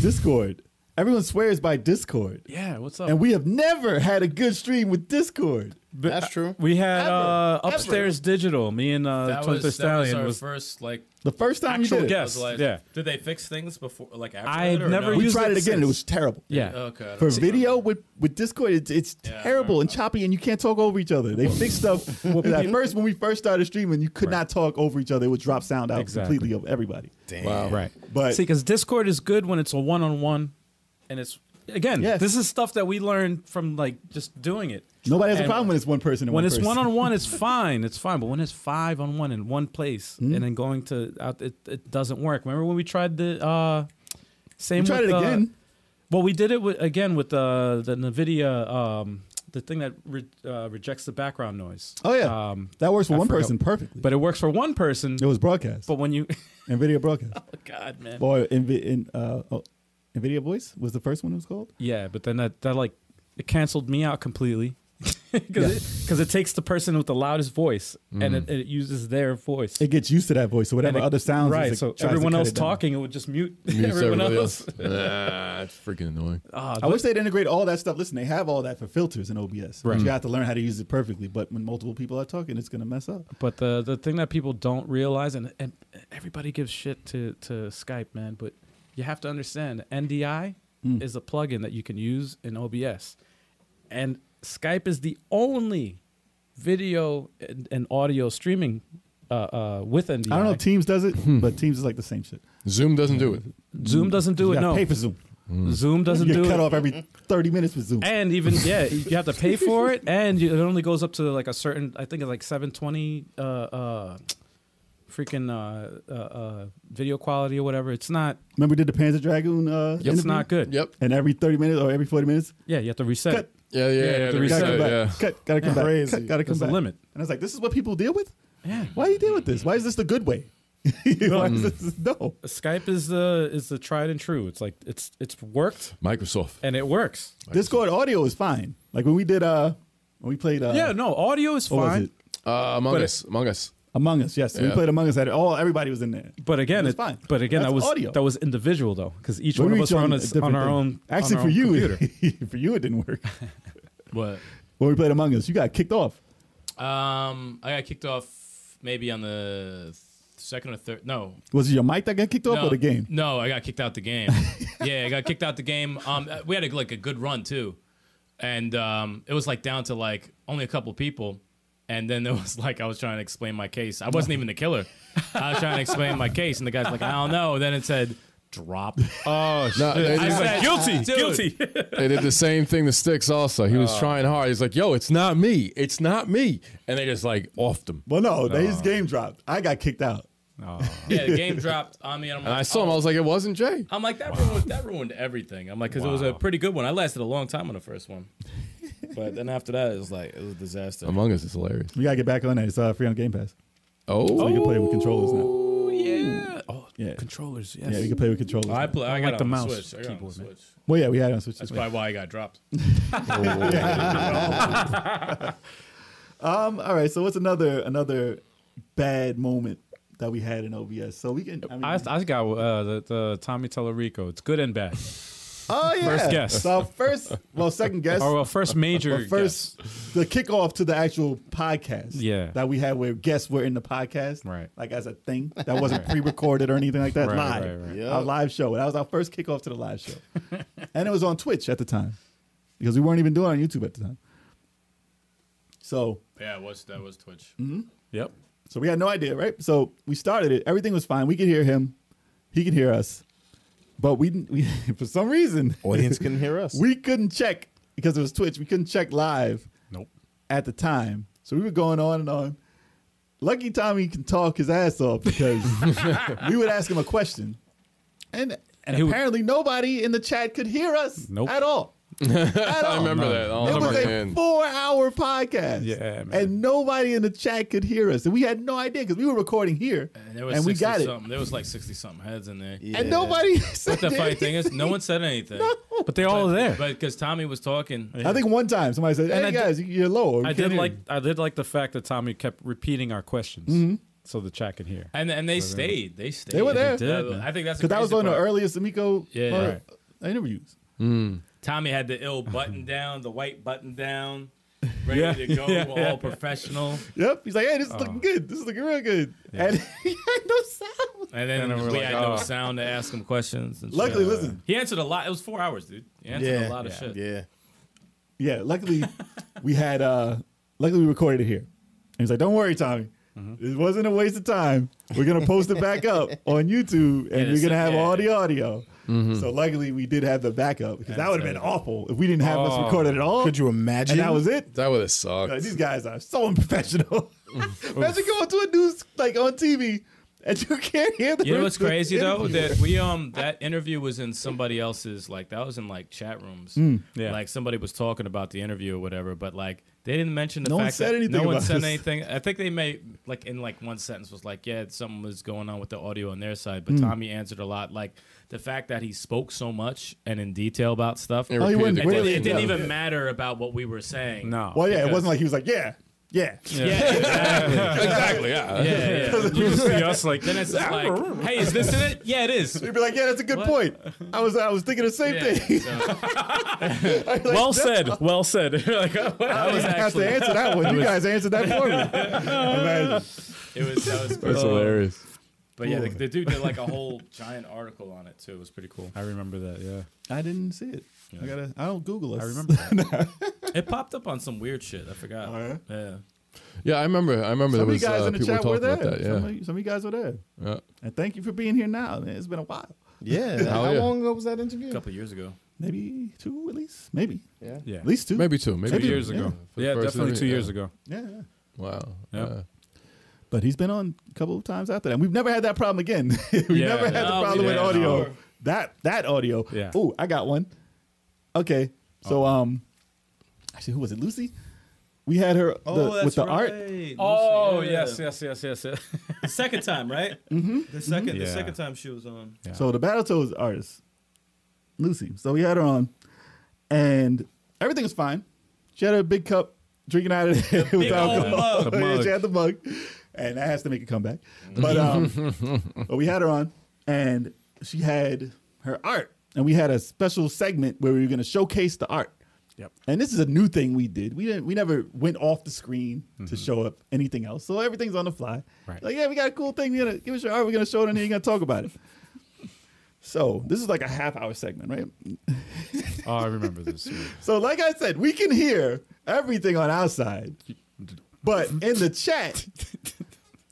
Speaker 3: Discord. Everyone swears by Discord.
Speaker 1: Yeah, what's up?
Speaker 3: And we have never had a good stream with Discord.
Speaker 2: That's true.
Speaker 1: We had
Speaker 3: Ever.
Speaker 1: uh,
Speaker 3: Ever.
Speaker 1: upstairs digital. Me and uh,
Speaker 5: That
Speaker 1: Twenty
Speaker 5: was,
Speaker 1: Third
Speaker 5: that was
Speaker 1: Stallion
Speaker 5: our
Speaker 1: was.
Speaker 5: first like.
Speaker 3: The first time
Speaker 1: Actual
Speaker 3: you did
Speaker 5: that
Speaker 1: guest.
Speaker 5: was the last-
Speaker 1: yeah.
Speaker 5: Did they fix things before, like after?
Speaker 1: I
Speaker 5: it
Speaker 1: have
Speaker 5: or
Speaker 1: never
Speaker 5: no?
Speaker 3: it, we
Speaker 1: used
Speaker 3: tried it
Speaker 1: it
Speaker 3: again. and It
Speaker 1: since.
Speaker 3: was terrible.
Speaker 1: yeah.
Speaker 5: Okay. I
Speaker 3: For
Speaker 5: don't
Speaker 3: video
Speaker 5: remember.
Speaker 3: with, with Discord, it's, it's
Speaker 5: Yeah, I
Speaker 3: terrible and choppy, and you can't talk over each other. They fixed stuff. at first, when we first started streaming, you could not talk over each other. It would drop sound out
Speaker 1: Exactly.
Speaker 3: completely of everybody.
Speaker 2: Damn.
Speaker 4: Wow.
Speaker 1: Right.
Speaker 3: But-
Speaker 1: see, because Discord is good when it's a one-on-one, and it's again,
Speaker 3: Yes.
Speaker 1: this is stuff that we learned from like just doing it.
Speaker 3: Nobody has
Speaker 1: And
Speaker 3: a problem when it's one person and
Speaker 1: When
Speaker 3: one
Speaker 1: it's
Speaker 3: person.
Speaker 1: one-on-one, it's fine. It's fine. But when it's five-on-one in one place,
Speaker 3: Hmm?
Speaker 1: and then going to out, it, it doesn't work. Remember when we tried the uh, same?
Speaker 3: We tried
Speaker 1: with,
Speaker 3: it
Speaker 1: uh,
Speaker 3: again.
Speaker 1: Well, we did it with, again with uh, the the Nvidia, um, the thing that re- uh, rejects the background noise.
Speaker 3: Oh yeah,
Speaker 1: um,
Speaker 3: that works for
Speaker 1: I
Speaker 3: one
Speaker 1: forgot.
Speaker 3: person perfectly.
Speaker 1: but it works for one person.
Speaker 3: it was broadcast,
Speaker 1: But when you,
Speaker 3: NVIDIA broadcast,
Speaker 1: God man,
Speaker 3: or Invi- in, uh, oh, NVIDIA Voice was the first one. It was called.
Speaker 1: yeah. But then that that like it canceled me out completely because it, takes the person with the loudest voice and it, it uses their voice.
Speaker 3: Mm. It gets used to that voice, so whatever
Speaker 1: And it-
Speaker 3: other sounds.
Speaker 1: right?
Speaker 3: is, it
Speaker 1: so
Speaker 3: tries to
Speaker 1: everyone
Speaker 3: cut
Speaker 1: else
Speaker 3: it down.
Speaker 1: talking, it would just mute,
Speaker 4: Mute
Speaker 1: everyone
Speaker 4: everybody
Speaker 1: else.
Speaker 4: Ah, it's freaking annoying.
Speaker 1: Ah,
Speaker 3: I wish they'd integrate all that stuff. Listen, they have all that for filters in OBS. Right.
Speaker 1: Right. Hmm.
Speaker 3: You have to learn how to use it perfectly. But when multiple people are talking, it's gonna mess up.
Speaker 1: But the the thing that people don't realize, and, and everybody gives shit to to Skype, man, but you have to understand NDI
Speaker 3: Hmm.
Speaker 1: is a plugin that you can use in OBS, and Skype is the only video and, and audio streaming uh, uh, with NDI.
Speaker 3: I don't know if Teams does it,
Speaker 1: Hmm.
Speaker 3: but Teams is like the same shit.
Speaker 4: Zoom doesn't do it.
Speaker 1: Zoom doesn't do
Speaker 3: You
Speaker 1: it.
Speaker 3: gotta
Speaker 1: No,
Speaker 3: pay for Zoom.
Speaker 1: Zoom doesn't
Speaker 3: You
Speaker 1: do
Speaker 3: get
Speaker 1: it.
Speaker 3: cut off every thirty minutes with Zoom.
Speaker 1: and even yeah, you have to pay for it, and you, it only goes up to like a certain. I think it's like seven twenty, uh, uh, freaking uh, uh, uh, video quality or whatever. It's not.
Speaker 3: Remember, we did the Panzer Dragoon. Uh,
Speaker 1: It's
Speaker 3: interview?
Speaker 1: not good.
Speaker 4: Yep.
Speaker 3: And every thirty minutes or every forty minutes,
Speaker 1: Yeah, you have to reset.
Speaker 3: Cut.
Speaker 1: it.
Speaker 4: Yeah, yeah,
Speaker 1: Yeah,
Speaker 4: yeah.
Speaker 1: the
Speaker 4: there is
Speaker 1: reset
Speaker 3: gotta come
Speaker 4: that,
Speaker 3: back.
Speaker 4: yeah.
Speaker 3: Cut, gotta come back.
Speaker 2: Crazy.
Speaker 3: Cut, gotta come
Speaker 1: There's a
Speaker 3: back.
Speaker 1: limit.
Speaker 3: And I was like, this is what people deal with?
Speaker 1: Yeah. Hmm.
Speaker 3: Why do you deal with this? Why is this the good way? you know, why is this, no.
Speaker 1: Skype is the is the tried and true. It's like it's it's worked
Speaker 4: Microsoft.
Speaker 1: and it works.
Speaker 3: Discord audio is fine. Like when we did, uh, when we played, uh,
Speaker 1: yeah, no, audio is
Speaker 3: what was
Speaker 1: fine,
Speaker 3: it?
Speaker 4: Uh, Among
Speaker 1: But-
Speaker 4: Us. Among Us.
Speaker 3: Among Us, yes. We
Speaker 4: Yeah.
Speaker 3: played Among Us at all. Everybody was in there.
Speaker 1: but again,
Speaker 3: It's
Speaker 1: it,
Speaker 3: fine.
Speaker 1: But again,
Speaker 3: That's
Speaker 1: that was
Speaker 3: audio.
Speaker 1: that was individual though, because each
Speaker 3: We
Speaker 1: one
Speaker 3: were
Speaker 1: of us
Speaker 3: each
Speaker 1: were
Speaker 3: on
Speaker 1: on,
Speaker 3: a
Speaker 1: us, on
Speaker 3: different
Speaker 1: our
Speaker 3: thing.
Speaker 1: own.
Speaker 3: Actually,
Speaker 1: on our
Speaker 3: for
Speaker 1: own
Speaker 3: you,
Speaker 1: computer.
Speaker 3: for you, it didn't work.
Speaker 5: What?
Speaker 3: when we played Among Us, you got kicked off.
Speaker 5: Um, I got kicked off maybe on the th- second or third. No,
Speaker 3: Was it your mic that got kicked off
Speaker 5: no,
Speaker 3: or the game?
Speaker 5: No, I got kicked out the game. yeah, I got kicked out the game. Um, we had a, like a good run too, and um, it was like down to like only a couple people, and then there was like I was trying to explain my case. I wasn't even the killer. I was trying to explain my case, and the guy's like, I don't know. Then it said drop.
Speaker 1: Oh,
Speaker 4: No, they,
Speaker 5: I
Speaker 4: did,
Speaker 5: said guilty, guilty.
Speaker 4: they did the same thing to Sticks also. He
Speaker 1: Oh.
Speaker 4: was trying hard. He's like, yo, it's not me. It's not me. And they just like offed him.
Speaker 3: Well, no, his game dropped. I got kicked out.
Speaker 5: yeah, the game dropped on me, and I'm
Speaker 4: And
Speaker 5: like, "Oh."
Speaker 4: I saw him. I was like, it wasn't Jay.
Speaker 5: I'm like that ruined that ruined everything. I'm like because it was a pretty good one. I lasted a long time on the first one, but then after that it was like it was a disaster.
Speaker 4: Among Us is hilarious.
Speaker 3: We got to get back on that. It's uh, free on Game Pass.
Speaker 4: Oh,
Speaker 3: So you can play with controllers now.
Speaker 1: oh yeah. Oh,
Speaker 3: Yeah.
Speaker 1: controllers. Yes.
Speaker 3: Yeah, you can play with controllers.
Speaker 5: I
Speaker 3: now.
Speaker 5: play. I,
Speaker 1: I
Speaker 5: got
Speaker 1: like
Speaker 5: it
Speaker 1: the
Speaker 5: on
Speaker 1: mouse
Speaker 5: Switch. I got it on
Speaker 1: keyboard, man.
Speaker 5: Switch.
Speaker 3: well, yeah, we had it on Switch.
Speaker 5: That's probably why I got dropped.
Speaker 3: Um, all right, so what's another another bad moment that we had in OBS? So we can. I mean,
Speaker 1: I, I got uh, the, the Tommy Tellerico. It's good and bad.
Speaker 3: oh yeah,
Speaker 1: first guess.
Speaker 3: So first, well, second guess.
Speaker 1: Or well, first major.
Speaker 3: but first, the kickoff to the actual podcast.
Speaker 1: Yeah.
Speaker 3: that we had where guests were in the podcast,
Speaker 1: Right.
Speaker 3: Like as a thing that wasn't pre-recorded or anything like that.
Speaker 1: Right,
Speaker 3: live,
Speaker 1: right, right.
Speaker 3: our live show. That was our first kickoff to the live show, and it was on Twitch at the time because we weren't even doing it on YouTube at the time. So
Speaker 5: Yeah, it was that was Twitch.
Speaker 1: guess. Yep.
Speaker 3: So we had no idea, right? So we started it. Everything was fine. We could hear him. He could hear us. But we, didn't, we for some reason,
Speaker 2: Audience couldn't hear us.
Speaker 3: we couldn't check because it was Twitch. We couldn't check live
Speaker 1: Nope.
Speaker 3: at the time. So we were going on and on. Lucky Tommy can talk his ass off because we would ask him a question. And, and
Speaker 1: He would-
Speaker 3: apparently nobody in the chat could hear us
Speaker 1: Nope.
Speaker 3: at all. At all.
Speaker 4: I remember that. Oh,
Speaker 3: It was
Speaker 4: my
Speaker 3: a
Speaker 4: man.
Speaker 3: four hour hour podcast.
Speaker 1: Yeah, man.
Speaker 3: And nobody in the chat could hear us. And we had no idea because we were recording here.
Speaker 5: And, there was
Speaker 3: and we
Speaker 5: 60
Speaker 3: got it.
Speaker 5: something. There was like sixty something heads in there.
Speaker 3: And nobody
Speaker 5: But
Speaker 3: said
Speaker 5: the funny thing is,
Speaker 3: anything.
Speaker 5: no one said anything.
Speaker 1: But they're all there.
Speaker 5: But because Tommy was talking,
Speaker 3: I think one time somebody said,
Speaker 5: And
Speaker 3: "Hey
Speaker 5: I did-
Speaker 3: guys, you're low."
Speaker 1: I did like I did like the fact that Tommy kept repeating our questions so the chat could hear.
Speaker 5: and and they stayed. They stayed.
Speaker 3: were there.
Speaker 1: They did, man.
Speaker 5: I think that's
Speaker 3: because
Speaker 5: the
Speaker 3: that was
Speaker 5: crazy
Speaker 3: one of the
Speaker 5: part.
Speaker 3: earliest Amico
Speaker 5: Yeah.
Speaker 3: uh,
Speaker 5: Right.
Speaker 3: interviews.
Speaker 5: Tommy had the ill button down, the white button down, ready
Speaker 1: Yeah.
Speaker 5: to go,
Speaker 1: Yeah,
Speaker 5: all
Speaker 1: yeah.
Speaker 5: professional.
Speaker 3: Yep, he's like, "Hey, this is
Speaker 5: Oh.
Speaker 3: looking good. This is looking real good." And he had no sound.
Speaker 5: And then
Speaker 1: And then we're
Speaker 5: we
Speaker 1: like,
Speaker 5: had
Speaker 1: oh.
Speaker 5: no sound to ask him questions. And shit.
Speaker 3: Luckily, listen,
Speaker 5: he answered a lot. It was four hours, dude. He answered
Speaker 2: Yeah.
Speaker 5: a lot of shit.
Speaker 2: Yeah.
Speaker 3: yeah. Luckily, we had. uh Luckily, we recorded it here. And he's like, "Don't worry, Tommy.
Speaker 5: Mm-hmm.
Speaker 3: It wasn't a waste of time. We're gonna post it back up on YouTube, and
Speaker 5: And
Speaker 3: you're
Speaker 5: it's-
Speaker 3: gonna have
Speaker 5: yeah.
Speaker 3: all the audio."
Speaker 2: Mm-hmm.
Speaker 3: So luckily, we did have the backup because that would have been awful if we didn't have us
Speaker 1: Oh.
Speaker 3: recorded at all.
Speaker 2: Could you imagine?
Speaker 3: And that was it.
Speaker 4: That would have
Speaker 3: Like,
Speaker 4: sucked.
Speaker 3: these guys are so unprofessional. Imagine going to a news like on TV and you can't hear the.
Speaker 5: You know what's
Speaker 3: the
Speaker 5: crazy though?
Speaker 3: interview.
Speaker 5: That we um that interview was in somebody else's like that was in like chat rooms.
Speaker 3: Mm.
Speaker 1: Yeah.
Speaker 5: Like somebody was talking about the interview or whatever, but like they didn't mention the
Speaker 3: No one
Speaker 5: fact
Speaker 3: said
Speaker 5: that
Speaker 3: anything
Speaker 5: no one
Speaker 3: about
Speaker 5: said
Speaker 3: this.
Speaker 5: anything. I think they may like in like one sentence was like, yeah, something was going on with the audio on their side,
Speaker 3: Mm.
Speaker 5: but Tommy answered a lot. Like the fact that he spoke so much and in detail about stuff.
Speaker 4: It
Speaker 3: Oh, he
Speaker 4: repeated
Speaker 3: wasn't
Speaker 4: the
Speaker 5: It, didn't-
Speaker 3: really-
Speaker 5: it
Speaker 4: question.
Speaker 5: didn't
Speaker 3: Yeah.
Speaker 5: even matter about what we were saying.
Speaker 1: No.
Speaker 3: Well, yeah, it
Speaker 5: Because-
Speaker 3: wasn't like he was like, yeah, yeah.
Speaker 5: Yeah, exactly.
Speaker 4: Exactly.
Speaker 5: yeah,
Speaker 4: Yeah.
Speaker 5: yeah.
Speaker 1: You just see us like
Speaker 5: Then it's just like, hey, is this in it? Yeah, it is.
Speaker 3: You'd be like, yeah, that's a good point. I was, I was thinking the same
Speaker 5: Yeah,
Speaker 3: thing.
Speaker 5: so-
Speaker 3: Like,
Speaker 1: well
Speaker 3: that-
Speaker 1: said, well said. like, oh, wow.
Speaker 3: I didn't even have
Speaker 5: actually-
Speaker 3: to answer that one. You guys answered that for me. Imagine.
Speaker 5: It was, that was
Speaker 4: That's hilarious.
Speaker 5: But yeah, the, the dude did like a whole giant article on it too. It was pretty cool.
Speaker 1: I remember that, yeah.
Speaker 3: I didn't see it. I gotta. I don't Google it.
Speaker 1: I remember that.
Speaker 5: It popped up on some weird shit. I forgot.
Speaker 3: Oh, yeah?
Speaker 5: yeah.
Speaker 4: Yeah, I remember. I
Speaker 3: Some
Speaker 4: remember there
Speaker 3: of you
Speaker 4: was
Speaker 3: guys
Speaker 4: uh,
Speaker 3: in the
Speaker 4: people
Speaker 3: chat
Speaker 4: talking
Speaker 3: were there.
Speaker 4: about that.
Speaker 3: Some,
Speaker 4: Yeah.
Speaker 3: of you, some of you guys were there.
Speaker 4: yeah.
Speaker 3: And thank you for being here now. Man, it's been a while.
Speaker 2: Yeah.
Speaker 4: Hell
Speaker 2: How
Speaker 4: yeah.
Speaker 2: long ago was that interview?
Speaker 5: A couple years ago.
Speaker 3: Maybe two at least. Maybe.
Speaker 2: Yeah.
Speaker 1: Yeah.
Speaker 3: At least two.
Speaker 4: Maybe two. Maybe
Speaker 1: Two years
Speaker 4: yeah.
Speaker 1: ago.
Speaker 4: For the
Speaker 1: Yeah,
Speaker 4: first
Speaker 1: definitely
Speaker 4: interview,
Speaker 1: two years
Speaker 4: yeah.
Speaker 1: ago.
Speaker 3: Yeah. yeah.
Speaker 4: Wow.
Speaker 1: Yeah.
Speaker 4: Uh,
Speaker 3: But he's been on a couple of times after that. And we've never had that problem again. we've
Speaker 1: Yeah.
Speaker 3: never had the
Speaker 5: No, we
Speaker 3: problem with
Speaker 5: didn't.
Speaker 3: audio.
Speaker 5: No.
Speaker 3: That that audio.
Speaker 1: Yeah. Oh.
Speaker 3: Oh, I got one. Okay. So um actually who was it? Lucy? We had her the- with the art.
Speaker 1: Oh, yes, yes, yes, yes, yes.
Speaker 5: The second time, right? Mm-hmm. The 2nd
Speaker 1: the Yeah. second
Speaker 5: time she was on.
Speaker 1: Yeah.
Speaker 3: So the Battletoads artist, Lucy. So we had her on and everything was fine. She had a big cup drinking out of it with
Speaker 5: big old
Speaker 3: alcohol.
Speaker 1: mug. The
Speaker 3: Yeah,
Speaker 1: mug.
Speaker 3: she had the mug. And that has to make a comeback. But um but we had her on and she had her art. And we had a special segment where we were gonna showcase the art.
Speaker 1: Yep.
Speaker 3: And this is a new thing we did. We didn't we never went off the screen to show up anything else. So everything's on the fly.
Speaker 1: Mm-hmm. Right.
Speaker 3: Like, yeah, we got a cool thing. We're gonna give us your art, we're gonna show it on here, you're gonna talk about it. So this is like a half hour segment, right?
Speaker 1: Oh, I remember this.
Speaker 3: So, like I said, we can hear everything on our side, but in the chat,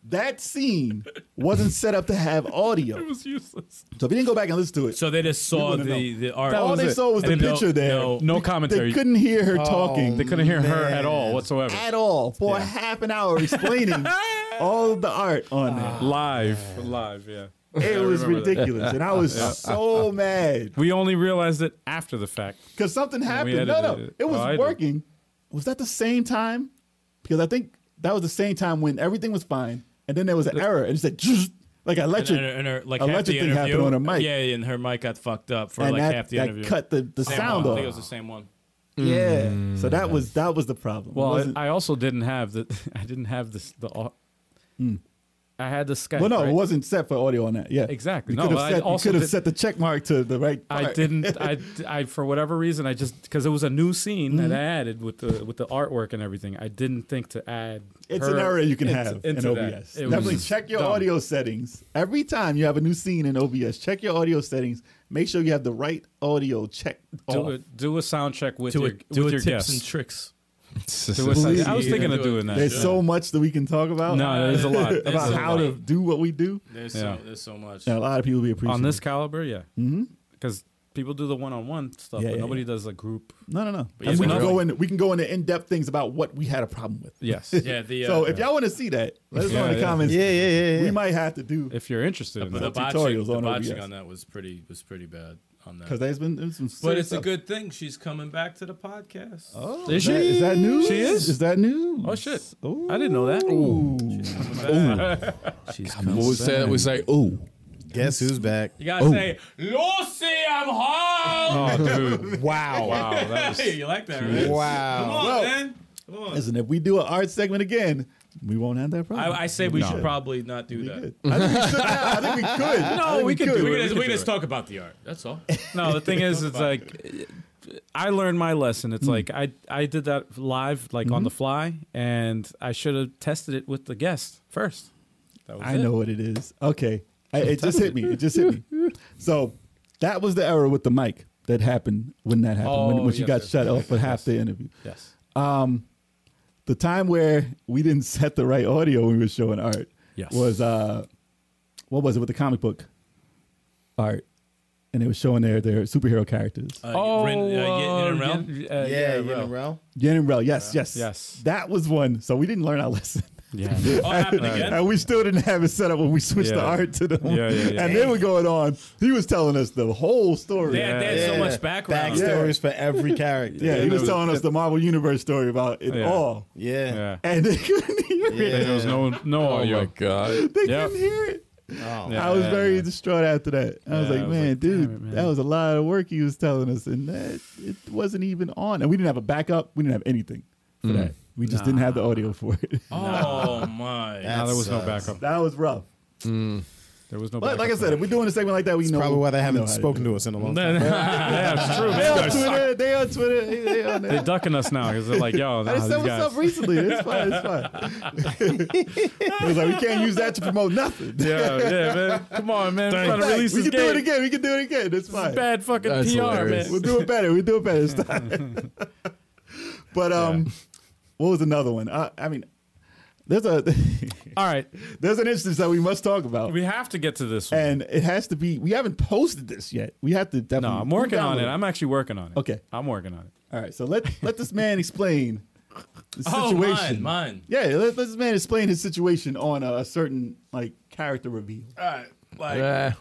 Speaker 3: that scene wasn't set up to have audio.
Speaker 1: It was useless.
Speaker 3: So if you didn't go back and listen to it,
Speaker 5: So they just saw
Speaker 3: wouldn't
Speaker 5: the,
Speaker 3: know.
Speaker 5: the art.
Speaker 3: all they saw was the
Speaker 5: And no-
Speaker 3: picture there.
Speaker 5: no-
Speaker 1: Oh, No
Speaker 3: They
Speaker 1: commentary.
Speaker 3: couldn't hear her talking
Speaker 1: Oh. They couldn't hear her at all whatsoever.
Speaker 3: at all for a half an hour explaining all of the art on
Speaker 5: Ah.
Speaker 3: there.
Speaker 1: Live. Live, yeah.
Speaker 3: It was
Speaker 1: remember that.
Speaker 3: ridiculous, and I was so mad
Speaker 1: We only realized it after the fact.
Speaker 3: because something happened.
Speaker 1: edited
Speaker 3: No, no,
Speaker 1: it.
Speaker 3: it was
Speaker 1: Oh, I did.
Speaker 3: working. Was that the same time? Because I think that was the same time when everything was fine, and then there was an error, and it said "Zzzz," like
Speaker 5: And,
Speaker 3: electric,
Speaker 5: her- and her, like
Speaker 3: I
Speaker 5: half
Speaker 3: let you
Speaker 5: the
Speaker 3: think happened
Speaker 5: interview
Speaker 3: on her mic.
Speaker 5: Yeah, and her mic got fucked up for
Speaker 3: and
Speaker 5: like
Speaker 3: that,
Speaker 5: half the
Speaker 3: that
Speaker 5: interview.
Speaker 3: cut the, the
Speaker 5: Same
Speaker 3: sound
Speaker 5: one.
Speaker 3: off.
Speaker 5: I think it was Hmm. the same one.
Speaker 3: yeah, so that was that was the problem. It
Speaker 1: Well,
Speaker 3: wasn't-
Speaker 1: I, I also didn't have the. I didn't have this. The. au- I had the Skype.
Speaker 3: well, no,
Speaker 1: right?
Speaker 3: it wasn't set for audio on that. Yeah,
Speaker 1: Exactly.
Speaker 3: You
Speaker 1: No,
Speaker 3: could
Speaker 1: but
Speaker 3: have
Speaker 1: I
Speaker 3: set, you
Speaker 1: also
Speaker 3: could have
Speaker 1: did-
Speaker 3: set the check mark to the right.
Speaker 1: I
Speaker 3: part.
Speaker 1: didn't. I, I for whatever reason I just because it was a new scene
Speaker 3: Mm-hmm.
Speaker 1: that I added with the with the artwork and everything. I didn't think to add.
Speaker 3: It's
Speaker 1: her
Speaker 3: an error you can
Speaker 1: into-
Speaker 3: have
Speaker 1: into
Speaker 3: in
Speaker 1: that.
Speaker 3: OBS.
Speaker 1: It was
Speaker 3: Definitely check your
Speaker 1: dumb.
Speaker 3: audio settings every time you have a new scene in OBS. Check your audio settings. Make sure you have the right audio check.
Speaker 1: Do
Speaker 3: off.
Speaker 1: a, do a sound check with
Speaker 5: Do
Speaker 1: your
Speaker 5: it, do
Speaker 1: with
Speaker 5: it
Speaker 1: your
Speaker 5: tips and
Speaker 1: guests.
Speaker 5: tricks.
Speaker 1: Do a sound- I was thinking of
Speaker 4: Yeah.
Speaker 1: doing that.
Speaker 3: There's so much that we can talk about.
Speaker 1: No, there's a lot. There's
Speaker 3: about
Speaker 5: a
Speaker 3: how to
Speaker 5: lot.
Speaker 3: do what we do.
Speaker 5: There's,
Speaker 1: Yeah.
Speaker 5: so, there's so much.
Speaker 3: And a lot of people be appreciative.
Speaker 1: on this caliber, yeah. Because people do the one on one stuff,
Speaker 3: Mm-hmm. Yeah,
Speaker 1: but
Speaker 3: yeah,
Speaker 1: nobody does a group.
Speaker 3: no, no, no.
Speaker 5: yeah,
Speaker 3: And we
Speaker 5: no,
Speaker 3: can
Speaker 5: no.
Speaker 3: go in. We can go into in depth things about what we had a problem with.
Speaker 1: Yes.
Speaker 5: Yeah, the uh,
Speaker 3: so if y'all want to see that, let us know in
Speaker 1: Yeah,
Speaker 3: the
Speaker 1: yeah.
Speaker 3: comments.
Speaker 2: Yeah, yeah, yeah, yeah.
Speaker 3: We might have to do.
Speaker 1: If you're interested in
Speaker 5: But the
Speaker 1: that,
Speaker 5: botching,
Speaker 3: tutorials
Speaker 5: the
Speaker 3: on
Speaker 5: botching
Speaker 3: OBS.
Speaker 5: on that was pretty was pretty bad. on that.
Speaker 3: because there's been, there's been
Speaker 5: But it's a
Speaker 3: serious
Speaker 5: good thing she's coming back to the podcast. Oh,
Speaker 1: Is
Speaker 3: stuff. Is that news?
Speaker 1: She is?
Speaker 3: Is that news?
Speaker 1: Oh shit!
Speaker 3: Ooh.
Speaker 1: I didn't know that.
Speaker 8: She's
Speaker 4: What
Speaker 8: coming.
Speaker 4: was that? We say, ooh.
Speaker 2: Guess who's back?
Speaker 5: You gotta say, Lucy, I'm home.
Speaker 1: Oh, dude!
Speaker 2: Wow.
Speaker 1: Wow, that was
Speaker 5: hey, you like that, right? Come
Speaker 2: Wow.
Speaker 5: on,
Speaker 3: Well-
Speaker 5: man. Come on.
Speaker 3: Listen, if we do an art segment again, we won't have that problem.
Speaker 5: I, I say we should probably not do
Speaker 3: We
Speaker 5: that.
Speaker 3: could. I think we should now. I think we could. I think
Speaker 1: we could do it.
Speaker 5: We can
Speaker 1: We can
Speaker 5: just, we can
Speaker 1: do
Speaker 5: just
Speaker 1: it.
Speaker 5: talk about the art. That's all. Uh,
Speaker 1: No, the thing is, it's like I learned my lesson. It's like I I did that live, like on the fly, and I should have tested it with the guest first. That was
Speaker 3: I
Speaker 1: it.
Speaker 3: know what it is. Okay. I, it just hit me. It just hit me. So that was the error with the mic that happened when that happened, when,
Speaker 1: Oh,
Speaker 3: when she
Speaker 1: yes,
Speaker 3: got
Speaker 1: yes,
Speaker 3: shut off for half the interview.
Speaker 1: Yes.
Speaker 3: Um, The time where we didn't set the right audio when we were showing art
Speaker 1: Yes.
Speaker 3: was, uh, what was it with the comic book art? And they were showing their, their superhero characters.
Speaker 5: Uh,
Speaker 1: Oh,
Speaker 5: Ren- uh, Yin- Yin and Rel?
Speaker 1: Yin- uh,
Speaker 2: Yeah,
Speaker 1: yeah,
Speaker 2: you
Speaker 1: Rel.
Speaker 2: know, Rel.
Speaker 3: Yen and Rel. Yes, yes.
Speaker 1: Yes.
Speaker 3: That was one. So we didn't learn our lesson.
Speaker 1: Yeah.
Speaker 5: Oh, it happened again.
Speaker 3: And we still didn't have it set up when we switched the
Speaker 1: Yeah.
Speaker 3: art to them.
Speaker 1: Yeah, yeah, yeah.
Speaker 3: And then we're going on. He was telling us the whole story.
Speaker 5: They had, they had so
Speaker 2: Yeah.
Speaker 5: much background.
Speaker 2: Backstories for every character.
Speaker 3: Yeah, he
Speaker 1: And
Speaker 3: was
Speaker 1: it was-
Speaker 3: telling us the Marvel Universe story about it
Speaker 1: Yeah.
Speaker 3: all.
Speaker 2: Yeah.
Speaker 1: yeah.
Speaker 3: And they couldn't hear it.
Speaker 1: There was no no
Speaker 4: Oh
Speaker 1: audio.
Speaker 4: my god.
Speaker 3: They
Speaker 1: Yep.
Speaker 3: couldn't hear it.
Speaker 2: Oh.
Speaker 1: Yeah.
Speaker 3: I was very distraught after that. I was
Speaker 1: Yeah,
Speaker 3: like,
Speaker 1: I was
Speaker 3: man,
Speaker 1: like, damn
Speaker 3: dude,
Speaker 1: it, man."
Speaker 3: that was a lot of work he was telling us. And that it wasn't even on. And we didn't have a backup. We didn't have anything
Speaker 1: Mm.
Speaker 3: for that. We just didn't have the audio for it.
Speaker 5: Oh my!
Speaker 1: Now there was no
Speaker 2: That sucks.
Speaker 1: backup.
Speaker 3: that was rough.
Speaker 1: There was no.
Speaker 3: But
Speaker 1: backup.
Speaker 3: like I said, if we're doing a segment like that, we know.
Speaker 2: Probably why they
Speaker 3: we know
Speaker 2: haven't
Speaker 3: how to
Speaker 2: spoken
Speaker 3: do it.
Speaker 2: to us in a long time.
Speaker 1: yeah, it's true.
Speaker 3: They on
Speaker 1: Man.
Speaker 3: Twitter. They on Twitter. They, they on there.
Speaker 1: They're ducking us now because they're like, yo, nah,
Speaker 3: I just
Speaker 1: these
Speaker 3: said what's
Speaker 1: guys.
Speaker 3: up recently. It's fine. It's fine. it was like we can't use that to promote nothing.
Speaker 1: Yeah, yeah, man. Come on, man. We're trying to
Speaker 3: Right.
Speaker 1: release
Speaker 3: we
Speaker 1: this
Speaker 3: can do it
Speaker 1: game.
Speaker 3: again. We can do it again. It's fine.
Speaker 1: Bad fucking
Speaker 4: That's
Speaker 1: PR,
Speaker 4: hilarious.
Speaker 1: man.
Speaker 3: We'll do it better. We'll do it better. It's fine. but um, what was another one? I, I mean, there's a
Speaker 1: All right,
Speaker 3: there's an instance that we must talk about,
Speaker 1: we have to get to this one.
Speaker 3: and it has to be. We haven't posted this yet. We have to
Speaker 1: No,
Speaker 3: definitely.
Speaker 1: I'm working on
Speaker 3: download
Speaker 1: it. I'm actually working on it.
Speaker 3: Okay.
Speaker 1: I'm working on it.
Speaker 3: All right. So let let this man explain the
Speaker 5: Oh, mine,
Speaker 3: situation.
Speaker 5: mine.
Speaker 3: Yeah, let, let this man explain his situation on a, a certain like character reveal.
Speaker 5: All right, like
Speaker 4: Yeah.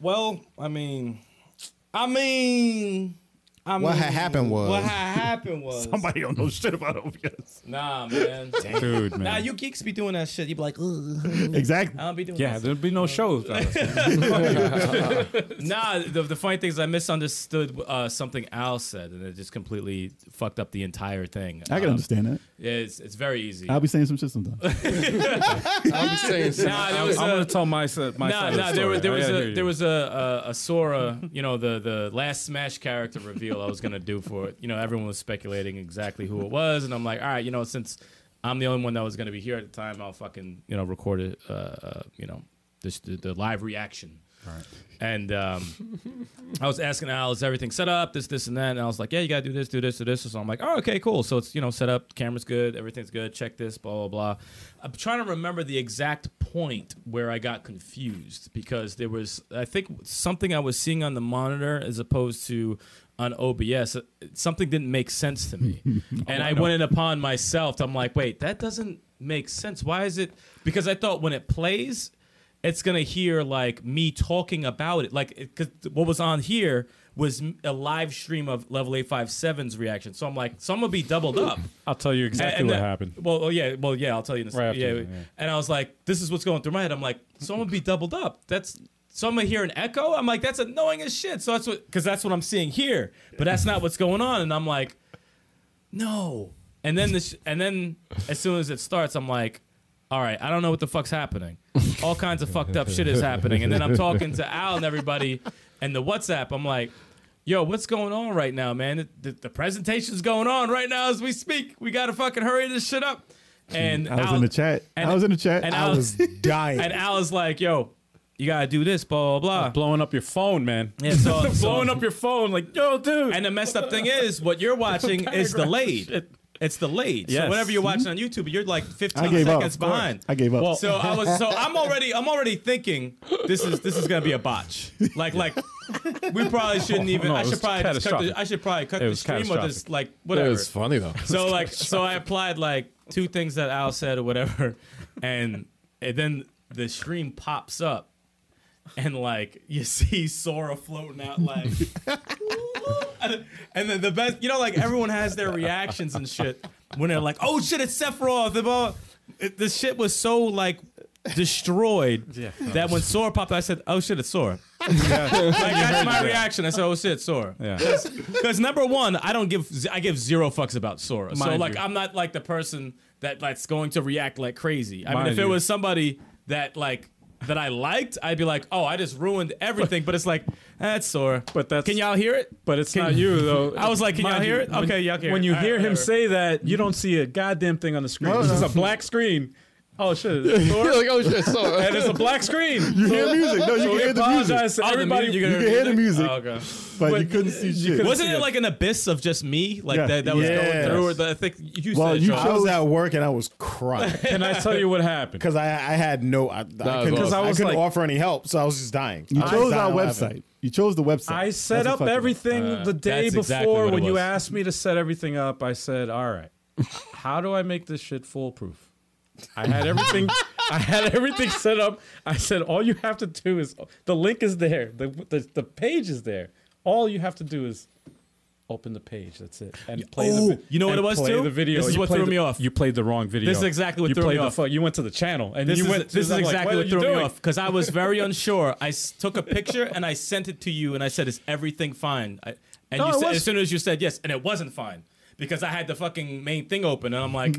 Speaker 5: Well, I mean, I mean, I
Speaker 2: What
Speaker 5: mean,
Speaker 2: had happened was-
Speaker 5: what had happened was
Speaker 3: Somebody don't know shit about OBS.
Speaker 5: Nah, man.
Speaker 1: Dude, man.
Speaker 5: Nah, you geeks be doing that shit. You be like, Ugh,
Speaker 3: Exactly.
Speaker 5: I don't be doing
Speaker 1: yeah,
Speaker 5: that. shit.
Speaker 1: there'd be no shows. without us.
Speaker 5: Nah, the, the funny thing is I misunderstood uh, something Al said, and it just completely fucked up the entire thing.
Speaker 3: I can
Speaker 5: Um,
Speaker 3: understand that.
Speaker 5: It's it's very easy.
Speaker 3: I'll be saying some shit sometime.
Speaker 4: I'm saying
Speaker 5: Nah, there
Speaker 1: I'm,
Speaker 5: was uh,
Speaker 1: I'm
Speaker 5: a-
Speaker 1: gonna tell my side. My
Speaker 5: No,
Speaker 1: side
Speaker 5: no,
Speaker 1: of the
Speaker 5: there
Speaker 1: story. Oh,
Speaker 5: was there
Speaker 1: I
Speaker 5: was
Speaker 1: gotta hear
Speaker 5: a
Speaker 1: you.
Speaker 5: there was a, a a Sora, you know, the the last Smash character reveal I was gonna do for it. You know, everyone was speculating exactly who it was, and I'm like, all right, you know, since I'm the only one that was gonna be here at the time, I'll fucking you know record it, uh, uh, you know, this, the, the live reaction. And um, I was asking Al, is everything set up? This, this, and that. And I was like, yeah, you gotta do this, do this, do this. So I'm like, oh, okay, cool. So it's you know set up, camera's good, everything's good. Check this, blah blah blah. I'm trying to remember the exact point where I got confused because there was I think something I was seeing on the monitor as opposed to on OBS. uh, Something didn't make sense to me, and I, went in upon myself. I'm like, wait, that doesn't make sense. Why is it? Because I thought when it plays it's gonna hear like me talking about it like it, cause what was on here was m- a live stream of level 857's reaction so i'm like so i'm gonna be doubled up
Speaker 1: I'll tell you exactly
Speaker 5: And- and
Speaker 1: what
Speaker 5: that-
Speaker 1: happened.
Speaker 5: well oh, yeah well yeah i'll tell you in a
Speaker 1: Right after
Speaker 5: second yeah,
Speaker 1: that, yeah.
Speaker 5: and i was like this is what's going through my head i'm like so i'm gonna be doubled up that's so i'm gonna hear an echo i'm like that's annoying as shit so that's what because that's what i'm seeing here but that's not what's going on and i'm like no. And then this, and then as soon as it starts, I'm like, all right, I don't know what the fuck's happening. All kinds of fucked up shit is happening. And then I'm talking to Al and everybody, and the WhatsApp. I'm like, yo, what's going on right now, man? The, the presentation's going on right now as we speak. We gotta fucking hurry this shit up. And
Speaker 3: I was
Speaker 5: Al-
Speaker 3: in the chat.
Speaker 5: and-
Speaker 3: I was in the chat.
Speaker 5: and
Speaker 3: I
Speaker 5: Al-
Speaker 2: I was dying.
Speaker 5: And Al is like, yo, you gotta do this, blah blah blah.
Speaker 1: Blowing up your phone, man.
Speaker 5: Yeah, so-
Speaker 1: blowing
Speaker 5: so-
Speaker 1: up your phone, like yo, dude.
Speaker 5: And the messed up thing is, what you're watching is delayed. It's delayed.
Speaker 1: Yes.
Speaker 5: So whatever you're watching on YouTube, you're like 15
Speaker 3: I gave up.
Speaker 5: seconds
Speaker 3: Of course.
Speaker 5: behind.
Speaker 3: I gave up.
Speaker 1: Well-
Speaker 5: So I was so I'm already I'm already thinking this is this is gonna be a botch. Like like we probably shouldn't even.
Speaker 1: no,
Speaker 5: I
Speaker 1: it
Speaker 5: should
Speaker 1: was
Speaker 5: probably just cut
Speaker 1: catastrophic.
Speaker 5: the, I should probably cut
Speaker 1: It
Speaker 5: the
Speaker 1: was
Speaker 5: stream or just
Speaker 1: catastrophic.
Speaker 5: like
Speaker 4: It
Speaker 5: whatever.
Speaker 4: was funny though.
Speaker 5: So like so I applied like two things that Al said or whatever, and, and then the stream pops up, and like you see Sora floating out like, and, and then the best, you know, like everyone has their reactions and shit when they're like, "Oh shit, it's Sephiroth!" And all- it- The shit was so like destroyed that when Sora popped, out, I said, "Oh shit, it's Sora." like that's my reaction. I said, "Oh shit, Sora."
Speaker 1: Yeah.
Speaker 5: Because number one, I don't give z- I give zero fucks about Sora. so
Speaker 1: Mind
Speaker 5: like
Speaker 1: you.
Speaker 5: I'm not like the person that that's going to react like crazy. I mean,
Speaker 1: Mind
Speaker 5: if it
Speaker 1: you.
Speaker 5: was somebody that like that I liked, I'd be like, oh, I just ruined everything. But it's like that's Sora.
Speaker 1: But that's-
Speaker 5: can y'all hear it?
Speaker 1: But it's not you though.
Speaker 5: I was like, can y'all
Speaker 1: Mind
Speaker 5: hear
Speaker 1: you,
Speaker 5: it?
Speaker 1: when-
Speaker 5: Okay, y'all can.
Speaker 1: When
Speaker 5: hear
Speaker 1: you
Speaker 5: it.
Speaker 1: hear
Speaker 5: Alright,
Speaker 1: him
Speaker 5: whatever.
Speaker 1: say that, you don't see a goddamn thing on the screen. This is a black screen. Oh shit! it's Thor.
Speaker 4: You're like, oh shit, so
Speaker 1: and it's a black screen.
Speaker 3: You hear music? No, you can hear the music,
Speaker 1: Apologize to
Speaker 5: Oh, the
Speaker 1: everybody.
Speaker 5: music,
Speaker 3: you can hear the music.
Speaker 5: Oh, okay.
Speaker 3: but, you couldn't see shit.
Speaker 5: Wasn't it like an abyss of just me, like
Speaker 3: Yeah.
Speaker 5: that, that was
Speaker 2: Yes.
Speaker 5: going through? Or the, I think you
Speaker 3: Well,
Speaker 5: said
Speaker 3: you
Speaker 5: Sean.
Speaker 2: I was at work and I was crying
Speaker 1: Can I tell you what happened?
Speaker 2: because I, I had no I, I couldn't,
Speaker 4: awesome.
Speaker 2: I
Speaker 1: I was
Speaker 2: couldn't
Speaker 1: like-
Speaker 2: offer any help, so I was just dying.
Speaker 3: you
Speaker 2: I
Speaker 3: chose
Speaker 2: died
Speaker 3: our
Speaker 2: on laughing.
Speaker 3: website. You chose the website.
Speaker 1: I set
Speaker 3: That's
Speaker 1: up
Speaker 3: what fucking-
Speaker 1: everything
Speaker 5: Uh,
Speaker 1: the day
Speaker 5: that's
Speaker 1: before
Speaker 5: exactly what it
Speaker 1: when you
Speaker 5: was.
Speaker 1: asked me to set everything up. I said, "All right, how do I make this shit foolproof?" I had everything. I had everything set up. I said, "All you have to do is the link is there. The the, the page is there. All you have to do is." Open the page. That's it, and play
Speaker 5: Oh,
Speaker 1: the. vi-
Speaker 5: you know what
Speaker 1: and
Speaker 5: it was,
Speaker 1: play
Speaker 5: too?
Speaker 1: The video.
Speaker 5: This is
Speaker 1: You
Speaker 5: what
Speaker 1: played
Speaker 5: threw
Speaker 1: the-
Speaker 5: me off.
Speaker 1: You played the wrong video.
Speaker 5: This is exactly what
Speaker 1: you
Speaker 5: threw me
Speaker 1: played the
Speaker 5: off.
Speaker 1: fu- you went to the channel, and
Speaker 5: This
Speaker 1: you
Speaker 5: is,
Speaker 1: went.
Speaker 5: this is
Speaker 1: I'm like, "What
Speaker 5: exactly what
Speaker 1: are you
Speaker 5: threw me
Speaker 1: doing?"
Speaker 5: off because I was very unsure. I s- took a picture and I sent it to you and I said, "Is everything fine?" I, and
Speaker 1: No,
Speaker 5: you
Speaker 1: it
Speaker 5: said,
Speaker 1: was-
Speaker 5: as soon as you said yes, and it wasn't fine because I had the fucking main thing open and I'm like,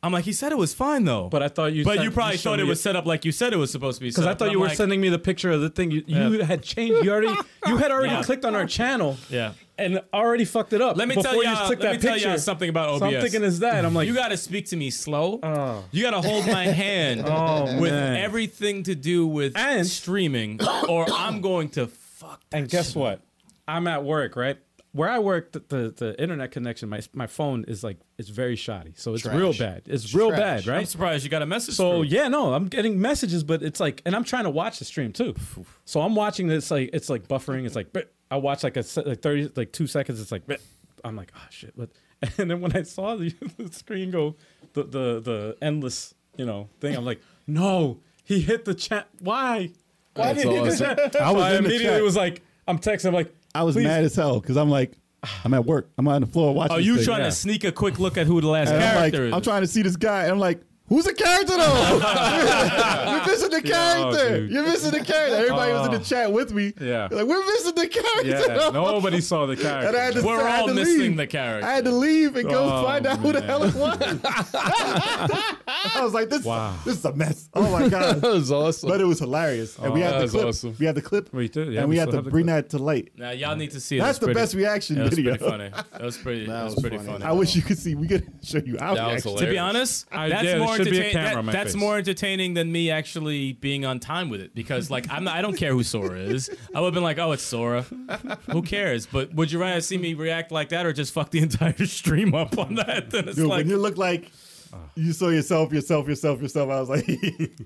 Speaker 5: I'm like, he said it was fine though.
Speaker 1: But I thought you.
Speaker 5: but
Speaker 1: sent-
Speaker 5: you probably
Speaker 1: showed
Speaker 5: thought it
Speaker 1: me
Speaker 5: was set up like you said it was supposed to be.
Speaker 1: Because I thought you were sending me the picture of the thing. You, you had changed. You already you had already
Speaker 5: Yeah.
Speaker 1: clicked on our channel.
Speaker 5: Yeah.
Speaker 1: And already fucked it up.
Speaker 5: Let me
Speaker 1: before
Speaker 5: tell
Speaker 1: you
Speaker 5: y'all.
Speaker 1: clicked
Speaker 5: Let me
Speaker 1: that
Speaker 5: tell
Speaker 1: picture.
Speaker 5: y'all something about OBS.
Speaker 1: So I'm thinking is that I'm like
Speaker 5: you got to speak to me slow.
Speaker 1: Oh.
Speaker 5: you got to hold my hand
Speaker 1: Oh,
Speaker 5: with
Speaker 1: man.
Speaker 5: everything to do with
Speaker 1: And-
Speaker 5: streaming, or I'm going to fuck. that
Speaker 1: And guess what? I'm at work, right? Where I work, the, the, the internet connection, my my phone is like it's very shoddy, so it's real bad. It's real
Speaker 2: Trash.
Speaker 1: bad, right?
Speaker 5: I'm surprised you got a message.
Speaker 1: So
Speaker 5: through.
Speaker 1: yeah, no, I'm getting messages, but it's like, and I'm trying to watch the stream too. So I'm watching this like it's like buffering. It's like bleh. I watch like a se- like thirty like two seconds. It's like bleh. I'm like oh shit. What? And then when I saw the, the screen go the the the endless you know thing, I'm like no, he hit the chat. Why? Why
Speaker 4: That's
Speaker 1: did he hit the
Speaker 4: awesome.
Speaker 1: chat?
Speaker 3: I was
Speaker 1: So I
Speaker 3: in the
Speaker 1: immediately
Speaker 3: chat.
Speaker 1: was like, I'm texting. I'm like,
Speaker 3: I was
Speaker 1: please.
Speaker 3: mad as hell because I'm like, I'm at work. I'm on the floor watching.
Speaker 5: Are
Speaker 3: this
Speaker 5: you
Speaker 3: thing.
Speaker 5: trying
Speaker 1: yeah.
Speaker 5: to sneak a quick look at who the last
Speaker 3: And I'm like,
Speaker 5: character is?
Speaker 3: I'm trying to see this guy, and I'm like, who's the character though? You're missing the
Speaker 1: Yeah, oh,
Speaker 3: character.
Speaker 1: dude. Oh.
Speaker 3: You're missing the character. Everybody was in the chat with me.
Speaker 1: Yeah.
Speaker 3: Like we're missing the character.
Speaker 1: Yeah, nobody saw the
Speaker 3: And I had
Speaker 1: character.
Speaker 3: to,
Speaker 5: We're
Speaker 3: I had
Speaker 5: all
Speaker 3: to
Speaker 5: missing
Speaker 3: leave.
Speaker 5: the character.
Speaker 3: I had to leave and go
Speaker 1: Oh,
Speaker 3: find out who the
Speaker 1: man.
Speaker 3: hell it was. I was like, this,
Speaker 1: Wow.
Speaker 3: this is a mess. Oh my
Speaker 4: that
Speaker 3: god.
Speaker 4: was awesome.
Speaker 3: But it was hilarious, and we
Speaker 1: Oh,
Speaker 3: had
Speaker 4: that
Speaker 3: the
Speaker 4: was
Speaker 3: clip.
Speaker 4: awesome.
Speaker 3: We had the clip,
Speaker 1: We did, yeah,
Speaker 3: and
Speaker 1: we
Speaker 3: we, had
Speaker 1: still
Speaker 3: to
Speaker 1: have the
Speaker 3: bring
Speaker 1: clip.
Speaker 3: that to light.
Speaker 5: now y'all need to see it.
Speaker 3: That's
Speaker 5: It
Speaker 3: the
Speaker 5: was pretty-
Speaker 3: best reaction
Speaker 5: That was
Speaker 3: video.
Speaker 5: pretty funny. That was pretty. That, was,
Speaker 2: was
Speaker 5: pretty
Speaker 2: funny.
Speaker 5: funny.
Speaker 3: I wish you could see. We could show you. Our
Speaker 4: That was
Speaker 3: reaction.
Speaker 4: hilarious.
Speaker 5: To be honest,
Speaker 1: I-
Speaker 5: that's
Speaker 1: yeah, there
Speaker 5: more
Speaker 1: should be a
Speaker 5: entertain-
Speaker 1: camera
Speaker 5: that-
Speaker 1: on my
Speaker 5: That's
Speaker 1: face.
Speaker 5: more entertaining than me actually being on time with it because, like, I'm not, I don't care who Sora is. I would have been like, "Oh, it's Sora. Who cares?" But would you rather see me react like that or just fuck the entire stream up on that? Then it's
Speaker 3: Dude,
Speaker 5: like,
Speaker 3: when you look like you saw yourself, yourself, yourself, yourself, I was like,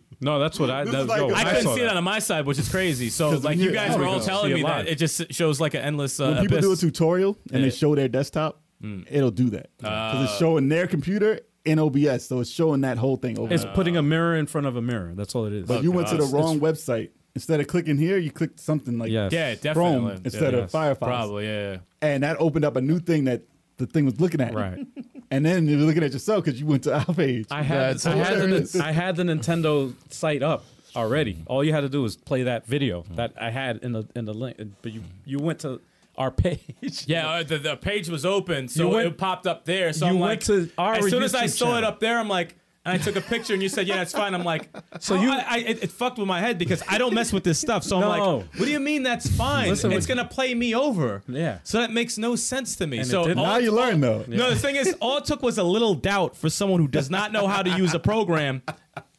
Speaker 1: No, that's what I.
Speaker 3: This
Speaker 1: That,
Speaker 3: is like
Speaker 1: yo,
Speaker 3: a-
Speaker 5: I
Speaker 1: I
Speaker 5: couldn't
Speaker 1: saw
Speaker 5: see that. on my side, which is crazy. So,
Speaker 3: 'Cause
Speaker 5: like,
Speaker 3: when
Speaker 5: you
Speaker 3: you-
Speaker 5: guys
Speaker 3: oh,
Speaker 5: were
Speaker 3: we
Speaker 5: all
Speaker 3: go.
Speaker 5: telling
Speaker 1: See it
Speaker 5: me
Speaker 1: live.
Speaker 5: that it just shows like an endless uh,
Speaker 3: when people do a
Speaker 5: abyss.
Speaker 3: tutorial and they
Speaker 5: Yeah.
Speaker 3: show their desktop,
Speaker 1: Mm.
Speaker 3: it'll do that
Speaker 1: Uh,
Speaker 3: because it's showing their computer in OBS, so it's showing that whole thing over.
Speaker 1: It's
Speaker 3: there.
Speaker 1: putting a mirror in front of a mirror. That's all it is.
Speaker 3: but you went to the wrong website. Instead of clicking here, you clicked something like
Speaker 1: Yes.
Speaker 5: yeah, definitely.
Speaker 3: Chrome instead
Speaker 5: Yeah,
Speaker 3: of Firefox,
Speaker 5: Probably, yeah.
Speaker 3: and that opened up a new thing that the thing was looking at.
Speaker 1: Right.
Speaker 3: and then you're looking at yourself because you went to our page.
Speaker 1: I had
Speaker 4: That's
Speaker 1: I had,
Speaker 4: hilarious.
Speaker 1: the, I had the Nintendo site up already. All you had to do was play that video
Speaker 5: Mm-hmm.
Speaker 1: that I had in the in the link. But you you went to our page.
Speaker 5: Yeah, uh, the, the page was open, so
Speaker 1: You went-
Speaker 5: it popped up there. So
Speaker 1: you
Speaker 5: I'm
Speaker 1: went
Speaker 5: like,
Speaker 1: to our
Speaker 5: as soon as I
Speaker 1: YouTube
Speaker 5: saw it
Speaker 1: channel.
Speaker 5: up there, I'm like, and I took a picture, and you said, "Yeah, that's fine." I'm like, so you, I, I, it, it fucked with my head because I don't mess with this stuff. So I'm
Speaker 1: No.
Speaker 5: like, what do you mean that's fine?
Speaker 1: Listen,
Speaker 5: it's
Speaker 1: when-
Speaker 5: gonna play me over.
Speaker 1: Yeah.
Speaker 5: So that makes no sense to me.
Speaker 1: And it
Speaker 5: so
Speaker 1: didn't.
Speaker 5: all
Speaker 3: now you learn though.
Speaker 5: no, the thing is, all it took was a little doubt for someone who does not know how to use a program.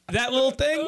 Speaker 5: That little thing,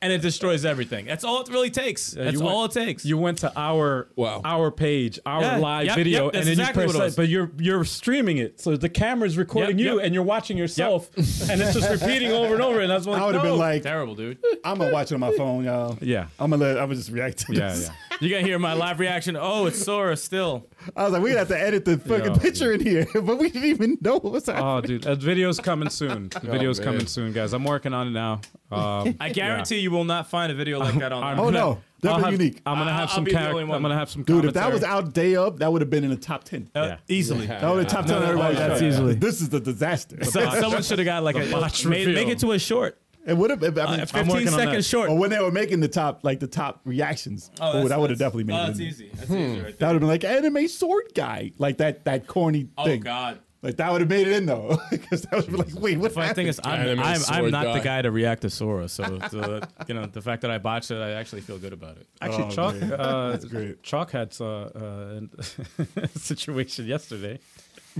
Speaker 5: and it destroys everything. That's all it really takes. that's
Speaker 1: you went-
Speaker 5: all it takes.
Speaker 1: You went to our
Speaker 4: Wow.
Speaker 1: our page, our
Speaker 5: Yeah,
Speaker 1: live
Speaker 5: yep,
Speaker 1: video, and
Speaker 5: yep, that's
Speaker 1: then
Speaker 5: exactly
Speaker 1: you
Speaker 5: what it
Speaker 1: press
Speaker 5: was.
Speaker 1: play. But you're you're streaming it, so the camera's recording
Speaker 5: Yep,
Speaker 1: you,
Speaker 5: yep.
Speaker 1: and you're watching yourself, and it's just repeating over and over. And I was like,
Speaker 3: I would have
Speaker 1: no.
Speaker 3: been like,
Speaker 5: Terrible, dude.
Speaker 3: I'm gonna watch it on my phone, y'all.
Speaker 1: Yeah.
Speaker 3: I'm gonna let. I'm gonna just react to
Speaker 1: yeah,
Speaker 3: this.
Speaker 1: yeah.
Speaker 5: You're gonna hear my live reaction. Oh, it's Sora still.
Speaker 3: I was like, we have to edit the fucking
Speaker 1: dude.
Speaker 3: picture in here, but we didn't even know what was happening.
Speaker 1: Oh, dude, that video's coming soon.
Speaker 3: Oh,
Speaker 1: The video's
Speaker 4: man.
Speaker 1: coming soon, guys. I'm working on it now. Um,
Speaker 5: I guarantee you will not find a video like that on.
Speaker 3: Oh, no.
Speaker 1: I'll
Speaker 3: Definitely
Speaker 1: have-
Speaker 3: unique.
Speaker 1: I'm gonna
Speaker 5: I'll-
Speaker 1: have
Speaker 5: I'll
Speaker 1: some
Speaker 5: be the
Speaker 1: character.
Speaker 5: only one.
Speaker 1: I'm gonna have some.
Speaker 3: Dude, if that was
Speaker 1: commentary.
Speaker 3: out day up, that would have been in the top 10.
Speaker 5: Uh, Easily.
Speaker 3: That would have top 10
Speaker 5: No, no,
Speaker 3: everybody.
Speaker 5: oh,
Speaker 3: that's
Speaker 5: yeah.
Speaker 8: Easily.
Speaker 3: This is the disaster.
Speaker 5: So- uh, someone should have got like a
Speaker 1: botch
Speaker 5: made,
Speaker 1: reveal.
Speaker 5: make it to a short,
Speaker 3: It would have been, I
Speaker 5: uh,
Speaker 3: mean,
Speaker 5: a
Speaker 1: I'm working
Speaker 5: 15
Speaker 1: on
Speaker 5: second
Speaker 1: that.
Speaker 5: short.
Speaker 3: or when they were making the top, like the top reactions.
Speaker 5: Oh,
Speaker 3: Oh,
Speaker 5: that's-
Speaker 3: that would have
Speaker 5: that's-
Speaker 3: definitely made
Speaker 5: oh,
Speaker 3: it.
Speaker 5: that's
Speaker 3: in.
Speaker 5: easy. That's easy right
Speaker 3: That
Speaker 5: there.
Speaker 3: would have been like anime sword guy, like that that corny
Speaker 5: Oh
Speaker 3: thing.
Speaker 5: God.
Speaker 3: Like that would have made it in though, because that would have been like, wait, what?
Speaker 5: Funny thing
Speaker 3: happened?
Speaker 5: is, I'm,
Speaker 4: Anime
Speaker 5: I'm, I'm
Speaker 4: sword
Speaker 5: not the
Speaker 4: guy.
Speaker 5: guy to react to Sora, so, so you know the fact that I botched it, I actually feel good about it.
Speaker 1: Actually, Chalk, uh,
Speaker 3: Oh, great.
Speaker 1: Chalk had uh, uh, an- situation yesterday.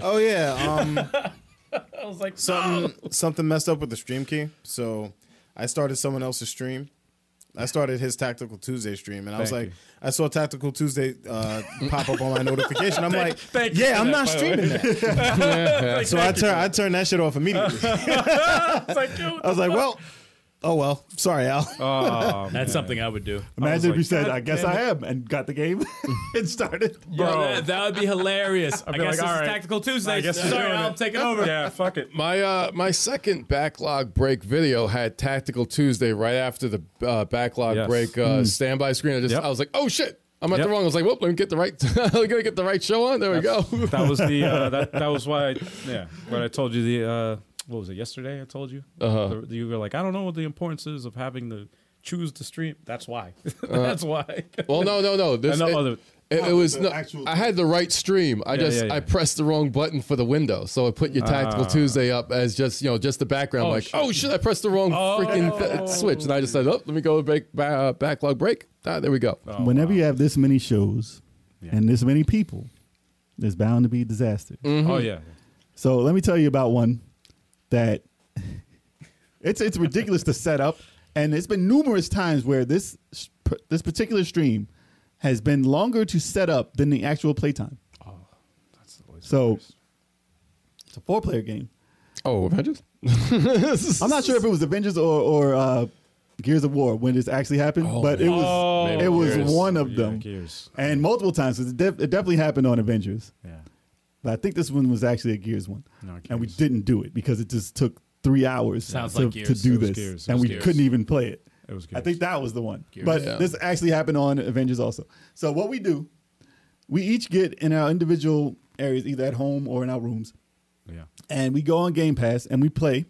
Speaker 2: Oh yeah, um,
Speaker 5: I was like,
Speaker 2: something something messed up with the stream key. So I started someone else's stream. I started his Tactical Tuesday stream, and I was
Speaker 1: Thank
Speaker 2: like,
Speaker 1: you.
Speaker 2: I saw Tactical Tuesday uh, pop up on my notification. I'm like,
Speaker 5: thank you
Speaker 2: yeah,
Speaker 5: for
Speaker 2: I'm
Speaker 5: that,
Speaker 2: not
Speaker 5: by the
Speaker 2: streaming that. so I turn I turned that shit off immediately. I was like, well, oh well, sorry, Al.
Speaker 1: Oh,
Speaker 5: that's something I would do.
Speaker 3: Imagine if
Speaker 1: like,
Speaker 3: you said, "I guess
Speaker 1: damn
Speaker 3: I am," and got the game and started.
Speaker 5: Bro, that, that would be hilarious. I
Speaker 1: be
Speaker 5: guess
Speaker 1: like,
Speaker 5: this
Speaker 1: all
Speaker 5: is
Speaker 1: right.
Speaker 5: Tactical Tuesday.
Speaker 1: I guess we're
Speaker 5: Sorry,
Speaker 1: doing
Speaker 5: I'll
Speaker 1: it.
Speaker 5: take it over.
Speaker 1: yeah, fuck it.
Speaker 4: My uh, my second backlog break video had Tactical Tuesday right after the uh, backlog
Speaker 1: Yes.
Speaker 4: break uh, standby screen. I just
Speaker 1: Yep.
Speaker 4: I was like, oh shit, I'm at
Speaker 1: Yep.
Speaker 4: the wrong. I was like, whoop, let me get the right. I'm gonna get the right show on. There we go.
Speaker 1: That was the uh, that that was why. I, yeah, but I told you the uh, what was it yesterday? I told you. Uh-huh. you were like, I don't know what the importance is of having to choose the stream. That's why.
Speaker 3: Uh,
Speaker 1: that's why.
Speaker 4: well, no, no, no. This,
Speaker 1: know
Speaker 4: it,
Speaker 1: other-
Speaker 4: it, it was
Speaker 3: the
Speaker 4: no,
Speaker 3: actual-
Speaker 4: I had the right stream. I just
Speaker 1: yeah, yeah.
Speaker 4: I pressed the wrong button for the window, so I put your Tactical Tuesday up as just you know just the background.
Speaker 1: Oh,
Speaker 4: like,
Speaker 1: shit.
Speaker 4: oh shit, I pressed the wrong freaking th- switch, and I just said, oh, let me go break ba- uh, backlog break. Ah, there we go.
Speaker 1: Oh.
Speaker 3: Whenever you have this many shows and this many people, there's bound to be disaster.
Speaker 1: Oh yeah.
Speaker 3: So let me tell you about one that it's it's ridiculous to set up, and it's been numerous times where this s- p- this particular stream has been longer to set up than the actual playtime. So it's a four player game.
Speaker 4: Oh, Avengers.
Speaker 3: I'm not sure if it was Avengers or or uh, Gears of War when this actually happened, but it was
Speaker 4: Oh, man,
Speaker 3: it was
Speaker 4: Gears.
Speaker 3: one of
Speaker 1: Yeah,
Speaker 3: them,
Speaker 1: Gears.
Speaker 3: and multiple times. 'cause It, def- it definitely happened on Avengers.
Speaker 1: Yeah.
Speaker 3: But I think this one was actually a Gears one.
Speaker 1: No,
Speaker 3: And we
Speaker 1: Gears.
Speaker 3: didn't do it because it just took three hours
Speaker 5: Sounds
Speaker 3: to,
Speaker 5: like Gears.
Speaker 3: to do
Speaker 1: It was
Speaker 3: this.
Speaker 1: Gears. It
Speaker 3: And
Speaker 1: was
Speaker 3: we
Speaker 1: Gears.
Speaker 3: couldn't even play it.
Speaker 1: It was
Speaker 3: I
Speaker 1: Gears.
Speaker 3: think that was the one. But
Speaker 4: Yeah.
Speaker 3: this actually happened on Avengers also. So what we do, we each get in our individual areas, either at home or in our rooms,
Speaker 1: Yeah.
Speaker 3: and we go on Game Pass and we play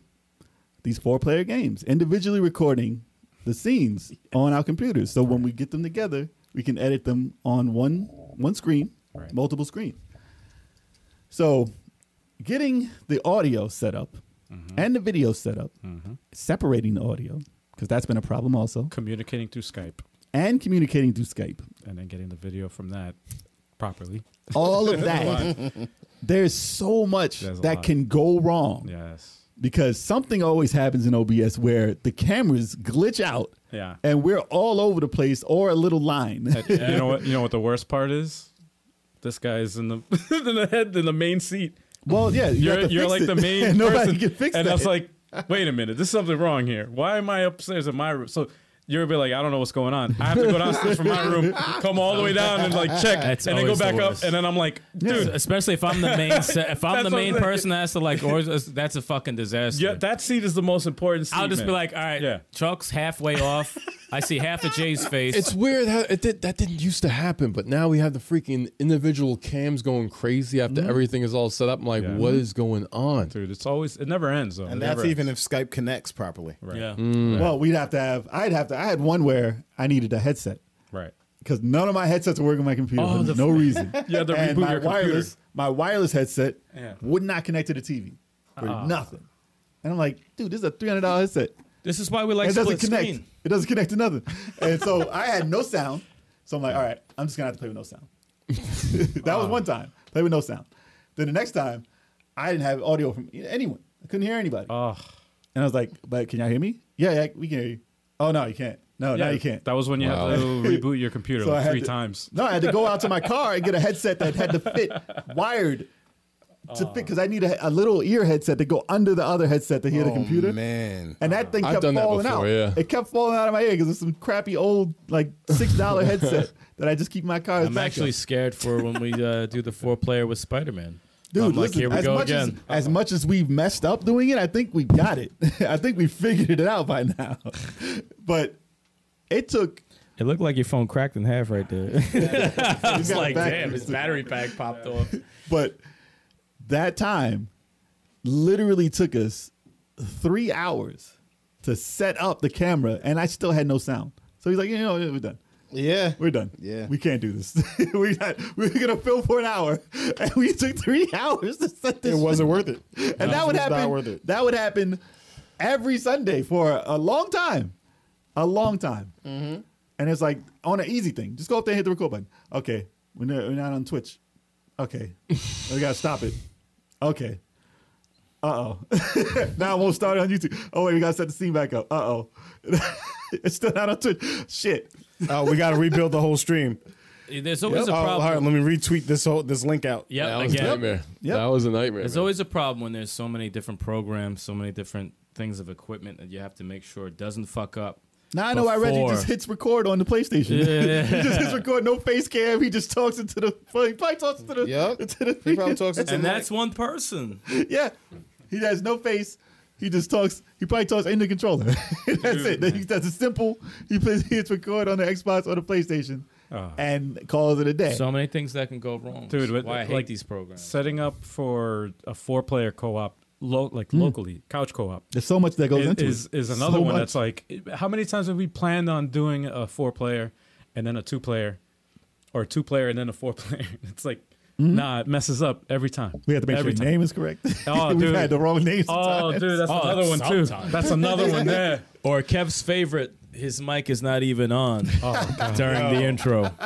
Speaker 3: these four player games, individually recording the scenes on our computers. So when we get them together, we can edit them on one one screen,
Speaker 1: Right.
Speaker 3: multiple screen. So getting the audio set up
Speaker 1: Mm-hmm.
Speaker 3: and the video set up, separating the audio, because that's been a problem also,
Speaker 1: Communicating through Skype
Speaker 3: and communicating through Skype.
Speaker 1: and then getting the video from that properly.
Speaker 3: All of that. There's so much
Speaker 1: There's a
Speaker 3: that
Speaker 1: lot.
Speaker 3: can go wrong.
Speaker 1: Yes.
Speaker 3: because something always happens in OBS where the cameras glitch out
Speaker 1: Yeah.
Speaker 3: and we're all over the place or a little line.
Speaker 1: And You know what? You know what the worst part is? This guy's in the in the head in the main seat.
Speaker 3: well, yeah, you
Speaker 1: You're
Speaker 3: have to
Speaker 1: you're
Speaker 3: fix
Speaker 1: like
Speaker 3: it.
Speaker 1: the main
Speaker 3: And Nobody
Speaker 1: person.
Speaker 3: can fix
Speaker 1: and
Speaker 3: that.
Speaker 1: I was like, wait a minute, there's something wrong here. Why am I upstairs in my room? So you're gonna be like, I don't know what's going on. I have to go downstairs from my room, come all the way down and like check,
Speaker 5: That's
Speaker 1: and then go
Speaker 5: always the
Speaker 1: back up,
Speaker 5: worst.
Speaker 1: and then I'm like, dude,
Speaker 5: Especially if I'm the main, se- if I'm
Speaker 1: That's what
Speaker 5: the
Speaker 1: I'm
Speaker 5: main
Speaker 1: saying.
Speaker 5: person that has to like, or that's a fucking disaster.
Speaker 1: yeah, that seat is the most important. Seat,
Speaker 5: I'll just be
Speaker 1: man.
Speaker 5: like, all right,
Speaker 1: Yeah.
Speaker 5: Chuck's halfway off. I see half of Jay's face.
Speaker 4: It's weird how it did, that didn't used to happen, but now we have the freaking individual cams going crazy after everything is all set up. I'm like,
Speaker 1: Mm-hmm. Yeah.
Speaker 4: what is going on?
Speaker 1: dude, it's always it never ends though.
Speaker 2: and
Speaker 1: It
Speaker 2: that's
Speaker 1: never
Speaker 2: even
Speaker 1: ends.
Speaker 2: if Skype connects properly.
Speaker 1: right.
Speaker 5: yeah.
Speaker 3: well, we'd have to have, I'd have to, I had one where I needed a headset
Speaker 1: right.
Speaker 3: because none of my headsets were working on my computer
Speaker 5: Oh,
Speaker 3: for
Speaker 5: the-
Speaker 3: no reason.
Speaker 1: You had to
Speaker 3: and
Speaker 1: reboot
Speaker 3: my
Speaker 1: your computer.
Speaker 3: wireless, my wireless headset
Speaker 1: Yeah. Ah.
Speaker 3: would not connect to the TV for nothing. And I'm like, dude, this is a $300 headset.
Speaker 5: This is why we like
Speaker 3: it doesn't
Speaker 5: split
Speaker 3: connect.
Speaker 5: screen.
Speaker 3: It doesn't connect to nothing. And so I had no sound. So I'm like, all right, I'm just gonna have to play with no sound. that was one time. Play with no sound. Then the next time, I didn't have audio from anyone. I couldn't hear anybody.
Speaker 1: Oh,
Speaker 3: and I was like, but can y'all hear me? Yeah, yeah, we can hear you. Oh no, you can't. No,
Speaker 1: yeah.
Speaker 3: no, you can't.
Speaker 1: That was when you
Speaker 4: Wow.
Speaker 1: had to reboot your computer
Speaker 3: So I
Speaker 1: like
Speaker 3: had
Speaker 1: three
Speaker 3: to-
Speaker 1: times.
Speaker 3: No, I had to go out to my car and get a headset that had to fit wired because I need a, a little ear headset to go under the other headset to hear the
Speaker 2: Oh,
Speaker 3: computer.
Speaker 2: man.
Speaker 3: And that thing
Speaker 4: I've
Speaker 3: kept
Speaker 4: done that
Speaker 3: falling out.
Speaker 4: before, yeah.
Speaker 3: It kept falling out of my ear because it's some crappy old like six dollar headset that I just keep in my car. as
Speaker 5: I'm
Speaker 3: backup.
Speaker 5: actually scared for when we uh, do the four player with Spider Man.
Speaker 3: dude.
Speaker 5: I'm like,
Speaker 3: listen,
Speaker 5: here we
Speaker 3: as
Speaker 5: go
Speaker 3: much
Speaker 5: again.
Speaker 3: As, as much as we've messed up doing it, I think we got it. I think we figured it out by now. but it took.
Speaker 10: It looked like your phone cracked in half right there.
Speaker 5: I was
Speaker 3: got
Speaker 5: like,
Speaker 3: back.
Speaker 5: damn, his battery pack popped off.
Speaker 3: But that time literally took us three hours to set up the camera, and I still had no sound. So he's like, you know, we're done.
Speaker 2: Yeah.
Speaker 3: We're done.
Speaker 2: Yeah.
Speaker 3: we can't do this. we got, we were gonna film for an hour, and we took three hours to set this.
Speaker 2: It wasn't worth it.
Speaker 3: and that would
Speaker 2: It's
Speaker 3: happen.
Speaker 2: Not worth it.
Speaker 3: That would happen every Sunday for a long time, a long time.
Speaker 2: Mm-hmm.
Speaker 3: And it's like on an easy thing. Just go up there and hit the record button. Okay, we're not, we're not on Twitch. Okay, we gotta stop it. Okay. Uh oh. now I won't start it on YouTube. Oh wait, we gotta set the scene back up. Uh oh. it's still not on Twitch. Shit.
Speaker 2: Oh, we got to rebuild the whole stream.
Speaker 5: There's always
Speaker 2: Oh,
Speaker 5: a
Speaker 2: all right,
Speaker 5: problem.
Speaker 2: let me retweet this whole this link out.
Speaker 5: Yep,
Speaker 4: that was a
Speaker 5: again.
Speaker 4: nightmare.
Speaker 3: Yep.
Speaker 4: That was a nightmare.
Speaker 5: There's
Speaker 4: man.
Speaker 5: always a problem when there's so many different programs, so many different things of equipment that you have to make sure it doesn't fuck up.
Speaker 3: Now I know why Reggie
Speaker 5: Before.
Speaker 3: just hits record on the PlayStation. he just hits record, no face cam. He just talks into the. He probably talks into the.
Speaker 2: Yep.
Speaker 3: Into the
Speaker 2: He probably talks to
Speaker 5: And
Speaker 2: Mike.
Speaker 5: that's one person.
Speaker 3: Yeah. He has no face. He just talks. He probably talks into the controller. that's it. That- That's a simple. He plays. He hits record on the Xbox or the PlayStation, and calls it a day.
Speaker 5: So many things that can go wrong.
Speaker 1: Dude, but,
Speaker 5: why I hate
Speaker 1: like,
Speaker 5: these programs.
Speaker 1: Setting up for a four player co op, lo- like locally, couch co op.
Speaker 3: There's so much that Hmm. goes into
Speaker 1: is,
Speaker 3: it.
Speaker 1: is another
Speaker 3: So
Speaker 1: one
Speaker 3: much.
Speaker 1: that's like how many times have we planned on doing a four player and then a two player or a two player and then a four player it's like nah it messes up every time
Speaker 3: Hmm? we have to make
Speaker 1: every
Speaker 3: sure the
Speaker 1: time.
Speaker 3: name is correct.
Speaker 1: Oh,
Speaker 3: We've
Speaker 1: dude.
Speaker 3: had the wrong name.
Speaker 1: oh
Speaker 3: sometimes.
Speaker 1: dude that's
Speaker 5: Oh,
Speaker 1: another one too
Speaker 5: sometimes.
Speaker 1: that's another one there
Speaker 5: Or Kev's favorite, his mic is not even on during the intro.
Speaker 3: that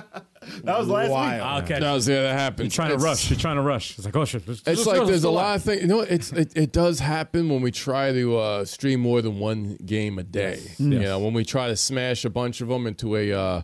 Speaker 3: was last week.
Speaker 5: I'll catch
Speaker 4: That was yeah, that happened.
Speaker 1: you're trying to rush you're trying to rush it's like oh shit let's-
Speaker 4: It's
Speaker 1: let's
Speaker 4: like
Speaker 1: go, let's
Speaker 4: there's a
Speaker 1: go.
Speaker 4: lot of things. You know, it's it, it does happen when we try to uh, stream more than one game a day. You know, when we try to smash a bunch of them into a uh,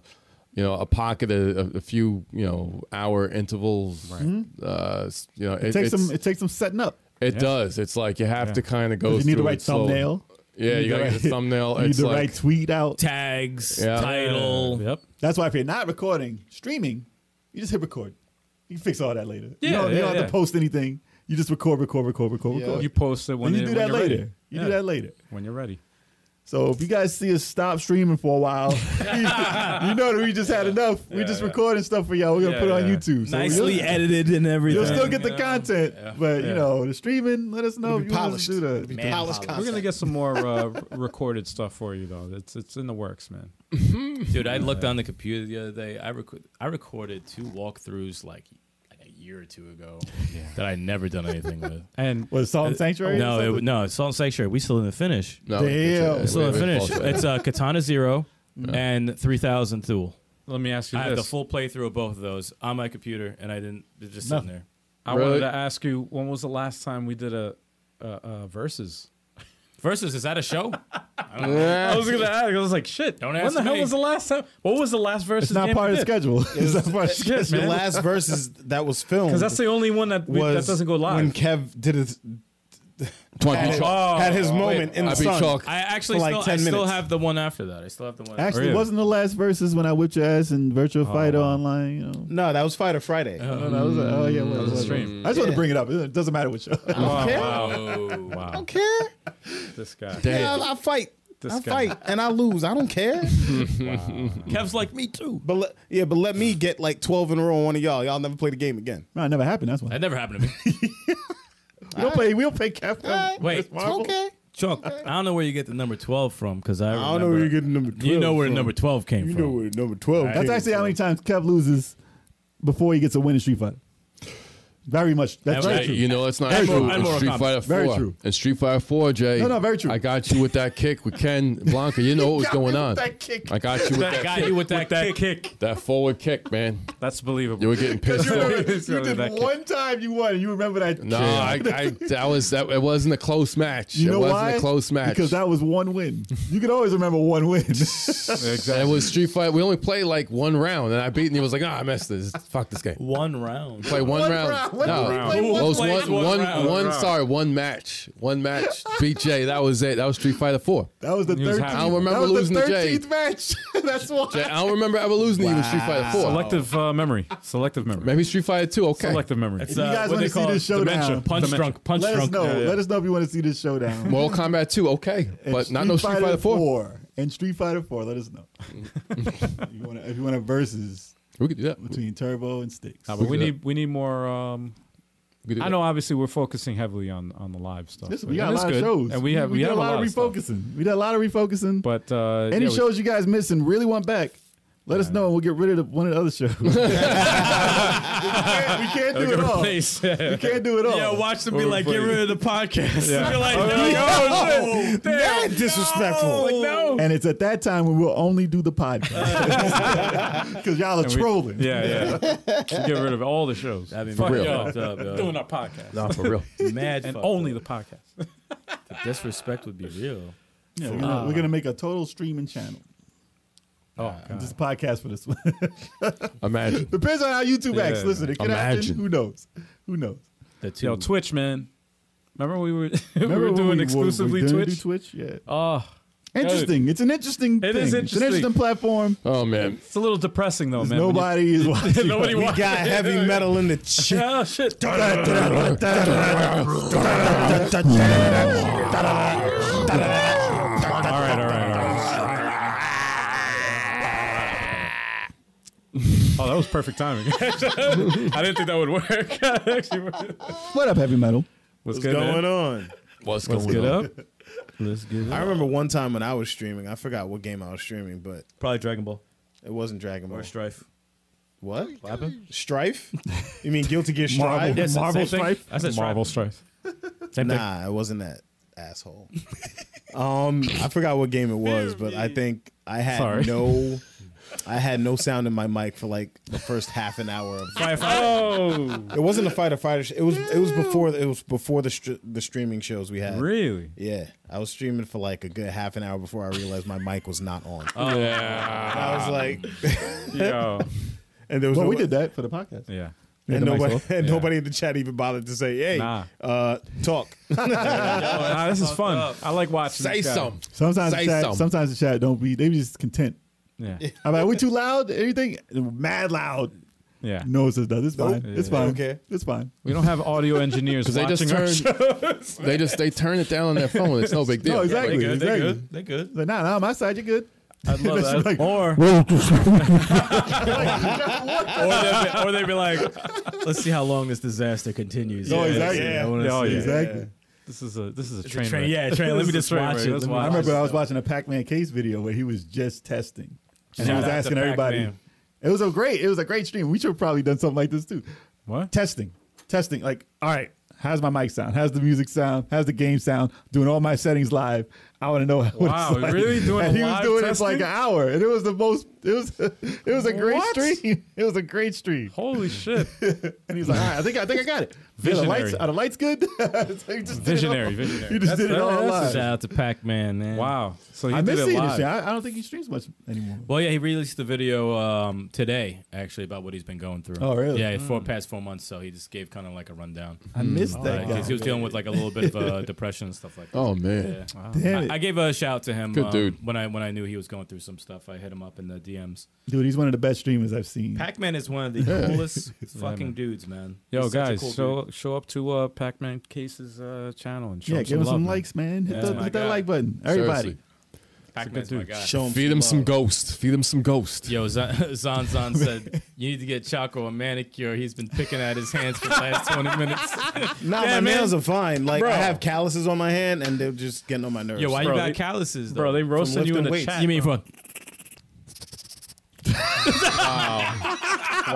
Speaker 4: you know a pocket, a, a- a few you know hour intervals. Right. Uh, s- you know, it,
Speaker 3: Mm-hmm. It takes
Speaker 4: it's-
Speaker 3: some. It takes some setting up.
Speaker 4: It does. It's like you have to kind of go.
Speaker 3: You need the
Speaker 4: through
Speaker 3: right
Speaker 4: it slowly.
Speaker 3: thumbnail.
Speaker 4: Yeah, you,
Speaker 3: need the
Speaker 4: gotta get the
Speaker 3: right-
Speaker 4: thumbnail.
Speaker 3: You need
Speaker 4: Oh, It's
Speaker 3: the
Speaker 4: like
Speaker 3: right tweet out.
Speaker 5: Tags,
Speaker 4: Yeah.
Speaker 5: title.
Speaker 1: yep
Speaker 3: That's why if you're not recording, streaming, you just hit record. You can fix all that later. you
Speaker 1: Yeah,
Speaker 3: don't, you
Speaker 1: yeah,
Speaker 3: don't have
Speaker 1: yeah.
Speaker 3: to post anything. You just record, record, record, record, record.
Speaker 1: you post it when,
Speaker 3: and you
Speaker 1: it- when
Speaker 3: do that
Speaker 1: you're
Speaker 3: later.
Speaker 1: ready.
Speaker 3: You
Speaker 1: Yeah,
Speaker 3: do that later.
Speaker 1: when you're ready
Speaker 3: So if you guys see us stop streaming for a while, you know that we just had enough. We're just recording stuff for y'all. We're gonna
Speaker 5: Yeah,
Speaker 3: put it on
Speaker 5: yeah.
Speaker 3: YouTube. So
Speaker 10: Nicely
Speaker 3: you'll,
Speaker 10: edited and everything.
Speaker 3: you'll still get the content, but you know the streaming. Let us know
Speaker 2: It'll
Speaker 3: if
Speaker 2: be
Speaker 3: you want us to
Speaker 2: polished.
Speaker 3: do
Speaker 2: It'll be
Speaker 3: that.
Speaker 2: polished content.
Speaker 1: we're gonna get some more uh, r- recorded stuff for you though it's it's in the works man
Speaker 5: Dude, I looked on the computer the other day. I rec- I recorded two walkthroughs like, like a year or two ago that I never done anything with.
Speaker 1: and
Speaker 3: Was Salt and Sanctuary? or
Speaker 5: no, it,
Speaker 3: something?
Speaker 5: no, it's all in Sanctuary. We still didn't finish.
Speaker 4: No,
Speaker 3: Damn.
Speaker 4: it's-
Speaker 5: We still
Speaker 4: we-
Speaker 5: didn't
Speaker 4: we
Speaker 5: finish.
Speaker 4: false-
Speaker 5: It's uh, Katana Zero and 3000 Thule.
Speaker 1: let me ask you this
Speaker 5: I have the full playthrough of both of those on my computer, and I didn't. They're just sitting there.
Speaker 1: i
Speaker 4: Really?
Speaker 1: wanted to ask you when was the last time we did a uh, uh, versus
Speaker 5: Versus, is that a show?
Speaker 1: I was gonna ask. I was like, "Shit,
Speaker 5: Don't
Speaker 1: When
Speaker 5: ask
Speaker 1: the hell
Speaker 5: me.
Speaker 1: was the last time? What was the last versus
Speaker 3: It's not
Speaker 1: game
Speaker 3: part of the schedule. It's not part of the
Speaker 1: Shit,
Speaker 2: the
Speaker 1: man.
Speaker 2: last verses that was filmed.
Speaker 1: Because that's the only one that we, that
Speaker 2: was
Speaker 1: doesn't go
Speaker 2: when
Speaker 1: live.
Speaker 2: Kev did his
Speaker 4: Twenty
Speaker 2: had, his-
Speaker 4: chalk.
Speaker 2: had his
Speaker 1: Oh,
Speaker 2: moment in the
Speaker 4: I beat
Speaker 2: sun.
Speaker 4: chalk.
Speaker 5: I actually
Speaker 2: For like
Speaker 5: still,
Speaker 2: 10
Speaker 5: I still
Speaker 2: minutes.
Speaker 5: have the one after that. I still have the one.
Speaker 3: Actually,
Speaker 1: Really?
Speaker 3: wasn't the last verses when I whipped your ass in Virtual Fighter
Speaker 1: Oh.
Speaker 3: Online? You know,
Speaker 2: No, that was Fighter Friday.
Speaker 1: Uh-huh.
Speaker 3: oh, that was a, oh yeah, that was a
Speaker 1: stream.
Speaker 3: I just want to bring it up. It doesn't matter what show.
Speaker 1: Oh.
Speaker 5: after.
Speaker 2: I don't care.
Speaker 1: This guy.
Speaker 2: Yeah, I, I fight.
Speaker 1: This
Speaker 2: I
Speaker 1: guy.
Speaker 2: fight and I lose. I don't care.
Speaker 5: Kev's like me too.
Speaker 2: But le- yeah, but let me get like twelve in a row on one of y'all. Y'all never play the game again.
Speaker 3: No, it never happened. That's why.
Speaker 5: That never happened to me.
Speaker 3: We don't play. We don't play Capcom.
Speaker 5: Wait,
Speaker 2: okay.
Speaker 5: Chunk, I don't know where you get the number twelve from because I,
Speaker 2: I don't know where you're getting number twelve.
Speaker 5: You know where
Speaker 2: from.
Speaker 5: number twelve came
Speaker 2: You
Speaker 5: from.
Speaker 2: know where number twelve.
Speaker 3: That's
Speaker 2: came
Speaker 3: actually how
Speaker 2: from.
Speaker 3: many times Kev loses before he gets a win in Street Fighter. Very much.
Speaker 5: That-
Speaker 3: That's very
Speaker 5: that-
Speaker 4: Hey,
Speaker 3: true.
Speaker 4: you know that's not
Speaker 5: Very
Speaker 4: true.
Speaker 5: true. I'm
Speaker 4: in
Speaker 5: more
Speaker 4: Street
Speaker 5: accomplished.
Speaker 4: Fighter Four,
Speaker 3: Very true.
Speaker 4: in Street Fighter Four, Jay.
Speaker 3: No, no, very true.
Speaker 4: I got you with that kick with Ken Blanca. You know what was going on.
Speaker 3: that kick.
Speaker 4: I got you with
Speaker 5: I
Speaker 4: that,
Speaker 5: got you with that, kick.
Speaker 4: that forward kick, man.
Speaker 1: That's believable.
Speaker 4: You were getting pissed.
Speaker 3: You,
Speaker 4: off.
Speaker 3: remember, you
Speaker 1: Sorry,
Speaker 3: did
Speaker 1: that kick.
Speaker 3: one time you won, and you remember that.
Speaker 4: No,
Speaker 3: kick.
Speaker 4: I, I that was that. It wasn't a close match.
Speaker 3: you know
Speaker 4: it wasn't
Speaker 3: why?
Speaker 4: a close match
Speaker 3: because that was one win. You could always remember one win.
Speaker 4: It was Street Fighter. We only played like one round, and I beat. And he was like, "Ah, I missed this. Fuck this game.
Speaker 5: One round.
Speaker 4: Play one,
Speaker 3: One
Speaker 4: round.
Speaker 3: round.
Speaker 2: When
Speaker 4: No,
Speaker 2: did we play
Speaker 4: it
Speaker 2: one
Speaker 4: was
Speaker 5: play
Speaker 4: one,
Speaker 5: one
Speaker 4: one,
Speaker 5: round?
Speaker 4: one- sorry, one match, one match. Beat Jay. That was it. That was Street Fighter Four.
Speaker 3: That was the
Speaker 1: He was
Speaker 3: third.
Speaker 1: happy.
Speaker 4: I don't remember
Speaker 2: that was
Speaker 4: losing
Speaker 2: the
Speaker 4: to Jay.
Speaker 2: 13th match. That's why.
Speaker 4: Jay. I don't remember ever losing to even Street Fighter Four.
Speaker 1: Selective uh, memory. Selective memory.
Speaker 4: Maybe Street Fighter Two. Okay.
Speaker 1: Selective memory.
Speaker 5: It's, uh,
Speaker 3: you guys
Speaker 5: what
Speaker 3: wanna
Speaker 5: they
Speaker 3: see
Speaker 5: call
Speaker 3: this
Speaker 5: it,
Speaker 3: showdown,
Speaker 5: dementia. punch
Speaker 1: Dementia.
Speaker 5: drunk, punch
Speaker 3: Let us
Speaker 5: drunk.
Speaker 3: know.
Speaker 5: Yeah, yeah.
Speaker 3: Let us know if you want to see this showdown.
Speaker 4: Mortal Kombat Two. Okay,
Speaker 3: And
Speaker 4: but not no Street Fighter Four.
Speaker 3: And Street Fighter Four. Let us know. you wanna, if you want to versus
Speaker 4: We could do that.
Speaker 3: between Turbo and Sticks.
Speaker 1: Nah, but we
Speaker 4: do
Speaker 1: need we need more. Um,
Speaker 4: We could do
Speaker 1: I
Speaker 4: that.
Speaker 1: know. Obviously, we're focusing heavily on on the live stuff.
Speaker 3: Listen,
Speaker 1: but-
Speaker 3: we got
Speaker 1: and
Speaker 3: a
Speaker 1: it's
Speaker 3: lot
Speaker 1: good.
Speaker 3: of shows.
Speaker 1: and we have
Speaker 3: we,
Speaker 1: we,
Speaker 3: did
Speaker 1: have
Speaker 3: a lot of
Speaker 1: stuff.
Speaker 3: refocusing. We did a lot of refocusing.
Speaker 1: But uh,
Speaker 3: Any
Speaker 1: yeah, we-
Speaker 3: shows you guys missing really want back. Let us know and we'll get rid of the, one of the other shows. we, can't, we can't do it all. We
Speaker 1: Place. yeah,
Speaker 3: can't do it all.
Speaker 5: Yeah, watch them be like, get rid of the podcast.
Speaker 1: Yeah.
Speaker 5: You're like,
Speaker 1: Oh,
Speaker 5: no,
Speaker 1: no.
Speaker 5: shit.
Speaker 2: That disrespectful.
Speaker 5: Like, no.
Speaker 3: And it's at that time when we'll only do the podcast. Because y'all are
Speaker 1: we-
Speaker 3: trolling.
Speaker 1: yeah. Get rid of all the shows.
Speaker 5: That'd be
Speaker 1: Fuck
Speaker 5: real
Speaker 1: y'all.
Speaker 5: fucked up, yo.
Speaker 1: Doing our podcast
Speaker 4: No, for real.
Speaker 5: Mad
Speaker 1: and
Speaker 5: fucked
Speaker 1: only the
Speaker 5: up.
Speaker 1: podcast.
Speaker 5: the disrespect would be real.
Speaker 3: Yeah, we're gonna- we're going to make a total streaming channel.
Speaker 1: Oh,
Speaker 3: This podcast for this one.
Speaker 4: Imagine.
Speaker 3: Depends on how YouTube acts.
Speaker 1: Yeah.
Speaker 3: Listen, it could happen.
Speaker 4: Imagine.
Speaker 3: Who knows? Who knows?
Speaker 5: The two.
Speaker 1: yo, Twitch, man. Remember we were we
Speaker 3: Remember
Speaker 1: were
Speaker 3: when
Speaker 1: doing
Speaker 3: we
Speaker 1: exclusively
Speaker 3: we didn't do
Speaker 1: Twitch.
Speaker 3: Twitch? Yeah.
Speaker 1: Oh,
Speaker 3: Interesting. It's an interesting
Speaker 1: It
Speaker 3: thing.
Speaker 1: is
Speaker 3: It's an
Speaker 1: interesting.
Speaker 3: interesting platform.
Speaker 4: Oh man.
Speaker 1: it's a little depressing though, man. when you-
Speaker 3: Nobody is watching.
Speaker 1: Nobody
Speaker 2: We
Speaker 1: watched.
Speaker 2: got heavy metal in the chin.
Speaker 1: Oh shit. All right, all right, all right. Oh, that was perfect timing. I didn't think that would work. Actually, what's,
Speaker 3: what up, heavy metal?
Speaker 2: What's going on?
Speaker 4: What's,
Speaker 1: Let's
Speaker 4: going
Speaker 1: get
Speaker 4: on?
Speaker 1: up. Let's get
Speaker 2: I remember one time when I was streaming. I forgot what game I was streaming, but
Speaker 5: Probably Dragon Ball
Speaker 2: it wasn't Dragon Ball.
Speaker 5: or Strife.
Speaker 2: what?
Speaker 5: What happened?
Speaker 2: Strife? You mean Guilty Gear Strive?
Speaker 5: Yes, Marvel Strife? I said
Speaker 1: Marvel
Speaker 5: Marvel.
Speaker 1: Strife.
Speaker 2: Nah, it wasn't that asshole. um, I forgot what game it was, but I think I had
Speaker 1: Sorry.
Speaker 2: no, I had no sound in my mic for like the first half an hour. Of,
Speaker 1: Oh,
Speaker 2: it wasn't a fight or fighter. Sh- it was it was before it was before the str- the streaming shows we had.
Speaker 1: really?
Speaker 2: Yeah, I was streaming for like a good half an hour before I realized my mic was not on.
Speaker 1: Ah. Oh, yeah.
Speaker 2: And I was like,
Speaker 1: Yo.
Speaker 2: and there was
Speaker 3: Well,
Speaker 2: no,
Speaker 3: we did that for the podcast.
Speaker 1: Yeah.
Speaker 2: and
Speaker 3: the mics
Speaker 2: nobody,
Speaker 3: off.
Speaker 2: and
Speaker 1: Yeah.
Speaker 2: nobody in the chat even bothered to say, "Hey,
Speaker 1: Nah.
Speaker 2: uh, talk."
Speaker 1: Nah, this is fun. I like watching.
Speaker 4: Say
Speaker 1: this guy.
Speaker 4: something.
Speaker 3: Sometimes
Speaker 4: Say
Speaker 3: the chat,
Speaker 4: something.
Speaker 3: sometimes the chat don't be. They be just content.
Speaker 1: Yeah.
Speaker 3: I'm like, we too loud. Everything mad loud.
Speaker 1: Yeah.
Speaker 3: No, it says no. It's fine.
Speaker 2: Nope.
Speaker 3: It's fine.
Speaker 2: Okay.
Speaker 3: It's fine.
Speaker 1: We don't have audio engineers
Speaker 4: Because they
Speaker 1: watching
Speaker 4: just
Speaker 1: our show.
Speaker 4: turn. they just they turn it down on their phone. It's no big deal.
Speaker 3: No,
Speaker 5: They
Speaker 3: exactly.
Speaker 5: good. They
Speaker 3: exactly.
Speaker 5: good. They good.
Speaker 3: Like, nah, nah, my side, you're good.
Speaker 5: I'd love that.
Speaker 3: like-
Speaker 5: or or they'd be, or they'd be like, let's see how long this disaster continues.
Speaker 3: No,
Speaker 5: Yeah,
Speaker 3: exactly.
Speaker 5: yeah, I wanna
Speaker 1: Yeah,
Speaker 5: see.
Speaker 1: yeah.
Speaker 3: exactly.
Speaker 1: This is a this is a
Speaker 5: It's a
Speaker 1: train.
Speaker 5: train-
Speaker 1: wreck.
Speaker 5: yeah, train. Let
Speaker 1: This is
Speaker 5: me
Speaker 1: a
Speaker 5: just
Speaker 1: train
Speaker 5: watch
Speaker 1: wreck.
Speaker 5: it.
Speaker 1: Let's
Speaker 5: Let me
Speaker 1: watch
Speaker 3: I
Speaker 5: watch
Speaker 1: it.
Speaker 3: remember I was watching a Pac-Man case video where he was just testing, and he
Speaker 1: Shout
Speaker 3: was
Speaker 1: out to
Speaker 3: asking everybody.
Speaker 1: Pac-Man.
Speaker 3: It was a great. It was a great stream. We should have probably done something like this too.
Speaker 1: What?
Speaker 3: Testing, testing. Like, all right, how's my mic sound? How's the music sound? How's the game sound? Doing all my settings live. I want to know. What
Speaker 1: Wow,
Speaker 3: it's like.
Speaker 1: really? Doing
Speaker 3: And he
Speaker 1: live
Speaker 3: was doing it for like
Speaker 1: testing?
Speaker 3: an hour, and it was the most. It was. It was a great
Speaker 1: What?
Speaker 3: stream. It was a great stream.
Speaker 1: Holy shit!
Speaker 3: And he's like, all right, I think I think I got it. Yeah, the
Speaker 1: Visionary.
Speaker 3: lights, are the lights good? So he just did it all-
Speaker 1: Visionary,
Speaker 3: He
Speaker 1: visionary.
Speaker 3: just did it all
Speaker 10: Shout
Speaker 3: live.
Speaker 10: out to Pac Man, man.
Speaker 1: Wow. So he
Speaker 3: I
Speaker 1: did
Speaker 3: miss
Speaker 1: it
Speaker 3: seeing this shit.
Speaker 1: live.
Speaker 3: I, I don't think he streams much anymore.
Speaker 5: Well, yeah, he released the video um, today, actually, about what he's been going through.
Speaker 3: Oh, really?
Speaker 5: Yeah, for past four months. So he just gave kind of like a rundown.
Speaker 3: I missed that
Speaker 5: Like,
Speaker 3: guy.
Speaker 5: he was dealing with like a little bit of uh, depression and stuff like that.
Speaker 4: Oh man.
Speaker 5: Yeah.
Speaker 3: Damn it.
Speaker 5: I, I gave a shout out to him.
Speaker 4: Good
Speaker 5: um,
Speaker 4: dude.
Speaker 5: When I when I knew he was going through some stuff, I hit him up in the DMs.
Speaker 3: Dude, he's one of the best streamers I've seen.
Speaker 5: Pac Man is one of the coolest fucking dudes, man.
Speaker 1: Yo,
Speaker 5: He's such a
Speaker 1: guys,
Speaker 5: cool dude.
Speaker 1: show show up to uh, Pac-Man Case's uh, channel and show
Speaker 3: yeah,
Speaker 1: him
Speaker 3: give
Speaker 1: some
Speaker 3: him some
Speaker 1: love,
Speaker 3: likes, man. Oh Hit,
Speaker 5: Yeah.
Speaker 3: the-
Speaker 5: My
Speaker 3: hit that
Speaker 5: God.
Speaker 3: like button. Everybody.
Speaker 4: Seriously.
Speaker 5: Pac-Man's my guy.
Speaker 2: Show 'em
Speaker 4: Feed him some
Speaker 2: love.
Speaker 4: ghost. Feed him some ghost.
Speaker 5: Yo, Zan Zan Zan said you need to get Chaco a manicure. He's been picking at his hands for the last twenty minutes.
Speaker 2: Nah,
Speaker 5: Yeah,
Speaker 2: my
Speaker 5: man.
Speaker 2: nails are fine. Like I have calluses on my hand, and they're just getting on my nerves.
Speaker 5: Yo, why
Speaker 1: Bro,
Speaker 5: you got
Speaker 1: they-
Speaker 5: calluses, though?
Speaker 1: bro. They roasting you in
Speaker 2: lifting
Speaker 1: the
Speaker 2: weights.
Speaker 1: chat.
Speaker 5: you mean for? Ah.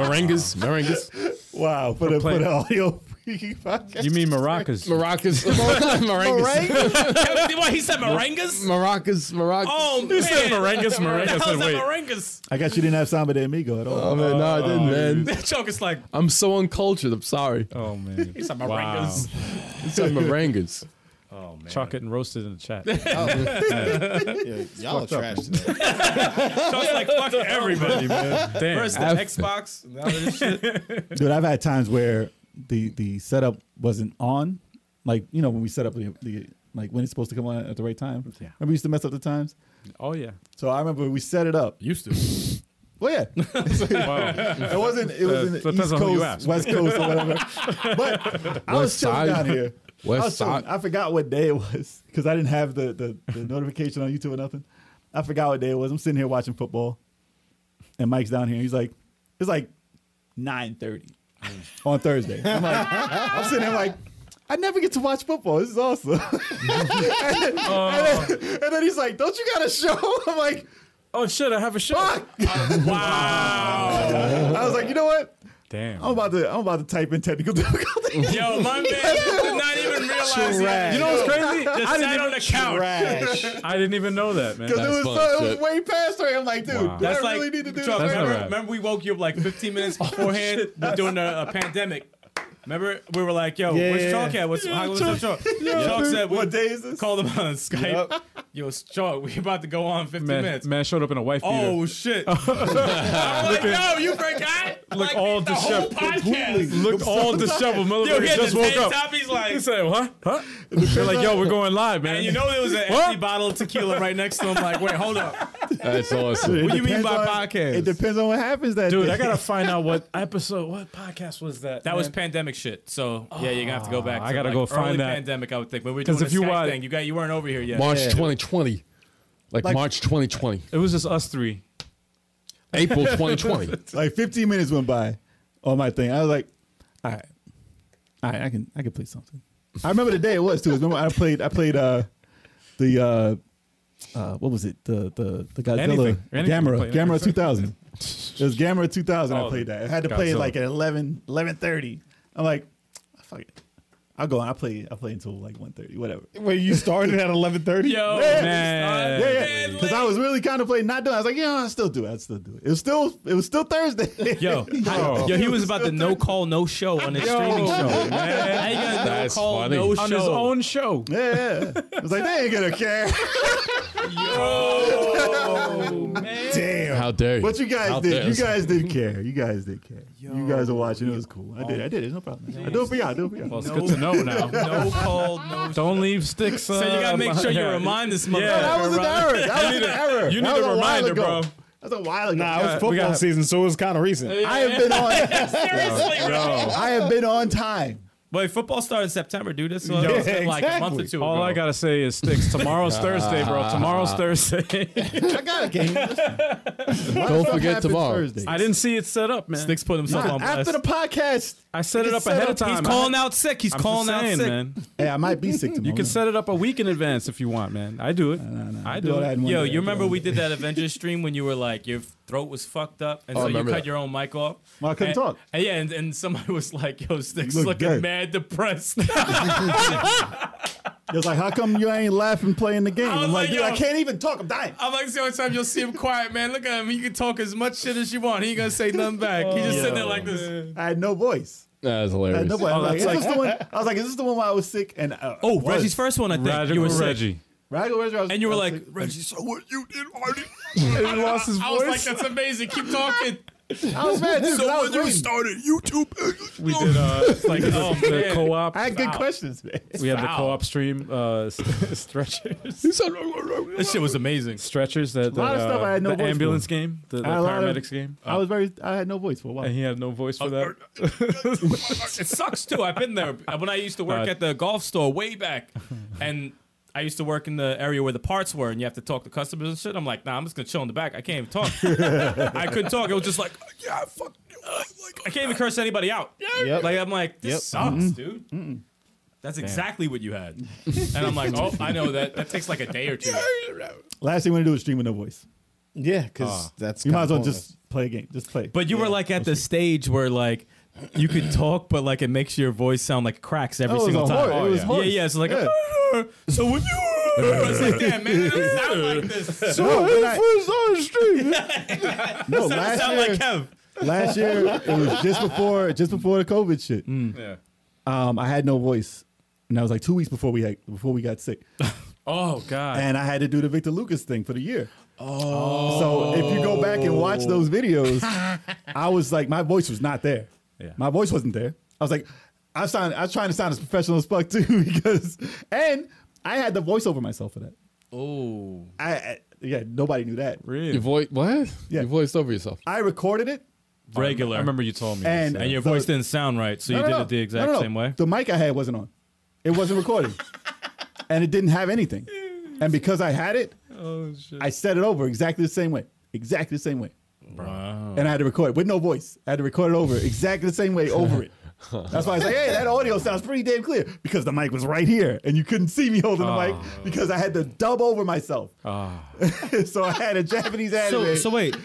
Speaker 1: wow?
Speaker 4: Meringas. Meringas.
Speaker 3: Wow, for the, for
Speaker 1: playing-
Speaker 3: the audio freaking podcast.
Speaker 1: You mean maracas?
Speaker 4: Maracas. Meringas.
Speaker 5: Why he said merengas?
Speaker 4: Maracas. Maracas.
Speaker 5: Oh man,
Speaker 1: You said merengas,
Speaker 5: What
Speaker 1: maracas. I
Speaker 5: the hell
Speaker 1: said,
Speaker 5: is that
Speaker 1: wait.
Speaker 5: merengas?
Speaker 3: I guess you didn't have Samba de Amigo at all.
Speaker 4: Oh, man, no, I didn't, man.
Speaker 5: Choke is like
Speaker 4: I'm so uncultured. I'm sorry.
Speaker 1: Oh man.
Speaker 5: he said merengas.
Speaker 4: It's like meringas.
Speaker 5: Oh man.
Speaker 1: Chalk it and roast it in the chat.
Speaker 2: Yeah, y'all are
Speaker 1: fucked up,
Speaker 2: trash today.
Speaker 5: So it's like fuck everybody, man.
Speaker 1: Damn.
Speaker 5: First the
Speaker 3: I've-
Speaker 5: Xbox, now this shit.
Speaker 3: Dude, I've had times where the the setup wasn't on, like you know when we set up the, the like when it's supposed to come on at the right time.
Speaker 1: Yeah.
Speaker 3: Remember we used to mess up the times.
Speaker 1: Oh yeah.
Speaker 3: So I remember we set it up.
Speaker 4: Used to.
Speaker 3: Well, yeah,
Speaker 1: Wow.
Speaker 3: it wasn't. It
Speaker 1: Uh,
Speaker 3: was in the
Speaker 1: depends
Speaker 3: East
Speaker 1: on who you ask.
Speaker 3: Coast, West Coast, or whatever. But I was
Speaker 4: West
Speaker 3: chilling
Speaker 4: side.
Speaker 3: down here.
Speaker 4: West
Speaker 3: I was chilling.
Speaker 4: side.
Speaker 3: I forgot what day it was because I didn't have the, the the notification on YouTube or nothing. I forgot what day it was. I'm sitting here watching football, and Mike's down here. He's like, it's like nine thirty on Thursday. I'm like, I'm sitting there like. I never get to watch football. This is awesome. and, then, and then- and then he's like, "Don't you got a show?" I'm like,
Speaker 1: Oh shit! I have a show.
Speaker 3: "Fuck!"
Speaker 5: Wow.
Speaker 3: I was like, "You know what?
Speaker 1: Damn.
Speaker 3: I'm about to I'm about to type in technical difficulties."
Speaker 5: Yo, my man did not even realize that.
Speaker 1: you know what's crazy?
Speaker 5: Just sat on the couch.
Speaker 2: Trash.
Speaker 1: I didn't even know that, man.
Speaker 3: Because it
Speaker 4: That's
Speaker 3: was,
Speaker 4: fun
Speaker 3: so, it was
Speaker 4: shit.
Speaker 3: way past three. I'm like, dude,
Speaker 1: Wow.
Speaker 3: do I
Speaker 5: That's like,
Speaker 3: really need to do
Speaker 5: Chuck,
Speaker 1: That's
Speaker 3: this?
Speaker 5: remember,
Speaker 1: all right.
Speaker 5: remember we woke you up like 15 minutes beforehand during a, a pandemic. Remember we were like, yo,
Speaker 2: Yeah,
Speaker 5: where's
Speaker 2: yeah,
Speaker 5: Chalk
Speaker 2: yeah.
Speaker 5: at? What's, how, what's up, Chalk? Chalk said, we
Speaker 3: What day is this?
Speaker 5: called him on Skype. Yo, it's Chalk, we about to go on 15
Speaker 1: Man,
Speaker 5: minutes.
Speaker 1: man showed up in a wife beater.
Speaker 5: Oh shit! I'm like, yo, you forgot?
Speaker 1: Look
Speaker 5: like,
Speaker 1: all
Speaker 5: the whole
Speaker 1: disheveled.
Speaker 5: podcast.
Speaker 1: Look all disheveled.
Speaker 5: Yo, he
Speaker 1: Motherfucker
Speaker 5: had
Speaker 1: just
Speaker 5: the
Speaker 1: woke
Speaker 5: tank
Speaker 1: up.
Speaker 5: top. He's like,
Speaker 1: He said, "What? Huh?" They're like, "Yo, we're going live, man."
Speaker 5: and you know there was an
Speaker 1: What?
Speaker 5: empty bottle of tequila right next to him. Like, wait, hold up.
Speaker 4: That's awesome.
Speaker 5: What do you mean
Speaker 3: Depends
Speaker 5: by
Speaker 3: on-
Speaker 5: podcast?
Speaker 3: It depends on what happens that
Speaker 1: dude,
Speaker 3: day.
Speaker 1: I gotta find out what episode, what podcast was that?
Speaker 5: That
Speaker 1: man?
Speaker 5: was pandemic shit. So yeah, you're gonna have to go back.
Speaker 1: Oh, I
Speaker 5: to,
Speaker 1: gotta
Speaker 5: like,
Speaker 1: go
Speaker 5: early
Speaker 1: find that.
Speaker 5: pandemic. I would think, but we were
Speaker 1: 'Cause
Speaker 5: doing
Speaker 1: if
Speaker 5: if
Speaker 1: you
Speaker 5: you
Speaker 1: want-
Speaker 5: thing. You got you weren't over here yet.
Speaker 4: March 2020. Like, March 2020.
Speaker 1: It was just us three.
Speaker 4: April 2020.
Speaker 3: like 15 minutes went by on my thing. I was like, all right, all right, I can I can play something. I remember the day it was too. Remember I played I played uh the uh, uh what was it the the the Godzilla
Speaker 1: Anything. Anything. Play
Speaker 3: Gamera
Speaker 1: anything.
Speaker 3: Gamera 2000. It was Gamera 2000.
Speaker 1: Oh,
Speaker 3: I played that. I had to
Speaker 1: Godzilla.
Speaker 3: play it like at 11 11:30. I'm like, "Ah, fuck it. I'll go on. I play. I play until like 1.30, whatever.
Speaker 2: Wait, you started at eleven thirty?
Speaker 5: Yo,
Speaker 1: man.
Speaker 3: Yeah, yeah. Because I was really contemplating not doing. it. I was like, yeah, I still do. it. I still do it. It was still. It was still Thursday.
Speaker 5: Yo,
Speaker 1: Yo.
Speaker 5: yo, he was about the no call, no show on his streaming show. How you gonna no
Speaker 4: That's
Speaker 5: call,
Speaker 4: funny.
Speaker 5: no
Speaker 4: On
Speaker 5: show?
Speaker 1: on his own show.
Speaker 3: Yeah, yeah. I was like, they ain't gonna care.
Speaker 2: Damn.
Speaker 4: How dare you?
Speaker 3: What you guys
Speaker 4: Out
Speaker 3: did,
Speaker 4: there.
Speaker 3: you guys did care. You guys did care. you guys are watching. It was cool. I did. I did. It's no problem. I do it for y'all. I do it for y'all.
Speaker 1: Well, it's good to know now.
Speaker 5: No call, no. show.
Speaker 1: Don't leave sticks. uh,
Speaker 5: So you gotta make sure you remind this motherfucker.
Speaker 1: that
Speaker 3: that was an
Speaker 5: Rob.
Speaker 3: error. That was an error.
Speaker 1: you
Speaker 3: That
Speaker 1: need
Speaker 3: was
Speaker 1: a
Speaker 3: while
Speaker 1: reminder,
Speaker 3: ago.
Speaker 1: bro.
Speaker 3: That was a while ago.
Speaker 2: Nah, it was
Speaker 1: Yeah, we
Speaker 2: football
Speaker 1: gotta-
Speaker 2: season, so it was kind of recent.
Speaker 3: I have been on.
Speaker 5: Seriously, Rob.
Speaker 3: I have been on time.
Speaker 5: Wait, football started in September, dude. That's what
Speaker 2: Yeah,
Speaker 5: it's been like a month or
Speaker 2: exactly.
Speaker 5: two.
Speaker 1: All
Speaker 5: ago.
Speaker 1: I gotta say is sticks. Tomorrow's Thursday, bro. Tomorrow's Thursday.
Speaker 3: I got a game.
Speaker 4: Don't forget tomorrow.
Speaker 1: I didn't see it set up, man.
Speaker 5: Sticks put himself on blast.
Speaker 3: After the podcast,
Speaker 1: I set it
Speaker 3: You can
Speaker 1: up
Speaker 3: set
Speaker 1: ahead
Speaker 3: up-
Speaker 1: of time.
Speaker 5: He's calling out sick. He's
Speaker 1: I'm
Speaker 5: calling
Speaker 1: just
Speaker 5: out
Speaker 1: saying,
Speaker 5: sick.
Speaker 1: man.
Speaker 3: hey, I might be sick tomorrow.
Speaker 1: You can set it up a week in advance if you want, man. I do it. I do
Speaker 3: all that
Speaker 1: it.
Speaker 3: in one
Speaker 5: Yo,
Speaker 3: day.
Speaker 5: you remember we did that Avengers stream when you were like your throat was fucked up, and
Speaker 4: Oh, I
Speaker 5: so you cut
Speaker 4: remember that.
Speaker 5: your own mic off.
Speaker 3: Well, I couldn't
Speaker 5: And-
Speaker 3: talk.
Speaker 5: and yeah, and, and somebody was like, "Yo, Sticks
Speaker 3: You look
Speaker 5: looking
Speaker 3: dead.
Speaker 5: mad depressed."
Speaker 3: It was like, how come you ain't laughing playing the game?
Speaker 5: I was
Speaker 3: I'm
Speaker 5: like,
Speaker 3: like, dude,
Speaker 5: yo.
Speaker 3: I can't even talk. I'm dying.
Speaker 5: I'm like, it's the only time you'll see him quiet, man. Look at him; he can talk as much shit as you want. He ain't gonna say nothing back. He just sitting there like this.
Speaker 3: I had no voice.
Speaker 4: That was
Speaker 3: I had
Speaker 4: hilarious.
Speaker 3: Uh, no voice. I was
Speaker 1: that's
Speaker 3: like, is this the one? I was like, is this the one where I was sick? And uh,
Speaker 5: Oh,
Speaker 3: was.
Speaker 5: Reggie's first one, I think. you
Speaker 1: Radical
Speaker 5: were sick.
Speaker 1: Reggie.
Speaker 3: Radical Reggie. I was-
Speaker 5: and you
Speaker 3: I
Speaker 5: were like,
Speaker 3: was sick.
Speaker 5: Reggie, so what you did, Marty?
Speaker 1: He lost his
Speaker 5: I was like, that's amazing. Keep talking.
Speaker 3: I was mad too. 'cause I was reading.
Speaker 5: started YouTube,
Speaker 1: We did uh, it's like
Speaker 5: Oh,
Speaker 1: the
Speaker 5: man.
Speaker 1: co-op.
Speaker 3: I had good questions, man.
Speaker 1: we had the co-op stream uh, s- stretchers,
Speaker 4: He said-
Speaker 5: This shit was amazing.
Speaker 1: stretchers that, that
Speaker 3: lot of stuff
Speaker 1: uh,
Speaker 3: I had no
Speaker 1: the
Speaker 3: voice for.
Speaker 1: ambulance game, the, the
Speaker 3: I had a lot of-
Speaker 1: paramedics game,
Speaker 3: I was Oh, very. I had no voice for a while.
Speaker 1: and he had no voice for that.
Speaker 5: it sucks too. I've been there when I used to work
Speaker 1: Uh,
Speaker 5: at the golf store way back, and I used to work in the area where the parts were, and you have to talk to customers and shit. I'm like, nah, I'm just gonna chill in the back. I can't even talk. I couldn't talk. It was just like, yeah, fuck. uh, like, I can't even curse anybody out.
Speaker 2: Yep.
Speaker 5: Like I'm like, this
Speaker 2: Yep.
Speaker 5: sucks, dude. That's exactly what you had. And I'm like, oh, I know that. That takes like a day or two.
Speaker 3: Last thing you want to do is stream with no voice.
Speaker 2: Yeah, because that's
Speaker 3: You might as
Speaker 2: kinda
Speaker 3: well
Speaker 2: pointless.
Speaker 3: just play a game. Just play.
Speaker 5: But you were like at the stage where like you could talk, but like it makes your voice sound like cracks every
Speaker 3: Oh, it was
Speaker 5: single
Speaker 3: a
Speaker 5: time.
Speaker 3: horse. It was
Speaker 5: yeah.
Speaker 3: horse.
Speaker 5: yeah, yeah. It's like
Speaker 3: Yeah.
Speaker 5: so when you it's like, yeah, man, it doesn't sound like this.
Speaker 3: no, we're not- no
Speaker 5: It
Speaker 3: last
Speaker 5: sound
Speaker 3: year.
Speaker 5: like Kev.
Speaker 3: last Mm. year it was just before just before the COVID shit.
Speaker 5: Yeah.
Speaker 3: Um, I had no voice, and that was like two weeks before we had, before we got sick,
Speaker 1: Oh God.
Speaker 3: and I had to do the Victor Lucas thing for the year. Oh, so if you go back and watch those videos, I was like, my voice was not there.
Speaker 1: Yeah.
Speaker 3: my voice wasn't there. I was like, I sound, I was trying to sound as professional as fuck too because, and I had the voice over myself for that.
Speaker 5: Oh.
Speaker 3: I, I yeah, nobody knew that.
Speaker 1: really
Speaker 4: Your voice, what?
Speaker 3: Yeah.
Speaker 4: You voiced over yourself.
Speaker 3: I recorded it.
Speaker 5: Regular.
Speaker 1: I remember you told me.
Speaker 3: And-
Speaker 1: this, yeah.
Speaker 5: And your
Speaker 3: So-
Speaker 5: voice didn't sound right, so you
Speaker 3: No, no,
Speaker 5: did
Speaker 3: no.
Speaker 5: it the exact
Speaker 3: No, no, no.
Speaker 5: same way.
Speaker 3: The mic I had wasn't on. It wasn't recorded. and it didn't have anything. And because I had it,
Speaker 1: oh shit.
Speaker 3: I set it over exactly the same way. Exactly the same way.
Speaker 5: Wow.
Speaker 3: And I had to record it with no voice. I had to record it over exactly the same way over it. That's why I was like, hey, that audio sounds pretty damn clear because the mic was right here and you couldn't see me holding the
Speaker 5: Ah.
Speaker 3: mic because I had to dub over myself. so I had a Japanese
Speaker 5: So,
Speaker 3: anime.
Speaker 5: so wait,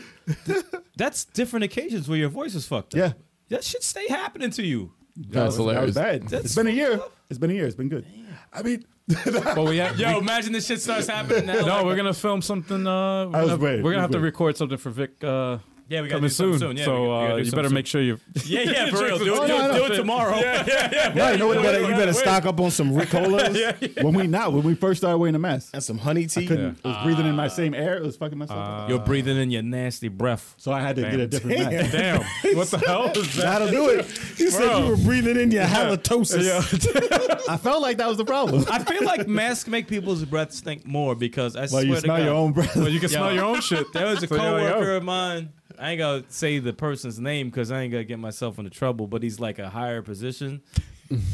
Speaker 5: Th- that's different occasions where your voice is fucked up.
Speaker 3: Yeah.
Speaker 5: That should stay happening to you.
Speaker 3: that
Speaker 4: That's
Speaker 3: was, that was
Speaker 4: hilarious.
Speaker 3: bad. it's been a year. It's been a year. It's been good. I mean,
Speaker 1: But we have.
Speaker 5: Yo, imagine this shit starts happening now.
Speaker 1: no, we're gonna film something. Uh, we're
Speaker 3: was
Speaker 1: gonna,
Speaker 3: waiting,
Speaker 1: we're gonna
Speaker 3: I was
Speaker 1: have to
Speaker 3: waiting.
Speaker 1: record something for Vic. Uh,
Speaker 5: Yeah, we gotta
Speaker 1: coming
Speaker 5: do something
Speaker 1: soon.
Speaker 5: soon. Yeah,
Speaker 1: so
Speaker 5: we gotta- we gotta
Speaker 1: uh,
Speaker 5: do
Speaker 1: you
Speaker 5: something
Speaker 1: better
Speaker 5: soon.
Speaker 1: make sure you.
Speaker 5: Yeah, yeah, for real. Do, it- do, it- do it tomorrow. Yeah, yeah, yeah.
Speaker 2: Yeah, you know what? You better, you better stock up on some Ricolas
Speaker 3: when we not, when we first started wearing a mask,
Speaker 2: and some honey tea.
Speaker 3: couldn't. I was breathing in my same air. It was fucking myself. up.
Speaker 5: You're breathing in your nasty breath.
Speaker 3: So I had to get a different mask.
Speaker 1: Damn. what the hell is that?
Speaker 3: That'll do it.
Speaker 2: You said you were breathing in your halitosis.
Speaker 3: I felt like that was the problem.
Speaker 5: I feel like masks make people's breath stink more because I
Speaker 3: Well,
Speaker 5: swear
Speaker 3: you
Speaker 5: to
Speaker 3: smell
Speaker 5: God,
Speaker 3: your own breath.
Speaker 1: Well, you can smell your own shit.
Speaker 5: There was a
Speaker 1: So there we
Speaker 5: coworker
Speaker 1: go.
Speaker 5: of mine. I ain't gonna say the person's name because I ain't gonna get myself into trouble. But he's like a higher position.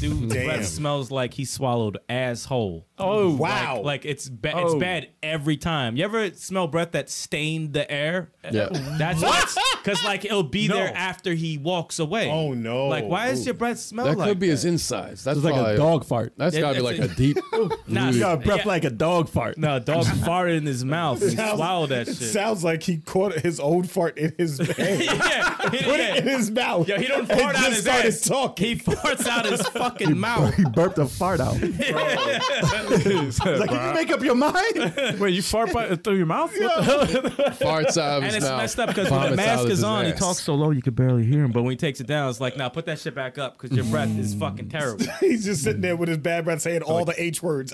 Speaker 5: Dude's breath smells like he swallowed asshole.
Speaker 1: Oh
Speaker 2: Wow.
Speaker 5: Like, like it's bad.
Speaker 1: Oh.
Speaker 5: It's bad every time. You ever smell breath that stained the air? Uh,
Speaker 4: Yeah.
Speaker 5: That's what. Because like it'll be
Speaker 2: No.
Speaker 5: there after he walks away.
Speaker 2: Oh, no.
Speaker 5: Like why does
Speaker 2: Ooh.
Speaker 5: your breath smell
Speaker 4: That
Speaker 5: like
Speaker 4: could be his insides. That's
Speaker 3: It's like
Speaker 4: probably,
Speaker 3: a dog fart.
Speaker 4: That's
Speaker 5: It-
Speaker 4: gotta be like a
Speaker 5: it's-
Speaker 4: deep.
Speaker 5: Nah,
Speaker 4: rooted-
Speaker 5: no.
Speaker 3: Got breath
Speaker 5: Yeah.
Speaker 3: like a dog fart.
Speaker 5: No, dog farted in his mouth. He
Speaker 2: Sounds-
Speaker 5: swallowed that shit.
Speaker 2: Sounds like he caught his old fart in his bag,
Speaker 5: yeah, he-
Speaker 2: put
Speaker 5: yeah.
Speaker 2: it in his mouth.
Speaker 5: Yo, he don't
Speaker 2: and
Speaker 5: fart out
Speaker 2: just
Speaker 5: his
Speaker 2: started
Speaker 5: ass.
Speaker 2: talking.
Speaker 5: He farts out his fucking mouth.
Speaker 3: He burped a fart out. It's like, can you make up your mind?
Speaker 1: Wait, you fart by, through your mouth? What the-
Speaker 4: farts out of his
Speaker 5: And it's
Speaker 4: mouth,
Speaker 5: messed up because when the
Speaker 4: vomits out
Speaker 5: mask
Speaker 4: of
Speaker 5: is
Speaker 4: his
Speaker 5: on, he
Speaker 4: ass.
Speaker 5: talks so low you can barely hear him. But when he takes it down, it's like, now put that shit back up because your breath is fucking terrible.
Speaker 2: He's just sitting there with his bad breath, saying all the H words.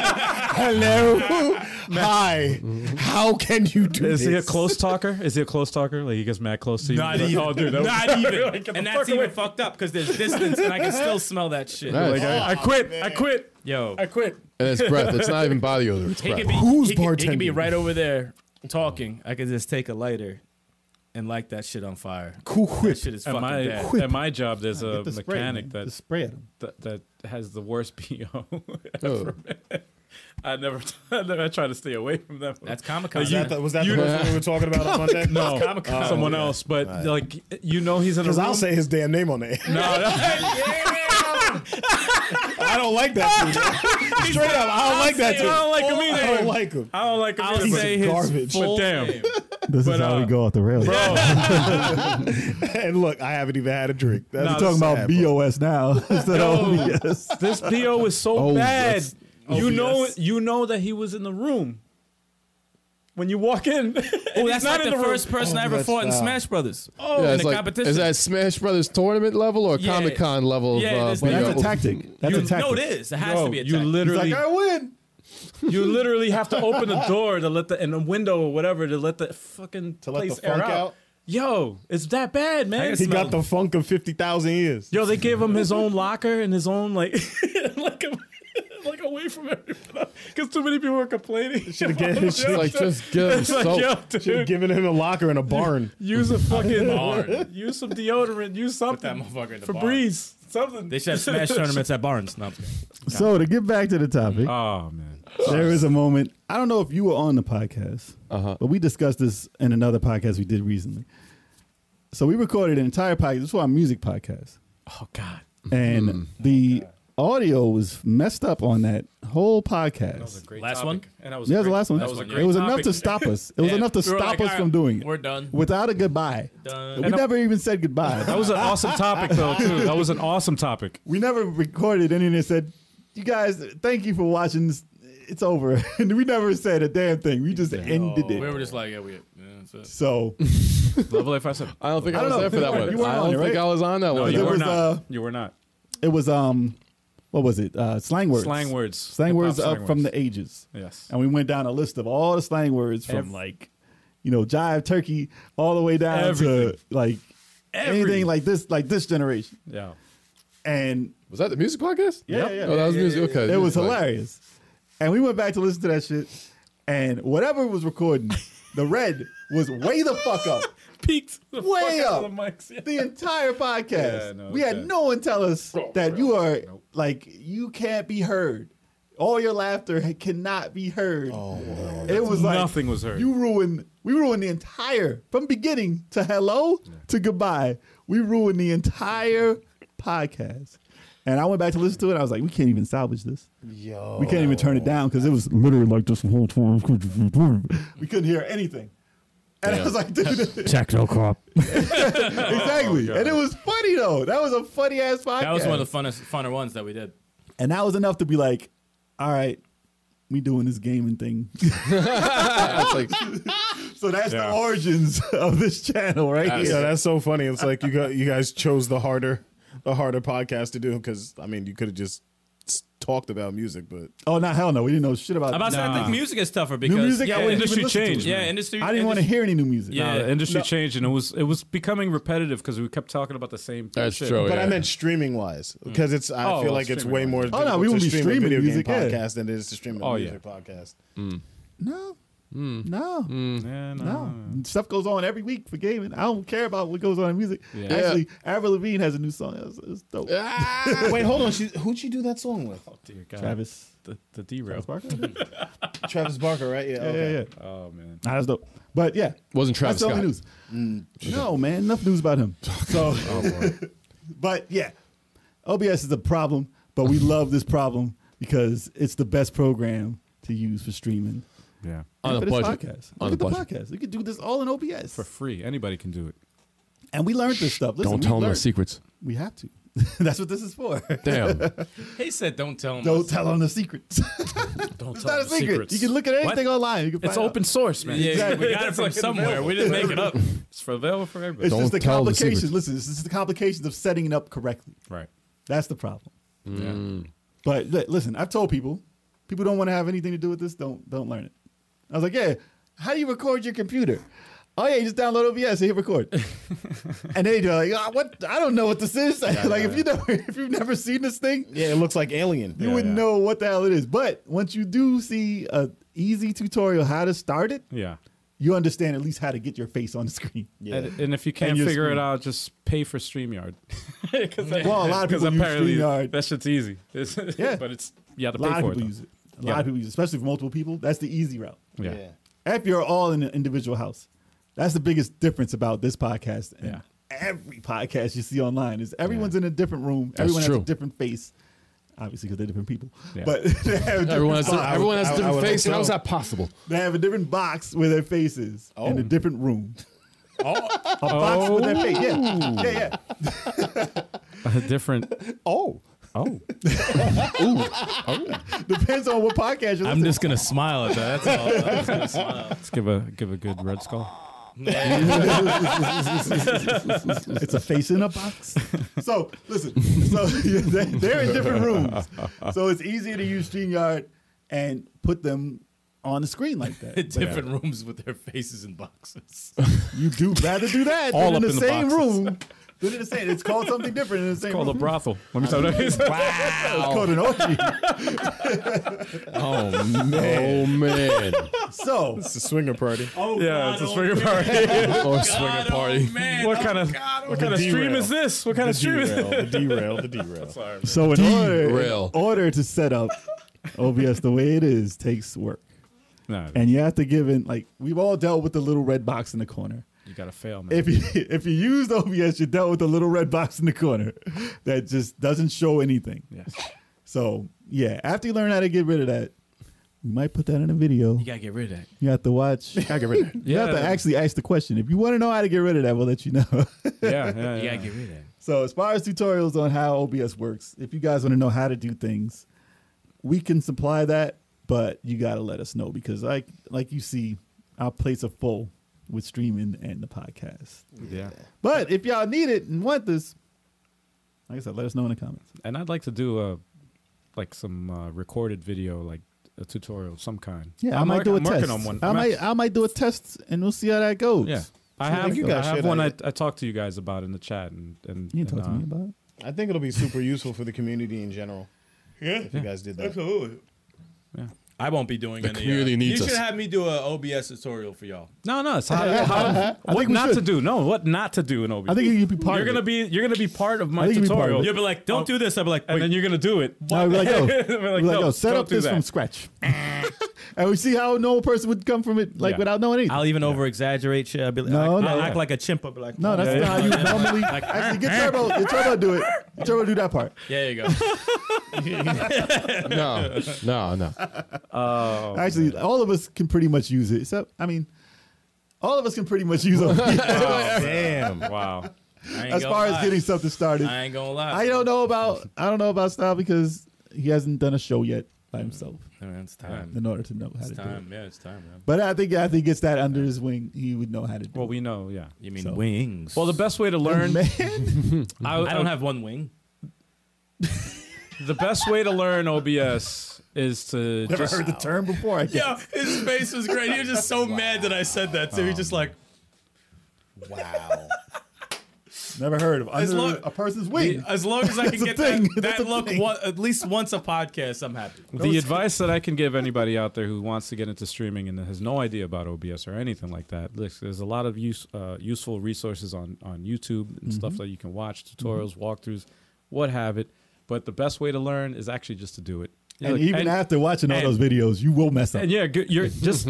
Speaker 2: Hello, hi. How can you do
Speaker 1: Is
Speaker 2: this?
Speaker 1: he a close talker? Is he a close talker? Like he gets mad close to you?
Speaker 5: Not
Speaker 1: Like,
Speaker 5: even.
Speaker 1: Oh, dude, that was-
Speaker 5: Not even.
Speaker 1: the
Speaker 5: and
Speaker 1: fuck
Speaker 5: that's even
Speaker 1: away.
Speaker 5: fucked up because there's distance and I can still smell that shit.
Speaker 4: Nice.
Speaker 1: Like, I, I
Speaker 3: uh,
Speaker 1: quit. I quit.
Speaker 5: Yo,
Speaker 1: I quit.
Speaker 4: and it's breath. It's not even body odor. It's
Speaker 10: He
Speaker 4: breath.
Speaker 10: could be,
Speaker 2: Who's
Speaker 10: he could, he could be
Speaker 2: bartending?
Speaker 10: right over there.
Speaker 5: talking, I could just take a lighter and light that shit on fire.
Speaker 2: cool whip?
Speaker 5: That shit is
Speaker 1: At
Speaker 5: fucking
Speaker 1: my
Speaker 5: bad.
Speaker 1: at my job, there's a mechanic that,
Speaker 3: Just spray at him.
Speaker 1: that that has the worst PO.
Speaker 4: Oh.
Speaker 1: I never, I never I try to stay away from them.
Speaker 5: That's Comic
Speaker 2: Was that,
Speaker 5: Con.
Speaker 2: the, was that the person we were talking about on Monday?
Speaker 1: no, someone
Speaker 2: Oh,
Speaker 1: else. But like, you know, he's in a
Speaker 2: because
Speaker 1: room.
Speaker 2: I'll say his damn name on there.
Speaker 1: no, no.
Speaker 2: I don't like that dude. Straight up, I don't like that
Speaker 1: I don't
Speaker 2: dude. Oh,
Speaker 1: like him
Speaker 2: I
Speaker 1: either.
Speaker 2: don't like him.
Speaker 1: I don't like him.
Speaker 5: I'll
Speaker 1: either,
Speaker 5: say
Speaker 2: of
Speaker 5: his
Speaker 2: garbage. But
Speaker 5: full
Speaker 1: But damn,
Speaker 5: name.
Speaker 3: This
Speaker 1: But,
Speaker 3: is how
Speaker 1: uh,
Speaker 3: we go off the rails.
Speaker 2: And look, I haven't even had a drink. That's
Speaker 1: Nah,
Speaker 2: nah,
Speaker 3: We're talking about BOS now instead of
Speaker 1: Yo.
Speaker 3: OBS.
Speaker 1: this PO is so
Speaker 4: Oh,
Speaker 1: bad.
Speaker 4: that's
Speaker 1: You know,
Speaker 4: obvious.
Speaker 1: you know that he was in the room when you walk in.
Speaker 5: Oh, that's
Speaker 1: not
Speaker 5: not,
Speaker 1: in
Speaker 5: the,
Speaker 1: the room.
Speaker 5: first
Speaker 2: Oh,
Speaker 5: person I ever fought in Smash Brothers. Oh,
Speaker 4: Yeah,
Speaker 5: in
Speaker 4: it's
Speaker 5: the
Speaker 4: like,
Speaker 5: competition.
Speaker 4: is that Smash Brothers tournament level or
Speaker 5: Yeah.
Speaker 4: Comic Con level?
Speaker 5: Yeah,
Speaker 4: of,
Speaker 5: this-
Speaker 4: uh,
Speaker 5: But
Speaker 3: That's
Speaker 4: video?
Speaker 3: a tactic. That's
Speaker 5: you,
Speaker 3: a tactic.
Speaker 5: no, it is. It has
Speaker 1: Yo,
Speaker 5: to be a
Speaker 1: you
Speaker 5: tactic.
Speaker 3: He's
Speaker 1: literally,
Speaker 3: like, I win.
Speaker 1: you literally have to open the door to let the in a window or whatever to let the fucking
Speaker 2: let the
Speaker 1: place air
Speaker 2: funk
Speaker 1: out.
Speaker 2: out.
Speaker 1: Yo, it's that bad, man.
Speaker 2: He got the funk of fifty thousand years.
Speaker 1: Yo, they gave him his own locker and his own like, like a, like away from everybody because too many people were complaining.
Speaker 2: Should've given-
Speaker 1: Yo,
Speaker 2: should've-
Speaker 4: like just give him
Speaker 1: it's like,
Speaker 4: soap.
Speaker 1: yo,
Speaker 2: Should have
Speaker 1: dude,
Speaker 2: given him a locker and a barn.
Speaker 1: use a fucking, use some deodorant, use something.
Speaker 5: motherfucker in the
Speaker 1: Febreze, something.
Speaker 5: They should have Smash tournaments at Barnes. No, I'm kidding.
Speaker 3: So to get back to the topic,
Speaker 1: Oh man,
Speaker 3: there is a moment. I don't know if you were on the podcast, but we discussed this in another podcast we did recently. So we recorded an entire podcast. This was our music podcast,
Speaker 1: oh god,
Speaker 3: and the audio was messed up on that whole podcast.
Speaker 5: Last one?
Speaker 1: and I was.
Speaker 3: Yeah, that was the last one.
Speaker 1: That was a great
Speaker 3: it was
Speaker 1: topic.
Speaker 3: enough to stop us. It was
Speaker 5: Yeah,
Speaker 3: enough to
Speaker 5: we were
Speaker 3: stop
Speaker 5: like,
Speaker 3: us
Speaker 5: "All right,
Speaker 3: from doing it.
Speaker 5: we're done."
Speaker 3: Without a goodbye.
Speaker 5: Done.
Speaker 3: We
Speaker 1: And a-
Speaker 3: never even said goodbye.
Speaker 1: That was an awesome topic though too. That was an awesome topic.
Speaker 3: we never recorded anything that said, "You guys, thank you for watching. This. It's over." And we never said a damn thing. We just ended
Speaker 5: We
Speaker 3: it.
Speaker 5: Oh, were just like, yeah, we. Yeah, that's it.
Speaker 3: So
Speaker 1: Level A five seven.
Speaker 4: I don't think I,
Speaker 3: I don't
Speaker 4: was
Speaker 3: know.
Speaker 4: there for that
Speaker 3: You
Speaker 4: one.
Speaker 3: weren't on
Speaker 4: I don't
Speaker 3: it,
Speaker 4: think
Speaker 3: right?
Speaker 4: I was on that
Speaker 1: No,
Speaker 4: one.
Speaker 1: you
Speaker 3: there
Speaker 1: were
Speaker 3: was,
Speaker 1: not.
Speaker 3: uh,
Speaker 1: you were not.
Speaker 3: it was um, what was it? Uh, slang words.
Speaker 1: Slang words.
Speaker 3: Slang
Speaker 1: Hip-hop
Speaker 3: words
Speaker 1: slang
Speaker 3: up from
Speaker 1: words.
Speaker 3: the ages.
Speaker 1: Yes.
Speaker 3: And we went down a list of all the slang words from
Speaker 1: Ev-
Speaker 3: like, you know, jive turkey all the way down
Speaker 1: Everything.
Speaker 3: to like
Speaker 1: Everything.
Speaker 3: anything like this, like this generation.
Speaker 1: Yeah.
Speaker 3: And
Speaker 4: Was that the music podcast?
Speaker 3: Yeah, yeah,
Speaker 4: Oh, that was
Speaker 3: yeah,
Speaker 4: music.
Speaker 3: yeah,
Speaker 4: Okay.
Speaker 3: it was
Speaker 4: music podcast.
Speaker 3: hilarious. And we went back to listen to that shit, and whatever was recording, the red was way the fuck up,
Speaker 1: Peaked the
Speaker 3: way
Speaker 1: fuck out
Speaker 3: up.
Speaker 1: of the mics. Yeah.
Speaker 3: The entire podcast.
Speaker 1: Yeah, no,
Speaker 3: we
Speaker 1: okay.
Speaker 3: had no one tell us that you are like you can't be heard. All your laughter ha- cannot be heard. Oh, it was like
Speaker 1: Nothing was heard.
Speaker 3: You ruined. We ruined the entire from beginning to hello to goodbye. We ruined the entire podcast. And I went back to listen to it. I was like, we can't even salvage this.
Speaker 2: Yo.
Speaker 3: We can't even turn it down because it was literally like this whole time. We couldn't hear anything. And I was like, dude,
Speaker 10: Techno crop.
Speaker 3: exactly. and it was funny though. That was a funny ass podcast.
Speaker 5: Oh, That was one of the funnest, funner ones that we did.
Speaker 3: and that was enough to be like, all right, we doing this gaming thing.
Speaker 4: That's like
Speaker 3: so that's
Speaker 1: Yeah.
Speaker 3: the origins of this channel, right? here.
Speaker 2: Yeah, that's so funny. It's like you got you guys chose the harder the harder podcast to do because I mean you could have just s- talked about music, but
Speaker 3: oh no, hell no, we didn't know shit about.
Speaker 5: I'm about to say, I think music is tougher because
Speaker 3: music,
Speaker 5: yeah,
Speaker 3: I wouldn't
Speaker 1: Industry
Speaker 3: even listen to
Speaker 1: changed.
Speaker 3: it.
Speaker 5: yeah, industry.
Speaker 3: I didn't want to
Speaker 5: industry-
Speaker 3: hear any new music.
Speaker 5: Yeah.
Speaker 1: Uh, the industry
Speaker 2: No.
Speaker 1: changed, and it was it was becoming repetitive because we kept talking about the same.
Speaker 4: that's
Speaker 1: shit.
Speaker 4: true.
Speaker 2: but
Speaker 4: yeah.
Speaker 2: I meant streaming wise because it's I
Speaker 1: Oh,
Speaker 2: feel
Speaker 1: well,
Speaker 2: like it's
Speaker 1: streaming
Speaker 2: way
Speaker 1: wise.
Speaker 2: more.
Speaker 3: Oh, no,
Speaker 2: difficult
Speaker 3: we
Speaker 2: to
Speaker 3: wouldn't be
Speaker 2: stream a
Speaker 3: streaming
Speaker 2: video
Speaker 3: music,
Speaker 2: game
Speaker 3: yeah.
Speaker 2: podcast than it is to stream a
Speaker 1: Oh,
Speaker 2: music
Speaker 1: yeah.
Speaker 2: podcast.
Speaker 3: No,
Speaker 1: Hmm.
Speaker 3: no,
Speaker 1: Yeah, no.
Speaker 3: No,
Speaker 5: Hmm.
Speaker 3: stuff goes on every week for gaming. I don't care about what goes on in music.
Speaker 1: Yeah.
Speaker 3: Actually, Avril Lavigne has a new song. It's, it's dope.
Speaker 4: Ah!
Speaker 2: Wait, hold on. She, who'd she do that song with?
Speaker 1: Dear God.
Speaker 3: Travis,
Speaker 1: the, the derail.
Speaker 3: Travis Barker. yeah,
Speaker 2: Travis Barker, right? Yeah,
Speaker 3: yeah,
Speaker 2: okay.
Speaker 3: yeah.
Speaker 1: Oh man,
Speaker 3: Nah, that's dope. But yeah,
Speaker 4: Wasn't Travis
Speaker 3: that's the only
Speaker 4: Scott.
Speaker 3: news.
Speaker 1: Mm.
Speaker 3: No, man, enough news about him. So,
Speaker 1: Oh,
Speaker 3: but yeah, OBS is a problem, but we love this problem because it's the best program to use for streaming.
Speaker 1: yeah,
Speaker 4: on
Speaker 3: for
Speaker 4: a
Speaker 3: this
Speaker 4: budget.
Speaker 3: podcast.
Speaker 4: On
Speaker 3: Look
Speaker 4: a
Speaker 3: at the
Speaker 4: budget.
Speaker 3: podcast. We could do this all in OBS,
Speaker 1: for free. Anybody can do it.
Speaker 3: and we learned this stuff. Listen,
Speaker 4: Don't
Speaker 3: we
Speaker 4: tell them our
Speaker 3: learned.
Speaker 4: secrets.
Speaker 3: We have to. that's what this is for.
Speaker 4: Damn.
Speaker 5: He said, "Don't tell him."
Speaker 3: Don't tell them the secrets.
Speaker 1: Don't
Speaker 3: It's not a secret. You can look at
Speaker 1: What?
Speaker 3: anything online. You can
Speaker 1: It's
Speaker 3: find out.
Speaker 1: open source, man.
Speaker 5: Yeah,
Speaker 3: Exactly.
Speaker 5: we got it from somewhere. We didn't make it up.
Speaker 1: It's for available for everybody.
Speaker 3: It's
Speaker 4: Don't
Speaker 3: just the
Speaker 4: tell the secret.
Speaker 3: complications. Listen, this is the complications of setting it up correctly.
Speaker 1: right.
Speaker 3: That's the problem. Mm.
Speaker 1: Yeah.
Speaker 3: But li- listen, I've told people, people don't want to have anything to do with this. Don't don't learn it. I was like, yeah, how do you record your computer? Oh yeah, you just download OBS and hit record. and they do like, "Ah, what? I don't know what this is. like if you never if you've never seen this thing,
Speaker 2: Yeah, it looks like Alien.
Speaker 3: you wouldn't know what the hell it is. But once you do see a easy tutorial how to start it,
Speaker 1: Yeah.
Speaker 3: you understand at least how to get your face on the screen.
Speaker 2: Yeah.
Speaker 1: And, and if you can't
Speaker 3: your
Speaker 1: figure it
Speaker 3: screen.
Speaker 1: out, just pay for StreamYard.
Speaker 3: Well, a lot of
Speaker 1: Because
Speaker 3: people use
Speaker 1: apparently
Speaker 3: StreamYard.
Speaker 1: that shit's easy. It's-
Speaker 3: Yeah.
Speaker 1: but it's you have to
Speaker 3: A lot
Speaker 1: pay
Speaker 3: of
Speaker 1: for it. though.
Speaker 3: people use it. A lot of people use it, especially for multiple people. That's the easy route.
Speaker 1: Yeah.
Speaker 2: Yeah.
Speaker 3: If you're all in an individual house, that's the biggest difference about this podcast. And
Speaker 1: Yeah.
Speaker 3: Every podcast you see online is everyone's in a different room.
Speaker 4: That's
Speaker 3: everyone has
Speaker 4: true.
Speaker 3: a different face, obviously because they're different people.
Speaker 1: Yeah.
Speaker 3: But they have, a different,
Speaker 4: Everyone has,
Speaker 2: I would-
Speaker 4: everyone has
Speaker 2: I- I
Speaker 4: a different
Speaker 2: would
Speaker 4: face.
Speaker 2: hope
Speaker 4: How is
Speaker 2: so.
Speaker 4: that possible?
Speaker 3: they have a different box with their faces in a different room. Oh. a box with their face.
Speaker 1: Oh.
Speaker 3: Yeah, yeah, yeah.
Speaker 1: A different.
Speaker 2: Oh.
Speaker 1: Oh,
Speaker 3: Depends on what podcast you're listening.
Speaker 5: I'm just gonna smile at that. That's all. I'm just gonna smile.
Speaker 1: let's give a give a good red skull.
Speaker 3: It's a face in a box. So listen, so they're they're in different rooms, so it's easier to use StreamYard and put them on the screen like that.
Speaker 5: Different rooms with their faces in boxes.
Speaker 3: You do rather do that
Speaker 1: All
Speaker 3: than in
Speaker 1: up
Speaker 3: the
Speaker 1: in the
Speaker 3: same
Speaker 1: boxes.
Speaker 3: room. Than in the same. It's called something different in the same
Speaker 1: Called a
Speaker 3: room.
Speaker 1: brothel. Let me tell you.
Speaker 3: It's called an orgy.
Speaker 4: Oh man! Oh man!
Speaker 3: So
Speaker 2: It's a swinger party.
Speaker 1: Oh, yeah, it's a swinger party.
Speaker 4: or swinger party.
Speaker 3: oh
Speaker 1: what kind of what kind of stream
Speaker 2: derail.
Speaker 1: is this? What kind of stream is this?
Speaker 2: Derail, the derail, the derail.
Speaker 3: so in order, in
Speaker 4: Derail.
Speaker 3: order to set up OBS the way it is takes work,
Speaker 1: No,
Speaker 3: and you have to give in. Like we've all dealt with the little red box in the corner.
Speaker 1: you gotta fail, man.
Speaker 3: if you if you used OBS, you're dealt with a little red box in the corner that just doesn't show anything.
Speaker 1: yes.
Speaker 3: So yeah, after you learn how to get rid of that, we might put that in a video.
Speaker 5: gotta get rid of that.
Speaker 3: You have to watch. You
Speaker 2: I get rid of it.
Speaker 1: Yeah,
Speaker 3: have to actually ask the question. If you want to know how to get rid of that, we'll let you know.
Speaker 1: yeah, yeah, yeah.
Speaker 5: get rid of that.
Speaker 3: so as far as tutorials on how OBS works, if you guys want to know how to do things, we can supply that, but you gotta let us know because like like you see, our plates are full with streaming and the podcast.
Speaker 1: yeah.
Speaker 3: But if y'all need it and want this, like I said, let us know in the comments.
Speaker 1: And I'd like to do a like some uh, recorded video, like a tutorial of some kind.
Speaker 3: Yeah, i
Speaker 1: I'm
Speaker 3: might
Speaker 1: work-
Speaker 3: do a
Speaker 1: I'm
Speaker 3: test.
Speaker 1: working on one.
Speaker 3: I
Speaker 1: I'm
Speaker 3: might
Speaker 1: act-
Speaker 3: I might do a test and we'll see how that goes.
Speaker 1: yeah, I
Speaker 2: I
Speaker 1: have.
Speaker 2: think you
Speaker 1: I
Speaker 2: got
Speaker 1: have
Speaker 2: shit
Speaker 1: one.
Speaker 2: out
Speaker 1: I, I
Speaker 2: of
Speaker 1: talked to you guys about in the chat, and and
Speaker 3: You can talk to
Speaker 1: and, uh,
Speaker 3: me about it.
Speaker 2: I think it'll be super useful for the community in general. Yeah, if you guys did that.
Speaker 5: Absolutely.
Speaker 1: Yeah.
Speaker 5: I won't be doing any.
Speaker 4: community
Speaker 5: uh,
Speaker 4: needs
Speaker 5: you should
Speaker 4: us.
Speaker 5: have me do a OBS tutorial for y'all.
Speaker 1: uh, No, no. It's how, how, what
Speaker 3: we
Speaker 1: not to
Speaker 3: should.
Speaker 1: do? No, what not to do in OBS.
Speaker 3: I think you'd be part
Speaker 1: You're
Speaker 3: of
Speaker 1: gonna
Speaker 3: it.
Speaker 1: be you're gonna be part of my
Speaker 3: think you'd be part
Speaker 1: tutorial,
Speaker 3: of it.
Speaker 5: You'll be like, "Don't do this." I'll be like,
Speaker 1: and
Speaker 5: "Wait,
Speaker 1: then you're gonna do it.
Speaker 3: No, I'd be like, yo,
Speaker 1: We're like,
Speaker 3: We're like,
Speaker 1: no,
Speaker 3: yo, set
Speaker 1: don't
Speaker 3: up
Speaker 1: do
Speaker 3: this
Speaker 1: that.
Speaker 3: from scratch. and we see how no person would come from it like
Speaker 1: Yeah.
Speaker 3: without knowing anything.
Speaker 5: I'll even over exaggerate shit. I'll be like,
Speaker 3: No,
Speaker 5: I'll,
Speaker 3: no,
Speaker 5: I'll
Speaker 3: yeah.
Speaker 5: act like a chimp. I'll be like,
Speaker 3: no, that's
Speaker 5: yeah,
Speaker 3: not how you normally actually get turbo. Get turbo to do it. Get turbo to do that part.
Speaker 5: yeah, you go.
Speaker 4: No, no, no.
Speaker 1: Oh,
Speaker 3: actually, all of us can pretty much use it. Except, I mean, all of us can pretty much use it
Speaker 1: Oh, Damn! Wow.
Speaker 5: I ain't
Speaker 3: as
Speaker 5: gonna
Speaker 3: far as
Speaker 5: lie.
Speaker 3: getting something started.
Speaker 5: I ain't gonna lie.
Speaker 3: I don't know about I don't know about style because he hasn't done a show yet by himself
Speaker 5: Man, it's time.
Speaker 3: in order to know how
Speaker 5: It's
Speaker 3: to do it.
Speaker 5: time. Yeah, it's time. Man.
Speaker 3: But I think after he gets that under his wing, he would know how to do
Speaker 1: Well,
Speaker 3: it.
Speaker 1: we know. Yeah.
Speaker 5: You mean
Speaker 3: So-
Speaker 5: wings?
Speaker 1: Well, the best way to learn.
Speaker 3: Man,
Speaker 1: I,
Speaker 5: I don't have one wing.
Speaker 1: The best way to learn OBS is to
Speaker 3: never
Speaker 1: just
Speaker 3: heard the term before. I guess.
Speaker 5: Yeah, his face was great. He was just so mad that I said that too. He just like,
Speaker 2: Wow.
Speaker 3: Never heard of
Speaker 5: As
Speaker 3: under
Speaker 5: long-
Speaker 3: a person's wing.
Speaker 5: as long as I can
Speaker 3: a
Speaker 5: get
Speaker 3: thing.
Speaker 5: that,
Speaker 3: That's
Speaker 5: that
Speaker 3: a
Speaker 5: look
Speaker 3: thing.
Speaker 5: one, at least once a podcast, I'm happy.
Speaker 1: the advice that I can give anybody out there who wants to get into streaming and has no idea about OBS or anything like that, look, there's a lot of use, uh, useful resources on, on YouTube and
Speaker 3: Mm-hmm.
Speaker 1: stuff that you can watch, tutorials, walkthroughs, what have it. But the best way to learn is actually just to do it. You know,
Speaker 3: and
Speaker 1: like-
Speaker 3: even after watching all
Speaker 1: and-
Speaker 3: those videos, you will mess up.
Speaker 1: and yeah, good- you're just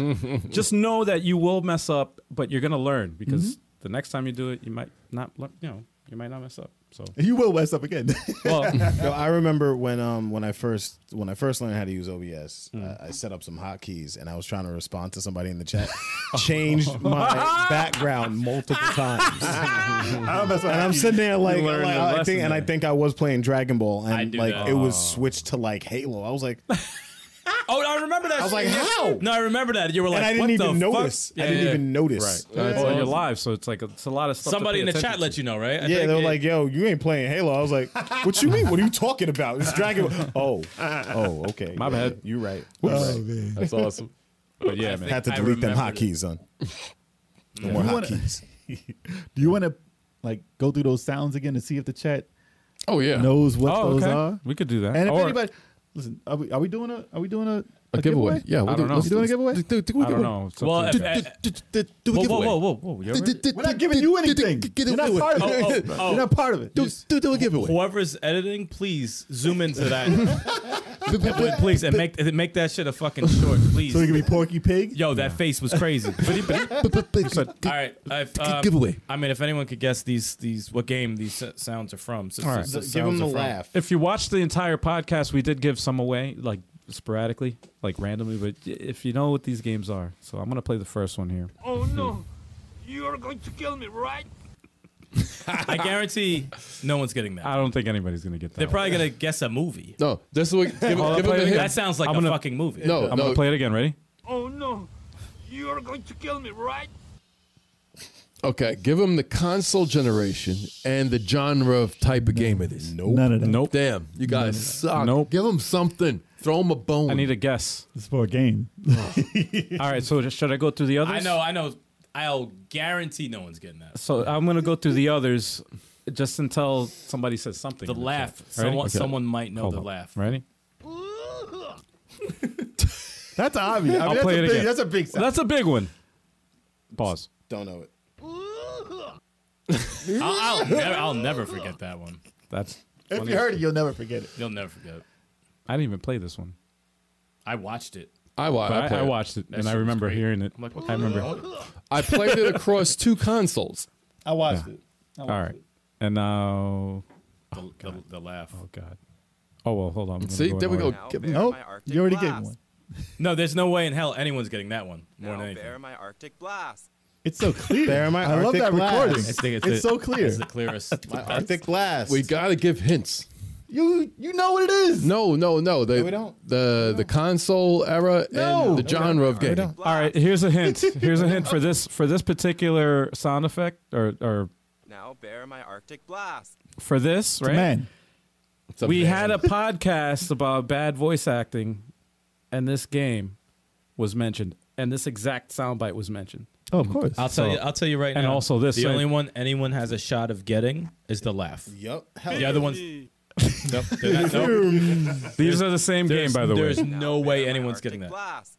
Speaker 1: just know that you will mess up, but you're gonna learn because the next time you do it, you might not, lear- you know, you might not mess up. So,
Speaker 3: you will mess up again.
Speaker 1: well,
Speaker 2: Yo, I remember when um when I first when I first learned how to use OBS,
Speaker 5: Hmm.
Speaker 2: I, I set up some hotkeys and I was trying to respond to somebody in the chat. Changed my background multiple times. and I'm sitting there like,
Speaker 1: learned
Speaker 2: like,
Speaker 1: a
Speaker 2: I
Speaker 1: lesson
Speaker 2: think, and I
Speaker 1: there.
Speaker 2: think I was playing Dragon Ball
Speaker 5: I
Speaker 2: and
Speaker 5: do
Speaker 2: like
Speaker 5: that.
Speaker 2: it was switched to like Halo. I was like,
Speaker 5: Oh, I remember that.
Speaker 2: I was like,
Speaker 5: shit.
Speaker 2: how?
Speaker 5: No, I remember that. You were like,
Speaker 2: and I didn't
Speaker 5: what
Speaker 2: even
Speaker 5: the fuck?
Speaker 2: notice. I
Speaker 5: Yeah,
Speaker 2: didn't
Speaker 5: yeah.
Speaker 2: even notice.
Speaker 1: well, you're live, so it's like it's a lot of stuff. to
Speaker 5: Somebody
Speaker 1: pay
Speaker 5: in the
Speaker 1: attention
Speaker 5: chat let you know, right? I
Speaker 2: Yeah,
Speaker 5: think
Speaker 2: they were
Speaker 5: it-
Speaker 2: like, "Yo, you ain't playing Halo." I was like, "What you mean? What are you talking about?" It's Dragon. Ball. Oh, oh, okay.
Speaker 1: My bad.
Speaker 2: You right.
Speaker 3: oh man.
Speaker 4: That's awesome.
Speaker 1: to. But yeah, man.
Speaker 2: Had to
Speaker 5: I
Speaker 2: delete them
Speaker 5: remembered
Speaker 2: hotkeys, son. No more
Speaker 3: You wanna-
Speaker 2: hotkeys.
Speaker 3: Do you want to like go through those sounds again to see if the chat
Speaker 4: Oh yeah.
Speaker 3: knows what
Speaker 1: Oh,
Speaker 3: those
Speaker 1: okay.
Speaker 3: are?
Speaker 1: We could do that.
Speaker 3: And if
Speaker 1: Or-
Speaker 3: anybody, listen, are we, are we doing a are we doing a,
Speaker 4: a giveaway. Yeah,
Speaker 1: I don't know.
Speaker 4: let's
Speaker 1: You doing
Speaker 3: a giveaway?
Speaker 4: Do, do, do,
Speaker 1: I don't know. It's up
Speaker 5: Well,
Speaker 1: to
Speaker 5: if-
Speaker 1: you.
Speaker 5: if-
Speaker 4: Do a
Speaker 5: whoa, whoa,
Speaker 4: giveaway.
Speaker 5: whoa, whoa, whoa! You alright?
Speaker 3: We're not giving you anything.
Speaker 4: Get
Speaker 3: You're not
Speaker 4: away with
Speaker 3: part
Speaker 4: it.
Speaker 3: of it.
Speaker 5: Oh, oh,
Speaker 3: You're not part of it.
Speaker 4: Do, do, do a giveaway.
Speaker 5: Whoever's editing, please zoom into that, please, please, and make make that shit a fucking short, please.
Speaker 3: So it can be Porky Pig.
Speaker 5: Yo, that face was crazy. All
Speaker 4: Giveaway.
Speaker 5: right, if, um,
Speaker 4: Giveaway.
Speaker 5: I mean, if anyone could guess these these what game these s- sounds are from, so,
Speaker 1: right.
Speaker 5: so-
Speaker 2: Give
Speaker 5: sounds
Speaker 2: them the
Speaker 5: are from.
Speaker 2: laugh.
Speaker 1: if you watch the entire podcast, we did give some away, like sporadically, like randomly. But y- if you know what these games are, so I'm gonna play the first one here.
Speaker 7: Oh no, you're going to kill me, right?
Speaker 5: I guarantee no one's getting that.
Speaker 1: I don't think anybody's gonna get that.
Speaker 5: They're
Speaker 1: one.
Speaker 5: probably gonna guess a movie.
Speaker 4: No, this is what. Give, give
Speaker 1: I'll
Speaker 4: him
Speaker 1: play
Speaker 4: the
Speaker 1: it
Speaker 4: hint.
Speaker 5: That sounds like
Speaker 1: I'm
Speaker 5: a
Speaker 1: gonna-
Speaker 5: fucking movie.
Speaker 4: No,
Speaker 1: I'm
Speaker 4: no.
Speaker 1: gonna play it again. Ready?
Speaker 7: Oh no, you're going to kill me, right?
Speaker 4: Okay, give him the console generation and the genre of type of game it is.
Speaker 2: Nope.
Speaker 3: None of that.
Speaker 1: Nope.
Speaker 4: Damn, you guys suck.
Speaker 1: Nope.
Speaker 4: Give him something. Throw him a bone.
Speaker 1: I need a guess.
Speaker 3: It's for a game.
Speaker 1: All right. So should I go through the others?
Speaker 5: I know, I know. I'll guarantee no one's getting that.
Speaker 1: So I'm gonna go through the others just until somebody says something.
Speaker 5: The
Speaker 1: in
Speaker 5: laugh.
Speaker 1: chat. Ready?
Speaker 5: Someone,
Speaker 1: Okay.
Speaker 5: someone might know
Speaker 1: Hold
Speaker 5: the
Speaker 1: on.
Speaker 5: laugh.
Speaker 1: Ready?
Speaker 3: That's obvious. I mean,
Speaker 1: I'll
Speaker 3: that's
Speaker 1: play
Speaker 3: a
Speaker 1: it
Speaker 3: big,
Speaker 1: again.
Speaker 3: That's a big sound.
Speaker 1: That's a big one. Pause.
Speaker 2: Don't know it.
Speaker 5: I'll, I'll, never, I'll never forget that one.
Speaker 1: That's.
Speaker 3: If
Speaker 1: one
Speaker 3: you
Speaker 1: of-
Speaker 3: heard it, you'll never forget it.
Speaker 5: You'll never forget. it.
Speaker 1: I didn't even play this one.
Speaker 5: I watched it.
Speaker 4: I, wa- I,
Speaker 1: But I, I
Speaker 4: played it.
Speaker 1: watched it
Speaker 5: That
Speaker 1: and I
Speaker 5: shit was
Speaker 1: remember
Speaker 5: great.
Speaker 1: hearing it.
Speaker 5: I'm like, what
Speaker 1: I
Speaker 5: the
Speaker 1: remember.
Speaker 5: hell?
Speaker 4: I played it across two consoles.
Speaker 3: I watched it.
Speaker 1: All right. And now,
Speaker 5: The, the, the laugh.
Speaker 1: oh god. Oh well, hold on. I'm gonna
Speaker 4: See,
Speaker 1: in
Speaker 4: there we
Speaker 1: order.
Speaker 4: go.
Speaker 6: Now
Speaker 4: Give
Speaker 6: bear
Speaker 3: Nope.
Speaker 6: my Arctic
Speaker 3: You already
Speaker 6: blast.
Speaker 3: gave me one.
Speaker 5: No, there's no way in hell anyone's getting that one. More
Speaker 6: Now
Speaker 5: than anything.
Speaker 6: bear my Arctic blast.
Speaker 3: It's so clear.
Speaker 2: Bear in mind,
Speaker 3: I love
Speaker 2: Arctic
Speaker 3: that
Speaker 2: Blast.
Speaker 3: recording.
Speaker 5: I
Speaker 3: It's,
Speaker 5: think it's it.
Speaker 3: so clear.
Speaker 5: It's the clearest.
Speaker 2: My Arctic Blast.
Speaker 4: We gotta give hints.
Speaker 3: You you know what it is.
Speaker 4: No, no, no. The,
Speaker 2: we don't.
Speaker 4: The the console era
Speaker 3: No.
Speaker 4: and the genre of game.
Speaker 6: Blast.
Speaker 1: All right. Here's a hint. Here's a hint for this for this particular sound effect or or
Speaker 6: Now bear my Arctic blast.
Speaker 1: for this right.
Speaker 3: Man,
Speaker 4: It's a
Speaker 1: we
Speaker 4: man.
Speaker 1: had a podcast about bad voice acting, and this game was mentioned, and this exact soundbite was mentioned.
Speaker 3: Oh, of course.
Speaker 5: I'll tell you. I'll tell you right
Speaker 1: and
Speaker 5: now.
Speaker 1: also this
Speaker 5: The
Speaker 1: same-
Speaker 5: only one anyone has a shot of getting is the laugh.
Speaker 2: Yep.
Speaker 5: The other ones. Nope, they're not- nope.
Speaker 1: These are the same game,
Speaker 5: There's-
Speaker 1: by the way.
Speaker 5: There's no way anyone's getting that.
Speaker 6: Blast.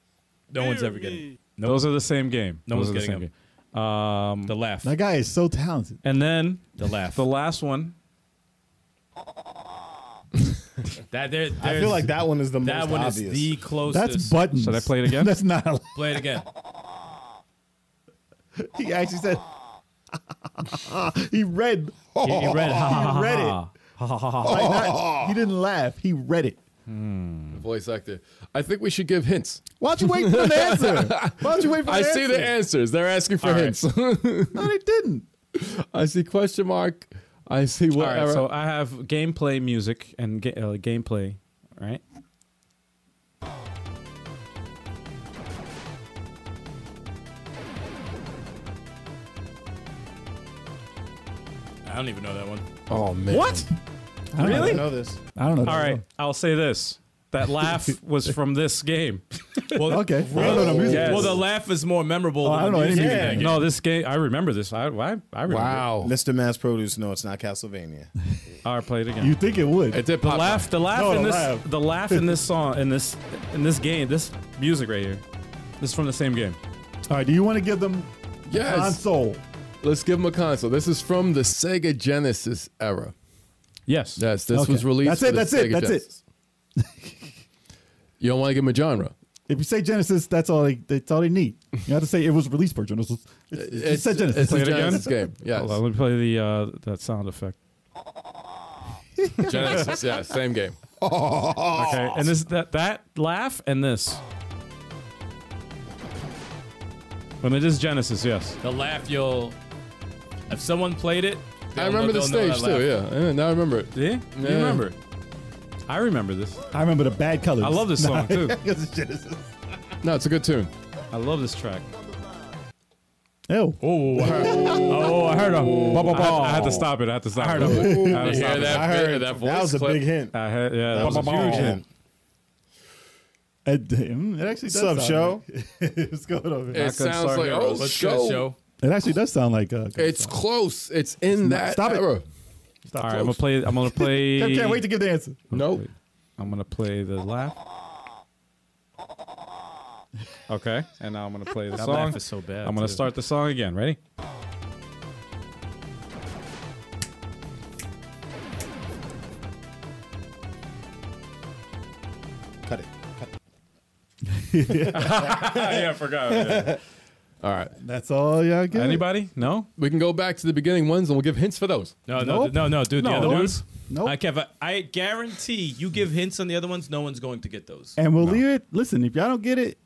Speaker 5: No one's ever getting it.
Speaker 1: Those are the same game.
Speaker 5: No
Speaker 1: Those
Speaker 5: one's
Speaker 1: are the
Speaker 5: getting
Speaker 1: same
Speaker 5: them.
Speaker 1: game. Um,
Speaker 5: the laugh.
Speaker 3: That guy is so talented.
Speaker 1: and then
Speaker 5: The laugh.
Speaker 1: the last one.
Speaker 5: that there,
Speaker 2: I
Speaker 5: there's-
Speaker 2: feel like that one is the
Speaker 5: that
Speaker 2: most
Speaker 5: one is
Speaker 2: obvious.
Speaker 5: the closest.
Speaker 3: That's buttons.
Speaker 1: Should I play it again?
Speaker 3: That's not. a-
Speaker 5: Play it again.
Speaker 3: He actually said. he read.
Speaker 1: He- he read, ha, ha, ha,
Speaker 3: He read
Speaker 1: ha.
Speaker 3: Like, not- he didn't laugh. He read it.
Speaker 4: voice actor. I think we should give hints.
Speaker 3: Why don't you wait for the answer? Why don't you wait for the
Speaker 4: I
Speaker 3: answer?
Speaker 4: see the answers. They're asking for
Speaker 1: All right.
Speaker 4: hints.
Speaker 3: No, they didn't.
Speaker 4: I see question mark. I see
Speaker 1: All right,
Speaker 4: whatever.
Speaker 1: so I have gameplay music and ga- uh, gameplay, right?
Speaker 5: I don't even know that one.
Speaker 4: oh man.
Speaker 1: What?
Speaker 3: I don't
Speaker 1: Really?
Speaker 3: Know.
Speaker 2: know this.
Speaker 3: I don't know.
Speaker 1: All right, I'll say this. That laugh was from this game.
Speaker 5: Well,
Speaker 3: Okay. I don't know the music.
Speaker 1: Yes.
Speaker 5: Well, the laugh is more memorable.
Speaker 3: Oh,
Speaker 5: than
Speaker 3: I don't
Speaker 5: the
Speaker 3: know any
Speaker 5: music.
Speaker 3: music.
Speaker 2: Yeah.
Speaker 1: No, this game. I remember this. I I, I remember.
Speaker 4: Wow.
Speaker 2: Mr. Mass Produce. No, it's not Castlevania.
Speaker 1: It. All right, play it again.
Speaker 3: You think it would?
Speaker 4: It did
Speaker 1: the
Speaker 4: pop up.
Speaker 1: laugh, the laugh
Speaker 3: No,
Speaker 1: in
Speaker 3: the
Speaker 1: this,
Speaker 3: laugh.
Speaker 1: the laugh in this song, in this, in this game, this music right here. This is from the same game.
Speaker 3: All right. Do you want to give them
Speaker 4: Yes.
Speaker 3: console?
Speaker 4: Let's give him a console. This is from the Sega Genesis era.
Speaker 1: Yes.
Speaker 4: Yes, this
Speaker 3: Okay.
Speaker 4: was released.
Speaker 3: That's
Speaker 4: for
Speaker 3: it,
Speaker 4: the
Speaker 3: that's it,
Speaker 4: Sega
Speaker 3: that's it.
Speaker 4: Genesis. you don't want to give him a genre.
Speaker 3: If you say Genesis, that's all. They, that's all they need. You have to say it was released for Genesis. It's, it's, it said Genesis.
Speaker 4: It's
Speaker 1: Play
Speaker 4: a
Speaker 1: it again?
Speaker 4: Genesis game.
Speaker 1: Hold on,
Speaker 4: Yes.
Speaker 1: let me play the uh, that sound effect.
Speaker 4: Genesis. Yeah, same game.
Speaker 1: Okay, and this that that laugh and this. When it is Genesis, yes.
Speaker 5: The laugh, you'll. If someone played it,
Speaker 4: I
Speaker 5: they'll
Speaker 4: remember
Speaker 5: know-
Speaker 4: the
Speaker 5: they'll know
Speaker 4: stage
Speaker 5: that laugh.
Speaker 4: too. Yeah. yeah, now I remember it.
Speaker 1: See? You
Speaker 4: Yeah.
Speaker 1: remember? I remember this.
Speaker 3: I remember the bad colors.
Speaker 1: I love this song too.
Speaker 3: Because it's Genesis.
Speaker 4: No, it's a good tune.
Speaker 1: I love this track.
Speaker 3: Ew.
Speaker 1: Oh, I heard, oh, I heard a. I, had to stop it. I had to stop it. I had to stop
Speaker 4: You hear
Speaker 1: it.
Speaker 4: that,
Speaker 2: I
Speaker 4: bit,
Speaker 2: heard
Speaker 4: that
Speaker 2: that,
Speaker 4: voice
Speaker 2: was a
Speaker 4: clip?
Speaker 2: big hint.
Speaker 1: I had, yeah, that
Speaker 2: That was a huge hint.
Speaker 3: It, it actually does.
Speaker 2: What's up,
Speaker 3: sound
Speaker 2: show?
Speaker 3: like- What's going on?
Speaker 4: It
Speaker 3: It,
Speaker 4: sounds
Speaker 1: Start
Speaker 4: like
Speaker 1: Heroes.
Speaker 4: oh
Speaker 5: Let's
Speaker 4: show.
Speaker 5: go show.
Speaker 3: it actually does sound like. Uh,
Speaker 4: It's close. It's in that
Speaker 3: stop it.
Speaker 4: era.
Speaker 1: All right, I'm gonna play. I'm gonna play.
Speaker 3: I can't wait to give the answer.
Speaker 4: Nope.
Speaker 1: I'm gonna play the laugh. Okay, and now I'm gonna play the
Speaker 5: That
Speaker 1: song.
Speaker 5: laugh is so bad.
Speaker 1: I'm gonna
Speaker 5: too.
Speaker 1: start the song again. Ready?
Speaker 2: Cut it.
Speaker 1: yeah, I forgot.
Speaker 4: All right.
Speaker 3: That's all y'all get.
Speaker 1: Anybody? No.
Speaker 4: We can go back to the beginning ones and we'll give hints for those.
Speaker 5: No, no,
Speaker 3: Nope.
Speaker 5: no, no, dude. The
Speaker 1: No.
Speaker 5: other
Speaker 1: Nope.
Speaker 5: ones.
Speaker 3: Nope.
Speaker 5: I, Kev, Uh, I, I guarantee you give hints on the other ones, no one's going to get those.
Speaker 3: And we'll leave it. Listen, if y'all don't get it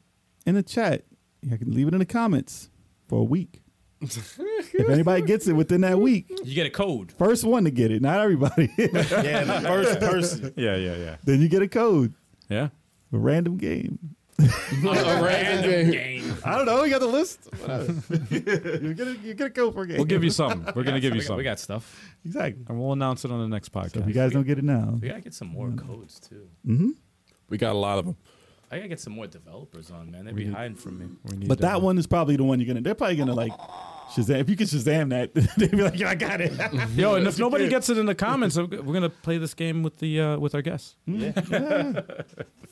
Speaker 3: in the chat, y'all can leave it in the comments for a week. if anybody gets it within that week,
Speaker 5: You get a code.
Speaker 3: first one to get it, not everybody,
Speaker 2: Yeah, the first person.
Speaker 1: Yeah, yeah, yeah,
Speaker 3: then you get a code.
Speaker 1: yeah.
Speaker 3: A random game.
Speaker 4: A random game.
Speaker 3: I don't know. You got the list. you get a, you get a code for a game.
Speaker 1: We'll give you something. We're gonna give you
Speaker 5: We got,
Speaker 1: something,
Speaker 5: we got stuff.
Speaker 3: exactly.
Speaker 1: and we'll announce it on the next
Speaker 3: So if
Speaker 1: podcast.
Speaker 3: you guys don't get it now,
Speaker 5: We gotta get some more codes too.
Speaker 4: We got a lot of them.
Speaker 5: I gotta get some more developers on, man. They'd be hiding from me.
Speaker 1: We need
Speaker 3: but
Speaker 1: to-
Speaker 3: that one is probably the one you're gonna. They're probably gonna like Shazam. If you can Shazam that, they'd be like, "Yeah, I got it."
Speaker 1: Yo, and if nobody gets it in the comments, I'm g- we're gonna play this game with the uh, with our guests.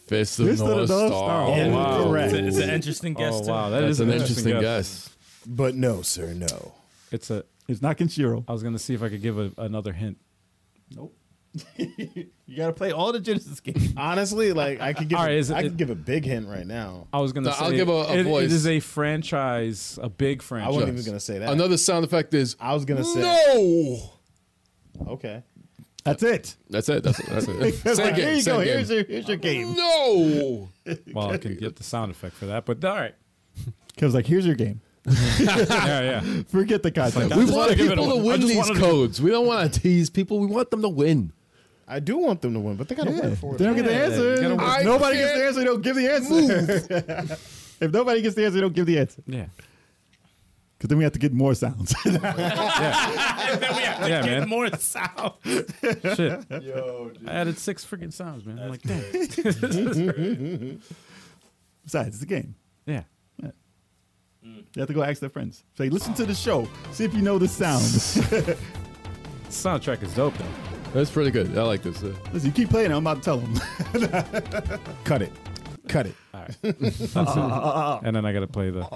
Speaker 4: Fist of
Speaker 3: Fist of the North
Speaker 4: North Star.
Speaker 3: Star. Yeah.
Speaker 1: wow.
Speaker 5: It's,
Speaker 3: Correct.
Speaker 5: a, it's an interesting guess.
Speaker 1: Oh
Speaker 5: too.
Speaker 1: wow,
Speaker 4: That's
Speaker 1: is
Speaker 4: an interesting guess.
Speaker 2: But no, sir, no.
Speaker 1: It's a.
Speaker 3: It's not Kenshiro.
Speaker 1: I was gonna see if I could give a, another hint.
Speaker 3: Nope. you gotta play all the Genesis games.
Speaker 2: Honestly, like I could give,
Speaker 1: All right,
Speaker 2: a-
Speaker 1: is it-
Speaker 2: I could give a big hint right now.
Speaker 1: I was gonna.
Speaker 4: No,
Speaker 1: say,
Speaker 4: I'll give a- a
Speaker 1: it-
Speaker 4: voice.
Speaker 1: It is a franchise, a big
Speaker 2: I
Speaker 1: franchise.
Speaker 2: wasn't even gonna say that.
Speaker 4: Another sound effect is
Speaker 2: I was gonna say
Speaker 4: no.
Speaker 2: okay.
Speaker 3: That's it.
Speaker 4: That's it. That's it. That's it. same
Speaker 3: Here
Speaker 4: game.
Speaker 3: you go.
Speaker 4: Same
Speaker 3: Here's
Speaker 4: game.
Speaker 3: your here's your game.
Speaker 4: No.
Speaker 1: Well, I can get the sound effect for that, but all right.
Speaker 3: Cause like here's your game.
Speaker 1: Yeah, yeah.
Speaker 3: Forget the concept.
Speaker 4: We
Speaker 1: just wanna
Speaker 4: want
Speaker 1: give it
Speaker 4: people
Speaker 1: a-
Speaker 4: to
Speaker 1: I
Speaker 4: win
Speaker 1: just
Speaker 4: these
Speaker 1: wanted to-
Speaker 4: codes. We don't want to tease people. We want them to win.
Speaker 2: I do want them to win, but they gotta work for it.
Speaker 3: They don't get the answer.
Speaker 1: you gotta work-
Speaker 3: If nobody
Speaker 4: I
Speaker 3: gets the answer.
Speaker 4: can't
Speaker 3: They don't give the answer. if nobody gets the answer, they don't give the answer.
Speaker 1: Yeah.
Speaker 3: Because then we have to get more sounds.
Speaker 5: and then we have to
Speaker 1: Yeah,
Speaker 5: get
Speaker 1: man.
Speaker 5: more sound.
Speaker 1: Shit. I added six freaking sounds, man. I'm like, damn.
Speaker 3: Besides, it's a game.
Speaker 1: Yeah.
Speaker 3: You have to go ask their friends. Say, listen to the show. See if you know the sound.
Speaker 1: Soundtrack is dope, though.
Speaker 4: That's pretty good. I like this. Uh,
Speaker 3: listen, you keep playing it. I'm about to tell them.
Speaker 2: Cut it. Cut it.
Speaker 1: And then I got to play the.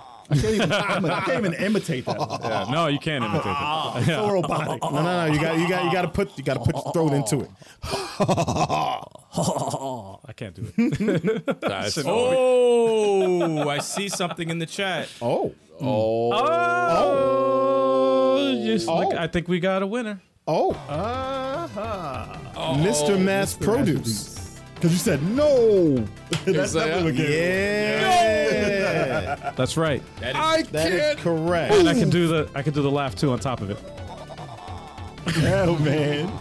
Speaker 3: I can't even, I'm a, I can't even imitate that.
Speaker 1: Yeah, no, you can't imitate that.
Speaker 3: It's so robotic.
Speaker 2: No, no, no. You got, you got, you got to put, you got to put your throat into it.
Speaker 1: I can't do it.
Speaker 4: that's-
Speaker 5: Oh, I see something in the chat.
Speaker 2: Oh,
Speaker 1: Oh, just look,
Speaker 2: Oh.
Speaker 1: I think we got a winner.
Speaker 2: oh.
Speaker 1: Uh-huh.
Speaker 2: Mr. Mass Produce.
Speaker 3: Because you said no.
Speaker 4: Is that-
Speaker 2: Yeah,
Speaker 1: That's right.
Speaker 4: I
Speaker 2: that is
Speaker 4: can't.
Speaker 2: correct.
Speaker 1: And I can do the I can do the laugh too on top of it.
Speaker 3: Hell, man.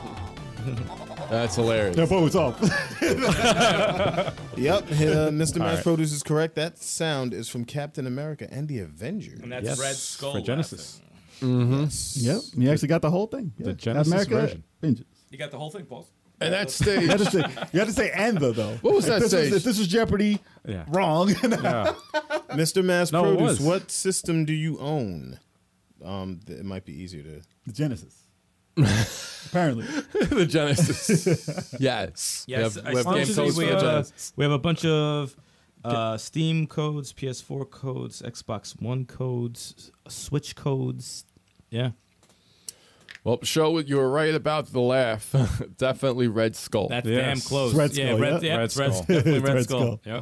Speaker 4: That's hilarious.
Speaker 3: That was off.
Speaker 2: Yep, uh, Mr. Mass Produce is correct. That sound is from Captain America and the Avengers.
Speaker 5: And that's
Speaker 1: Yes,
Speaker 5: Red Skull.
Speaker 1: for Genesis.
Speaker 5: laughing.
Speaker 3: yep. You actually got the whole thing. Yeah.
Speaker 1: Genesis version.
Speaker 3: Vengeance.
Speaker 5: You got the whole thing, Paul.
Speaker 4: And that
Speaker 3: You had
Speaker 4: stage.
Speaker 3: to say, you had to say and the, though.
Speaker 4: What was
Speaker 3: If
Speaker 4: that
Speaker 3: this
Speaker 4: stage?
Speaker 3: if this was Jeopardy,
Speaker 1: Yeah.
Speaker 3: wrong.
Speaker 1: Yeah.
Speaker 2: Mr. Mass
Speaker 1: No, it was.
Speaker 2: Produce, what system do you own? Um, th- it might be easier to.
Speaker 3: The Genesis. Apparently.
Speaker 4: the Genesis. yes.
Speaker 5: Yes,
Speaker 4: Web-
Speaker 5: I
Speaker 4: web
Speaker 5: saw
Speaker 4: game
Speaker 5: today
Speaker 4: codes for
Speaker 5: we, uh,
Speaker 4: the
Speaker 5: have a,
Speaker 4: Genesis.
Speaker 5: we have a bunch of uh, Steam codes, PS4 codes, Xbox One codes, Switch codes. Yeah.
Speaker 4: Well, show you were right about the laugh. Definitely Red Skull.
Speaker 5: That's
Speaker 1: Yes.
Speaker 5: damn close.
Speaker 3: Red
Speaker 5: yeah,
Speaker 3: Skull,
Speaker 5: Red,
Speaker 3: yeah.
Speaker 5: yeah,
Speaker 1: Red
Speaker 5: it's
Speaker 1: Skull. Ah.
Speaker 5: Red, definitely
Speaker 3: It's
Speaker 5: Red,
Speaker 3: Red
Speaker 5: Skull. Yeah.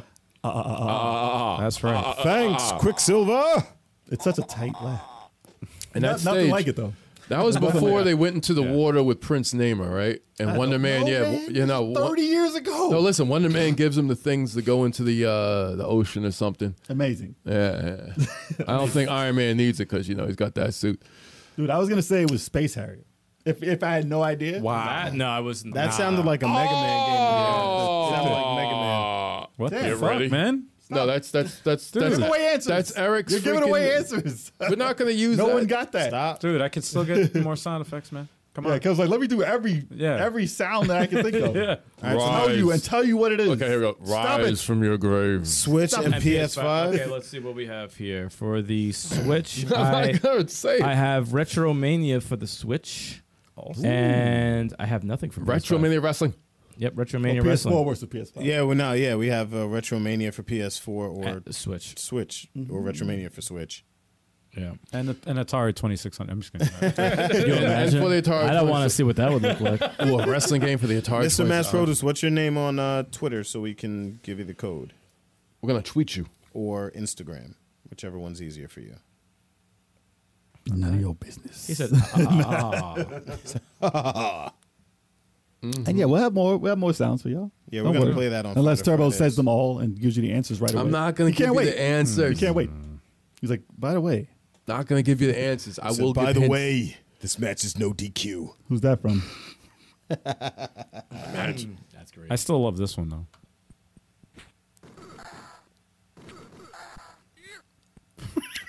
Speaker 1: That's right.
Speaker 2: Thanks,
Speaker 1: uh,
Speaker 2: Quicksilver.
Speaker 3: It's such a tight laugh.
Speaker 4: and
Speaker 3: Not,
Speaker 4: that
Speaker 3: nothing
Speaker 4: stage-
Speaker 3: like it, though.
Speaker 4: That was before they went into the
Speaker 1: Yeah.
Speaker 4: water with Prince Namer, right? And Wonder Man, yeah, w- you know, wo-
Speaker 3: years ago.
Speaker 4: no, listen, Wonder Man gives him the things to go into the uh, the ocean or something.
Speaker 3: Amazing.
Speaker 4: Yeah, yeah. I don't think Iron Man needs it because you know he's got that suit.
Speaker 3: Dude, I was going to say it was Space Harriet. If, if I had no idea.
Speaker 5: That, no, I wasn't.
Speaker 2: That
Speaker 5: nah.
Speaker 2: sounded like a Mega Man game.
Speaker 3: uh, Oh.
Speaker 4: Oh.
Speaker 2: Yeah, that sounded like Mega Man.
Speaker 4: Aw.
Speaker 1: What the
Speaker 3: Damn.
Speaker 1: fuck,
Speaker 4: Ready?
Speaker 1: man?
Speaker 4: no, that's that's that's that's
Speaker 3: Give away answers.
Speaker 4: That's Eric's.
Speaker 3: You're giving
Speaker 4: freaking-
Speaker 3: away answers.
Speaker 4: We're not gonna use.
Speaker 3: no
Speaker 4: that.
Speaker 3: one got that.
Speaker 2: Stop.
Speaker 1: Ah. Dude, I can still get more sound effects, man. Come
Speaker 3: Yeah,
Speaker 1: on.
Speaker 3: because like let me do every
Speaker 1: Yeah.
Speaker 3: every sound that I can think of.
Speaker 1: Yeah.
Speaker 3: And tell you and
Speaker 4: Rise.
Speaker 3: tell you what it is.
Speaker 4: Okay, here we go.
Speaker 3: Stop
Speaker 4: Rise from your grave.
Speaker 2: Switch
Speaker 5: And
Speaker 2: and PS5.
Speaker 5: Okay, let's see what we have here for the Switch.
Speaker 4: I'm
Speaker 5: I,
Speaker 4: not gonna say
Speaker 5: I
Speaker 4: it.
Speaker 5: have Retromania for the Switch, and I have nothing for
Speaker 4: retro
Speaker 5: PS5.
Speaker 4: mania wrestling.
Speaker 5: Yep,
Speaker 3: it.
Speaker 5: Retromania
Speaker 3: PS4
Speaker 5: Wrestling.
Speaker 3: works with PS5.
Speaker 2: Yeah, well, no, yeah, we have uh, Retromania for PS4 or
Speaker 5: At the Switch.
Speaker 2: Switch or Retromania for Switch.
Speaker 5: Yeah.
Speaker 1: And an Atari 2600. I'm just kidding.
Speaker 4: That's for the Atari.
Speaker 10: I don't want to see what that would look like.
Speaker 4: to. Ooh, a wrestling game for the Atari.
Speaker 2: Mr.
Speaker 4: 26.
Speaker 2: Mass Produce, what's your name on uh, Twitter so we can give you the code
Speaker 4: We're gonna tweet you.
Speaker 2: or Instagram, whichever one's easier for you.
Speaker 3: None of your business.
Speaker 5: He said,
Speaker 3: Mm-hmm. And yeah, we'll have more we'll have more sounds for y'all.
Speaker 2: Yeah, we're
Speaker 3: Don't
Speaker 2: gonna
Speaker 3: worry.
Speaker 2: play that on
Speaker 3: Unless
Speaker 2: Friday
Speaker 3: Turbo
Speaker 2: Fridays.
Speaker 3: says them all and gives you the answers right away.
Speaker 4: I'm not gonna
Speaker 3: you
Speaker 4: give
Speaker 3: can't
Speaker 4: you
Speaker 3: wait. Hmm.
Speaker 4: the answers.
Speaker 3: You can't wait. He's like, by the way,
Speaker 4: Not gonna give you the answers. I
Speaker 2: Said,
Speaker 4: will.
Speaker 2: By
Speaker 4: give
Speaker 2: the
Speaker 4: hints.
Speaker 2: way, this match is no DQ.
Speaker 3: who's that from?
Speaker 5: "That's great."
Speaker 1: I still love this one, though.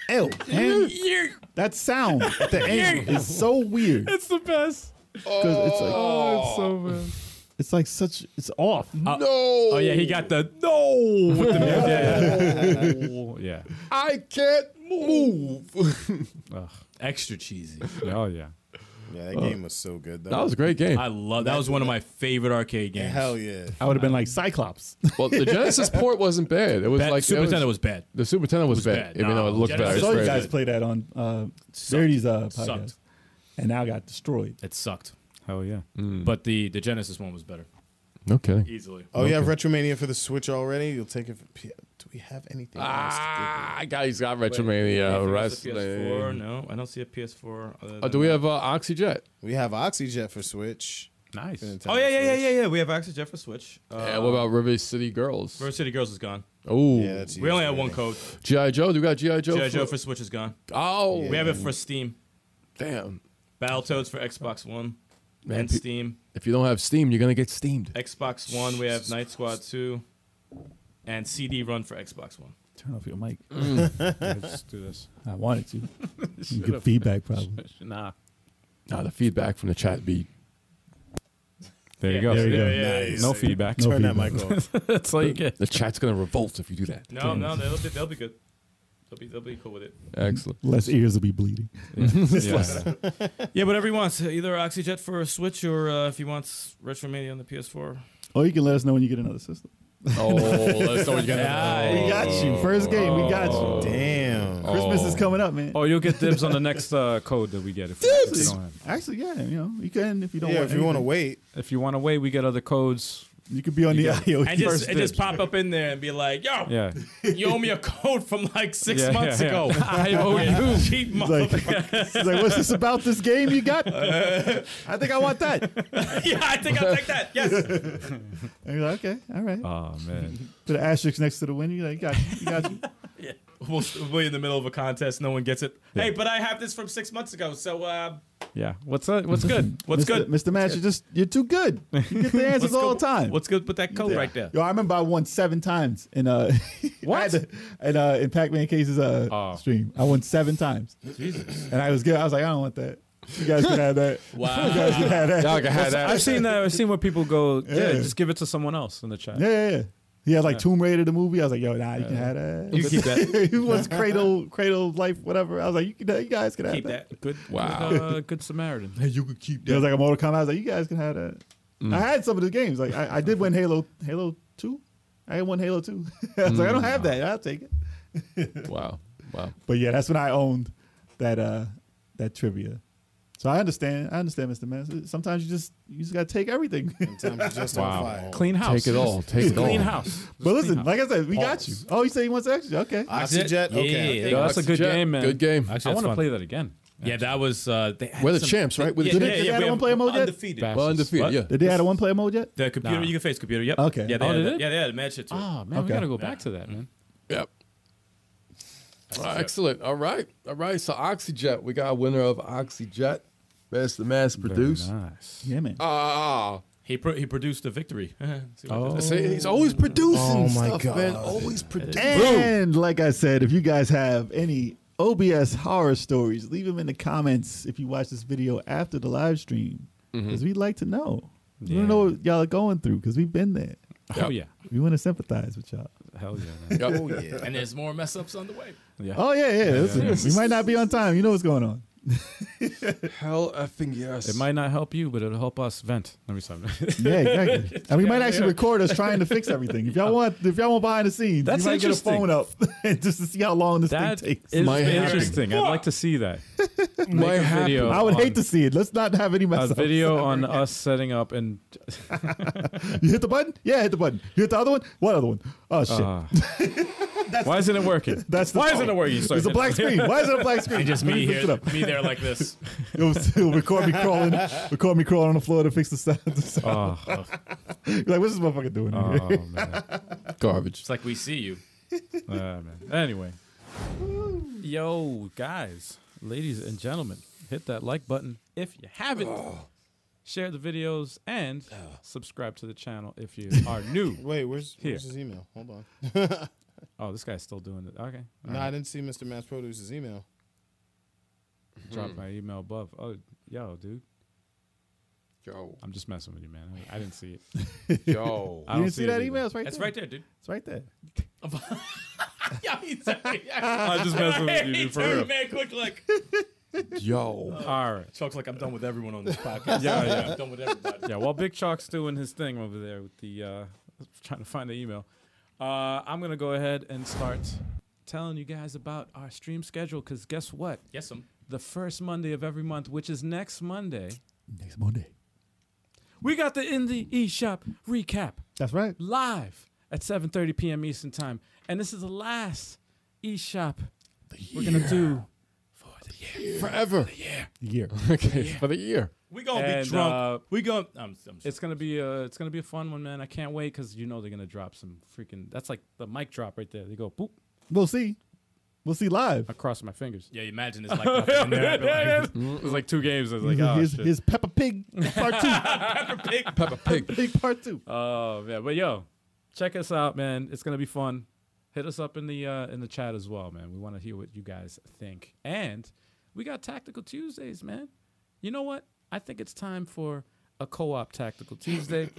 Speaker 3: Ew. And that sound at the end is so weird.
Speaker 1: It's the best.
Speaker 3: 'Cause it's like
Speaker 1: Oh, it's so bad.
Speaker 3: it's like such it's off.
Speaker 2: Mm-hmm.
Speaker 4: no.
Speaker 1: Oh, yeah, he got the no with the yeah. yeah.
Speaker 4: I can't move.
Speaker 5: Extra cheesy.
Speaker 1: Yeah. Oh, yeah.
Speaker 2: Yeah, that game was so good though.
Speaker 4: that was a great game.
Speaker 5: I love. That was one of my favorite arcade games.
Speaker 2: Hell yeah.
Speaker 3: I would have been like Cyclops.
Speaker 4: Well, the Genesis port wasn't bad. It was
Speaker 5: Bad-
Speaker 4: like
Speaker 5: Super
Speaker 4: it was,
Speaker 5: Nintendo was bad.
Speaker 4: the Super Nintendo was, bad,
Speaker 5: bad.
Speaker 4: even though it
Speaker 5: No,
Speaker 4: looked
Speaker 5: Genesis
Speaker 3: I
Speaker 4: better. It's
Speaker 3: saw you
Speaker 4: very
Speaker 3: guys
Speaker 4: good.
Speaker 3: play that on uh, Verity's uh, podcast,
Speaker 5: Sucked.
Speaker 3: and now got destroyed.
Speaker 5: It sucked.
Speaker 1: Hell yeah.
Speaker 4: Hmm.
Speaker 5: But the the Genesis one was better
Speaker 4: No kidding.
Speaker 5: easily.
Speaker 2: Oh, you have Retromania for the Switch already? You'll take it for P- Do we have anything else to
Speaker 4: Ah, guys got Retromania
Speaker 5: Anything else for PS4?
Speaker 4: wrestling.
Speaker 5: No, I don't see a PS4. other
Speaker 4: Oh,
Speaker 5: than
Speaker 4: do we
Speaker 5: that.
Speaker 4: have uh, Oxyjet?
Speaker 2: give? We have Oxyjet for Switch.
Speaker 1: Nice.
Speaker 2: Nintendo
Speaker 5: Oh yeah, yeah, yeah,
Speaker 2: Switch.
Speaker 5: yeah, yeah. We have Access Jeff for Switch. Uh,
Speaker 4: yeah, what about River City Girls?
Speaker 5: River City Girls is gone.
Speaker 4: Oh,
Speaker 2: Yeah, that's
Speaker 5: We only
Speaker 2: easy,
Speaker 5: have one
Speaker 2: I think.
Speaker 5: code.
Speaker 4: GI Joe. Do we got GI Joe?
Speaker 5: GI Joe for Switch is gone.
Speaker 4: oh,
Speaker 5: We have it for Steam.
Speaker 4: damn.
Speaker 5: Battletoads for Xbox One
Speaker 4: Man,
Speaker 5: and
Speaker 4: pe-
Speaker 5: Steam.
Speaker 4: If you don't have Steam, you're gonna get steamed.
Speaker 5: Xbox One. We have Night Squad Two, and CD Run for Xbox One.
Speaker 3: Turn off your mic.
Speaker 1: Yeah, just do this.
Speaker 3: I wanted to. you
Speaker 1: Should've.
Speaker 3: get feedback probably.
Speaker 1: Nah.
Speaker 4: Now the feedback from the chat be
Speaker 1: There you
Speaker 5: Yeah,
Speaker 1: go.
Speaker 3: there you go.
Speaker 5: yeah,
Speaker 1: No
Speaker 5: yeah.
Speaker 1: feedback.
Speaker 3: No
Speaker 2: Turn that
Speaker 3: feedback.
Speaker 2: mic off.
Speaker 1: That's all you get.
Speaker 4: the chat's gonna revolt if you do that.
Speaker 5: No, no, they'll be, they'll be good. They'll be, they'll be cool with it.
Speaker 4: Excellent.
Speaker 3: Less ears will be bleeding.
Speaker 1: Yeah.
Speaker 5: Yeah, whatever he wants. Either OxyJet for a Switch or uh, if he wants Retromania on the PS4.
Speaker 3: Or Oh, you can let us know when you get another system.
Speaker 4: Oh, let's know what you got.
Speaker 5: Oh.
Speaker 3: We got
Speaker 2: Oh.
Speaker 3: you. First game, we got you.
Speaker 2: Damn.
Speaker 3: Christmas is coming up, man.
Speaker 1: Oh, you'll get dibs on the next uh, code that we get if, if you don't have.
Speaker 3: Actually, yeah, you know, you can if you don't
Speaker 2: Yeah,
Speaker 3: want
Speaker 2: if you want to
Speaker 3: anything.
Speaker 2: wait,
Speaker 1: If you want to wait, we get other codes.
Speaker 3: You could be on the E IO.
Speaker 5: And just,
Speaker 1: First
Speaker 5: and just
Speaker 1: dibs.
Speaker 5: pop up in there and be like, yo,
Speaker 1: Yeah.
Speaker 5: you owe me a code from like six
Speaker 1: Yeah,
Speaker 5: months
Speaker 1: yeah,
Speaker 5: ago.
Speaker 1: yeah. I owe you.
Speaker 5: You cheap
Speaker 3: Like,
Speaker 5: motherfucker.
Speaker 3: it's like, what's this about this game you got? I think I want that. And
Speaker 5: yeah, I think I'll take that. Yes.
Speaker 3: you're like, okay, all right.
Speaker 1: Oh man.
Speaker 3: Put an asterisk next to the win. You're like, got you, you got you.
Speaker 5: We'll, we'll be in the middle of a contest. No one gets it. Hey, but I have this from six months ago. So uh,
Speaker 1: Yeah. What's uh, what's good?
Speaker 5: what's
Speaker 3: Mr.
Speaker 5: good?
Speaker 3: Mr. Match, you're just you're too good. You get the answers
Speaker 5: What's
Speaker 3: all
Speaker 5: good-
Speaker 3: the time.
Speaker 5: What's good with that code right there?
Speaker 3: Yo, I remember I won seven times in uh I had to- in uh in Pac-Man Case's uh
Speaker 1: Oh.
Speaker 3: stream. I won seven times. Jesus. And I was good. I was like, I don't want that. You guys can have that. Wow. You guys can have that.
Speaker 4: Yeah, I can have that.
Speaker 1: I've seen that. I've seen where people go. Yeah,
Speaker 3: Yeah.
Speaker 1: just give it to someone else in the chat.
Speaker 3: Yeah, yeah, yeah. He had like Tomb Raider the movie. I was like, yo, nah, you can have that.
Speaker 1: You keep that.
Speaker 3: He was Cradle Cradle Life, whatever. I was like, you, can, you guys can have
Speaker 5: Keep that.
Speaker 1: Good.
Speaker 4: Wow.
Speaker 1: Good, uh, good Samaritan.
Speaker 4: you could keep
Speaker 3: It was like a Mortal Kombat. I was like, you guys can have that. I had some of the games. Like I, I did win Halo Halo Two. I won Halo Two. I was like, I don't have that. I'll take it.
Speaker 4: Wow. Wow.
Speaker 3: But yeah, that's when I owned that uh that trivia. So I understand. I understand, Mr. Man. Sometimes you just you just gotta take everything.
Speaker 2: sometimes you're just on fire.
Speaker 1: Clean house.
Speaker 4: Take it all. Take it all.
Speaker 1: Clean house.
Speaker 3: but listen, like I said, we got you. Oh, you say you want extra? Okay.
Speaker 2: Oxyjet. Okay.
Speaker 1: Yo, that's a good
Speaker 4: Jet,
Speaker 1: game, man.
Speaker 4: Good game.
Speaker 1: I
Speaker 5: Actually,
Speaker 1: want to play that again.
Speaker 5: Yeah, that was. Uh, they had
Speaker 4: We're the
Speaker 5: some-
Speaker 4: champs, right? We're the
Speaker 5: Yeah,
Speaker 4: champs.
Speaker 5: yeah,
Speaker 3: Did they
Speaker 5: yeah,
Speaker 3: add
Speaker 5: we
Speaker 3: a
Speaker 5: have
Speaker 3: one-player mode yet?
Speaker 5: undefeted.
Speaker 1: Bastards.
Speaker 4: Well, undefeated.
Speaker 1: What?
Speaker 4: Yeah.
Speaker 3: Did they add a one player mode yet?
Speaker 5: The computer,
Speaker 1: Nah.
Speaker 5: you can face computer. Yep.
Speaker 3: Okay.
Speaker 5: Yeah, they
Speaker 1: Oh,
Speaker 5: had,
Speaker 1: did
Speaker 5: it-
Speaker 1: it?
Speaker 5: yeah, they had a match it too.
Speaker 1: Oh man, we
Speaker 3: Okay.
Speaker 1: gotta go back to that, man.
Speaker 4: Yep. Uh, excellent. All right. All right. So Oxyjet, we got a winner of Oxyjet. Best the mass produced.
Speaker 1: Nice.
Speaker 3: Yeah, man.
Speaker 4: Ah.
Speaker 5: He pro- he produced a victory. See what
Speaker 1: Oh.
Speaker 5: this-
Speaker 4: See, he's always producing
Speaker 2: Oh, my
Speaker 4: stuff,
Speaker 2: God.
Speaker 4: man. Always producing.
Speaker 3: And like I said, if you guys have any OBS horror stories, leave them in the comments if you watch this video after the live stream, because we'd like to know. We want
Speaker 1: Yeah.
Speaker 3: to know what y'all are going through because we've been there.
Speaker 1: Oh yeah.
Speaker 3: We want to sympathize with y'all.
Speaker 1: Hell yeah. Man.
Speaker 2: Oh,
Speaker 4: Yep.
Speaker 5: and there's more mess ups on the way.
Speaker 1: Yeah.
Speaker 3: Oh yeah, yeah. listen, we might not be on time. You know what's going on.
Speaker 4: Hell effing yes.
Speaker 1: It might not help you, but it'll help us vent. Let me stop.
Speaker 3: Yeah, exactly. And we might actually record us trying to fix everything. If y'all want, if y'all want behind the scenes,
Speaker 1: That's
Speaker 3: you might get a
Speaker 1: interesting.
Speaker 3: phone up just to see how long this
Speaker 1: That
Speaker 3: thing takes.
Speaker 1: is
Speaker 4: My hand.
Speaker 1: interesting. I'd like to see that.
Speaker 4: might happen.
Speaker 1: video.
Speaker 3: I would
Speaker 1: on-
Speaker 3: hate to see it. Let's not have any
Speaker 1: A
Speaker 3: mess ups.
Speaker 1: video on us setting up and
Speaker 3: You hit the button? Yeah, hit the button. You hit the other one? What other one? Oh shit.
Speaker 1: uh, why isn't it working?
Speaker 3: That's the
Speaker 1: why
Speaker 3: problem.
Speaker 1: isn't it working?
Speaker 3: It's a black screen. Why is it a black screen?
Speaker 5: Just
Speaker 3: Let
Speaker 5: me
Speaker 3: fix
Speaker 5: here,
Speaker 3: it up.
Speaker 5: me there like this.
Speaker 3: It was, it was record me crawling, record me crawling on the floor to fix the sound. The sound.
Speaker 1: Oh,
Speaker 3: Like what's this motherfucker doing? here?
Speaker 1: oh, man.
Speaker 4: Garbage.
Speaker 5: It's like we see you.
Speaker 1: Ah, man. Anyway, yo guys, ladies and gentlemen, hit that like button if you haven't. Share the videos and
Speaker 3: Oh.
Speaker 1: subscribe to the channel if you are new.
Speaker 2: Wait, where's,
Speaker 1: Here.
Speaker 2: where's his email? Hold on.
Speaker 1: Oh, this guy's still doing it. Okay, All
Speaker 2: No,
Speaker 1: right.
Speaker 2: I didn't see Mr. Mass Produce's email.
Speaker 1: drop
Speaker 4: Hmm.
Speaker 1: my email above. Oh, yo, dude,
Speaker 4: Yo.
Speaker 1: I'm just messing with you, man. I, I didn't see it.
Speaker 4: Yo.
Speaker 1: I
Speaker 3: You
Speaker 1: don't
Speaker 3: didn't see
Speaker 1: it
Speaker 3: that
Speaker 1: either.
Speaker 3: email? It's right
Speaker 5: That's
Speaker 3: there.
Speaker 5: right there, dude.
Speaker 3: It's right there.
Speaker 5: yeah, he's
Speaker 1: I'm just messing with you, dude, for real.
Speaker 5: man, quick look.
Speaker 4: Yo.
Speaker 1: All right.
Speaker 5: Chuck's like, I'm done with everyone on this podcast.
Speaker 1: Yeah, yeah.
Speaker 5: I'm done with everybody.
Speaker 1: yeah, while Big Chalk's doing his thing over there with the uh, trying to find the email, uh, I'm gonna go ahead and start telling you guys about our stream schedule. Cause guess what?
Speaker 5: Yes, um.
Speaker 1: The first Monday of every month, which is next Monday,
Speaker 3: Next Monday.
Speaker 1: we got the Indie eShop recap
Speaker 3: That's right.
Speaker 1: live at 7:30 p.m. Eastern time, and this is the last eShop we're gonna do.
Speaker 4: Forever.
Speaker 3: Year.
Speaker 4: Okay. For the year.
Speaker 5: We gonna
Speaker 1: And,
Speaker 5: be drunk.
Speaker 1: uh,
Speaker 5: we gonna. I'm, I'm
Speaker 1: It's gonna be a it's gonna be a fun one, man. I can't wait because you know they're gonna drop some freaking. That's like the mic drop right there. They go boop.
Speaker 3: We'll see. We'll see live.
Speaker 1: I cross my fingers.
Speaker 5: yeah, you imagine it's like nothing in there. I'd be like,
Speaker 1: It was like two games. I was like,
Speaker 3: Here's
Speaker 1: oh,
Speaker 3: his,
Speaker 1: shit.
Speaker 3: his Peppa Pig part two.
Speaker 4: Peppa Pig.
Speaker 3: Pig part two.
Speaker 1: Oh man, but yo, check us out, man. It's gonna be fun. hit us up in the uh, in the chat as well, man. We want to hear what you guys think. And we got Tactical Tuesdays, man. You know what? I think it's time for a co-op Tactical Tuesday.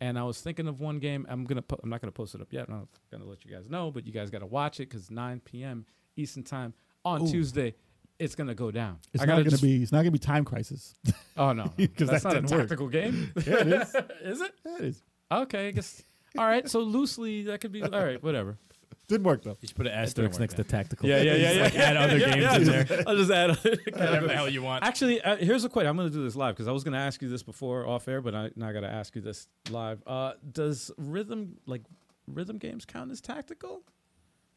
Speaker 1: and I was thinking of one game. I'm gonna po- I'm not gonna post it up yet. I'm not gonna let you guys know, but you guys gotta watch it because 9 p.m. Eastern time on Tuesday. It's gonna go down.
Speaker 3: It's
Speaker 1: I
Speaker 3: not
Speaker 1: gotta
Speaker 3: gonna
Speaker 1: just-
Speaker 3: be. It's not gonna be time crisis.
Speaker 1: Oh no,
Speaker 3: 'Cause
Speaker 1: because that's
Speaker 3: that
Speaker 1: not a
Speaker 3: didn't work.
Speaker 1: tactical game.
Speaker 3: yeah, it is.
Speaker 1: is it?
Speaker 3: Yeah, it is.
Speaker 1: Okay, I guess. All right, so loosely that could be. All right, whatever.
Speaker 3: Didn't work though.
Speaker 10: You should put an asterisk
Speaker 1: work
Speaker 10: next to
Speaker 1: out.
Speaker 10: tactical.
Speaker 1: Yeah, yeah, yeah, yeah.
Speaker 10: Like, add other
Speaker 1: Yeah,
Speaker 10: games
Speaker 1: yeah,
Speaker 10: in
Speaker 1: just-
Speaker 10: there.
Speaker 1: I'll just add
Speaker 5: Whatever the hell you want.
Speaker 1: Actually, uh, here's a question. I'm going to do this live because I was going to ask you this before off air, but I now got to ask you this live. Uh, does rhythm like rhythm games count as tactical?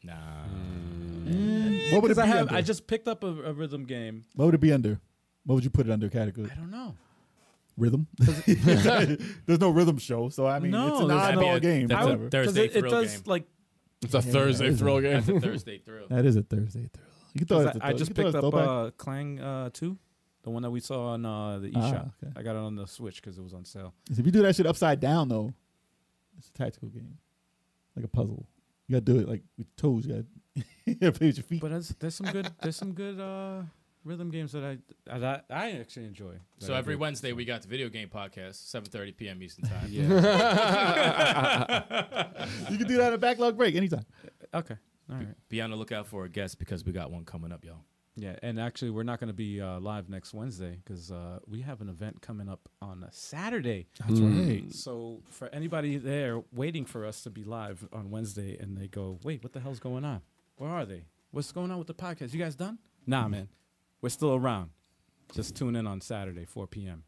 Speaker 5: Nah.
Speaker 3: What would it
Speaker 1: Because
Speaker 3: be
Speaker 1: I have
Speaker 3: under?
Speaker 1: I just picked up a, a rhythm game.
Speaker 3: what would it be under? What would you put it under category?
Speaker 1: I don't know.
Speaker 3: Rhythm. There's no rhythm show, so I mean,
Speaker 1: No,
Speaker 3: it's an
Speaker 1: there's-
Speaker 3: oddball
Speaker 5: That'd be a-
Speaker 3: game.
Speaker 5: that's
Speaker 1: I
Speaker 3: whatever.
Speaker 1: would- 'cause
Speaker 5: Thursday
Speaker 1: it, it
Speaker 5: thrill
Speaker 1: does
Speaker 5: game.
Speaker 1: like
Speaker 4: It's a Thursday thrill game.
Speaker 5: That's a Thursday thrill.
Speaker 3: that is a Thursday thrill. You can throw it as a
Speaker 1: I, I
Speaker 3: throw-
Speaker 1: just
Speaker 3: you can throw
Speaker 1: picked
Speaker 3: it as a
Speaker 1: up
Speaker 3: throwback.
Speaker 1: uh, Clang uh, Two, the one that we saw on uh, the eShop.
Speaker 3: Ah, okay.
Speaker 1: I got it on the Switch because it was on sale.
Speaker 3: If you do that shit upside down, though, it's a tactical game, like a puzzle. You gotta do it like with toes. You gotta, you gotta play with your feet.
Speaker 1: But there's, there's some good there's some good uh, rhythm games that I that I actually enjoy. that
Speaker 5: So
Speaker 1: I
Speaker 5: every
Speaker 1: do.
Speaker 5: Wednesday we got the video game podcast, 7:30 p.m. Eastern time.
Speaker 1: Yeah.
Speaker 3: you can do that at a backlog break anytime.
Speaker 1: okay. All right.
Speaker 5: Be on the lookout for a guest because we got one coming up, y'all.
Speaker 1: Yeah, and actually, we're not going to be uh, live next Wednesday because uh, we have an event coming up on a Saturday.
Speaker 3: That's
Speaker 5: Hmm.
Speaker 3: right.
Speaker 1: So for anybody there waiting for us to be live on Wednesday, and they go, "Wait, what the hell's going on? Where are they? What's going on with the podcast? You guys done? Nah, man, we're still around. Just tune in on Saturday, 4 p.m.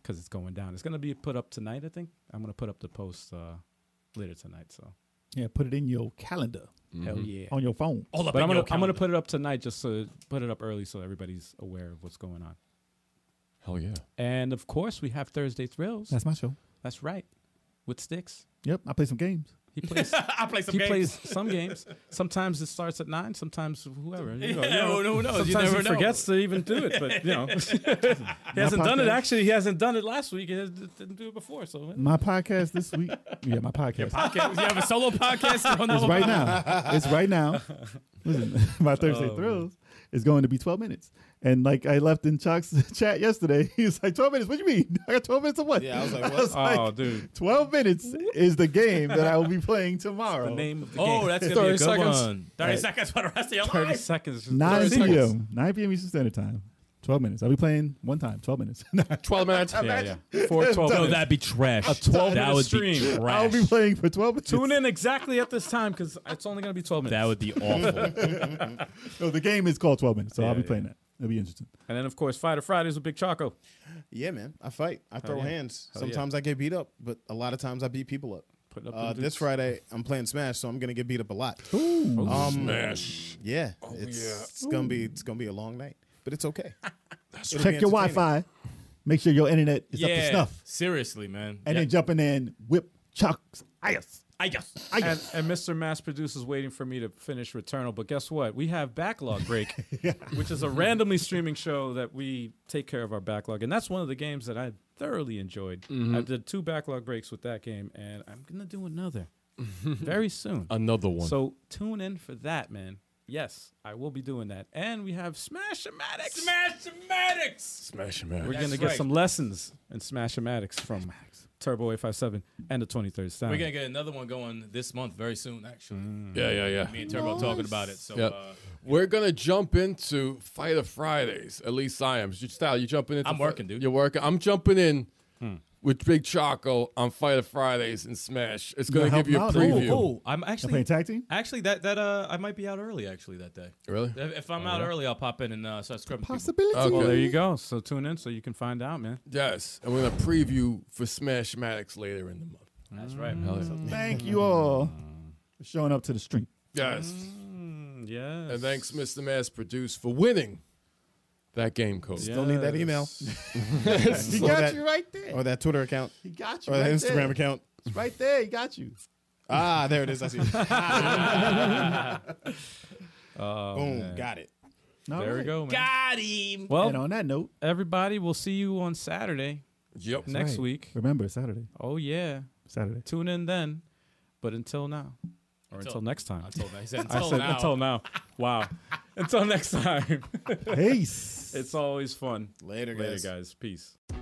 Speaker 1: because it's going down. It's going to be put up tonight, I think. I'm going to put up the post uh, later tonight. So
Speaker 3: Yeah, put it in your calendar
Speaker 1: hell yeah.
Speaker 3: on your phone.
Speaker 5: Mm-hmm. All up
Speaker 1: But
Speaker 5: in
Speaker 1: I'm gonna
Speaker 5: your
Speaker 1: I'm gonna
Speaker 5: calendar.
Speaker 1: put it up tonight just to put it up early so everybody's aware of what's going on.
Speaker 4: Hell yeah.
Speaker 1: And of course, we have Thursday Thrills. That's,
Speaker 3: That's my show.
Speaker 1: right, with Sticks.
Speaker 3: Yep, I play some games.
Speaker 1: He plays.
Speaker 5: I play some
Speaker 1: he
Speaker 5: games.
Speaker 1: plays some games. Sometimes it starts at nine. Sometimes whoever. You know, you
Speaker 5: Yeah,
Speaker 1: know,
Speaker 5: who knows?
Speaker 1: Sometimes
Speaker 5: You never
Speaker 1: he
Speaker 5: know.
Speaker 1: forgets to even do it. But you know, he hasn't done it.
Speaker 3: podcast.
Speaker 1: Actually, he hasn't done it last week. He has- didn't do it before. So
Speaker 3: My podcast this week. Yeah, my podcast.
Speaker 5: podcast. You have a solo podcast. No, no.
Speaker 3: It's right now. It's right now. Listen, my Thursday thrills is going to be 12 minutes. And like I left in Chuck's chat yesterday, he was like, 12 minutes? What do you mean? I got 12 minutes of what?
Speaker 2: Yeah, I was like,
Speaker 3: I
Speaker 2: what?
Speaker 3: was
Speaker 1: oh,
Speaker 3: like,
Speaker 1: dude,
Speaker 3: 12 minutes is the game that I will be playing tomorrow.
Speaker 1: the name of the game.
Speaker 5: Oh, that's gonna be
Speaker 4: 30
Speaker 5: a good
Speaker 4: seconds.
Speaker 5: one. Thirty seconds for the rest of your
Speaker 1: Thirty
Speaker 5: life.
Speaker 1: seconds.
Speaker 3: 9
Speaker 1: 30 seconds.
Speaker 3: p.m. 9 p.m. Eastern Standard Time. 12 minutes. I'll be playing one time, 12 minutes.
Speaker 4: 12 minutes.
Speaker 1: Yeah, yeah. Four twelve.
Speaker 5: No,
Speaker 1: minutes.
Speaker 5: Oh, that'd be trash. A
Speaker 1: 12
Speaker 5: That
Speaker 1: minute
Speaker 5: would be
Speaker 1: stream.
Speaker 5: trash.
Speaker 3: I'll be playing for 12 minutes.
Speaker 1: Tune in exactly at this time because it's only gonna be twelve minutes.
Speaker 5: That would be awful.
Speaker 3: No, the game is called 12 minutes, so I'll be
Speaker 1: yeah.
Speaker 3: playing that. It'll be interesting.
Speaker 1: and then of course, Fighter Fridays with Big Choco.
Speaker 2: Yeah, man. I fight. I throw
Speaker 1: yeah.
Speaker 2: hands.
Speaker 1: Hell yeah.
Speaker 2: Sometimes I get beat up, but a lot of times I beat people up.
Speaker 1: Put up
Speaker 2: Uh,
Speaker 1: them
Speaker 2: this
Speaker 1: dudes.
Speaker 2: Friday, I'm playing Smash, so I'm gonna get beat up a lot.
Speaker 1: Oh,
Speaker 2: Smash. Yeah,
Speaker 3: Oh,
Speaker 2: it's, it's gonna be it's gonna be a long night, but it's okay. It'll
Speaker 3: Check
Speaker 2: be
Speaker 3: your Wi
Speaker 2: entertaining.
Speaker 3: Fi. Make sure your internet is up to
Speaker 5: yeah.
Speaker 3: snuff.
Speaker 5: Seriously, man.
Speaker 3: and
Speaker 5: yeah.
Speaker 3: then jump in there and whip Chuck's ass.
Speaker 5: I guess.
Speaker 1: and, and Mr. Mass Produce is waiting for me to finish Returnal. But guess what? We have Backlog Break, which is a randomly streaming show that we take care of our backlog. And that's one of the games that I thoroughly enjoyed.
Speaker 5: Mm-hmm.
Speaker 1: I did two backlog breaks with that game, and I'm going to do another very soon.
Speaker 4: Another one.
Speaker 1: So tune in for that, man. Yes, I will be doing that. And we have Smash-O-Matics.
Speaker 5: Mathematics.
Speaker 4: Smash him out.
Speaker 1: We're going to
Speaker 5: That's
Speaker 1: get
Speaker 5: right.
Speaker 1: some lessons in Smash-O-Matics from Turbo A57 and the 23rd Sound.
Speaker 5: We're gonna get another one going this month, very soon, actually.
Speaker 4: Yeah, yeah, yeah.
Speaker 5: Me and Turbo talking about it. So
Speaker 4: Mm. Yep.
Speaker 5: uh,
Speaker 4: We're gonna jump into Fighter Fridays. At least I am. You- Style, you jumping into?
Speaker 5: I'm
Speaker 4: Fi-
Speaker 5: working, dude.
Speaker 4: You're working. I'm jumping in with Big Choco on Fighter Fridays and Smash. It's gonna
Speaker 3: You're
Speaker 4: give you a
Speaker 3: helping out,
Speaker 4: preview.
Speaker 3: dude.
Speaker 5: oh, I'm
Speaker 3: Playing
Speaker 5: actually
Speaker 3: tag team?
Speaker 5: actually that that uh I might be out early actually that day.
Speaker 4: Really?
Speaker 5: If if I'm out early, I'll pop in and uh, start scrubbing. people.
Speaker 3: Possibility.
Speaker 4: Okay.
Speaker 1: well, there you go. So tune in so you can find out, man.
Speaker 4: Yes, and we're gonna preview for Smashmatics later in the month.
Speaker 5: That's right.
Speaker 4: Hell yeah.
Speaker 3: Thank you all for showing up to the stream.
Speaker 4: Yes,
Speaker 1: Mm. Hmm, Yes.
Speaker 4: and thanks, Mr. Mass Produce, for winning that game code.
Speaker 1: Yeah.
Speaker 2: Don't need that email
Speaker 3: He
Speaker 2: Or
Speaker 3: got
Speaker 2: that-
Speaker 3: you right there.
Speaker 2: or that Twitter account
Speaker 3: he got you
Speaker 2: or that
Speaker 3: right
Speaker 2: Instagram
Speaker 3: there.
Speaker 2: account.
Speaker 3: Right there, he got you.
Speaker 2: Ah, there it is. I see. Boom, got it.
Speaker 3: All
Speaker 1: There we
Speaker 3: right.
Speaker 1: go, man.
Speaker 5: Got him.
Speaker 3: and
Speaker 1: Well,
Speaker 3: on that note,
Speaker 1: everybody, we'll see you on Saturday
Speaker 4: Yep.
Speaker 1: next
Speaker 3: right.
Speaker 1: week.
Speaker 3: remember Saturday.
Speaker 1: Oh yeah,
Speaker 3: Saturday.
Speaker 1: tune in then. But until now, Or until, next time.
Speaker 5: Until next. Until,
Speaker 1: I said
Speaker 5: now.
Speaker 1: until now. Wow. until next time.
Speaker 3: Peace.
Speaker 1: it's always fun.
Speaker 2: Later,
Speaker 1: Later,
Speaker 2: guys.
Speaker 1: guys. Peace.